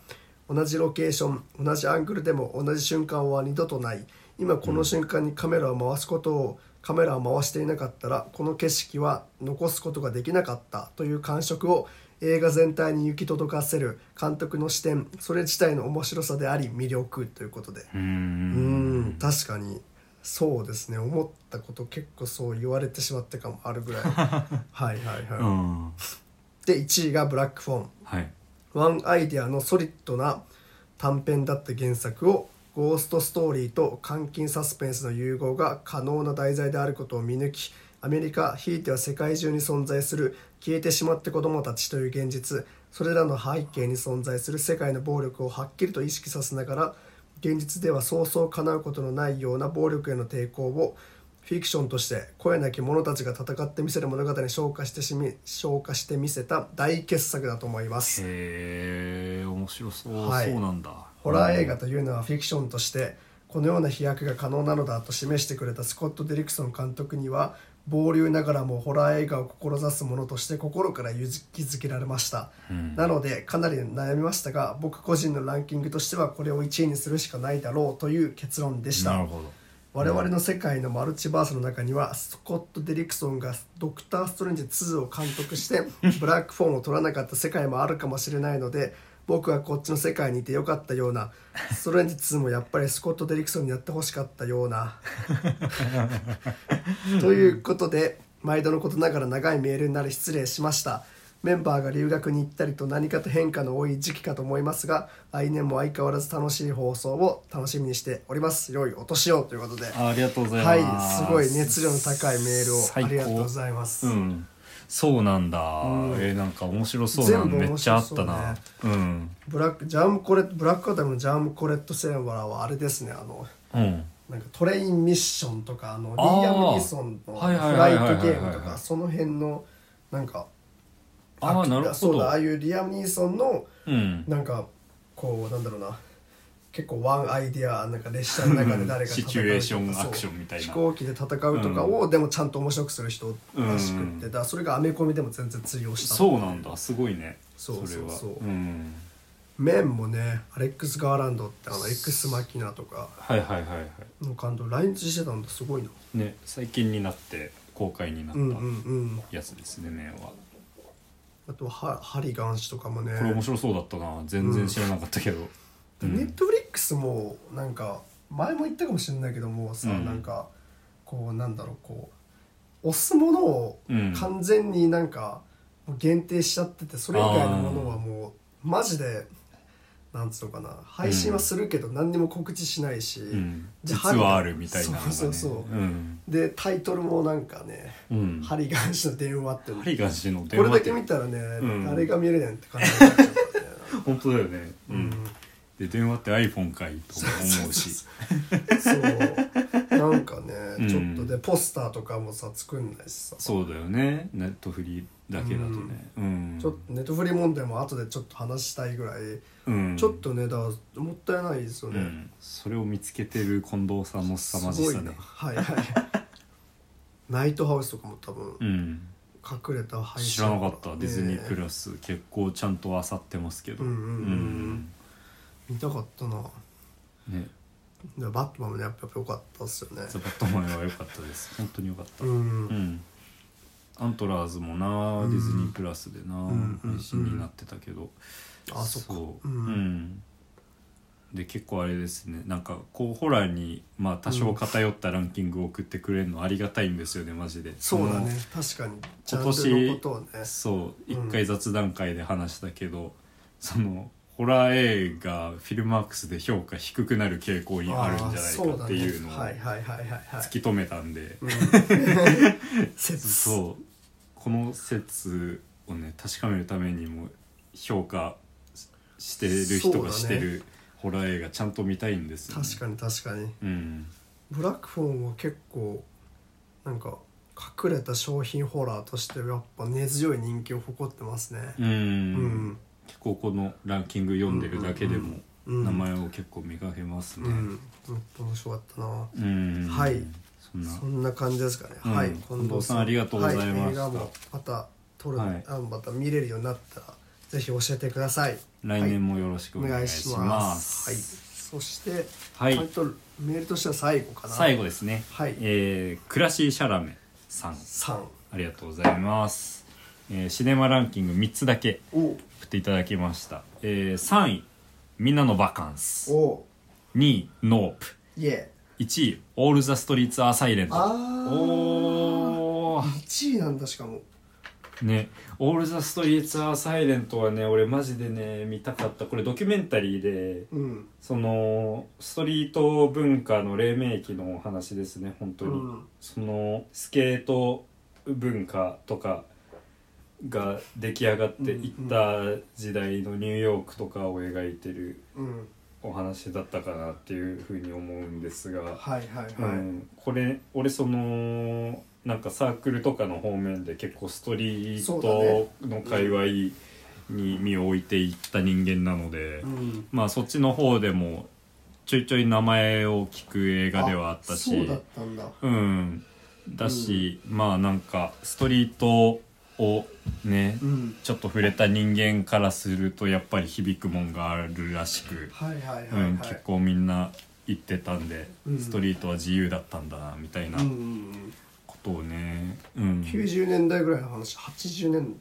[SPEAKER 2] 同じロケーション同じアングルでも同じ瞬間は二度とない今この瞬間にカメラを回すことをカメラを回していなかったらこの景色は残すことができなかったという感触を映画全体に行き届かせる監督の視点それ自体の面白さであり魅力ということで
[SPEAKER 1] う
[SPEAKER 2] うんん確かにそうですね思ったこと結構そう言われてしまったかもある
[SPEAKER 1] *laughs*
[SPEAKER 2] ぐらいはいはいはい、
[SPEAKER 1] うん
[SPEAKER 2] で1位が「ブラックフォン」
[SPEAKER 1] はい
[SPEAKER 2] ワンアイデアのソリッドな短編だった原作をゴーストストーリーと監禁サスペンスの融合が可能な題材であることを見抜きアメリカひいては世界中に存在する消えてしまった子どもたちという現実それらの背景に存在する世界の暴力をはっきりと意識させながら現実ではそうそう叶うことのないような暴力への抵抗をフィクションとして声なき者たちが戦ってみせる物語に昇華してしみ昇華してみせた大傑作だと思います。
[SPEAKER 1] へえ面白そう、
[SPEAKER 2] はい
[SPEAKER 1] そうなんだ
[SPEAKER 2] ホラー映画というのはフィクションとしてこのような飛躍が可能なのだと示してくれたスコット・デリクソン監督には暴流ながらもホラー映画を志す者として心から勇気づけられました、
[SPEAKER 1] うん
[SPEAKER 2] なのでかなり悩みましたが僕個人のランキングとしてはこれを1位にするしかないだろうという結論でし
[SPEAKER 1] な
[SPEAKER 2] た
[SPEAKER 1] るほど
[SPEAKER 2] 我々の世界のマルチバースの中にはスコット・デリクソンが「ドクター・ストレンジ2」を監督してブラックフォーンを取らなかった世界もあるかもしれないので僕はこっちの世界にいてよかったようなストレンジ2もやっぱりスコット・デリクソンにやってほしかったような。ということで毎度のことながら長いメールになり失礼しましたメンバーが留学に行ったりと何かと変化の多い時期かと思いますが来年も相変わらず楽しい放送を楽しみにしております良いお年をということで
[SPEAKER 1] ありがとうござい
[SPEAKER 2] は
[SPEAKER 1] ま
[SPEAKER 2] い
[SPEAKER 1] す
[SPEAKER 2] すごい熱量の高いメール
[SPEAKER 1] 最高
[SPEAKER 2] をありがとうございます、
[SPEAKER 1] うんそうなんだ、えーなんか面白そうなの
[SPEAKER 2] 全部
[SPEAKER 1] めっ
[SPEAKER 2] 面
[SPEAKER 1] ちゃあ
[SPEAKER 2] 白
[SPEAKER 1] っ
[SPEAKER 2] そう
[SPEAKER 1] た
[SPEAKER 2] ね
[SPEAKER 1] なうん
[SPEAKER 2] ブラックジャムコレブラックアダムのジャムコレット・センバラはあれですねあの
[SPEAKER 1] うん
[SPEAKER 2] なんかトレインミッションとかあの
[SPEAKER 1] あ
[SPEAKER 2] リ
[SPEAKER 1] ー
[SPEAKER 2] アム・ニーソンのフ
[SPEAKER 1] はいはいは
[SPEAKER 2] ラ
[SPEAKER 1] い
[SPEAKER 2] イ
[SPEAKER 1] はいはいはい
[SPEAKER 2] トゲームとかその辺のなんか
[SPEAKER 1] ああなるほ
[SPEAKER 2] そうだああ
[SPEAKER 1] ど
[SPEAKER 2] いうリアム・ニーソンの
[SPEAKER 1] うん
[SPEAKER 2] なんかこうなんだろうな結構ワンアイディアなんか列車の中で誰か
[SPEAKER 1] シチュエーションアクションみたいな
[SPEAKER 2] そう飛行機で戦うとかを、でもちゃんと面白くする人らしく
[SPEAKER 1] う
[SPEAKER 2] っ
[SPEAKER 1] ん
[SPEAKER 2] てだからそれがアメコミでも全然通用した
[SPEAKER 1] そうなんだすごいね
[SPEAKER 2] そうそうそう
[SPEAKER 1] れはうん
[SPEAKER 2] 面もねアレックス・ガーランドってあの X マキナとか
[SPEAKER 1] はいはいはいは
[SPEAKER 2] の監督来日してたんだすごいない
[SPEAKER 1] ね最近になって公開になっ
[SPEAKER 2] うんうんうん
[SPEAKER 1] たやつですね面は
[SPEAKER 2] あとはハハリガン氏とかもね
[SPEAKER 1] これ面白そうだったな全然知らなかったけど、うん
[SPEAKER 2] ネットフリックスもなんか前も言ったかもしれないけどもさ、
[SPEAKER 1] うん
[SPEAKER 2] なんかこうなんだろうこう押すものを
[SPEAKER 1] うん
[SPEAKER 2] 完全になんかもう限定しちゃっててそれ以外のものはもうマジでなんつうのかな配信はするけど何にも告知しないし、
[SPEAKER 1] うん、
[SPEAKER 2] じゃあ
[SPEAKER 1] 実はあるみたいなのが、ね、
[SPEAKER 2] そうそうそう
[SPEAKER 1] うん
[SPEAKER 2] でタイトルもなんかね
[SPEAKER 1] うん
[SPEAKER 2] 「ハリガン氏の電話」って
[SPEAKER 1] ハリガン氏の電
[SPEAKER 2] これ
[SPEAKER 1] 話
[SPEAKER 2] だ
[SPEAKER 1] っ
[SPEAKER 2] け
[SPEAKER 1] て
[SPEAKER 2] 見たらね、
[SPEAKER 1] ん
[SPEAKER 2] 誰が見れないって感じになっちゃうからね
[SPEAKER 1] 本当だよね、うんで電話って iPhone かいとも思うし
[SPEAKER 2] そうなんかね、
[SPEAKER 1] うん
[SPEAKER 2] ちょっとでポスターとかもさ作んないしさ
[SPEAKER 1] そうだよねネットフリだけだとねうん、
[SPEAKER 2] ちょっとネットフリ問題も後でちょっと話したいぐらい、
[SPEAKER 1] うん
[SPEAKER 2] ちょっとねだからもったいないですよ
[SPEAKER 1] う
[SPEAKER 2] ね、
[SPEAKER 1] ん、それを見つけてる近藤さんの
[SPEAKER 2] す
[SPEAKER 1] 凄まじ
[SPEAKER 2] ごい
[SPEAKER 1] さ
[SPEAKER 2] な
[SPEAKER 1] ね
[SPEAKER 2] はいはいナイトハウスとかも多分
[SPEAKER 1] うん
[SPEAKER 2] 隠れた配信
[SPEAKER 1] 知らなかったディズニープ
[SPEAKER 2] ね
[SPEAKER 1] ラス結構ちゃんと漁ってますけど
[SPEAKER 2] うんうんうん見たかったな
[SPEAKER 1] うんね
[SPEAKER 2] でバットマンもねやっぱ良かったっすよね
[SPEAKER 1] ザ・バットマンは良かったです本当に良かった
[SPEAKER 2] うん、
[SPEAKER 1] うんアントラーズもなディズニープラスでな、
[SPEAKER 2] んうん
[SPEAKER 1] 配信になってたけど、
[SPEAKER 2] あそっか
[SPEAKER 1] う
[SPEAKER 2] うん
[SPEAKER 1] んで結構あれですねなんかこうホラーにまあ多少偏ったランキングを送ってくれるのありがたいんですよねマジで
[SPEAKER 2] そうだね確かにジ
[SPEAKER 1] 今
[SPEAKER 2] ャン
[SPEAKER 1] 年
[SPEAKER 2] ルのことをね
[SPEAKER 1] そう
[SPEAKER 2] うん
[SPEAKER 1] 一回雑談会で話したけど、そのホラー映画フィルマークスで評価低くなる傾向にあるんじゃないかっていうのを
[SPEAKER 2] あーそうだねはいはいはいはいはい
[SPEAKER 1] 突き止めたんで、
[SPEAKER 2] 切
[SPEAKER 1] *laughs* そうこの説をね確かめるためにも評価ししてる人がしてる、ホラー映画ちゃんと見たいんですよね、
[SPEAKER 2] 確かに確かに
[SPEAKER 1] うん
[SPEAKER 2] ブラックフォンは結構なんか隠れた商品ホラーとしてやっぱ根強い人気を誇ってますね
[SPEAKER 1] うん、
[SPEAKER 2] うん
[SPEAKER 1] 結構このランキング読んでるだけでも
[SPEAKER 2] うん
[SPEAKER 1] 名前を結構磨けますね
[SPEAKER 2] う、んほんと面白かったな
[SPEAKER 1] うん
[SPEAKER 2] はい
[SPEAKER 1] そんな
[SPEAKER 2] そんな感じですかね、
[SPEAKER 1] うん
[SPEAKER 2] はい
[SPEAKER 1] 近藤さんありがとうございました
[SPEAKER 2] はい映画もまた撮る、
[SPEAKER 1] はい
[SPEAKER 2] あまた見れるようになったらぜひ教えてください
[SPEAKER 1] 来年もよろしく
[SPEAKER 2] お
[SPEAKER 1] お願
[SPEAKER 2] 願
[SPEAKER 1] い
[SPEAKER 2] い
[SPEAKER 1] し
[SPEAKER 2] し
[SPEAKER 1] ま
[SPEAKER 2] ます
[SPEAKER 1] す、
[SPEAKER 2] はい、そして、
[SPEAKER 1] はい
[SPEAKER 2] ちゃんとメールとしては最後かな
[SPEAKER 1] 最後ですね、
[SPEAKER 2] はい
[SPEAKER 1] えー、クラシー・シャラメさん
[SPEAKER 2] 3
[SPEAKER 1] ありがとうございます、えーシネマランキング3つだけ
[SPEAKER 2] お
[SPEAKER 1] 送っていただきました、えー、3位「みんなのバカンス」
[SPEAKER 2] お
[SPEAKER 1] 2位「ノープ
[SPEAKER 2] イエ」
[SPEAKER 1] 1位「オール・ザ・ストリート・アー・サイレン
[SPEAKER 2] ー
[SPEAKER 1] ト」
[SPEAKER 2] あー
[SPEAKER 1] おー
[SPEAKER 2] 1位なんだしかも
[SPEAKER 1] ね「オール・ザ・ストリート・アー・サイレント」はね俺マジでね見たかったこれドキュメンタリーで
[SPEAKER 2] うん
[SPEAKER 1] そのストリート文化の黎明期のお話ですね本当に、
[SPEAKER 2] うん
[SPEAKER 1] そのスケート文化とかが出来上がっていった時代のニューヨークとかを描いてる
[SPEAKER 2] うん
[SPEAKER 1] お話だったかなっていうふうに思うんですが、
[SPEAKER 2] はいはいはい、
[SPEAKER 1] うん、これ俺そのなんかサークルとかの方面で結構ストリー
[SPEAKER 2] そうだね
[SPEAKER 1] トの界隈に身を置いていった人間なので。
[SPEAKER 2] うん
[SPEAKER 1] まあそっちの方でもちょいちょい名前を聞く映画ではあったし
[SPEAKER 2] そうだったんだ
[SPEAKER 1] うんだし、まあなんかストリートをね、
[SPEAKER 2] うん
[SPEAKER 1] ちょっと触れた人間からするとやっぱり響くもんがあるらしく、
[SPEAKER 2] はいはいはいはい、
[SPEAKER 1] うん、結構みんな言ってたんで、
[SPEAKER 2] うん
[SPEAKER 1] ストリートは自由だったんだなみたいな
[SPEAKER 2] うんうん
[SPEAKER 1] ことをね、う
[SPEAKER 2] うん
[SPEAKER 1] ん、
[SPEAKER 2] 90年代ぐらいの話80年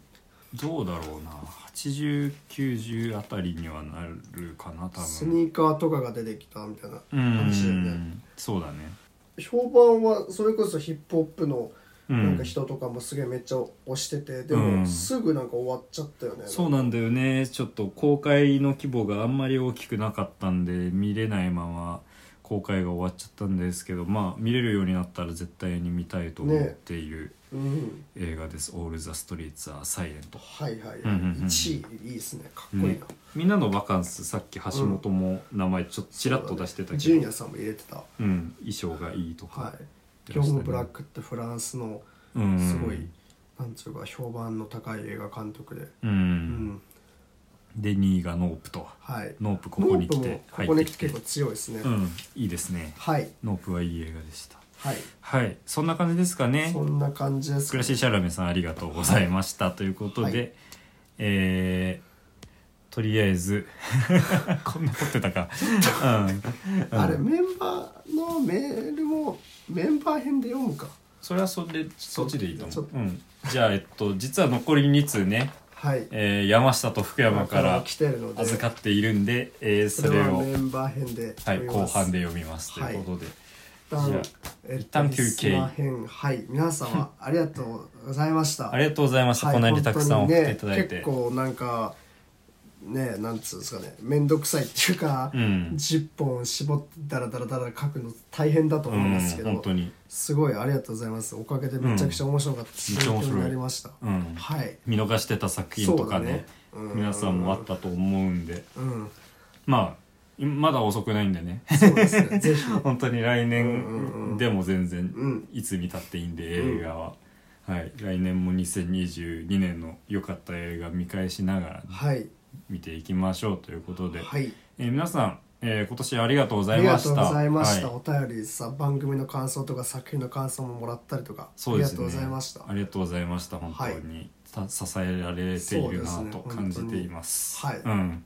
[SPEAKER 1] どうだろうな8090あたりにはなるかな多
[SPEAKER 2] ス
[SPEAKER 1] 分。
[SPEAKER 2] ニーカーとかが出てきたみたいな
[SPEAKER 1] う
[SPEAKER 2] 話だよね、
[SPEAKER 1] ん、そうだね。
[SPEAKER 2] 評判はそれこそヒップホップの
[SPEAKER 1] う
[SPEAKER 2] なんか人とかもすげえめっちゃ推しててで
[SPEAKER 1] う
[SPEAKER 2] も
[SPEAKER 1] ん
[SPEAKER 2] すぐなんか終わっちゃったよね
[SPEAKER 1] そうなんだよねちょっと公開の規模があんまり大きくなかったんで見れないまま公開が終わっちゃったんですけどまあ見れるようになったら絶対に見たいと思っている
[SPEAKER 2] うん
[SPEAKER 1] 映画です「オール・ザ・ストリート・ア・サイレント
[SPEAKER 2] はいはい、
[SPEAKER 1] うんうんうん
[SPEAKER 2] 1位いいですねかっこいいな、」
[SPEAKER 1] みんなのバカンスさっき橋本も名前ちょっとちらっと出してた
[SPEAKER 2] ジュ
[SPEAKER 1] け
[SPEAKER 2] ニ
[SPEAKER 1] ど、
[SPEAKER 2] アさんも入れてた
[SPEAKER 1] うん、衣装がいいとか、
[SPEAKER 2] はいキョング・ブラックってフランスの
[SPEAKER 1] うん
[SPEAKER 2] すごい、なんつうか評判の高い映画監督で
[SPEAKER 1] うん
[SPEAKER 2] うん
[SPEAKER 1] で2位がノープと
[SPEAKER 2] はい
[SPEAKER 1] ノープこ
[SPEAKER 2] ノ
[SPEAKER 1] こ
[SPEAKER 2] ー
[SPEAKER 1] に
[SPEAKER 2] プ
[SPEAKER 1] 来
[SPEAKER 2] も
[SPEAKER 1] て
[SPEAKER 2] こ
[SPEAKER 1] 入
[SPEAKER 2] こ
[SPEAKER 1] っ
[SPEAKER 2] に
[SPEAKER 1] て
[SPEAKER 2] 来
[SPEAKER 1] き
[SPEAKER 2] て
[SPEAKER 1] て、
[SPEAKER 2] 結構強いですね
[SPEAKER 1] うん、いいですね
[SPEAKER 2] はい
[SPEAKER 1] ノープはいい映画でした
[SPEAKER 2] はい
[SPEAKER 1] はい、そんな感じですかね
[SPEAKER 2] そ。んな感じです
[SPEAKER 1] クラシーシャラメさんありがとうございましたということで、
[SPEAKER 2] はい
[SPEAKER 1] えーとりあえず *laughs* こんな撮ってたか、うん、
[SPEAKER 2] あれ
[SPEAKER 1] うん
[SPEAKER 2] メンバーのメールもメンバー編で読むか
[SPEAKER 1] それはそれそっちでいいと
[SPEAKER 2] ちょ
[SPEAKER 1] 思
[SPEAKER 2] っと
[SPEAKER 1] う、うん、じゃあえっと実は残り2通ね、
[SPEAKER 2] はい
[SPEAKER 1] えー山下と福山から
[SPEAKER 2] 来てるので
[SPEAKER 1] 預かっているんで、えーそ
[SPEAKER 2] それ
[SPEAKER 1] れ
[SPEAKER 2] は
[SPEAKER 1] を
[SPEAKER 2] メンバー編で
[SPEAKER 1] はい、
[SPEAKER 2] 読み
[SPEAKER 1] 後
[SPEAKER 2] ます
[SPEAKER 1] 半で読みますと
[SPEAKER 2] はい
[SPEAKER 1] いうことで、
[SPEAKER 2] 一旦
[SPEAKER 1] じゃあ
[SPEAKER 2] えっと
[SPEAKER 1] 一旦休憩
[SPEAKER 2] リスナー編はい皆様ありがとうございまし
[SPEAKER 1] *laughs*
[SPEAKER 2] た
[SPEAKER 1] ありがとうございました、こんなにたくさん送っていただいて、
[SPEAKER 2] 本当にね、結構なんかねなんつうんですかね面倒くさいっていうか、
[SPEAKER 1] うん
[SPEAKER 2] 10本絞ってダラダラダラ書くの大変だと思いますけ
[SPEAKER 1] うん、
[SPEAKER 2] ど
[SPEAKER 1] 本、当に、
[SPEAKER 2] すごいありがとうございますおかげでめちゃくちゃ面白かったし、
[SPEAKER 1] うんめっちゃ面白い
[SPEAKER 2] 勉強になりました、
[SPEAKER 1] うん、
[SPEAKER 2] はい
[SPEAKER 1] 見逃してた作品とかね
[SPEAKER 2] そうだねうん
[SPEAKER 1] 皆さんもあったと思うんで
[SPEAKER 2] うん
[SPEAKER 1] まあまだ遅くないんでね
[SPEAKER 2] そうですねぜひ
[SPEAKER 1] *laughs* 本当に来
[SPEAKER 2] うんう
[SPEAKER 1] 年
[SPEAKER 2] んうん
[SPEAKER 1] でも全然
[SPEAKER 2] うん
[SPEAKER 1] いつ見たっていいんで映画は、はい、来年も2022年の良かった映画見返しながら
[SPEAKER 2] はい
[SPEAKER 1] 見ていきましょうということで、
[SPEAKER 2] はい
[SPEAKER 1] えー皆さん、えー今年ありがとうご
[SPEAKER 2] あ
[SPEAKER 1] ざい
[SPEAKER 2] り
[SPEAKER 1] ま
[SPEAKER 2] が
[SPEAKER 1] した
[SPEAKER 2] とうございました、
[SPEAKER 1] はい、
[SPEAKER 2] お便りさ番組の感想とか作品の感想ももらったりとか、あ
[SPEAKER 1] そうで
[SPEAKER 2] りが
[SPEAKER 1] す
[SPEAKER 2] と
[SPEAKER 1] ね
[SPEAKER 2] うございました
[SPEAKER 1] ありがとうございました本当に、た支えられているな
[SPEAKER 2] そうです
[SPEAKER 1] と
[SPEAKER 2] ね
[SPEAKER 1] 感じています
[SPEAKER 2] 本当
[SPEAKER 1] う
[SPEAKER 2] に
[SPEAKER 1] ん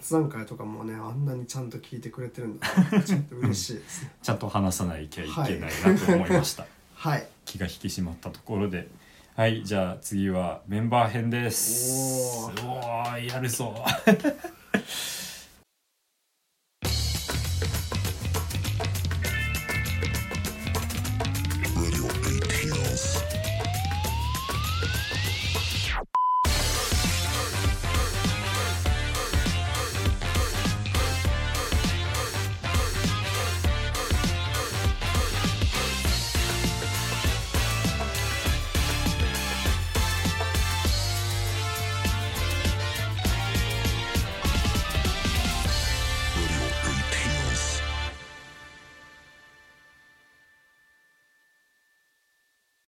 [SPEAKER 2] 雑談会とかもねあんなにちゃんと聞いてくれてるんだなちょっと嬉しいですね
[SPEAKER 1] ちゃんと話さないきゃいけないなと思いました、
[SPEAKER 2] はい
[SPEAKER 1] 気が引き締まったところではいじゃあ次はメンバー編です
[SPEAKER 2] お
[SPEAKER 1] おーやるぞ